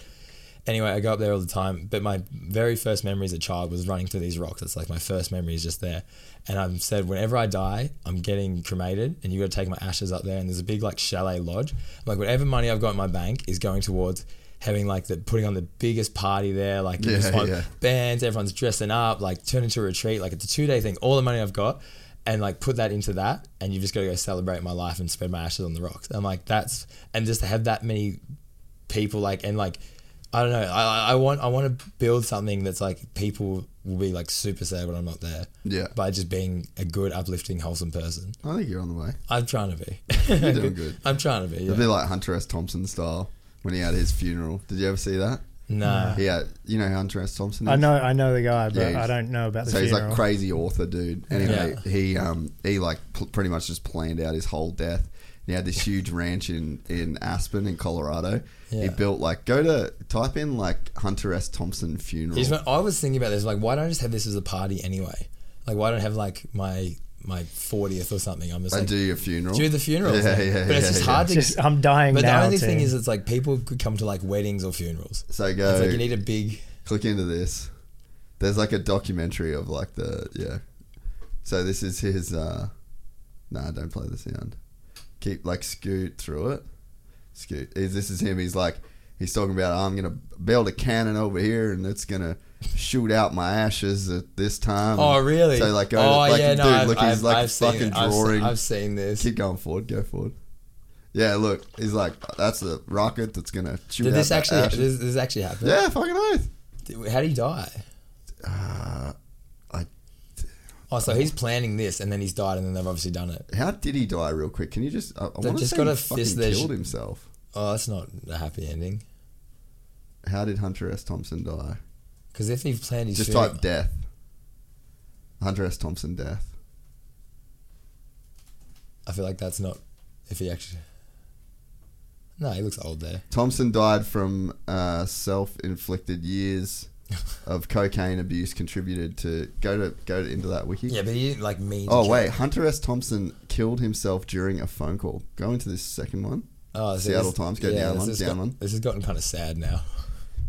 Speaker 5: Anyway, I go up there all the time. But my very first memory as a child was running through these rocks. It's like my first memory is just there. And I've said, whenever I die, I'm getting cremated, and you got to take my ashes up there. And there's a big like chalet lodge. Like whatever money I've got in my bank is going towards having like the putting on the biggest party there. Like
Speaker 1: Yeah,
Speaker 5: this one,
Speaker 1: yeah.
Speaker 5: bands, everyone's dressing up, like turn into a retreat, like it's a two day thing, all the money I've got, and like put that into that, and you've just got to go celebrate my life and spread my ashes on the rocks. I'm like, that's, and just to have that many people, like, and like, I don't know, I, I- I want, I want to build something that's like people will be like super sad when I'm not there.
Speaker 1: Yeah.
Speaker 5: By just being a good, uplifting, wholesome person.
Speaker 1: I think you're on the way.
Speaker 5: I'm trying to be.
Speaker 1: You're doing good.
Speaker 5: I'm trying to be. Yeah.
Speaker 1: It'd be like Hunter S. Thompson style when he had his funeral. Did you ever see that?
Speaker 5: Nah.
Speaker 1: Yeah, you know who Hunter S. Thompson. Is?
Speaker 3: I know, I know the guy,
Speaker 1: Yeah,
Speaker 3: but
Speaker 1: he's-
Speaker 3: I don't know about the
Speaker 1: so he's
Speaker 3: funeral.
Speaker 1: like crazy author dude. Anyway, he um he like pl- pretty much just planned out his whole death. He had this huge ranch in in Aspen in Colorado. He
Speaker 5: Yeah.
Speaker 1: built like go to type in like Hunter S. Thompson funeral.
Speaker 5: Here's what- I was thinking about this. Like, why don't I just have this as a party anyway? Like, why don't I have like my my fortieth or something? I'm just
Speaker 1: and
Speaker 5: like
Speaker 1: do your funeral.
Speaker 5: do the funeral.
Speaker 1: Yeah,
Speaker 5: thing.
Speaker 1: yeah,
Speaker 5: but it's
Speaker 1: yeah,
Speaker 5: just
Speaker 1: yeah.
Speaker 5: hard to.
Speaker 3: Just- I'm dying
Speaker 5: But
Speaker 3: now,
Speaker 5: the only thing
Speaker 3: too.
Speaker 5: is, it's like people could come to like weddings or funerals.
Speaker 1: So go.
Speaker 5: It's like you need a big.
Speaker 1: click into this. There's like a documentary of like the yeah. So this is his. uh Nah, don't play the sound. Keep like scoot through it. Scoot. Is this is him? He's like he's talking about I'm gonna build a cannon over here and it's gonna shoot out my ashes at this time.
Speaker 5: Oh really?
Speaker 1: So like go
Speaker 5: oh
Speaker 1: to, like
Speaker 5: yeah,
Speaker 1: dude,
Speaker 5: no, I've,
Speaker 1: look
Speaker 5: I've,
Speaker 1: he's like
Speaker 5: I've seen
Speaker 1: fucking
Speaker 5: it. I've se-
Speaker 1: drawing.
Speaker 5: I've, seen this.
Speaker 1: Keep going forward. Go forward. Yeah, look, he's like that's a rocket that's gonna shoot
Speaker 5: Did
Speaker 1: out
Speaker 5: this
Speaker 1: my
Speaker 5: actually?
Speaker 1: ashes."
Speaker 5: This, this actually happened.
Speaker 1: Yeah, fucking oath.
Speaker 5: Did- How do you die?
Speaker 1: Uh, I
Speaker 5: Oh, so he's planning this, and then he's died, and then they've obviously done it.
Speaker 1: How did he die? Real quick, can you just? I, I
Speaker 5: They
Speaker 1: want to
Speaker 5: just
Speaker 1: say
Speaker 5: got
Speaker 1: he
Speaker 5: a
Speaker 1: fucking
Speaker 5: fist there.
Speaker 1: killed himself.
Speaker 5: Oh, that's not a happy ending.
Speaker 1: How did Hunter S. Thompson die?
Speaker 5: Because if he planned his
Speaker 1: just
Speaker 5: funeral-
Speaker 1: type death. Hunter S. Thompson death.
Speaker 5: I feel like that's not if he actually. No, he looks old there.
Speaker 1: Thompson died from uh, self-inflicted years of cocaine abuse contributed to go to go into that wiki.
Speaker 5: Yeah, but he didn't like mean. to
Speaker 1: Oh
Speaker 5: kill-
Speaker 1: wait, Hunter S. Thompson killed himself during a phone call. Go into this second one.
Speaker 5: Oh, so
Speaker 1: Seattle
Speaker 5: this-
Speaker 1: Times. Go
Speaker 5: yeah,
Speaker 1: down
Speaker 5: this
Speaker 1: one.
Speaker 5: has
Speaker 1: Down
Speaker 5: got-
Speaker 1: one.
Speaker 5: This has gotten kind of sad now.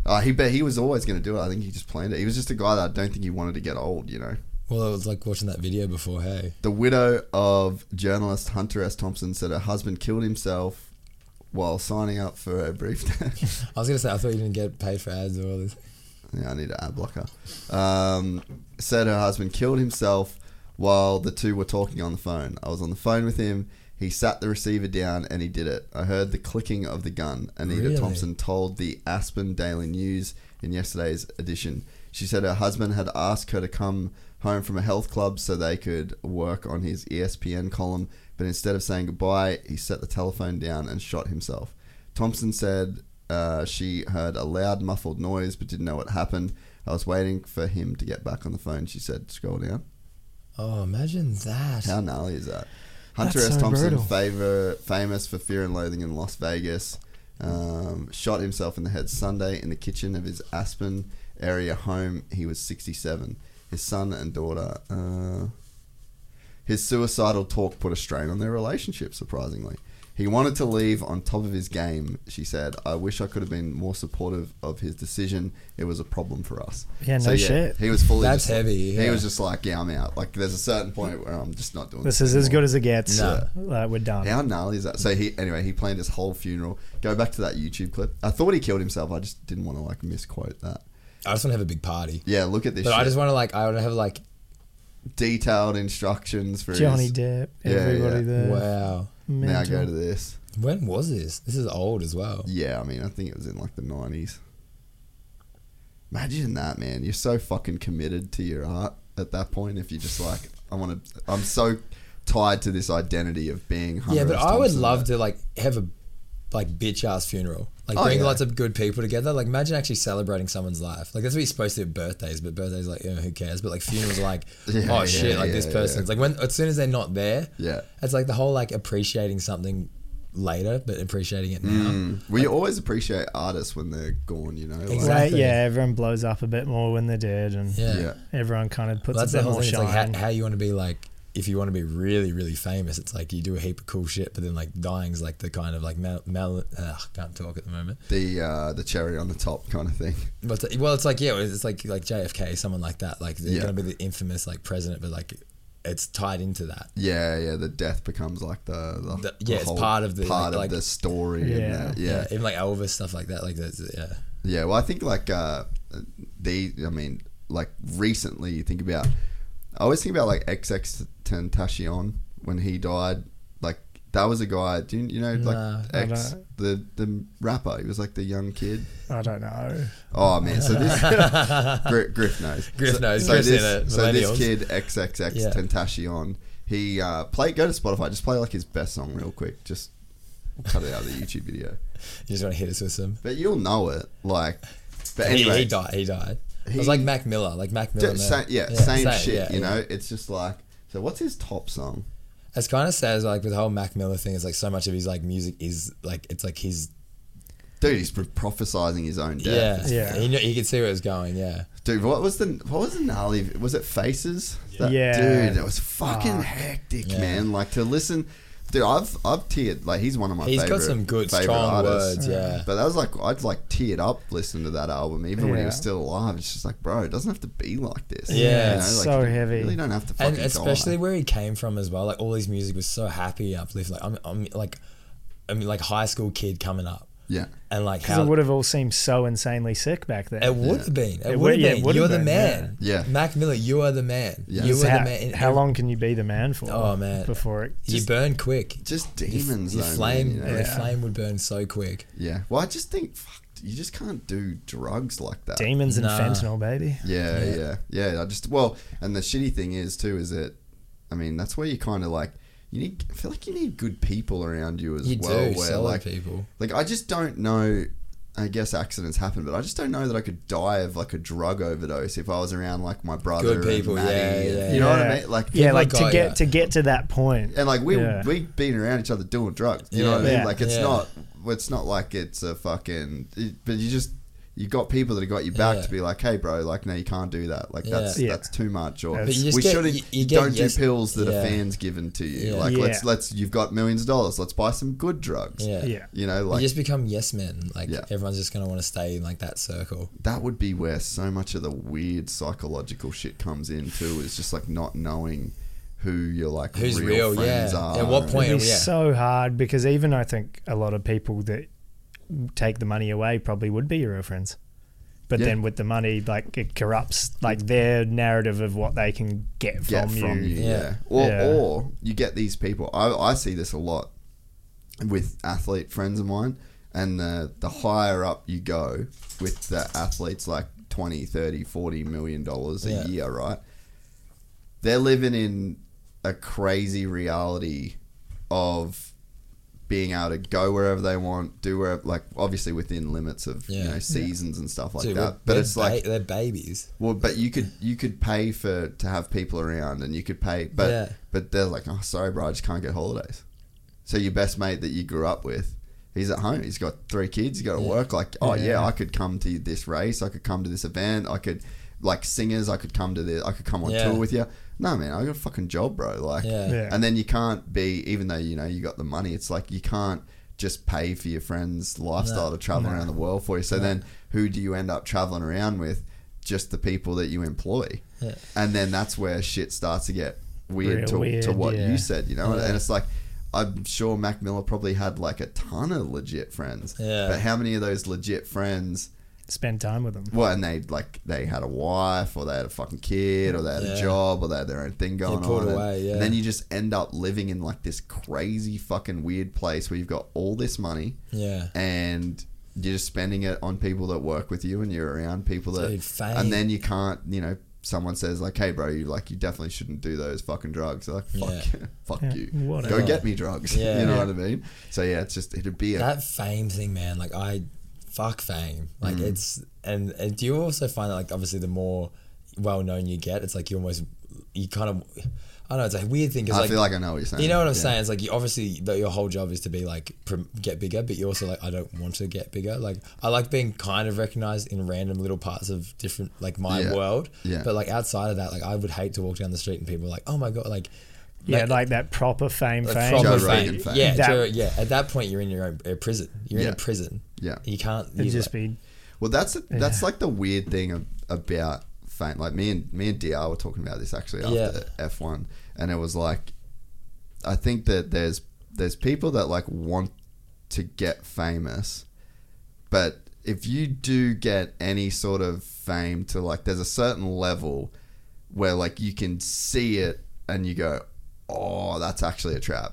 Speaker 1: Uh, he but he was always going to do it. I think he just planned it. He was just a guy that I don't think he wanted to get old. You know.
Speaker 5: Well, it was like watching that video before. Hey,
Speaker 1: The widow of journalist Hunter S. Thompson said her husband killed himself while signing up for a brief.
Speaker 5: I was gonna say I thought you didn't get paid for ads or all this.
Speaker 1: yeah, I need an ad blocker. Um, said her husband killed himself while the two were talking on the phone. I was on the phone with him. He sat the receiver down and he did it. I heard the clicking of the gun. Anita
Speaker 5: Really?
Speaker 1: Thompson told the Aspen Daily News in yesterday's edition. She said her husband had asked her to come home from a health club so they could work on his E ESPN column, but instead of saying goodbye, he set the telephone down and shot himself. Thompson said uh, she heard a loud, muffled noise but didn't know what happened. I was waiting for him to get back on the phone, she said. Scroll down.
Speaker 5: Oh, imagine that.
Speaker 1: How gnarly is that? Hunter
Speaker 5: That's
Speaker 1: S.
Speaker 5: so
Speaker 1: Thompson,
Speaker 5: brutal.
Speaker 1: favor, famous for Fear and Loathing in Las Vegas, um, shot himself in the head Sunday in the kitchen of his Aspen area home. He was 67. His son and daughter. Uh, his suicidal talk put a strain on their relationship, surprisingly. He wanted to leave on top of his game, she said. I wish I could have been more supportive of his decision. It was a problem for us.
Speaker 3: Yeah, no shit.
Speaker 1: He was fully.
Speaker 5: That's
Speaker 1: just like-
Speaker 5: heavy,
Speaker 1: He
Speaker 5: yeah.
Speaker 1: was just like, yeah, I'm out. Like, there's a certain point where I'm just not doing
Speaker 3: This is as
Speaker 1: anymore.
Speaker 3: good as it gets.
Speaker 1: No.
Speaker 3: Like, we're done.
Speaker 1: How gnarly is that? So he anyway, he planned his whole funeral. Go back to that YouTube clip. I thought he killed himself. I just didn't want to like misquote that.
Speaker 5: I just want to have a big party.
Speaker 1: Yeah, look at
Speaker 5: But
Speaker 1: this.
Speaker 5: I
Speaker 1: shit.
Speaker 5: just want to like, I want to have like,
Speaker 1: detailed instructions for
Speaker 3: Johnny
Speaker 1: his,
Speaker 3: Depp, everybody there.
Speaker 5: wow.
Speaker 1: Now I go
Speaker 3: Mental.
Speaker 1: to this.
Speaker 5: When was this? This is old as well.
Speaker 1: Yeah, I mean, I think it was in like the nineties. Imagine that, man. You're so fucking committed to your art at that point. If you're just like, I want to, I'm so tied to this identity of being. Hunter
Speaker 5: yeah, but
Speaker 1: S.
Speaker 5: I would
Speaker 1: Thompson.
Speaker 5: love to like have a like bitch ass funeral. Like
Speaker 1: Oh,
Speaker 5: bring
Speaker 1: yeah.
Speaker 5: lots of good people together. Like imagine actually celebrating someone's life. Like that's what you're supposed to do at birthdays, but birthdays like, you know, who cares? But like funerals are like,
Speaker 1: Yeah,
Speaker 5: oh
Speaker 1: yeah,
Speaker 5: shit, like
Speaker 1: yeah,
Speaker 5: this
Speaker 1: yeah.
Speaker 5: person's like when as soon as they're not there,
Speaker 1: Yeah.
Speaker 5: it's like the whole like appreciating something later, but appreciating it now.
Speaker 1: Mm. Well, you always appreciate artists when they're gone, you know. like-
Speaker 3: Exactly. yeah, everyone blows up a bit more when they're dead, and
Speaker 5: Yeah. Yeah.
Speaker 3: everyone kind of puts
Speaker 5: Well, that's the
Speaker 3: a bit
Speaker 5: whole
Speaker 3: more
Speaker 5: thing. It's like
Speaker 3: shine.
Speaker 5: how, how you want to be like. If you want to be really, really famous, it's like you do a heap of cool shit, but then like dying's like the kind of like mel, mel uh, can't talk at the moment.
Speaker 1: the uh, the cherry on the top kind of thing.
Speaker 5: But the- well, it's like yeah, it's like like JFK, someone like that. Like they're
Speaker 1: Yeah.
Speaker 5: gonna be the infamous like president, but like it's tied into that.
Speaker 1: Yeah, yeah. The death becomes like the, the,
Speaker 5: The-
Speaker 1: the
Speaker 5: yeah, it's
Speaker 1: whole
Speaker 5: part of the-
Speaker 1: part
Speaker 5: like-
Speaker 1: of
Speaker 5: like-
Speaker 1: the story. Yeah, and that. yeah.
Speaker 5: even like Elvis stuff like that. Like that's yeah,
Speaker 1: Yeah, well, I think like uh, they, I mean, like recently, you think about. I always think about like XX Tentacion when he died. Like that was a guy. Do you, you know like
Speaker 3: Nah, I
Speaker 1: X the the rapper? He was like the young kid.
Speaker 3: I don't know.
Speaker 1: Oh man, so this Gri- Griff knows.
Speaker 5: Griff
Speaker 1: So-
Speaker 5: knows,
Speaker 1: So,
Speaker 5: Griff's in it,
Speaker 1: this, so this
Speaker 5: millennials.
Speaker 1: kid XXX
Speaker 5: Yeah.
Speaker 1: Tentacion, he uh, play. Go to Spotify. Just play like his best song real quick. Just cut it out of the YouTube video.
Speaker 5: you just want to hit us with some.
Speaker 1: But you'll know it. Like, but
Speaker 5: He-
Speaker 1: anyway,
Speaker 5: he, died. He died. it
Speaker 1: he-
Speaker 5: was like Mac Miller. Like Mac Miller.
Speaker 1: Ju-
Speaker 5: man.
Speaker 1: sa- yeah, same, shit.
Speaker 5: yeah,
Speaker 1: you
Speaker 5: yeah.
Speaker 1: know, it's just like. So what's his top song?
Speaker 5: It's kind of sad. Like with the whole Mac Miller thing, it's like so much of his like music is like it's like his
Speaker 1: Dude, he's pro- prophesying his own
Speaker 5: yeah
Speaker 1: death.
Speaker 3: Yeah.
Speaker 5: He, knew, he could see where it was going. Yeah.
Speaker 1: Dude, what was the what was the gnarly? Was it Faces?
Speaker 3: Yeah.
Speaker 1: Dude, it was fucking
Speaker 3: Fuck.
Speaker 1: hectic,
Speaker 5: Yeah.
Speaker 1: man. Like to listen. Dude, I've I've teared. Like he's one of my.
Speaker 5: He's got
Speaker 1: favorite,
Speaker 5: some good,
Speaker 1: favorite
Speaker 5: strong
Speaker 1: artists.
Speaker 5: words, yeah.
Speaker 1: But that was like I'd like teared up listening to that album, even when he
Speaker 3: Yeah.
Speaker 1: was still alive. It's just like, bro, it doesn't have to be like this.
Speaker 5: Yeah.
Speaker 3: It's
Speaker 1: like,
Speaker 3: so
Speaker 1: you
Speaker 3: heavy.
Speaker 1: Really don't have to. Fucking
Speaker 5: and especially
Speaker 1: die.
Speaker 5: where he came from as well. Like all his music was so happy, uplift. Like I'm, I'm like, I mean, like high school kid coming up,
Speaker 1: Yeah.
Speaker 5: and like
Speaker 3: Because
Speaker 5: how
Speaker 3: it would have all seemed so insanely sick back then.
Speaker 5: it would have been. It,
Speaker 3: It
Speaker 5: would
Speaker 3: would-
Speaker 5: have
Speaker 3: yeah, it
Speaker 5: been.
Speaker 3: would
Speaker 5: You're
Speaker 3: have
Speaker 5: the
Speaker 3: been,
Speaker 5: man.
Speaker 1: yeah. Yeah.
Speaker 5: Mac Miller, you are the man.
Speaker 1: Yeah.
Speaker 5: You
Speaker 3: Because
Speaker 5: were the
Speaker 3: how,
Speaker 5: man. And
Speaker 3: how
Speaker 5: every-
Speaker 3: long can you be the man for?
Speaker 5: Oh, man.
Speaker 3: Before it
Speaker 5: you
Speaker 3: just,
Speaker 5: burn quick?
Speaker 1: Just
Speaker 5: Your-
Speaker 1: demons.
Speaker 5: Your
Speaker 1: though, man,
Speaker 5: flame,
Speaker 1: you know?
Speaker 5: your
Speaker 3: Yeah.
Speaker 5: flame would burn so quick.
Speaker 1: Yeah. Well, I just think fuck, you just can't do drugs like that.
Speaker 3: demons and
Speaker 5: Nah.
Speaker 3: fentanyl, baby.
Speaker 1: Yeah, yeah, yeah, I just well, and the shitty thing is too is that, I mean, that's where you kind of like you need. I feel like you need good people around you as
Speaker 5: You
Speaker 1: well.
Speaker 5: do
Speaker 1: where
Speaker 5: solid
Speaker 1: like,
Speaker 5: people.
Speaker 1: like I just don't know. I guess accidents happen, but I just don't know that I could die of like a drug overdose if I was around like my brother.
Speaker 5: Good
Speaker 1: and
Speaker 5: people,
Speaker 1: Maddie
Speaker 5: yeah,
Speaker 1: and-
Speaker 5: yeah.
Speaker 1: You know what I
Speaker 3: Yeah.
Speaker 1: mean? Like,
Speaker 3: yeah, like to
Speaker 5: got
Speaker 3: get
Speaker 5: ya.
Speaker 3: to get to that point.
Speaker 1: and like we
Speaker 3: Yeah.
Speaker 1: we been around each other doing drugs. You know
Speaker 5: Yeah.
Speaker 1: what I mean?
Speaker 3: Yeah.
Speaker 1: Like it's
Speaker 5: Yeah.
Speaker 1: not it's not like it's a fucking. it- but you just you got people that have got your back
Speaker 5: Yeah.
Speaker 1: to be like, hey, bro, like no, you can't do that. Like that's
Speaker 3: Yeah.
Speaker 1: that's too much. Or
Speaker 3: But
Speaker 5: you just
Speaker 1: we
Speaker 5: get-
Speaker 1: shouldn't.
Speaker 5: you-
Speaker 1: You,
Speaker 5: you get
Speaker 1: don't
Speaker 5: yes-
Speaker 1: do pills that
Speaker 5: yeah.
Speaker 1: a fan's given to you.
Speaker 5: Yeah.
Speaker 1: Like let's
Speaker 3: Yeah.
Speaker 1: let's you've got millions of dollars. Let's buy some good drugs.
Speaker 5: Yeah.
Speaker 3: Yeah.
Speaker 1: You know,
Speaker 5: you
Speaker 1: like
Speaker 5: just become yes men. Like
Speaker 1: Yeah.
Speaker 5: everyone's just gonna want to stay in like that circle.
Speaker 1: that would be where so much of the weird psychological shit comes in too. Is just like not knowing who your like
Speaker 5: Who's
Speaker 1: real,
Speaker 5: real, yeah.
Speaker 1: friends are.
Speaker 5: At what
Speaker 1: and-
Speaker 5: point-
Speaker 3: It'd be
Speaker 5: yeah.
Speaker 3: so hard because even I think a lot of people that take the money away probably would be your real friends. But
Speaker 1: Yeah.
Speaker 3: then with the money, like it corrupts like their narrative of what they can get from
Speaker 1: get
Speaker 3: you.
Speaker 1: from you.
Speaker 5: Yeah.
Speaker 1: Yeah. Or
Speaker 3: Yeah.
Speaker 1: or you get these people. I, I see this a lot with athlete friends of mine, and the the higher up you go with the athletes, like 20, 30, 40 million dollars a
Speaker 5: Yeah.
Speaker 1: year, right? They're living in a crazy reality of being able to go wherever they want, do where like obviously within limits of you
Speaker 5: Yeah.
Speaker 1: know
Speaker 5: Yeah.
Speaker 1: seasons and stuff like
Speaker 5: Dude, we're-
Speaker 1: that. But
Speaker 5: we're
Speaker 1: it's like
Speaker 5: ba- they're babies.
Speaker 1: well, but you could you could pay for to have people around, and you could pay, but
Speaker 5: Yeah.
Speaker 1: but they're like, oh, sorry, bro, I just can't get holidays. So your best mate that you grew up with, he's at home. He's got three kids. He's got to
Speaker 5: Yeah.
Speaker 1: work. Like, oh yeah.
Speaker 5: Yeah.
Speaker 1: I could come to this race. I could come to this event. I could like singers. I could come to this. I could come on
Speaker 5: Yeah.
Speaker 1: tour with you. No man, I got a fucking job, bro. Like,
Speaker 5: Yeah. Yeah.
Speaker 1: and then you can't be even though you know you got the money. It's like you can't just pay for your friend's lifestyle
Speaker 5: No.
Speaker 1: to travel
Speaker 5: No.
Speaker 1: around the world for you. So
Speaker 5: No.
Speaker 1: then who do you end up traveling around with? Just the people that you employ.
Speaker 5: Yeah.
Speaker 1: And then that's where shit starts to get weird,
Speaker 5: Real
Speaker 1: to, to
Speaker 5: weird,
Speaker 1: what
Speaker 5: yeah.
Speaker 1: you said, you know?
Speaker 5: Yeah.
Speaker 1: And it's like, I'm sure Mac Miller probably had like a ton of legit friends.
Speaker 3: Yeah.
Speaker 1: But how many of those legit friends
Speaker 3: Spend time with them.
Speaker 1: well, and they like they had a wife, or they had a fucking kid, or they had a
Speaker 3: Yeah.
Speaker 1: job, or they had their own thing going
Speaker 5: pulled
Speaker 1: on. and-
Speaker 5: away, yeah.
Speaker 1: And then you just end up living in like this crazy fucking weird place where you've got all this money,
Speaker 5: Yeah.
Speaker 1: and you're just spending it on people that work with you, and you're around people that,
Speaker 5: Dude, fame.
Speaker 1: and then you can't, you know. Someone says like, "Hey, bro, you like you definitely shouldn't do those fucking drugs." They're like, "Fuck,
Speaker 5: Yeah.
Speaker 1: fuck
Speaker 5: Yeah,
Speaker 1: you,
Speaker 5: whatever.
Speaker 1: go get me drugs."
Speaker 5: Yeah.
Speaker 1: you know
Speaker 5: Yeah.
Speaker 1: what I mean? So yeah, it's just it'd be a
Speaker 5: That fame thing, man. Like I, fuck fame. Like
Speaker 1: Mm.
Speaker 5: it's and, and do you also find that like obviously the more well known you get, it's like you almost you kind of I don't know. It's a weird thing. 'cause,
Speaker 1: I feel like I know what you're saying.
Speaker 5: You know what I'm
Speaker 1: Yeah.
Speaker 5: saying? It's like you obviously that your whole job is to be like prom- get bigger, but you also like I don't want to get bigger. Like I like being kind of recognized in random little parts of different like my
Speaker 3: Yeah.
Speaker 5: world.
Speaker 3: Yeah.
Speaker 5: But like outside of that, like I would hate to walk down the street and people are like, oh my god, like
Speaker 3: Yeah, like, that proper fame,
Speaker 5: like
Speaker 3: fame.
Speaker 5: proper fame. Yeah,
Speaker 3: That-
Speaker 5: Joe- yeah. At that point, you're in your own uh, prison. You're in
Speaker 1: Yeah.
Speaker 5: a prison.
Speaker 1: Yeah.
Speaker 5: you can't.
Speaker 1: It'd
Speaker 5: you
Speaker 1: just
Speaker 3: be.
Speaker 1: Well, that's that's like the weird thing of, about fame. Like me and me and Dr were talking about this actually after F one, and it was like, I think that there's there's people that like want to get famous, but if you do get any sort of fame to like, there's a certain level where like you can see it and you go, oh, that's actually a trap.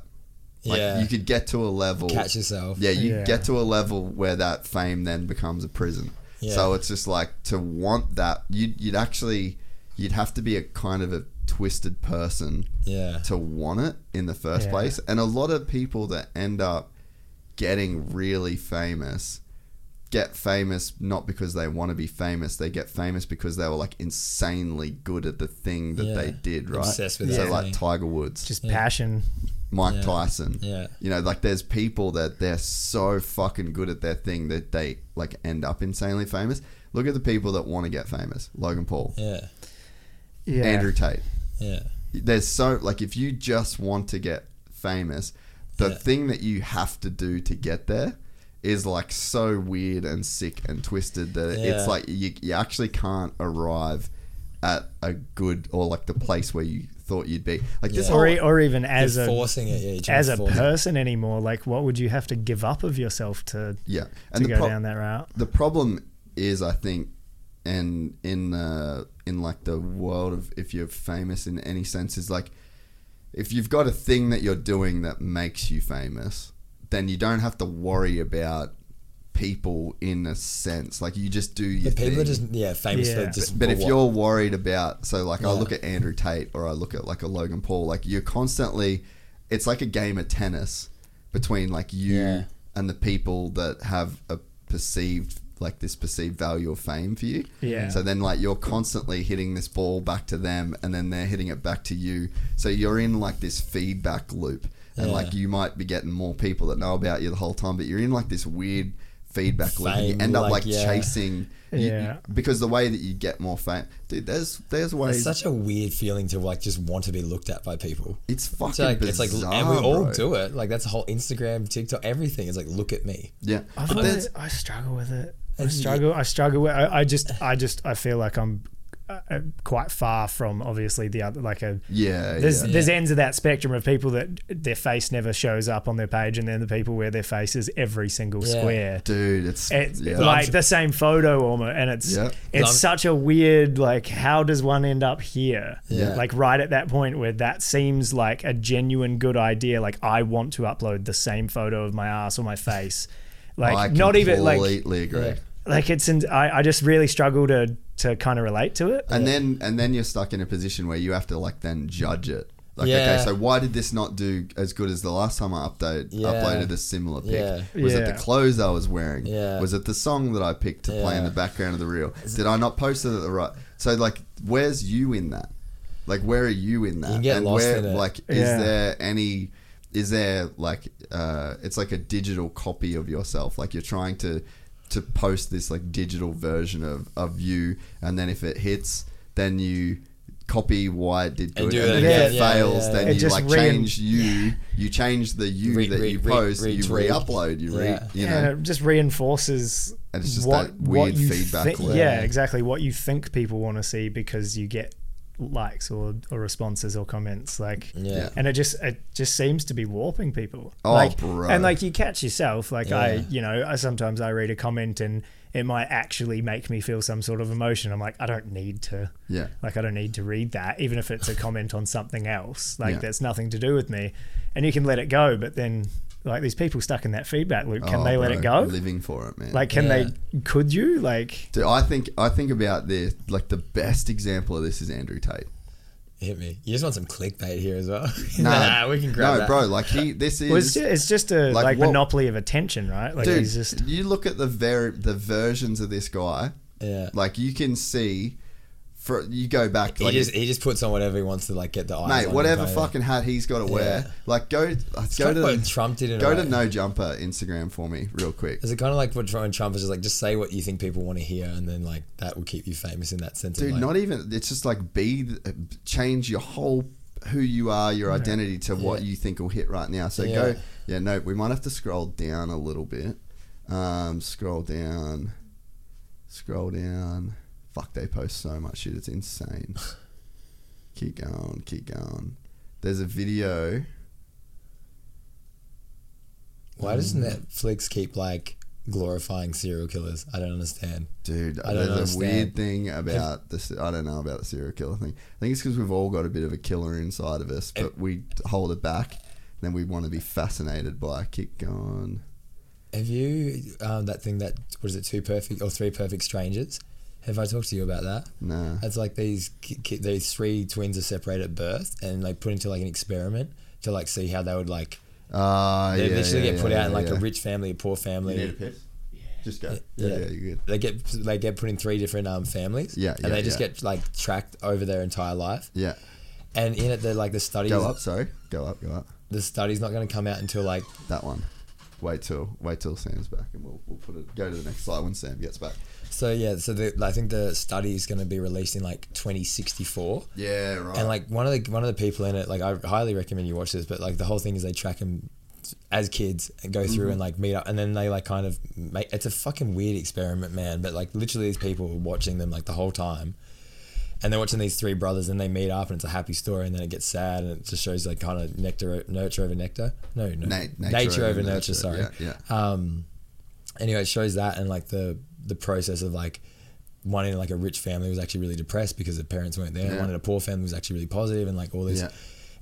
Speaker 1: Like
Speaker 5: Yeah.
Speaker 1: you could get to a level
Speaker 5: Catch yourself.
Speaker 1: Yeah, you
Speaker 5: Yeah.
Speaker 1: get to a level where that fame then becomes a prison.
Speaker 5: Yeah.
Speaker 1: So it's just like to want that you'd, you'd actually you'd have to be a kind of a twisted person
Speaker 5: Yeah.
Speaker 1: to want it in the first
Speaker 5: Yeah.
Speaker 1: place. And a lot of people that end up getting really famous get famous not because they want to be famous they get famous because they were like insanely good at the thing that
Speaker 3: Yeah.
Speaker 1: they did right
Speaker 3: Obsessed with
Speaker 1: so
Speaker 3: that
Speaker 1: like
Speaker 3: thing.
Speaker 1: tiger woods
Speaker 3: Just passion.
Speaker 1: Mike
Speaker 3: Yeah.
Speaker 1: Tyson.
Speaker 3: Yeah.
Speaker 1: You know, like there's people that they're so fucking good at their thing that they like end up insanely famous. Look at the people that want to get famous. Logan Paul.
Speaker 5: Yeah.
Speaker 3: Yeah.
Speaker 1: Andrew Tate.
Speaker 5: Yeah.
Speaker 1: There's so like if you just want to get famous, the
Speaker 5: Yeah.
Speaker 1: thing that you have to do to get there is like so weird and sick and twisted that
Speaker 5: Yeah.
Speaker 1: it's like you, you actually can't arrive at a good or like the place where you thought you'd be. Like this
Speaker 3: or,
Speaker 1: whole,
Speaker 3: e- or even as a
Speaker 5: forcing it, yeah, you're trying
Speaker 3: as
Speaker 5: to
Speaker 3: a
Speaker 5: force it.
Speaker 3: person anymore. Like, what would you have to give up of yourself to
Speaker 1: Yeah,
Speaker 3: to go
Speaker 1: pro-
Speaker 3: down that route?
Speaker 1: The problem is, I think, and in uh, in like the world of if you're famous in any sense, is like if you've got a thing that you're doing that makes you famous, then you don't have to worry about people in a sense. Like you just do your
Speaker 5: But people
Speaker 1: thing.
Speaker 5: are just- yeah, famous for Yeah. just
Speaker 1: but
Speaker 5: for
Speaker 1: if
Speaker 5: what-
Speaker 1: you're worried about, so like I
Speaker 5: Yeah.
Speaker 1: look at Andrew Tate or I look at like a Logan Paul, like you're constantly, it's like a game of tennis between like you and the people that have a perceived like this perceived value of fame for you.
Speaker 3: Yeah.
Speaker 1: So then like you're constantly hitting this ball back to them and then they're hitting it back to you. So you're in like this feedback loop. And
Speaker 5: Yeah.
Speaker 1: like you might be getting more people that know about you the whole time, but you're in like this weird feedback loop and you
Speaker 5: Fame,
Speaker 1: end up like,
Speaker 5: like, yeah.
Speaker 1: chasing you-
Speaker 5: Yeah.
Speaker 1: you- because the way that you get more fame dude there's there's ways
Speaker 5: It's such a weird feeling to like just want to be looked at by people.
Speaker 1: It's fucking
Speaker 5: like, It's like, and we
Speaker 1: bizarre,
Speaker 5: all
Speaker 1: bro.
Speaker 5: do it. Like that's the whole Instagram, TikTok, everything. It's like, look at me.
Speaker 1: Yeah,
Speaker 3: I've
Speaker 5: But
Speaker 3: always,
Speaker 5: there's-
Speaker 3: I struggle with it. I
Speaker 5: And-
Speaker 3: struggle. I struggle with. I, I just. I just. I feel like I'm uh, uh, quite far from obviously the other. Like a.
Speaker 1: Yeah,
Speaker 3: There's
Speaker 1: yeah.
Speaker 3: there's
Speaker 1: Yeah.
Speaker 3: ends of that spectrum of people that their face never shows up on their page, and then the people where their face is every single square.
Speaker 1: dude it's,
Speaker 3: It's
Speaker 1: yeah.
Speaker 3: like the same photo almost, and it's
Speaker 1: Yeah.
Speaker 3: it's
Speaker 1: Love-
Speaker 3: such a weird like how does one end up here?
Speaker 1: Yeah.
Speaker 3: Like right at that point where that seems like a genuine good idea. Like I want to upload the same photo of my ass or my face, like
Speaker 1: I
Speaker 3: not even like
Speaker 1: completely agree.
Speaker 3: Like it's in, I I just really struggle to to kind of relate to it.
Speaker 1: and then and then you're stuck in a position where you have to like then judge it. Like okay,
Speaker 5: Yeah.
Speaker 1: so why did this not do as good as the last time I update
Speaker 5: Yeah.
Speaker 1: uploaded a similar pic?
Speaker 5: Yeah.
Speaker 1: Was it
Speaker 5: Yeah.
Speaker 1: the clothes I was wearing?
Speaker 5: Yeah.
Speaker 1: Was it the song that I picked to play in the
Speaker 5: Yeah.
Speaker 1: background of the reel? Did I not post it at the right? So like, where's you in that? Like, where are you in that?
Speaker 5: can get
Speaker 1: and
Speaker 5: lost
Speaker 1: where
Speaker 5: in it.
Speaker 1: like,
Speaker 5: Yeah.
Speaker 1: is there any? Is there like, uh, it's like a digital copy of yourself? Like you're trying to to post this like digital version of of you, and then if it hits, then you copy why it did good,
Speaker 5: And
Speaker 1: and,
Speaker 5: do it
Speaker 1: then if
Speaker 5: again.
Speaker 1: it
Speaker 5: Yeah, yeah,
Speaker 1: fails,
Speaker 5: yeah,
Speaker 1: then
Speaker 5: yeah. It
Speaker 1: you
Speaker 5: just
Speaker 1: like
Speaker 5: rein-
Speaker 1: change you. You change the you
Speaker 5: Re-
Speaker 1: that
Speaker 5: re-
Speaker 1: you
Speaker 5: re-
Speaker 1: post, you
Speaker 5: retweet.
Speaker 1: re-upload, you re,
Speaker 5: Yeah.
Speaker 1: you
Speaker 3: yeah,
Speaker 1: know.
Speaker 3: and it just reinforces
Speaker 1: And it's just
Speaker 3: what,
Speaker 1: that
Speaker 3: what
Speaker 1: weird
Speaker 3: you
Speaker 1: feedback
Speaker 3: think-
Speaker 1: loop.
Speaker 3: yeah, exactly. What you think people want to see because you get likes or, or responses or comments, like,
Speaker 5: Yeah.
Speaker 3: And it just it just seems to be warping people.
Speaker 5: Oh,
Speaker 3: like,
Speaker 5: bro.
Speaker 3: And like you catch yourself, like I,
Speaker 5: Yeah.
Speaker 3: you know, I, sometimes I read a comment and it might actually make me feel some sort of emotion. I'm like, I don't need to.
Speaker 1: Yeah.
Speaker 3: Like I don't need to read that, even if it's a comment on something else, like
Speaker 1: Yeah.
Speaker 3: that's nothing to do with me, and you can let it go. But then, like these people stuck in that feedback loop, can
Speaker 1: Oh,
Speaker 3: they let
Speaker 1: bro,
Speaker 3: it go?
Speaker 1: Living for it, man.
Speaker 3: Like, can they? Could you? Like,
Speaker 1: Dude, I think I think about this. Like the best example of this is Andrew Tate.
Speaker 5: Hit me. You just want some clickbait here as well.
Speaker 1: Nah,
Speaker 5: nah, we can grab
Speaker 1: Um, no,
Speaker 5: that.
Speaker 1: bro. Like he, this is.
Speaker 3: well, it's, ju- it's just a like,
Speaker 1: what-
Speaker 3: monopoly of attention, right? Like,
Speaker 1: Dude,
Speaker 3: he's just
Speaker 1: you look at the ver- the versions of this guy.
Speaker 5: Yeah.
Speaker 1: Like you can see, for you go back.
Speaker 5: he
Speaker 1: Like,
Speaker 5: just he just puts on whatever he wants to like get the eyes. on
Speaker 1: mate,
Speaker 5: him,
Speaker 1: whatever
Speaker 5: don't he?
Speaker 1: fucking hat he's got to wear.
Speaker 5: Yeah.
Speaker 1: Like go, uh, go
Speaker 5: like
Speaker 1: to
Speaker 5: what Trump did in a
Speaker 1: Go
Speaker 5: way.
Speaker 1: to No Jumper Instagram for me, real quick.
Speaker 5: Is it kind of like what Trump Trump is just like just say what you think people want to hear, and then like that will keep you famous in that sense.
Speaker 1: Dude,
Speaker 5: of like,
Speaker 1: not even. It's just like be, th- change your whole who you are, your identity to what you think will hit right now. So go.
Speaker 5: Yeah.
Speaker 1: Yeah, no, we might have to scroll down a little bit. Um, scroll down, scroll down. Fuck, they post so much shit. It's insane. keep going, keep going. There's a video.
Speaker 5: why does Netflix keep like glorifying serial killers? I don't understand.
Speaker 1: Dude,
Speaker 5: I don't
Speaker 1: there's
Speaker 5: understand.
Speaker 1: a weird thing about this. I don't know about the serial killer thing. I think it's because we've all got a bit of a killer inside of us, but we hold it back. Then we want to be fascinated by. it. Keep going.
Speaker 5: Have you um, that thing that was it two perfect or three perfect strangers? Have I talked to you about that?
Speaker 1: No.
Speaker 5: It's like these ki- ki- these three twins are separated at birth and like put into like an experiment to like see how they would like
Speaker 1: Uh,
Speaker 5: they
Speaker 1: yeah,
Speaker 5: literally
Speaker 1: yeah,
Speaker 5: get put
Speaker 1: yeah,
Speaker 5: out in
Speaker 1: yeah,
Speaker 5: like a
Speaker 1: yeah.
Speaker 5: rich family, a poor family.
Speaker 1: You need a piss? Just go. Yeah, yeah, you're good.
Speaker 5: They get they get put in three different um, families.
Speaker 1: Yeah,
Speaker 5: and
Speaker 1: yeah,
Speaker 5: they just
Speaker 1: yeah.
Speaker 5: get like tracked over their entire life.
Speaker 1: Yeah.
Speaker 5: and in it, they're like the studies.
Speaker 1: Go up. Sorry. Go up. Go up.
Speaker 5: The study's not going to come out until like
Speaker 1: that one. Wait till wait till Sam's back, and we'll, we'll put it. Go to the next slide when Sam gets back.
Speaker 5: So yeah, so the, I think the study is going to be released in like 2064.
Speaker 1: Yeah, right.
Speaker 5: And like one of the one of the people in it, like I highly recommend you watch this. But like the whole thing is they track them as kids and go through
Speaker 1: Mhm.
Speaker 5: and like meet up, and then they like kind of make it's a fucking weird experiment, man. But like literally, these people were watching them like the whole time. And they're watching these three brothers, and they meet up, and it's a happy story, and then it gets sad, and it just shows like kind of nectar, nurture over nectar. No, no,
Speaker 1: Na-
Speaker 5: nature, over nurture. sorry,
Speaker 1: Yeah,
Speaker 5: um, anyway, it shows that and like the the process of like one in like a rich family was actually really depressed because their parents weren't there.
Speaker 1: Yeah.
Speaker 5: One in a poor family was actually really positive and like all this.
Speaker 1: Yeah.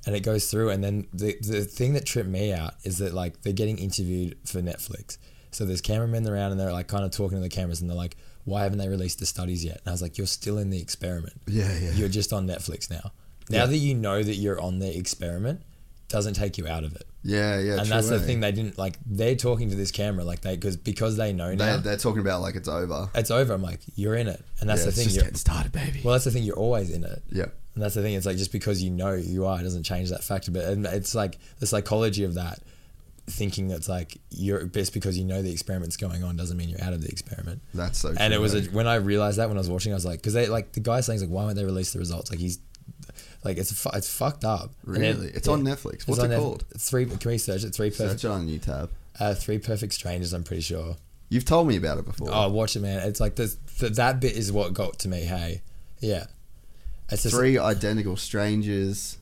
Speaker 5: And it goes through, and then the the thing that tripped me out is that like they're getting interviewed for Netflix. So there's cameramen around, and they're like kind of talking to the cameras, and they're like, "Why haven't they released the studies yet?" And I was like, "You're still in the experiment.
Speaker 1: Yeah, yeah.
Speaker 5: You're just on Netflix now. Now
Speaker 1: Yeah.
Speaker 5: that you know that you're on the experiment, doesn't take you out of it
Speaker 1: yeah, yeah.
Speaker 5: and
Speaker 1: true,
Speaker 5: that's the
Speaker 1: eh?
Speaker 5: thing they didn't like. They're talking to this camera like they because because they know now
Speaker 1: They, they're talking about like it's over.
Speaker 5: it's over. I'm like you're in it, and that's
Speaker 1: Yeah,
Speaker 5: the
Speaker 1: it's
Speaker 5: thing.
Speaker 1: just
Speaker 5: you're-
Speaker 1: getting started, baby.
Speaker 5: Well, that's the thing. You're always in it.
Speaker 1: Yeah.
Speaker 5: and that's the thing. It's like just because you know you are, it doesn't change that factor. But and it's like the psychology of that thinking that's like you're just because you know the experiment's going on doesn't mean you're out of the experiment.
Speaker 1: That's so.
Speaker 5: and
Speaker 1: true,
Speaker 5: it was a,
Speaker 1: eh?
Speaker 5: when I realized that when I was watching, I was like, because they like the guy's saying like, why won't they release the results? Like he's like it's fu- it's fucked up. And it-
Speaker 1: Really? It's on Netflix.
Speaker 5: It's
Speaker 1: What's
Speaker 5: on
Speaker 1: it
Speaker 5: Netf-
Speaker 1: called?
Speaker 5: Three. Can we search it? Three perfect.
Speaker 1: Search it on a new tab.
Speaker 5: Uh, Three Perfect Strangers, I'm pretty sure.
Speaker 1: You've told me about it before.
Speaker 5: Oh, watch it, man. It's like this, th- that bit is what got to me, hey. Yeah. It's just,
Speaker 1: Three Identical Strangers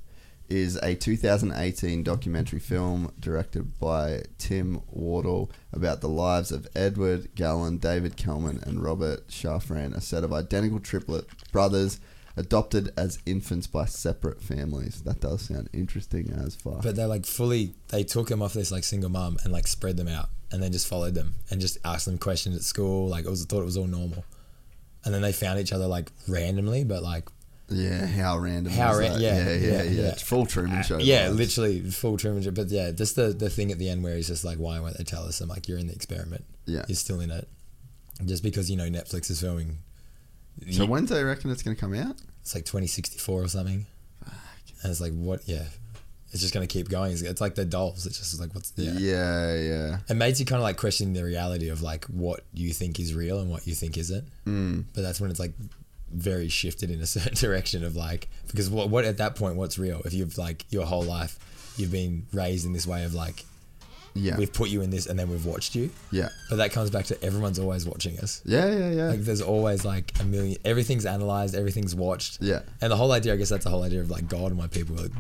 Speaker 1: is a 2018 documentary film directed by Tim Wardle about the lives of Edward Gallen, David Kelman, and Robert Shafran, a set of identical triplet brothers adopted as infants by separate families. That does sound interesting as fuck.
Speaker 5: But they like fully, they took him off this like single mum and like spread them out and then just followed them and just asked them questions at school. Like, it was, thought it was all normal. and then they found each other like randomly, but like
Speaker 1: Yeah, how random.
Speaker 5: how
Speaker 1: was
Speaker 5: ra-
Speaker 1: that?
Speaker 5: yeah,
Speaker 1: yeah, yeah, yeah, Full Truman Show.
Speaker 5: yeah,
Speaker 1: vibes.
Speaker 5: literally full Truman Show. But yeah, just the the thing at the end where he's just like, "Why won't they tell us?" I'm like, "You're in the experiment.
Speaker 1: Yeah.
Speaker 5: you're still in it." Just because you know Netflix is filming.
Speaker 1: So when do they reckon it's going to come out?
Speaker 5: It's like 2064 or something. And it's like, what? Yeah, it's just gonna keep going. It's, it's like the dolls. It's just like, what's yeah.
Speaker 1: Yeah, yeah.
Speaker 5: It makes you kind of like question the reality of like what you think is real and what you think isn't.
Speaker 1: Mm.
Speaker 5: But that's when it's like very shifted in a certain direction of like because what what at that point what's real if you've like your whole life you've been raised in this way of like
Speaker 1: Yeah.
Speaker 5: we've put you in this and then we've watched you
Speaker 1: Yeah.
Speaker 5: but that comes back to everyone's always watching us
Speaker 1: Yeah, yeah, yeah.
Speaker 5: like there's always like a million everything's analyzed everything's watched
Speaker 1: Yeah.
Speaker 5: and the whole idea I guess that's the whole idea of like God and why people like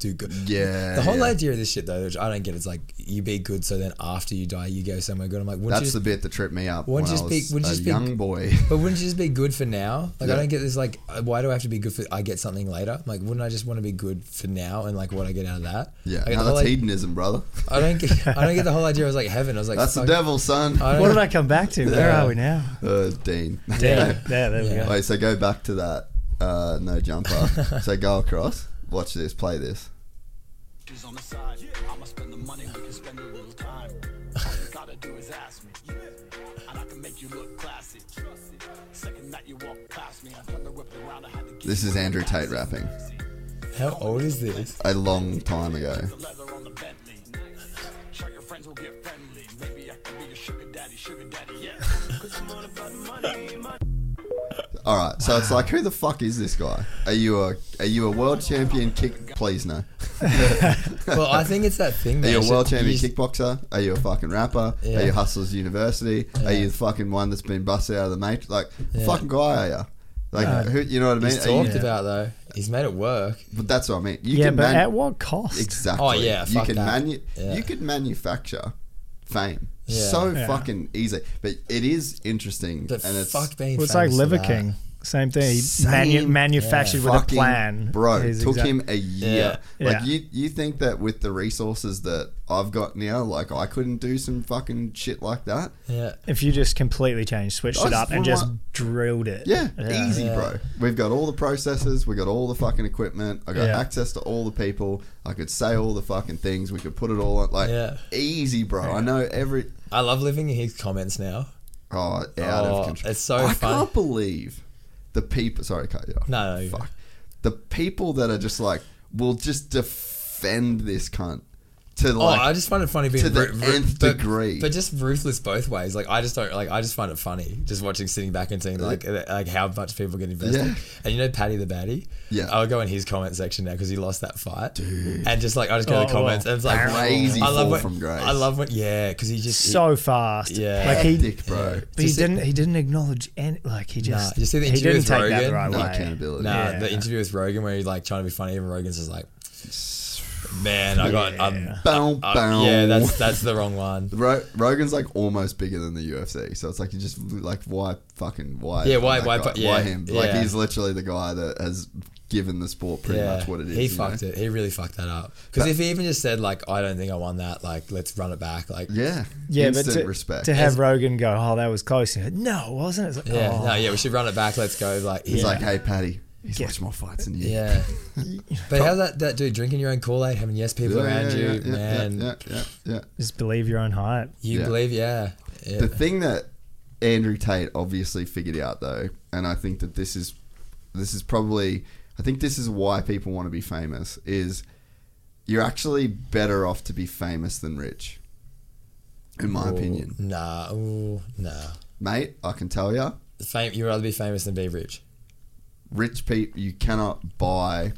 Speaker 5: do good
Speaker 1: Yeah,
Speaker 5: the whole
Speaker 1: yeah.
Speaker 5: idea of this shit though which I don't get it's like you be good so then after you die you go somewhere good I'm like wouldn't
Speaker 1: That's
Speaker 5: you,
Speaker 1: the bit that tripped me up when
Speaker 5: wouldn't you
Speaker 1: I
Speaker 5: just be
Speaker 1: was a
Speaker 5: wouldn't you just be
Speaker 1: young boy.
Speaker 5: but wouldn't you just be good for now like I
Speaker 1: Yeah.
Speaker 5: don't get this like uh, why do I have to be good for I get something later like wouldn't I just want to be good for now and like what I get out of that
Speaker 1: Yeah,
Speaker 5: Like, the
Speaker 1: no,
Speaker 5: whole
Speaker 1: that's
Speaker 5: i-
Speaker 1: hedonism, brother.
Speaker 5: I don't get I don't get the whole idea I was like heaven I was like
Speaker 1: That's the
Speaker 5: fuck-
Speaker 1: devil, son.
Speaker 5: I don't-
Speaker 3: What did I come back to? Where
Speaker 1: Yeah.
Speaker 3: are we now?
Speaker 1: Uh, Dean.
Speaker 3: Dean. Yeah, there we go.
Speaker 1: Wait, so go back to that uh, no jumper. so go across, watch this, play this.
Speaker 15: Is on the side. I'ma spend the money, we can spend a little time. All you gotta do is ask me. And I can make you look classy. Second night you walk past me, I flung the whip around, I had to get
Speaker 1: This is Andrew Tate rapping.
Speaker 5: How old is this?
Speaker 1: A long time ago.
Speaker 15: the leather on the Bentley. Sure your friends will get friendly. Maybe I can be your sugar daddy, sugar daddy, yeah. Cause I'm all about money, money.
Speaker 1: All right, so it's like, who the fuck is this guy? Are you a are you a world champion kick? Please no.
Speaker 5: well I think it's that thing
Speaker 1: Are
Speaker 5: that
Speaker 1: you a
Speaker 5: it's
Speaker 1: world
Speaker 5: just- you
Speaker 1: champion
Speaker 5: just-
Speaker 1: kickboxer? Are you a fucking rapper?
Speaker 5: Yeah.
Speaker 1: Are you Hustlers University?
Speaker 5: Yeah.
Speaker 1: Are you the fucking one that's been busted out of the matrix? Like,
Speaker 5: Yeah.
Speaker 1: fucking guy are you? Like,
Speaker 5: No.
Speaker 1: who, you know what I mean?
Speaker 5: He's
Speaker 1: Are you-
Speaker 5: talked about though. He's made it work.
Speaker 1: But that's what I mean. You
Speaker 3: yeah,
Speaker 1: can
Speaker 3: but
Speaker 1: man-
Speaker 3: at what cost?
Speaker 1: Exactly.
Speaker 5: Oh, yeah,
Speaker 1: you
Speaker 5: fuck
Speaker 1: can
Speaker 5: that.
Speaker 1: manu-
Speaker 5: Yeah.
Speaker 1: you can manufacture fame
Speaker 5: Yeah.
Speaker 1: so
Speaker 3: Yeah.
Speaker 1: fucking easy, but it is interesting.
Speaker 5: But
Speaker 1: and it's
Speaker 5: fuck being
Speaker 3: Well, it's like
Speaker 5: famous for
Speaker 3: Liver
Speaker 5: that.
Speaker 3: King. Same thing. He
Speaker 1: Same
Speaker 3: manu- manufactured with a
Speaker 1: fucking
Speaker 3: plan.
Speaker 1: Bro,
Speaker 3: His
Speaker 1: took
Speaker 3: exact-
Speaker 1: him a year.
Speaker 3: Yeah.
Speaker 1: Like
Speaker 3: Yeah.
Speaker 1: you, you think that with the resources that I've got now, like I couldn't do some fucking shit like that.
Speaker 5: Yeah.
Speaker 3: If you just completely changed, switched
Speaker 1: I
Speaker 3: it
Speaker 1: just
Speaker 3: up, and
Speaker 1: wouldn't
Speaker 3: just
Speaker 1: want-
Speaker 3: drilled it.
Speaker 1: Yeah, easy,
Speaker 3: Yeah.
Speaker 1: bro. We've got all the processors, we got all the fucking equipment, I got
Speaker 3: Yeah.
Speaker 1: access to all the people. I could say all the fucking things. We could put it all on, like
Speaker 5: Yeah.
Speaker 1: easy, bro. I know every
Speaker 5: I love living in his comments now.
Speaker 1: oh out
Speaker 5: Oh,
Speaker 1: of control.
Speaker 5: it's so
Speaker 1: I
Speaker 5: fun.
Speaker 1: can't believe the people. Sorry, cut you off.
Speaker 5: No, no, you're-
Speaker 1: fuck the people that are just like will just defend this cunt to
Speaker 5: Oh,
Speaker 1: like
Speaker 5: I just find it funny being
Speaker 1: to the
Speaker 5: ru- ru-
Speaker 1: nth
Speaker 5: but-
Speaker 1: degree.
Speaker 5: but just ruthless both ways. Like I just don't like. I just find it funny just watching sitting back and seeing like uh, like how much people get invested.
Speaker 1: Yeah.
Speaker 5: And you know, Paddy the Baddie.
Speaker 1: Yeah.
Speaker 5: I'll go in his comment section now because he lost that fight. And just like I just go to the
Speaker 3: Oh,
Speaker 5: comments and it's like
Speaker 1: Crazy
Speaker 5: I love
Speaker 1: fall
Speaker 5: when,
Speaker 1: from grace.
Speaker 5: I love when yeah because he just
Speaker 3: So fast.
Speaker 5: Yeah.
Speaker 3: Like he,
Speaker 1: Hectic, bro.
Speaker 3: but he didn't. He didn't acknowledge any. Like he just.
Speaker 5: you see the
Speaker 3: he
Speaker 5: interview
Speaker 3: didn't
Speaker 5: with
Speaker 3: take
Speaker 5: Rogan.
Speaker 3: that the right
Speaker 1: No
Speaker 3: way.
Speaker 1: accountability.
Speaker 5: Nah,
Speaker 3: Yeah.
Speaker 5: the interview with Rogan where he's like trying to be funny, even Rogan's just like, man, I got, I'm,
Speaker 1: Bow,
Speaker 5: I-
Speaker 1: bow.
Speaker 5: Uh, yeah, that's that's the wrong one.
Speaker 1: Ro- Rogan's like almost bigger than the UFC, so it's like you just like why fucking why
Speaker 5: Yeah, why-
Speaker 1: that
Speaker 5: why-
Speaker 1: guy?
Speaker 5: yeah,
Speaker 1: why him like
Speaker 5: yeah.
Speaker 1: he's literally the guy that has given the sport pretty
Speaker 5: yeah,
Speaker 1: much what it is.
Speaker 5: he
Speaker 1: you know?
Speaker 5: fucked it. He really fucked that up. Because if he even just said like, I don't think I won that, like, let's run it back, like,
Speaker 1: Yeah,
Speaker 3: Yeah, but
Speaker 1: instant
Speaker 3: to,
Speaker 1: respect.
Speaker 3: to have Rogan go, oh, that was close. And he went, no, it wasn't. It's like,
Speaker 5: yeah,
Speaker 3: oh.
Speaker 5: no, yeah, we should run it back. Let's go, like,
Speaker 1: he's
Speaker 5: yeah.
Speaker 1: like, hey Patty, he's
Speaker 3: Yeah.
Speaker 1: watched more fights than you.
Speaker 5: yeah. but how's that that dude drinking your own Kool Aid, having yes people around you,
Speaker 1: yeah,
Speaker 5: man?
Speaker 1: yeah, yeah, yeah.
Speaker 3: Just believe your own hype.
Speaker 5: You
Speaker 1: Yeah.
Speaker 5: believe, yeah. yeah.
Speaker 1: The thing that Andrew Tate obviously figured out though, and I think that this is this is probably I think this is why people want to be famous is you're actually better off to be famous than rich. In my
Speaker 5: Ooh,
Speaker 1: opinion.
Speaker 5: nah, ooh, nah.
Speaker 1: Mate, I can tell you,
Speaker 5: Fame, you'd rather be famous than be rich.
Speaker 1: rich people you cannot buy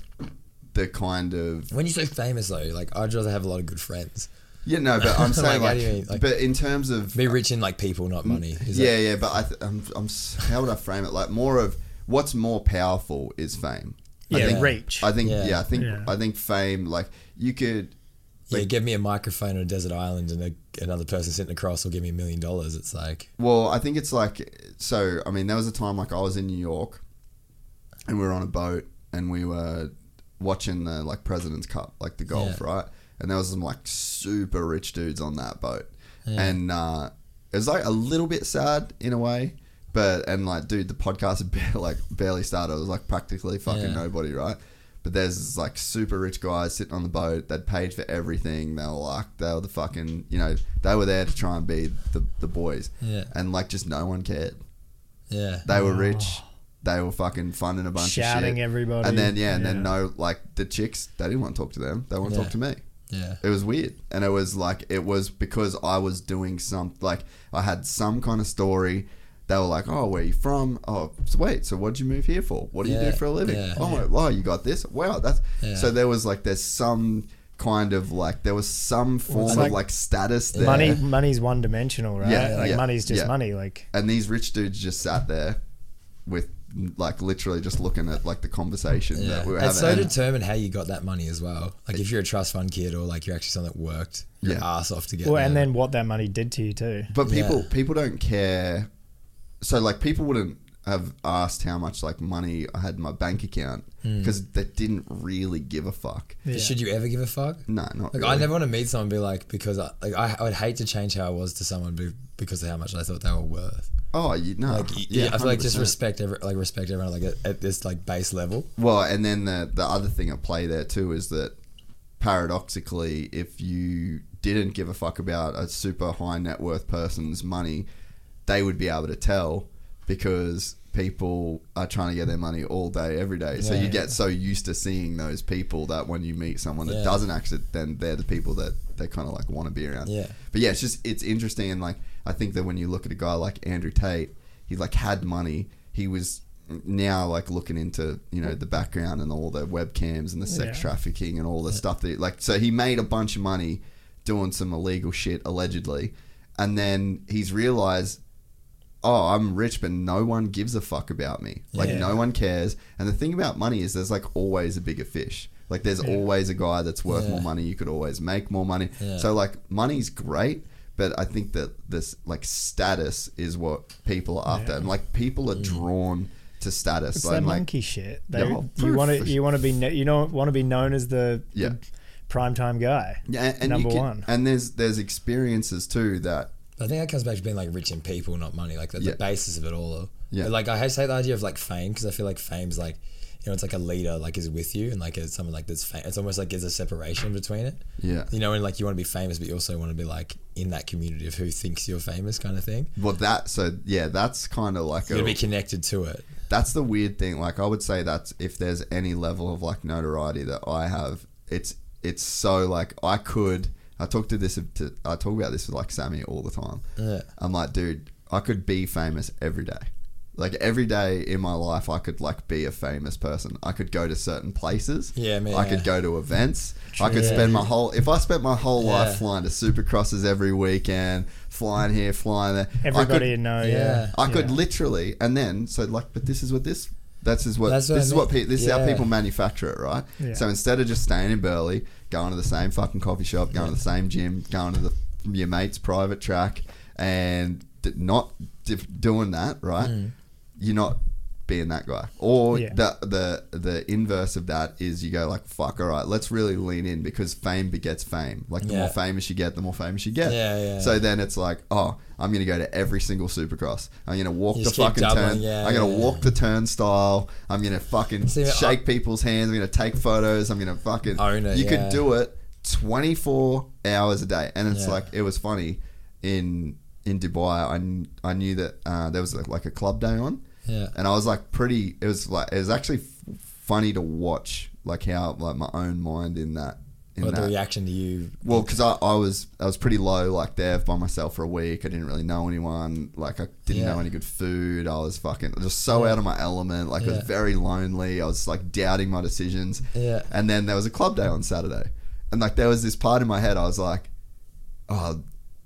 Speaker 1: the kind of
Speaker 5: When you're so famous though, like, I'd rather have a lot of good friends.
Speaker 1: Yeah, no, but I'm saying
Speaker 5: Like, how
Speaker 1: like,
Speaker 5: do you mean? Like-
Speaker 1: but in terms of
Speaker 5: Be rich in like people, not money. Is
Speaker 1: Mm, yeah,
Speaker 5: that-
Speaker 1: yeah, but I th- I'm, I'm, s- how would I frame it? Like more of what's more powerful is fame. I
Speaker 3: Yeah,
Speaker 1: think,
Speaker 3: reach.
Speaker 1: I think, yeah,
Speaker 5: Yeah.
Speaker 1: I think,
Speaker 3: Yeah.
Speaker 1: I think fame. Like you could,
Speaker 5: yeah. Give me a microphone on a desert island, and a, another person sitting across will give me a million dollars. It's like
Speaker 1: well, I think it's like, so. I mean, there was a time like I was in New York, and we were on a boat, and we were watching the like President's Cup, like the golf,
Speaker 5: Yeah.
Speaker 1: right? And there was some like super rich dudes on that boat, and uh, it was like a little bit sad in a way. But and like, dude, the podcast had barely, like barely started. It was like practically fucking
Speaker 16: Yeah.
Speaker 1: nobody, right? But there's this, like super rich guys sitting on the boat. They'd paid for everything. They were like, they were the fucking, you know, they were there to try and be the, the boys.
Speaker 5: Yeah.
Speaker 1: And like, just no one cared.
Speaker 5: Yeah.
Speaker 1: They were rich. They were fucking funding a bunch of shit.
Speaker 3: Shouting everybody.
Speaker 1: And then, yeah, and
Speaker 3: Yeah.
Speaker 1: then no, like the chicks, they didn't want to talk to them. They want to
Speaker 5: Yeah.
Speaker 1: talk to me.
Speaker 5: Yeah.
Speaker 1: It was weird. And it was like, it was because I was doing some, like, I had some kind of story. They were like, oh, where you from? Oh, so wait, so what'd you move here for? What do you
Speaker 5: Yeah.
Speaker 1: do for a living?
Speaker 5: Yeah.
Speaker 1: Oh, my, oh, you got this? Wow, that's.
Speaker 5: Yeah.
Speaker 1: So there was like, there's some kind of like, there was some
Speaker 3: Well,
Speaker 1: form
Speaker 3: it's
Speaker 1: of
Speaker 3: like
Speaker 1: like, status there.
Speaker 3: Money, money's one dimensional, right? like money's just
Speaker 1: yeah.
Speaker 3: money. Like
Speaker 1: and these rich dudes just sat there with like literally just looking at like the conversation
Speaker 5: Yeah.
Speaker 1: that we were
Speaker 5: it's so
Speaker 1: having. And-
Speaker 5: determined how you got that money as well. Like if you're a trust fund kid or like you're actually someone that worked your
Speaker 1: Yeah.
Speaker 5: ass off to get.
Speaker 3: well,
Speaker 5: there.
Speaker 3: and then what that money did to you too.
Speaker 1: but people people don't care. So like people wouldn't have asked how much like money I had in my bank account
Speaker 5: Hmm.
Speaker 1: because they didn't really give a fuck.
Speaker 5: But Should you ever give a fuck?
Speaker 1: No, not
Speaker 5: Like I
Speaker 1: really.
Speaker 5: never want to meet someone and be like because I like I, I would hate to change how I was to someone be, because of how much I thought they were worth.
Speaker 1: Oh, you no.
Speaker 5: Like y- yeah,
Speaker 1: Yeah,
Speaker 5: I feel like just
Speaker 1: 100%.
Speaker 5: respect every like respect everyone like at, at this like base level.
Speaker 1: Well, and then the the other thing at play there too is that paradoxically, if you didn't give a fuck about a super high net worth person's money, they would be able to tell because people are trying to get their money all day, every day. So
Speaker 16: Yeah.
Speaker 1: you get so used to seeing those people that when you meet someone that
Speaker 16: Yeah.
Speaker 1: doesn't actually, then they're the people that they kind of like want to be around.
Speaker 16: Yeah.
Speaker 1: But yeah, it's just it's interesting, and like I think that when you look at a guy like Andrew Tate, he like had money. He was now like looking into you know the background and all the webcams and the sex
Speaker 16: Yeah.
Speaker 1: trafficking and all the stuff that like so he made a bunch of money doing some illegal shit allegedly, and then he's realized. Oh, I'm rich, but no one gives a fuck about me. Like
Speaker 16: Yeah.
Speaker 1: no one cares. And the thing about money is, there's like always a bigger fish. Like there's
Speaker 16: Yeah.
Speaker 1: always a guy that's worth
Speaker 16: Yeah.
Speaker 1: more money. You could always make more money.
Speaker 16: Yeah.
Speaker 1: So like money's great, but I think that this like status is what people are after,
Speaker 3: Yeah.
Speaker 1: and like people are
Speaker 16: Mm.
Speaker 1: drawn to status.
Speaker 3: It's
Speaker 1: Like,
Speaker 3: that
Speaker 1: like,
Speaker 3: monkey shit. They,
Speaker 1: Yeah, well,
Speaker 3: you want to
Speaker 1: for-
Speaker 3: you want to be kn- you know want to be known as the,
Speaker 1: Yeah.
Speaker 3: the primetime guy.
Speaker 1: Yeah, and, and you
Speaker 3: number
Speaker 1: can-
Speaker 3: one.
Speaker 1: And there's there's experiences too that
Speaker 5: I think that comes back to being like rich in people, not money. Like the,
Speaker 1: Yeah.
Speaker 5: the basis of it all. Though.
Speaker 1: Yeah.
Speaker 5: But, like I hate to hate the idea of like fame because I feel like fame's like you know it's like a leader like is with you and like it's someone like that's fame. It's almost like there's a separation between it.
Speaker 1: Yeah.
Speaker 5: You know, and like you want to be famous, but you also want to be like in that community of who thinks you're famous, kind of thing.
Speaker 1: well that so yeah that's kind of like
Speaker 5: You'd be connected to it.
Speaker 1: That's the weird thing. Like I would say that's if there's any level of like notoriety that I have, it's it's so like I could. I talk to this. To, I talk about this with like Sammy all the time.
Speaker 5: Yeah.
Speaker 1: I'm like, dude, I could be famous every day. Like every day in my life, I could like be a famous person. I could go to certain places.
Speaker 5: Yeah, man,
Speaker 1: I
Speaker 5: yeah.
Speaker 1: could go to events. I could
Speaker 5: Yeah.
Speaker 1: spend my whole. If I spent my whole
Speaker 5: Yeah.
Speaker 1: life flying to supercrosses every weekend, flying here, flying there. I
Speaker 3: Everybody
Speaker 1: could-
Speaker 3: know, yeah.
Speaker 1: I could
Speaker 3: Yeah.
Speaker 1: literally, and then so like, but this is what this. This is what
Speaker 16: That's
Speaker 1: this
Speaker 16: what I
Speaker 1: is what
Speaker 16: mean.
Speaker 1: pe- this is how
Speaker 16: Yeah.
Speaker 1: people manufacture it, right?
Speaker 16: Yeah.
Speaker 1: So instead of just staying in Burley, going to the same fucking coffee shop, going to the same gym, going to the your mate's private track, and d- not diff- doing that, right?
Speaker 16: Mm.
Speaker 1: You're not being that guy. Or
Speaker 16: Yeah.
Speaker 1: the the the inverse of that is you go like, fuck, all right, let's really lean in because fame begets fame. Like the
Speaker 16: Yeah.
Speaker 1: more famous you get, the more famous you get.
Speaker 16: Yeah, yeah.
Speaker 1: So then it's like, oh, I'm gonna go to every single supercross. I'm gonna walk
Speaker 16: You
Speaker 1: the
Speaker 16: just keep
Speaker 1: fucking
Speaker 16: doubling,
Speaker 1: turn.
Speaker 16: yeah,
Speaker 1: I'm gonna
Speaker 16: yeah.
Speaker 1: walk the turnstile. I'm gonna fucking
Speaker 16: See, I-
Speaker 1: shake people's hands. I'm gonna take photos. I'm gonna fucking
Speaker 16: Own it,
Speaker 1: You
Speaker 16: yeah.
Speaker 1: could do it 24 hours a day, and it's
Speaker 16: Yeah.
Speaker 1: like it was funny in in Dubai. I, kn- I knew that uh, there was like, like a club day on,
Speaker 5: Yeah.
Speaker 1: and I was like pretty. It was like it was actually f- funny to watch, like how like my own mind in that. In
Speaker 5: Or the
Speaker 1: that.
Speaker 5: reaction to you.
Speaker 1: Well, because I, I was I was pretty low like there by myself for a week. I didn't really know anyone. Like I didn't
Speaker 16: Yeah.
Speaker 1: know any good food. I was fucking just so out of my element. Like I
Speaker 16: Yeah.
Speaker 1: was very lonely. I was like doubting my decisions.
Speaker 16: Yeah.
Speaker 1: And then there was a club day on Saturday, and like there was this part in my head. I was like, oh,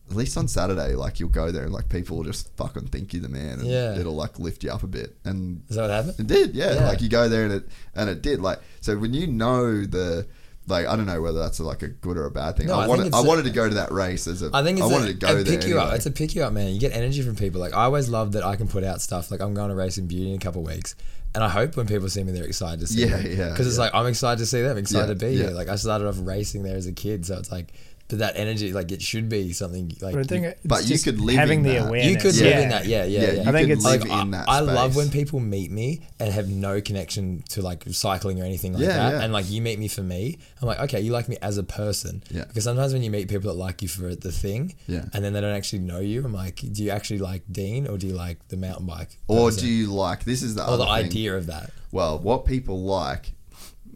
Speaker 1: at least on Saturday, like you'll go there and like people will just fucking think you're the man, and
Speaker 5: Yeah.
Speaker 1: it'll like lift you up a bit. And
Speaker 5: Is that what happened?
Speaker 1: it did, yeah.
Speaker 5: Yeah.
Speaker 1: Like you go there and it and it did. Like so when you know the like I don't know whether that's like a good or a bad thing.
Speaker 5: No, I
Speaker 1: I
Speaker 5: think
Speaker 1: wanted
Speaker 5: it's
Speaker 1: I
Speaker 5: a-
Speaker 1: wanted to go to that race as a
Speaker 5: I think it's
Speaker 1: wanted
Speaker 5: a,
Speaker 1: to go
Speaker 5: a
Speaker 1: there.
Speaker 5: pick you up.
Speaker 1: anyway.
Speaker 5: It's a pick you up, man. You get energy from people. Like I always love that I can put out stuff. Like I'm going to race in beauty in a couple of weeks, and I hope when people see me, they're excited to see
Speaker 1: Yeah,
Speaker 5: me.
Speaker 1: yeah,
Speaker 5: Because it's
Speaker 1: yeah.
Speaker 5: like I'm excited to see them, excited
Speaker 1: Yeah,
Speaker 5: to be
Speaker 1: yeah.
Speaker 5: here. Like I started off racing there as a kid, so it's like But that energy, like it should be something like.
Speaker 3: But I think it's But you just could live having in the that. awareness.
Speaker 5: You could
Speaker 3: Yeah.
Speaker 5: live in that. Yeah, yeah.
Speaker 3: Yeah,
Speaker 5: yeah,
Speaker 3: you I think could it's- live
Speaker 5: I-
Speaker 3: in that
Speaker 5: I love
Speaker 3: space.
Speaker 5: when people meet me and have no connection to like cycling or anything like
Speaker 1: Yeah,
Speaker 5: that,
Speaker 1: yeah.
Speaker 5: and like you meet me for me. I'm like, okay, you like me as a person.
Speaker 1: Yeah.
Speaker 5: Because sometimes when you meet people that like you for the thing,
Speaker 1: Yeah.
Speaker 5: and then they don't actually know you, I'm like, do you actually like Dean or do you like the mountain bike?
Speaker 1: Or
Speaker 5: person?
Speaker 1: do you like this is the
Speaker 5: or
Speaker 1: other
Speaker 5: the
Speaker 1: thing.
Speaker 5: idea of that?
Speaker 1: Well, what people like,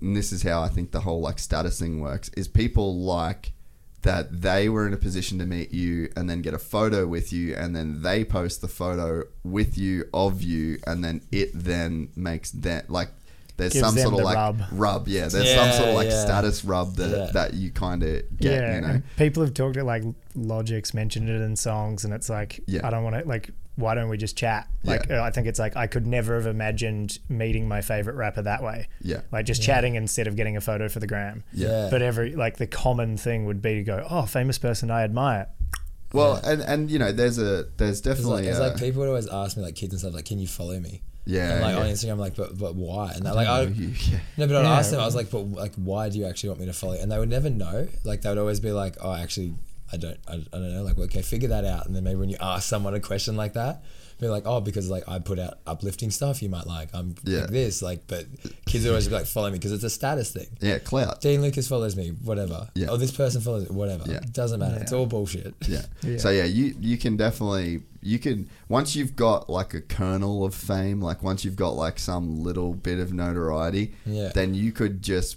Speaker 1: and this is how I think the whole like status thing works, is people like that they were in a position to meet you and then get a photo with you and then they post the photo with you of you and then it then makes that like there's
Speaker 3: Gives
Speaker 1: some
Speaker 3: them
Speaker 1: sort of
Speaker 3: the
Speaker 1: like
Speaker 3: rub.
Speaker 1: yeah there's
Speaker 3: Yeah,
Speaker 1: some sort of like
Speaker 3: yeah.
Speaker 1: status rub that
Speaker 3: Yeah.
Speaker 1: that you kind of get
Speaker 3: yeah,
Speaker 1: you know
Speaker 3: and people have talked it like Logic's mentioned it in songs, and it's like
Speaker 1: Yeah.
Speaker 3: I don't want to like. Why don't we just chat?
Speaker 1: Yeah.
Speaker 3: Like uh, I think it's like I could never have imagined meeting my favorite rapper that way.
Speaker 1: Yeah.
Speaker 3: like just
Speaker 1: Yeah.
Speaker 3: chatting instead of getting a photo for the gram.
Speaker 1: Yeah.
Speaker 3: but every like the common thing would be to go, oh, famous person I admire.
Speaker 1: well and and you know there's a there's
Speaker 5: It's like,
Speaker 1: definitely
Speaker 5: it's
Speaker 1: a-
Speaker 5: like people would always ask me, like kids and stuff, like, can you follow me?
Speaker 1: Yeah,
Speaker 5: And like on
Speaker 1: yeah.
Speaker 5: Instagram, I'm like, but but why? And
Speaker 1: I
Speaker 5: they're like, I
Speaker 1: don't know you, yeah.
Speaker 5: no, but I'd
Speaker 1: Yeah.
Speaker 5: ask them. I was like, but like, why do you actually want me to follow? you? And they would never know. Like they would always be like, oh, actually, I don't, I, I don't know. Like, well, okay, figure that out. And then maybe when you ask someone a question like that, be like, oh, because like I put out uplifting stuff, you might like. I'm
Speaker 1: Yeah.
Speaker 5: like this, like, but kids would always be like, follow me because it's a status thing.
Speaker 1: yeah clout
Speaker 5: Dean Lucas follows me, whatever.
Speaker 1: Yeah.
Speaker 5: Oh, this person follows me, whatever.
Speaker 1: Yeah.
Speaker 5: Doesn't matter. It's
Speaker 1: Yeah.
Speaker 5: all bullshit.
Speaker 1: Yeah. So yeah, you you can definitely you can once you've got like a kernel of fame, like once you've got like some little bit of notoriety,
Speaker 5: Yeah.
Speaker 1: then you could just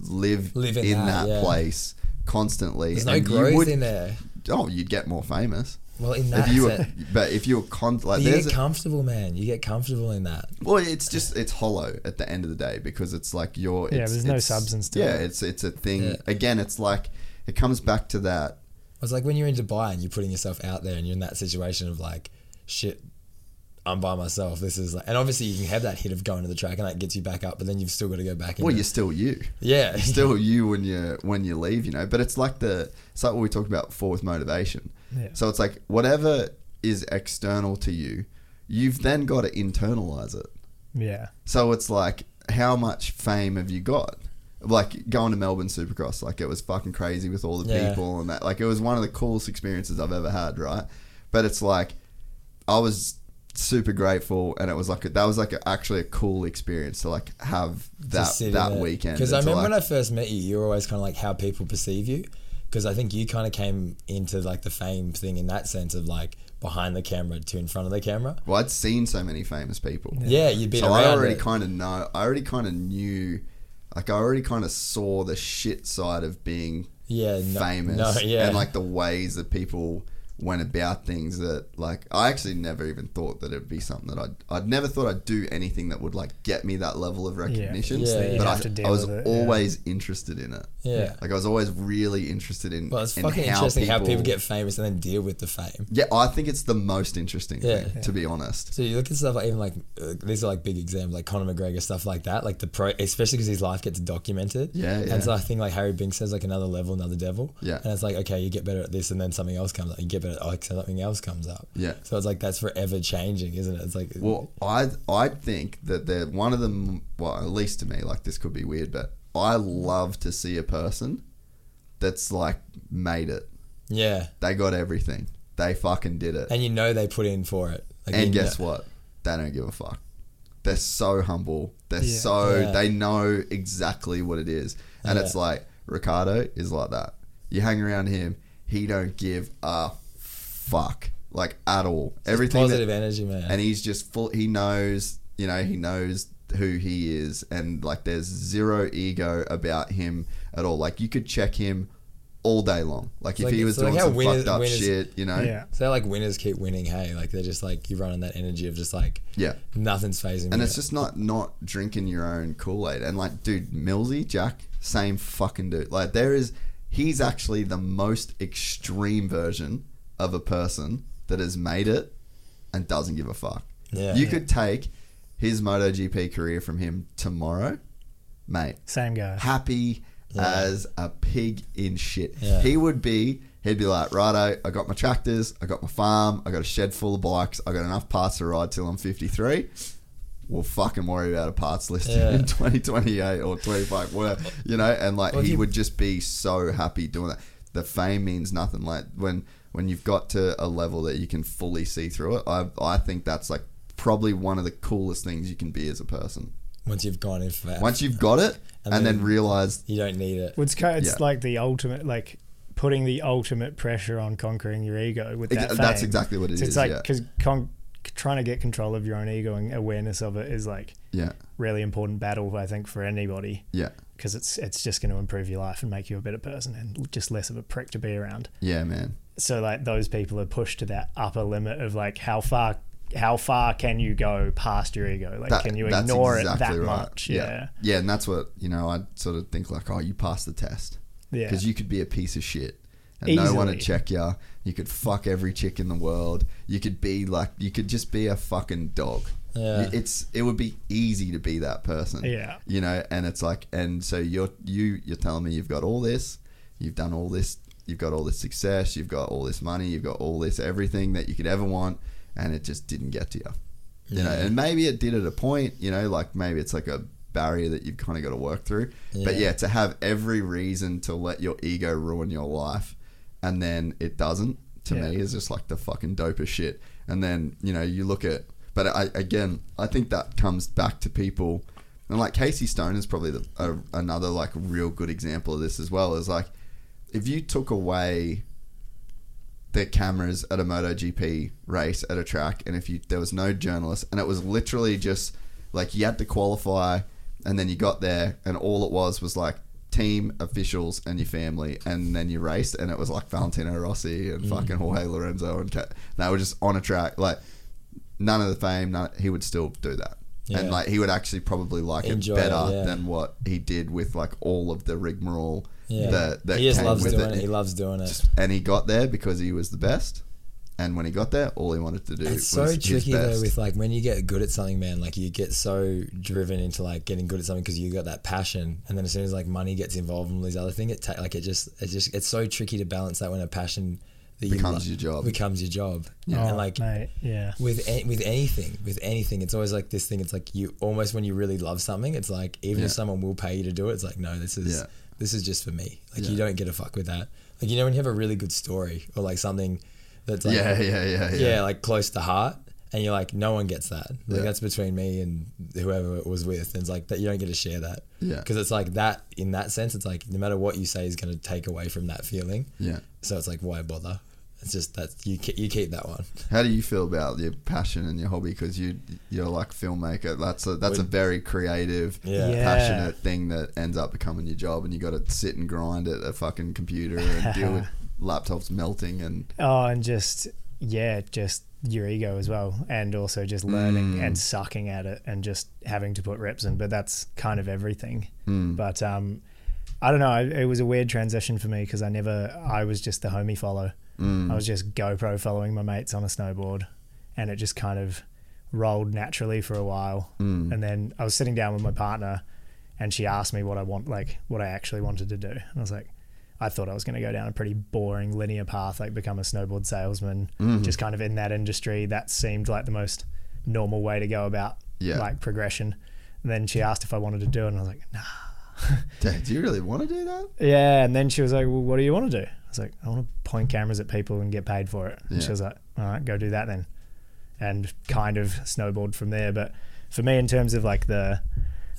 Speaker 1: live,
Speaker 5: Live in that,
Speaker 1: that,
Speaker 5: yeah.
Speaker 1: place constantly.
Speaker 5: There's no
Speaker 1: and you
Speaker 5: growth
Speaker 1: would-
Speaker 5: in there.
Speaker 1: Oh, you'd get more famous.
Speaker 5: Well, in
Speaker 1: if
Speaker 5: that
Speaker 1: you were,
Speaker 5: sense-
Speaker 1: but if you're con like
Speaker 5: But you
Speaker 1: there's
Speaker 5: get
Speaker 1: a-
Speaker 5: comfortable, man. You get comfortable in that.
Speaker 1: well, it's just it's hollow at the end of the day because it's like you're
Speaker 3: Yeah,
Speaker 1: it's-
Speaker 3: there's no
Speaker 1: it's-
Speaker 3: substance to
Speaker 1: yeah,
Speaker 3: it.
Speaker 1: it's it's a thing.
Speaker 5: Yeah.
Speaker 1: Again, it's like it comes back to that.
Speaker 5: It's like when you're in Dubai and you're putting yourself out there and you're in that situation of like, shit, I'm by myself. This is like, and obviously you can have that hit of going to the track and that gets you back up, but then you've still got to go back.
Speaker 1: Well,
Speaker 5: into-
Speaker 1: you're still you.
Speaker 5: Yeah.
Speaker 1: You're still you when you when you leave, you know. But it's like the it's like what we talked about before with motivation.
Speaker 5: Yeah.
Speaker 1: So it's like whatever is external to you, you've then got to internalize it.
Speaker 3: Yeah.
Speaker 1: So it's like, how much fame have you got? Like going to Melbourne Supercross, like it was fucking crazy with all the
Speaker 5: Yeah.
Speaker 1: people and that. Like it was one of the coolest experiences I've ever had, right? But it's like, I was super grateful, and it was like that was like a, actually a cool experience to like have that that weekend.
Speaker 5: Because I remember when I first met you, you were always kind of like how people perceive you. Because I think you kind of came into like the fame thing in that sense of like behind the camera to in front of the camera.
Speaker 1: Well, I'd seen so many famous people.
Speaker 5: Yeah, you'd been
Speaker 1: So I
Speaker 5: around
Speaker 1: already
Speaker 5: it.
Speaker 1: kind of know. I already kind of knew. Like I already kind of saw the shit side of being
Speaker 5: Yeah, no-
Speaker 1: famous
Speaker 5: no, yeah.
Speaker 1: and like the ways that people went about things that like I actually never even thought that it'd be something that I'd I'd never thought I'd do anything that would like get me that level of recognition.
Speaker 5: Yeah, So you'd
Speaker 1: But
Speaker 5: have
Speaker 1: I,
Speaker 5: to deal
Speaker 1: I was
Speaker 5: with it, yeah.
Speaker 1: always interested in it.
Speaker 5: Yeah.
Speaker 1: Like I was always really interested in
Speaker 5: Well, it's
Speaker 1: in
Speaker 5: fucking interesting how people get famous and then deal with the fame.
Speaker 1: Yeah, I think it's the most interesting
Speaker 5: Yeah.
Speaker 1: thing, to be honest.
Speaker 5: So you look at stuff like even like uh, these are like big examples like Conor McGregor stuff like that like the pro especially because his life gets documented
Speaker 1: Yeah, yeah.
Speaker 5: and so I think like Harry Binks says like another level another devil
Speaker 1: Yeah.
Speaker 5: and it's like okay you get better at this and then something else comes up you get better at oh, something else comes up
Speaker 1: Yeah.
Speaker 5: so it's like that's forever changing isn't it it's like
Speaker 1: Well, I I think that they're one of them. Well, at least to me, like this could be weird, but I love to see a person that's like made it.
Speaker 5: yeah
Speaker 1: They got everything. They fucking did it.
Speaker 5: and you know they put in for it Like,
Speaker 1: and
Speaker 5: you
Speaker 1: guess
Speaker 5: know-
Speaker 1: what? They don't give a fuck. They're so humble. They're
Speaker 5: Yeah.
Speaker 1: so
Speaker 5: Yeah.
Speaker 1: they know exactly what it is, and it's
Speaker 5: Yeah.
Speaker 1: like Ricardo is like that. You hang around him, he don't give a fuck like at all. Everything
Speaker 5: positive energy, man.
Speaker 1: and he's just full. He knows, you know, he knows who he is, and like there's zero ego about him at all. Like you could check him all day long. Like if
Speaker 5: Like,
Speaker 1: he was
Speaker 5: it's like
Speaker 1: doing
Speaker 5: how
Speaker 1: some
Speaker 5: winners-
Speaker 1: fucked up
Speaker 5: winners-
Speaker 1: shit, you know,
Speaker 5: so like winners keep winning hey like they're just like you run on that energy of just like
Speaker 1: Yeah.
Speaker 5: nothing's phasing
Speaker 1: And
Speaker 5: me.
Speaker 1: it's just not not drinking your own Kool Aid. And like, dude, Millsy, Jack, same fucking dude. Like, there is, he's actually the most extreme version of a person that has made it and doesn't give a fuck.
Speaker 5: Yeah.
Speaker 1: you
Speaker 5: Yeah.
Speaker 1: could take his MotoGP career from him tomorrow, mate.
Speaker 3: Same guy.
Speaker 1: Happy as a pig in shit.
Speaker 3: Yeah.
Speaker 1: He would be. He'd be like, righto, I got my tractors, I got my farm, I got a shed full of bikes, I got enough parts to ride till I'm 53 we'll fucking worry about a parts list
Speaker 5: Yeah.
Speaker 1: in 2028 or 25, whatever, you know, and like
Speaker 5: Well,
Speaker 1: he
Speaker 5: you-
Speaker 1: would just be so happy doing that. the fame means nothing. Like when when you've got to a level that you can fully see through it, I I think that's like probably one of the coolest things you can be as a person.
Speaker 5: Once you've gone in for that.
Speaker 1: Once you've got it, and, then, realized
Speaker 5: you don't need it.
Speaker 3: Well, it's kind it's like the ultimate like putting the ultimate pressure on conquering your ego with
Speaker 1: Ex-
Speaker 3: that.
Speaker 1: that's
Speaker 3: fame.
Speaker 1: exactly what it
Speaker 3: So
Speaker 1: is,
Speaker 3: It's like
Speaker 1: yeah.
Speaker 3: because con- trying to get control of your own ego and awareness of it is like
Speaker 1: Yeah.
Speaker 3: really important battle I think for anybody.
Speaker 1: Yeah.
Speaker 3: Because it's it's just going to improve your life and make you a better person and just less of a prick to be around.
Speaker 1: Yeah, man.
Speaker 3: So like those people are pushed to that upper limit of like how far how far can you go past your ego? Like
Speaker 1: That-
Speaker 3: can you
Speaker 1: that's
Speaker 3: ignore
Speaker 1: exactly
Speaker 3: it that
Speaker 1: right.
Speaker 3: much? yeah.
Speaker 1: yeah. and that's what you know. I sort of think like, oh, you passed the test.
Speaker 3: Yeah.
Speaker 1: Because you could be a piece of shit, and no one would
Speaker 3: Easily.
Speaker 1: check you. You could fuck every chick in the world. You could be like, you could just be a fucking dog.
Speaker 5: Yeah.
Speaker 1: You- It's it would be easy to be that person.
Speaker 5: Yeah.
Speaker 1: You know, and it's like, and so you're you you're telling me you've got all this, you've done all this, you've got all this success, you've got all this money, you've got all this everything that you could ever want, and it just didn't get to you you know
Speaker 5: Yeah.
Speaker 1: and maybe it did at a point you know like maybe it's like a barrier that you've kind of got to work through but
Speaker 5: Yeah.
Speaker 1: yeah to have every reason to let your ego ruin your life and then it doesn't to me
Speaker 5: Yeah.
Speaker 1: is just like the fucking dopest shit and then you know you look at but I again I think that comes back to people and like Casey Stone is probably the, a, another like real good example of this as well is like if you took away their cameras at a MotoGP race at a track, and if you there was no journalists, and it was literally just like you had to qualify, and then you got there, and all it was was like team officials and your family, and then you raced, and it was like Valentino Rossi and
Speaker 5: Mm.
Speaker 1: fucking Jorge Lorenzo, and Ca- they were just on a track, like none of the fame, none, he would still do that. And
Speaker 5: Yeah.
Speaker 1: like he would actually probably like
Speaker 5: Enjoy
Speaker 1: it
Speaker 5: it,
Speaker 1: better
Speaker 5: yeah.
Speaker 1: than what he did with like all of the rigmarole
Speaker 5: Yeah.
Speaker 1: that that
Speaker 5: He just
Speaker 1: came
Speaker 5: loves
Speaker 1: with
Speaker 5: doing
Speaker 1: it.
Speaker 5: it. He loves doing it.
Speaker 1: Just and he got there because he was the best. And when he got there, all he wanted to do
Speaker 5: It's so
Speaker 1: was his
Speaker 5: tricky
Speaker 1: best.
Speaker 5: though with like when you get good at something, man. Like you get so driven into like getting good at something because you got that passion, and then as soon as like money gets involved and all these other things, it ta- like it just it just it's so tricky to balance that when a passion that
Speaker 1: Becomes
Speaker 5: you
Speaker 1: your job.
Speaker 5: becomes your job.
Speaker 3: Yeah.
Speaker 5: and like
Speaker 3: mate, yeah.
Speaker 5: with a- with anything with anything, it's always like this thing. It's like you almost when you really love something, it's like even if
Speaker 1: Yeah.
Speaker 5: someone will pay you to do it, it's like no, this is
Speaker 1: Yeah.
Speaker 5: this is just for me. Like you
Speaker 1: Yeah.
Speaker 5: don't get a fuck with that. Like you know when you have a really good story or like something that's like
Speaker 1: Yeah, yeah, yeah, yeah.
Speaker 5: yeah like close to heart and you're like no one gets that like
Speaker 1: Yeah.
Speaker 5: that's between me and whoever it was with and it's like that you don't get to share that
Speaker 1: Yeah.
Speaker 5: because it's like that in that sense it's like no matter what you say is going to take away from that feeling
Speaker 1: Yeah.
Speaker 5: so it's like why bother it's just that you ke- you keep that one
Speaker 1: How do you feel about your passion and your hobby? Because you you're like filmmaker. That's a that's a very creative,
Speaker 5: Yeah. Yeah.
Speaker 1: passionate thing that ends up becoming your job, and you got to sit and grind at a fucking computer and deal with laptops melting and
Speaker 3: Oh, and just yeah, just your ego as well, and also just learning
Speaker 1: Mm.
Speaker 3: and sucking at it, and just having to put reps in. But that's kind of everything.
Speaker 1: Mm.
Speaker 3: But um, I don't know. I- It was a weird transition for me because I never. I was just the homie follow.
Speaker 1: Mm.
Speaker 3: I was just GoPro following my mates on a snowboard, and it just kind of rolled naturally for a while.
Speaker 1: Mm.
Speaker 3: And then I was sitting down with my partner, and she asked me what I want, like what I actually wanted to do. And I was like, I thought I was going to go down a pretty boring linear path, like become a snowboard salesman,
Speaker 1: Mhm.
Speaker 3: just kind of in that industry. That seemed like the most normal way to go about
Speaker 1: Yeah.
Speaker 3: like progression. And then she asked if I wanted to do it, and I was like, nah.
Speaker 1: Dad, do you really want to do that?
Speaker 3: Yeah, and then she was like, "Well, what do you want to do?" I was like, "I want to point cameras at people and get paid for it." And
Speaker 1: Yeah.
Speaker 3: she was like, "All right, go do that then," and kind of snowballed from there. But for me, in terms of like the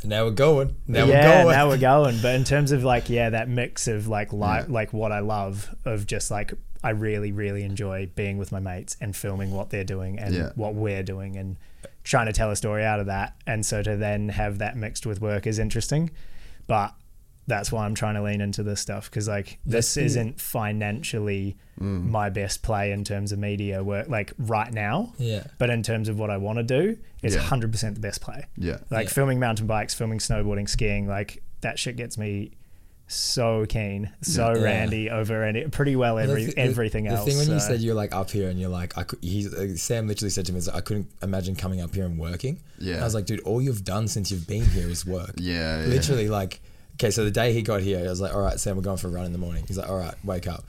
Speaker 5: now we're going now
Speaker 3: yeah,
Speaker 5: we're going
Speaker 3: now we're going. But in terms of like yeah, that mix of like li- like what I love of just like I really really enjoy being with my mates and filming what they're doing and
Speaker 1: Yeah.
Speaker 3: what we're doing and trying to tell a story out of that. And so to then have that mixed with work is interesting, but that's why I'm trying to lean into this stuff because like this
Speaker 5: That's-
Speaker 3: isn't financially
Speaker 5: Mm.
Speaker 3: my best play in terms of media work like right now.
Speaker 5: Yeah.
Speaker 3: But in terms of what I want to do, it's
Speaker 1: Yeah.
Speaker 3: 100% the best play
Speaker 1: Yeah.
Speaker 3: like
Speaker 5: Yeah.
Speaker 3: filming mountain bikes, filming snowboarding, skiing, like that shit gets me so keen, so
Speaker 5: Yeah.
Speaker 3: randy over any pretty well every
Speaker 5: Well, the thi- the-
Speaker 3: everything
Speaker 5: the
Speaker 3: else.
Speaker 5: thing when you
Speaker 3: so-
Speaker 5: said you're like up here and you're like, I could, he's, uh, Sam literally said to me, he's like, I couldn't imagine coming up here and working.
Speaker 1: Yeah.
Speaker 5: I was like, dude, all you've done since you've been here is work.
Speaker 1: Yeah, yeah.
Speaker 5: Literally, like, okay, so the day he got here, I was like, all right, Sam, we're going for a run in the morning. He's like, all right, wake up.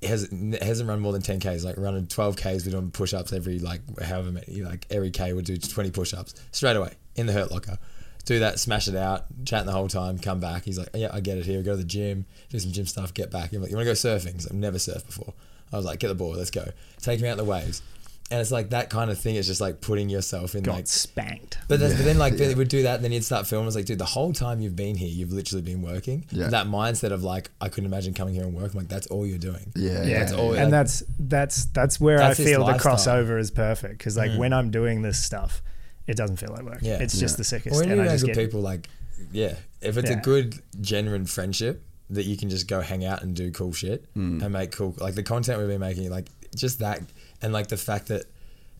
Speaker 5: He hasn't, n- hasn't run more than 10 Ks, like running 12 Ks, we're doing push ups every, like, however many, like, every K would do 20 push ups straight away in the hurt locker. do that, smash it out, chat the whole time, come back. He's like, yeah, I get it here. Go to the gym, do some gym stuff, get back. I'm like, you want to go surfing? 'Cause I've never surfed before. I was like, get the board, let's go. Take me out in the waves. And it's like that kind of thing. It's just like putting yourself in
Speaker 3: Got
Speaker 5: like
Speaker 3: spanked.
Speaker 5: But, that's, but then like
Speaker 3: Yeah.
Speaker 5: they would do that, and then you'd start filming. It's like, dude, the whole time you've been here, you've literally been working.
Speaker 3: Yeah.
Speaker 5: That mindset of like, I couldn't imagine coming here and working. Like that's all you're doing. that's all.
Speaker 3: and that's that's that's where
Speaker 5: That's
Speaker 3: I
Speaker 5: his
Speaker 3: feel the
Speaker 5: lifestyle.
Speaker 3: crossover is perfect because like
Speaker 5: Mm.
Speaker 3: when I'm doing this stuff, it doesn't feel like work.
Speaker 5: Yeah,
Speaker 3: it's just the sickest.
Speaker 5: Or when you
Speaker 3: I
Speaker 5: know
Speaker 3: just
Speaker 5: good
Speaker 3: get-
Speaker 5: people, like, yeah, if it's
Speaker 3: Yeah.
Speaker 5: a good, genuine friendship that you can just go hang out and do cool shit
Speaker 3: Hmm.
Speaker 11: Mm.
Speaker 5: and make cool, like the content we've been making, like just that, and like the fact that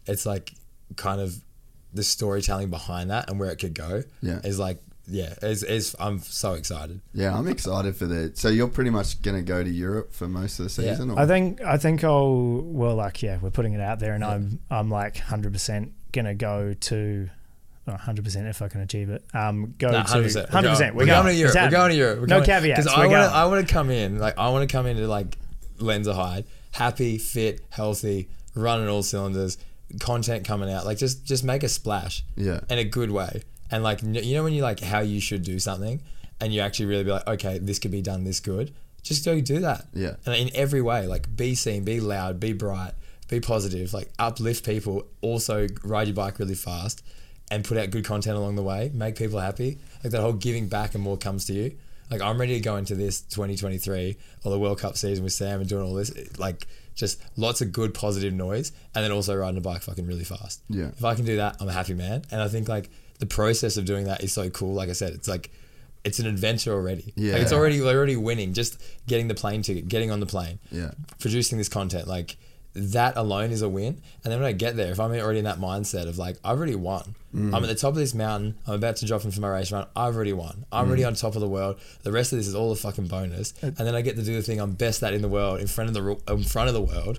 Speaker 5: it's like kind of the storytelling behind that and where it could go.
Speaker 11: Yeah.
Speaker 5: is like yeah, is is I'm so excited.
Speaker 11: Yeah, I'm excited for that. So you're pretty much gonna go to Europe for most of the season, or
Speaker 3: I think I think I'll well like yeah we're putting it out there and I'm I'm like hundred percent gonna go to. Hundred percent, if I can achieve it. Um, go
Speaker 5: Nah,
Speaker 3: to
Speaker 5: 100%.
Speaker 3: hundred percent.
Speaker 5: We're going to Europe. We're going to Europe. We're
Speaker 3: no
Speaker 5: going-
Speaker 3: caveats.
Speaker 5: 'cause
Speaker 3: We're
Speaker 5: I
Speaker 3: going.
Speaker 5: want to. I want to come in. Like I want to come into like Lenser Hyde, happy, fit, healthy, running all cylinders, content coming out. Like just just make a splash.
Speaker 11: Yeah.
Speaker 5: In a good way. And like kn- you know when you like how you should do something, and you actually really be like, okay, this could be done this good. Just go do that.
Speaker 11: Yeah.
Speaker 5: And in every way, like be seen, be loud, be bright, be positive, like uplift people, also ride your bike really fast and put out good content along the way, make people happy. Like that whole giving back and more comes to you. Like I'm ready to go into this 2023 or the World Cup season with Sam and doing all this. It- Like just lots of good positive noise and then also riding a bike fucking really fast.
Speaker 11: Yeah.
Speaker 5: If I can do that, I'm a happy man. And I think like the process of doing that is so cool. Like I said, it's like it's an adventure already.
Speaker 11: Yeah.
Speaker 5: Like it's already we're already winning. Just getting the plane ticket, getting on the plane,
Speaker 11: Yeah.
Speaker 5: producing this content, like that alone is a win. And then when I get there, if I'm already in that mindset of like, I've already won.
Speaker 11: Mm.
Speaker 5: I'm at the top of this mountain. I'm about to drop in for my race run. I've already won. I'm
Speaker 11: Mm.
Speaker 5: already on top of the world. The rest of this is all a fucking bonus. And then I get to do the thing I'm best at in the world, in front of the ru- in front of the world.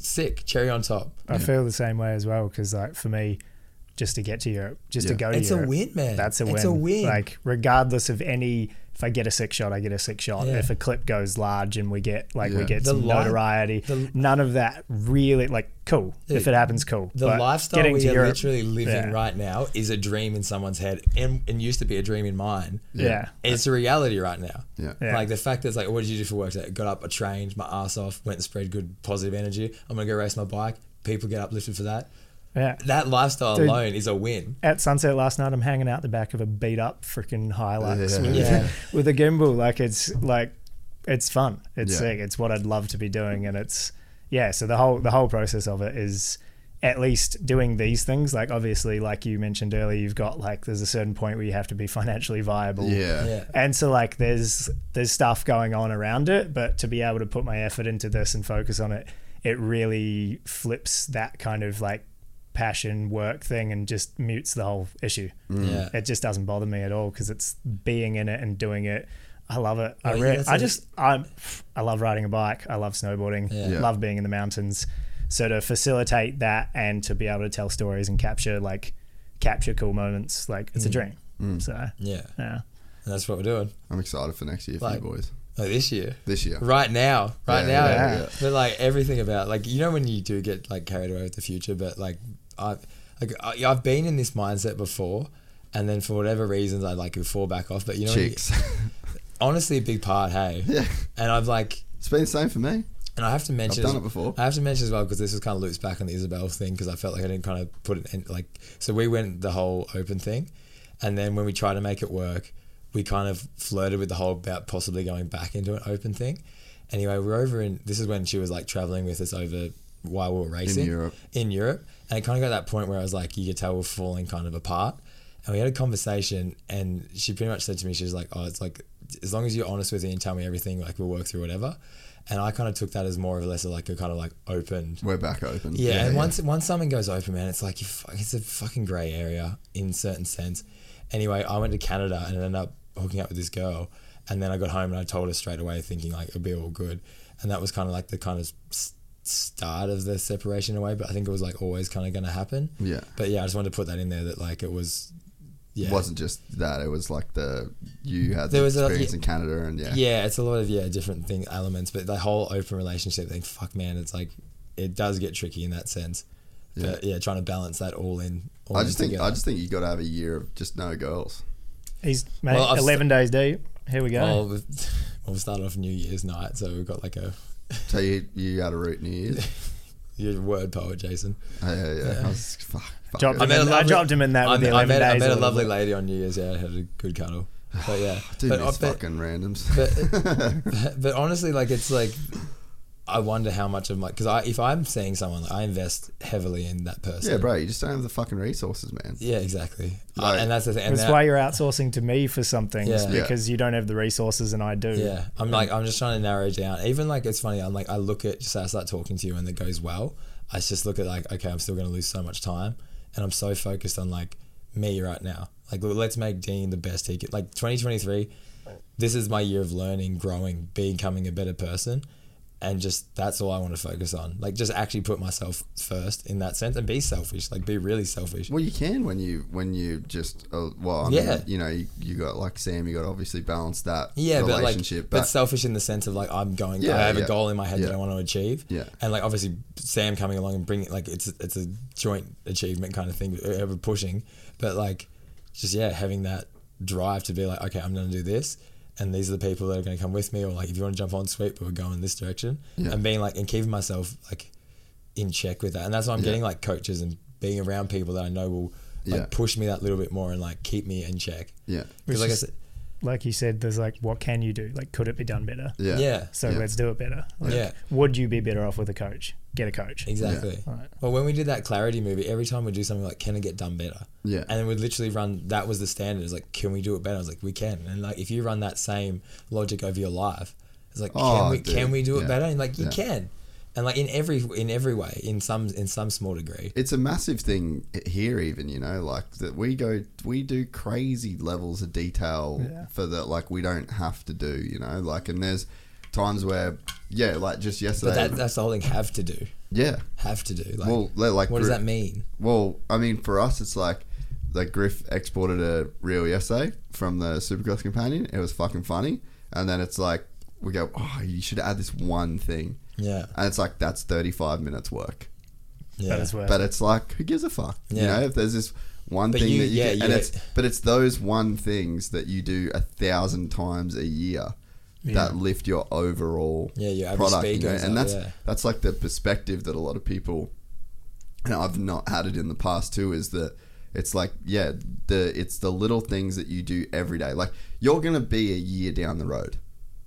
Speaker 5: Sick, cherry on top.
Speaker 3: I feel the same way as well because, like, for me, just to get to Europe, just to
Speaker 5: Yeah.
Speaker 3: go to
Speaker 5: It's a
Speaker 3: Europe,
Speaker 5: win, man.
Speaker 3: That's a win.
Speaker 5: It's a win.
Speaker 3: Like, regardless of any, if I get a six shot, I get a six shot.
Speaker 5: Yeah.
Speaker 3: If a clip goes large and we get like
Speaker 5: Yeah.
Speaker 3: we get
Speaker 5: The
Speaker 3: some
Speaker 5: li-
Speaker 3: notoriety, none of that really like cool. if
Speaker 5: Dude,
Speaker 3: it happens, cool.
Speaker 5: The
Speaker 3: But
Speaker 5: lifestyle
Speaker 3: getting
Speaker 5: we
Speaker 3: to
Speaker 5: are
Speaker 3: Europe,
Speaker 5: literally living
Speaker 3: yeah.
Speaker 5: right now is a dream in someone's head and, and used to be a dream in mine.
Speaker 3: Yeah.
Speaker 5: It's a reality right now.
Speaker 11: Yeah.
Speaker 3: Yeah.
Speaker 5: Like the fact that it's like, what did you do for work today? Got up, I trained my ass off, went and spread good positive energy. I'm going to go race my bike. People get uplifted for that.
Speaker 3: Yeah.
Speaker 5: That lifestyle
Speaker 3: Dude.
Speaker 5: alone is a win.
Speaker 3: At sunset last night, I'm hanging out the back of a beat up freaking Hilux
Speaker 5: Yeah.
Speaker 3: With,
Speaker 5: Yeah.
Speaker 3: with a gimbal. Like it's like it's fun. It's
Speaker 5: Yeah.
Speaker 3: sick. It's what I'd love to be doing, and it's yeah. So the whole the whole process of it is at least doing these things. Like obviously, like you mentioned earlier, you've got like there's a certain point where you have to be financially viable.
Speaker 11: Yeah. Yeah.
Speaker 3: And so like there's there's stuff going on around it, but to be able to put my effort into this and focus on it, it really flips that kind of like passion work thing and just mutes the whole issue.
Speaker 5: Mm. Yeah.
Speaker 3: It just doesn't bother me at all because it's being in it and doing it. I love it. I
Speaker 5: Oh, yeah,
Speaker 3: re-
Speaker 5: that's
Speaker 3: I
Speaker 5: it.
Speaker 3: just I I love riding a bike. I love snowboarding.
Speaker 5: Yeah. Yeah.
Speaker 3: Love being in the mountains. So to facilitate that and to be able to tell stories and capture like capture cool moments, like it's a
Speaker 5: Mm.
Speaker 3: dream.
Speaker 11: Mm.
Speaker 3: So
Speaker 5: Yeah.
Speaker 3: yeah.
Speaker 5: And that's what we're doing.
Speaker 11: I'm excited for next year for
Speaker 5: Like-
Speaker 11: you boys.
Speaker 5: Like this year.
Speaker 11: This year.
Speaker 5: Right now. Right
Speaker 11: Yeah,
Speaker 5: now.
Speaker 11: yeah,
Speaker 1: Oh,
Speaker 11: yeah.
Speaker 5: But like everything about like you know when you do get like carried away with the future, but like I like I, I've been in this mindset before, and then for whatever reasons I like would fall back off. But you know, when you-
Speaker 11: Chicks.
Speaker 5: honestly, a big part. Hey.
Speaker 11: Yeah.
Speaker 5: And I've like
Speaker 11: it's been the same for me.
Speaker 5: and I have to mention,
Speaker 11: I've done it before.
Speaker 5: I have to mention as well because this was kind of loops back on the Isabel thing because I felt like I didn't kind of put it in. Like, so we went the whole open thing, and then when we tried to make it work, we kind of flirted with the whole about possibly going back into an open thing. Anyway, we're over in. This is when she was like traveling with us over while we were racing
Speaker 11: Europe.
Speaker 5: In Europe, and it kind of got to that point where I was like, you could tell we're falling kind of apart. And we had a conversation, and she pretty much said to me, she was like, "Oh, it's like as long as you're honest with me and tell me everything, like we'll work through whatever." And I kind of took that as more or less of like a kind of like open.
Speaker 11: We're back open.
Speaker 5: Yeah,
Speaker 11: Yeah,
Speaker 5: and
Speaker 11: yeah.
Speaker 5: once once something goes open, man, it's like you fuck, it's a fucking grey area in certain sense. Anyway, I went to Canada and ended up hooking up with this girl, and then I got home and I told her straight away, thinking like it'd be all good, and that was kind of like the kind of s- start of the separation away. But I think it was like always kind of going to happen.
Speaker 11: Yeah.
Speaker 5: But yeah, I just wanted to put that in there that like it was. Yeah.
Speaker 11: It wasn't just that. It was like the you had
Speaker 5: There
Speaker 11: the
Speaker 5: was a-
Speaker 11: experience in Canada and yeah.
Speaker 5: Yeah, it's a lot of yeah different thing elements, but the whole open relationship thing, fuck man, it's like it does get tricky in that sense. Yeah. But yeah, trying to balance that all in. All
Speaker 1: I
Speaker 5: in
Speaker 1: just think
Speaker 5: together.
Speaker 1: I just think you got to have a year of just no girls.
Speaker 3: He's mate,
Speaker 5: Well, I've
Speaker 3: eleven days deep. Here we go.
Speaker 5: Well, we well, we started off New Year's night, so we've got like a.
Speaker 1: So you you had a root New Year's.
Speaker 5: You're a word poet, Jason.
Speaker 1: Yeah, yeah. yeah.
Speaker 5: Yeah.
Speaker 1: I was, fuck, fuck
Speaker 3: Dropped
Speaker 1: it.
Speaker 3: him in- I dropped him in that
Speaker 5: I
Speaker 3: with the
Speaker 5: met, I
Speaker 3: 11
Speaker 5: met, I
Speaker 3: days
Speaker 5: met a
Speaker 3: or
Speaker 5: lovely
Speaker 3: whatever.
Speaker 5: lady on New Year's. Yeah, I had a good cuddle. But yeah,
Speaker 1: Dude,
Speaker 5: but, uh,
Speaker 1: these
Speaker 5: but-
Speaker 1: fucking randoms.
Speaker 5: but, but honestly, like it's like I wonder how much of my because I if I'm seeing someone, like, I invest heavily in that person.
Speaker 1: yeah, bro, you just don't have the fucking resources, man.
Speaker 5: Yeah, exactly. I-
Speaker 1: Like-
Speaker 5: and that's the thing. and
Speaker 3: That's
Speaker 5: then-
Speaker 3: why you're outsourcing to me for some things
Speaker 5: Yeah. Yeah.
Speaker 3: because you don't have the resources and I do.
Speaker 5: Yeah, I'm like I'm just trying to narrow down. Even like it's funny. I'm like I look at just as I start talking to you and it goes well. I just look at like okay, I'm still going to lose so much time, and I'm so focused on like me right now. Like l- let's make Dean the best he can. Like 2023, this is my year of learning, growing, becoming a better person, and just that's all I want to focus on. Like just actually put myself first in that sense and be selfish. Like be really selfish.
Speaker 1: Well, you can when you when you just uh, well, I mean,
Speaker 5: Yeah.
Speaker 1: you know, you, you got like Sam, you got to obviously balance that
Speaker 5: Yeah, but like,
Speaker 1: relationship,
Speaker 5: but selfish in the sense of like I'm going.
Speaker 1: Yeah,
Speaker 5: I have
Speaker 1: yeah.
Speaker 5: a goal in my head
Speaker 1: Yeah.
Speaker 5: that I want to achieve.
Speaker 1: Yeah.
Speaker 5: and like obviously Sam coming along and bringing like it's it's a joint achievement kind of thing, uh, ever pushing. But like, just yeah, having that drive to be like, okay, I'm going to do this, and these are the people that are going to come with me, or like if you want to jump on, sweet, but we're going this direction,
Speaker 1: Yeah.
Speaker 5: and being like and keeping myself like in check with that, and that's why I'm
Speaker 1: Yeah.
Speaker 5: getting like coaches and being around people that I know will like
Speaker 1: Yeah.
Speaker 5: push me that little bit more and like keep me in check.
Speaker 1: yeah,
Speaker 3: Which
Speaker 5: Because like I
Speaker 3: is-
Speaker 5: said,
Speaker 3: like you said, there's like, what can you do? Like, could it be done better?
Speaker 1: Yeah.
Speaker 5: Yeah.
Speaker 3: So
Speaker 5: Yeah.
Speaker 3: let's do it better. Like,
Speaker 5: Yeah.
Speaker 3: Would you be better off with a coach? Get a coach.
Speaker 5: Exactly. Well, when we did that clarity movie, every time we do something like, can it get done better?
Speaker 1: Yeah.
Speaker 5: And then we'd literally run, that was the standard. It's like, can we do it better? I was like, we can. And like, if you run that same logic over your life, it's like,
Speaker 1: Oh,
Speaker 5: can we,
Speaker 1: dude.
Speaker 5: can we do it
Speaker 1: Yeah.
Speaker 5: better? And like, you
Speaker 1: Yeah.
Speaker 5: can. And like in every, in every way, in some, in some small degree.
Speaker 1: it's a massive thing here even you know like that we go we do crazy levels of detail
Speaker 3: Yeah.
Speaker 1: for that like we don't have to do you know like and there's times where yeah like just yesterday
Speaker 5: But that, that's the whole thing. Have to do.
Speaker 1: yeah
Speaker 5: Have to do. Like,
Speaker 1: well li- like
Speaker 5: what does
Speaker 1: Gri-
Speaker 5: that mean?
Speaker 1: well i mean for us it's like like griff exported a reel yesterday from the supercross companion it was fucking funny and then it's like we go oh you should add this one thing
Speaker 5: Yeah.
Speaker 1: and it's like that's 35 minutes work
Speaker 5: Yeah.
Speaker 3: That is worth
Speaker 1: but
Speaker 3: it.
Speaker 1: it's like who gives a fuck you
Speaker 5: Yeah.
Speaker 1: know if there's this one
Speaker 5: But
Speaker 1: thing
Speaker 5: you-
Speaker 1: that you
Speaker 5: yeah,
Speaker 1: can-
Speaker 5: you
Speaker 1: and
Speaker 5: don't-
Speaker 1: it's but it's those one things that you do a thousand times a year that lift your overall
Speaker 5: Yeah, your average
Speaker 1: product
Speaker 5: speed
Speaker 1: you know?
Speaker 5: goes
Speaker 1: and
Speaker 5: up,
Speaker 1: that's
Speaker 5: yeah.
Speaker 1: that's like the perspective that a lot of people and I've not had it in the past too is that it's like yeah the it's the little things that you do every day like you're gonna be a year down the road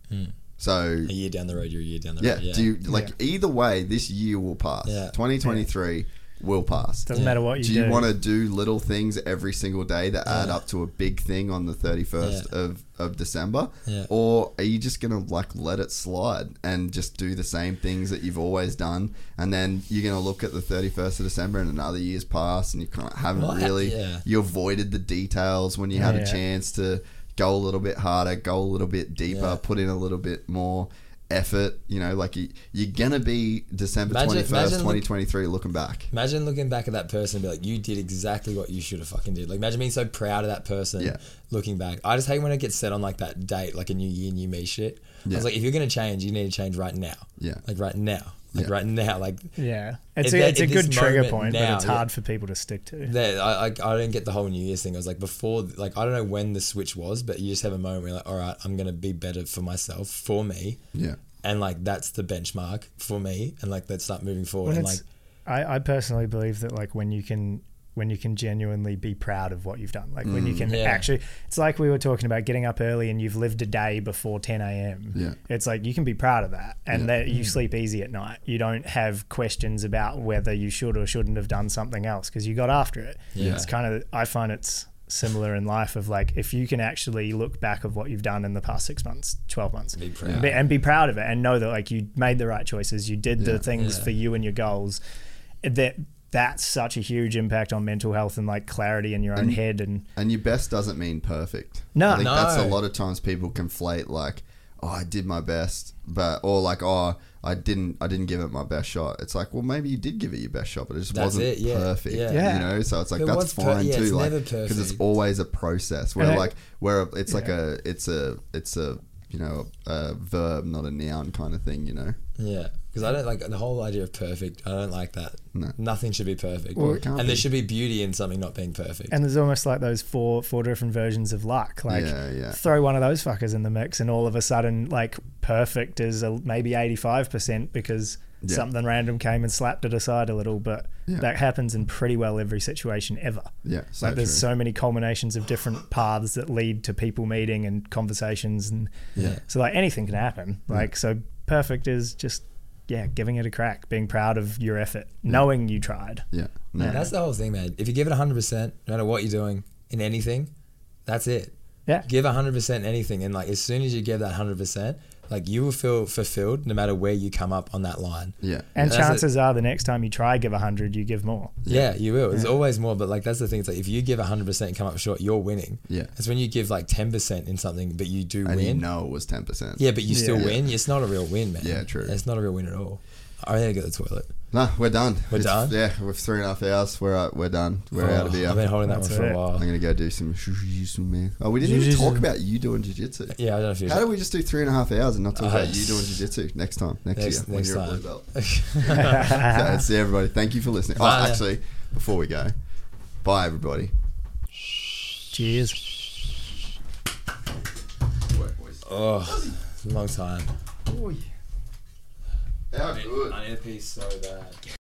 Speaker 5: Hmm.
Speaker 1: so
Speaker 5: A year down the road, you're a year down the
Speaker 1: yeah,
Speaker 5: road. Yeah.
Speaker 1: do you like either way this year will pass
Speaker 5: Yeah.
Speaker 1: 2023 will pass
Speaker 3: Doesn't matter what you
Speaker 1: do
Speaker 3: do.
Speaker 1: you want to do little things every single day that add up to a big thing on the 31st of, of December?
Speaker 5: Yeah.
Speaker 1: Or are you just going to like let it slide and just do the same things that you've always done? And then you're going to look at the 31st of December and another year's passed and you kind of haven't
Speaker 5: Well, I-
Speaker 1: really,
Speaker 5: yeah.
Speaker 1: you avoided the details when you had a
Speaker 3: Yeah.
Speaker 1: chance to go a little bit harder, go a little bit deeper,
Speaker 5: Yeah.
Speaker 1: put in a little bit more effort. You know, like you, you're going to be December
Speaker 5: Imagine-
Speaker 1: 21st,
Speaker 5: imagine look-
Speaker 1: 2023 looking back.
Speaker 5: Imagine looking back at that person and be like, you did exactly what you should have fucking did. Like, imagine being so proud of that person
Speaker 1: Yeah.
Speaker 5: looking back. I just hate when I get set on like that date, like a new year, new me shit. I
Speaker 1: Yeah.
Speaker 5: was like, if you're going to change, you need to change right now.
Speaker 1: Yeah.
Speaker 5: Like, right now. Like,
Speaker 1: Yeah.
Speaker 5: right now. Like,
Speaker 3: yeah. It's
Speaker 5: If
Speaker 3: a,
Speaker 5: that-
Speaker 3: it's a
Speaker 5: if
Speaker 3: good
Speaker 5: this
Speaker 3: trigger
Speaker 5: moment
Speaker 3: point,
Speaker 5: now,
Speaker 3: but it's
Speaker 5: yeah.
Speaker 3: hard for people to stick to.
Speaker 5: that, I, I, I didn't get the whole New Year's thing. I was like, before, like, I don't know when the switch was, but you just have a moment where you're like, all right, I'm going to be better for myself, for me.
Speaker 1: Yeah.
Speaker 5: And like, that's the benchmark for me. And like, let's start moving forward.
Speaker 3: When
Speaker 5: and like,
Speaker 3: it's- I, I personally believe that like when you can when you can genuinely be proud of what you've done like when you can
Speaker 5: Mm, Yeah.
Speaker 3: actually it's like we were talking about getting up early and you've lived a day before 10 a.m
Speaker 1: Yeah.
Speaker 3: it's like you can be proud of that and that you sleep easy at night you don't have questions about whether you should or shouldn't have done something else because you got after it
Speaker 5: Yeah.
Speaker 3: it's kind of i find it's similar in life of like if you can actually look back of what you've done in the past six months 12 months
Speaker 5: Be proud.
Speaker 3: and be- and be proud of it and know that like you made the right choices you did
Speaker 1: Yeah.
Speaker 3: the things
Speaker 5: Yeah.
Speaker 3: for you and your goals that that's such a huge impact on mental health and like clarity in your own head and
Speaker 1: And your best doesn't mean perfect.
Speaker 3: No.
Speaker 1: I think that's a
Speaker 5: No.
Speaker 1: lot of times people conflate like, oh, I did my best, but or like, oh, I didn't, I didn't give it my best shot. It's like, well, maybe you did give it your best shot, but it just
Speaker 5: That's
Speaker 1: wasn't
Speaker 5: it, yeah,
Speaker 1: perfect.
Speaker 5: yeah.
Speaker 3: Yeah.
Speaker 1: You know, so it's like
Speaker 5: It
Speaker 1: that's
Speaker 5: was per-
Speaker 1: fine
Speaker 5: yeah,
Speaker 1: too,
Speaker 5: it's
Speaker 1: like
Speaker 5: never
Speaker 1: because it's
Speaker 5: perfect.
Speaker 1: always a process. Where
Speaker 3: And I-
Speaker 1: like where it's like
Speaker 3: Yeah.
Speaker 1: a, it's a, it's a you know, a verb, not a noun kind of thing, you know.
Speaker 5: Yeah, because I don't like the whole idea of perfect. I don't like that.
Speaker 1: No.
Speaker 5: Nothing should be perfect.
Speaker 1: Well, it
Speaker 5: and
Speaker 1: can't
Speaker 5: there
Speaker 1: be.
Speaker 5: should be beauty in something not being perfect.
Speaker 3: And there's almost like those four four different versions of luck. Like
Speaker 5: Yeah, yeah.
Speaker 3: throw one of those fuckers in the mix, and all of a sudden, like perfect is a, maybe eighty five percent because
Speaker 1: Yeah.
Speaker 3: something random came and slapped it aside a little. But
Speaker 1: Yeah.
Speaker 3: that happens in pretty well every situation ever.
Speaker 1: Yeah, so
Speaker 3: like there's
Speaker 1: true.
Speaker 3: so many culminations of different paths that lead to people meeting and conversations, and
Speaker 1: Yeah.
Speaker 3: so like anything can happen. Like so, perfect is just yeah, giving it a crack, being proud of your effort, knowing you tried.
Speaker 1: Yeah.
Speaker 5: Man, that's the whole thing, man. If you give it 100%, no matter what you're doing in anything, that's it.
Speaker 3: Yeah.
Speaker 5: Give 100% in anything. And like, as soon as you give that 100%, like, you will feel fulfilled no matter where you come up on that line.
Speaker 1: Yeah.
Speaker 3: And
Speaker 5: That's it.
Speaker 3: chances are the next time you try give 100, you give more.
Speaker 5: Yeah, you will. There's
Speaker 3: Yeah.
Speaker 5: always more, but like that's the thing. It's like if you give 100% and come up short, you're winning.
Speaker 1: Yeah.
Speaker 5: It's when you give like 10% in something, but you do
Speaker 1: And
Speaker 5: win.
Speaker 1: you know it was 10%.
Speaker 5: Yeah, but you still
Speaker 1: Yeah.
Speaker 5: win. It's not a real win, man.
Speaker 1: Yeah, true.
Speaker 5: It's not a real win at all. I gotta go to the toilet.
Speaker 1: Nah, we're done.
Speaker 5: We're
Speaker 1: It's-
Speaker 5: done?
Speaker 1: Yeah, we're three and a half hours. We're uh, we're done. We're
Speaker 5: Oh,
Speaker 1: out of here.
Speaker 5: I've been holding that one That's for a it. while.
Speaker 1: I'm gonna go do some jujitsu, man. Oh, we didn't even
Speaker 5: Oh. Jiu-jitsu.
Speaker 1: talk about you doing jiu-jitsu.
Speaker 5: Yeah, I don't know if you-
Speaker 1: How do we just do three and a half hours and not talk
Speaker 5: Uh,
Speaker 1: about you doing jiu-jitsu next time, next,
Speaker 5: next-
Speaker 1: year when
Speaker 5: next
Speaker 1: you're a blue
Speaker 5: time.
Speaker 1: belt? okay, see everybody. Thank you for listening. Oh,
Speaker 5: Bye.
Speaker 1: actually, before we go, bye everybody.
Speaker 3: Cheers.
Speaker 5: Oh, long time.
Speaker 1: How good.
Speaker 5: I need a piece so bad.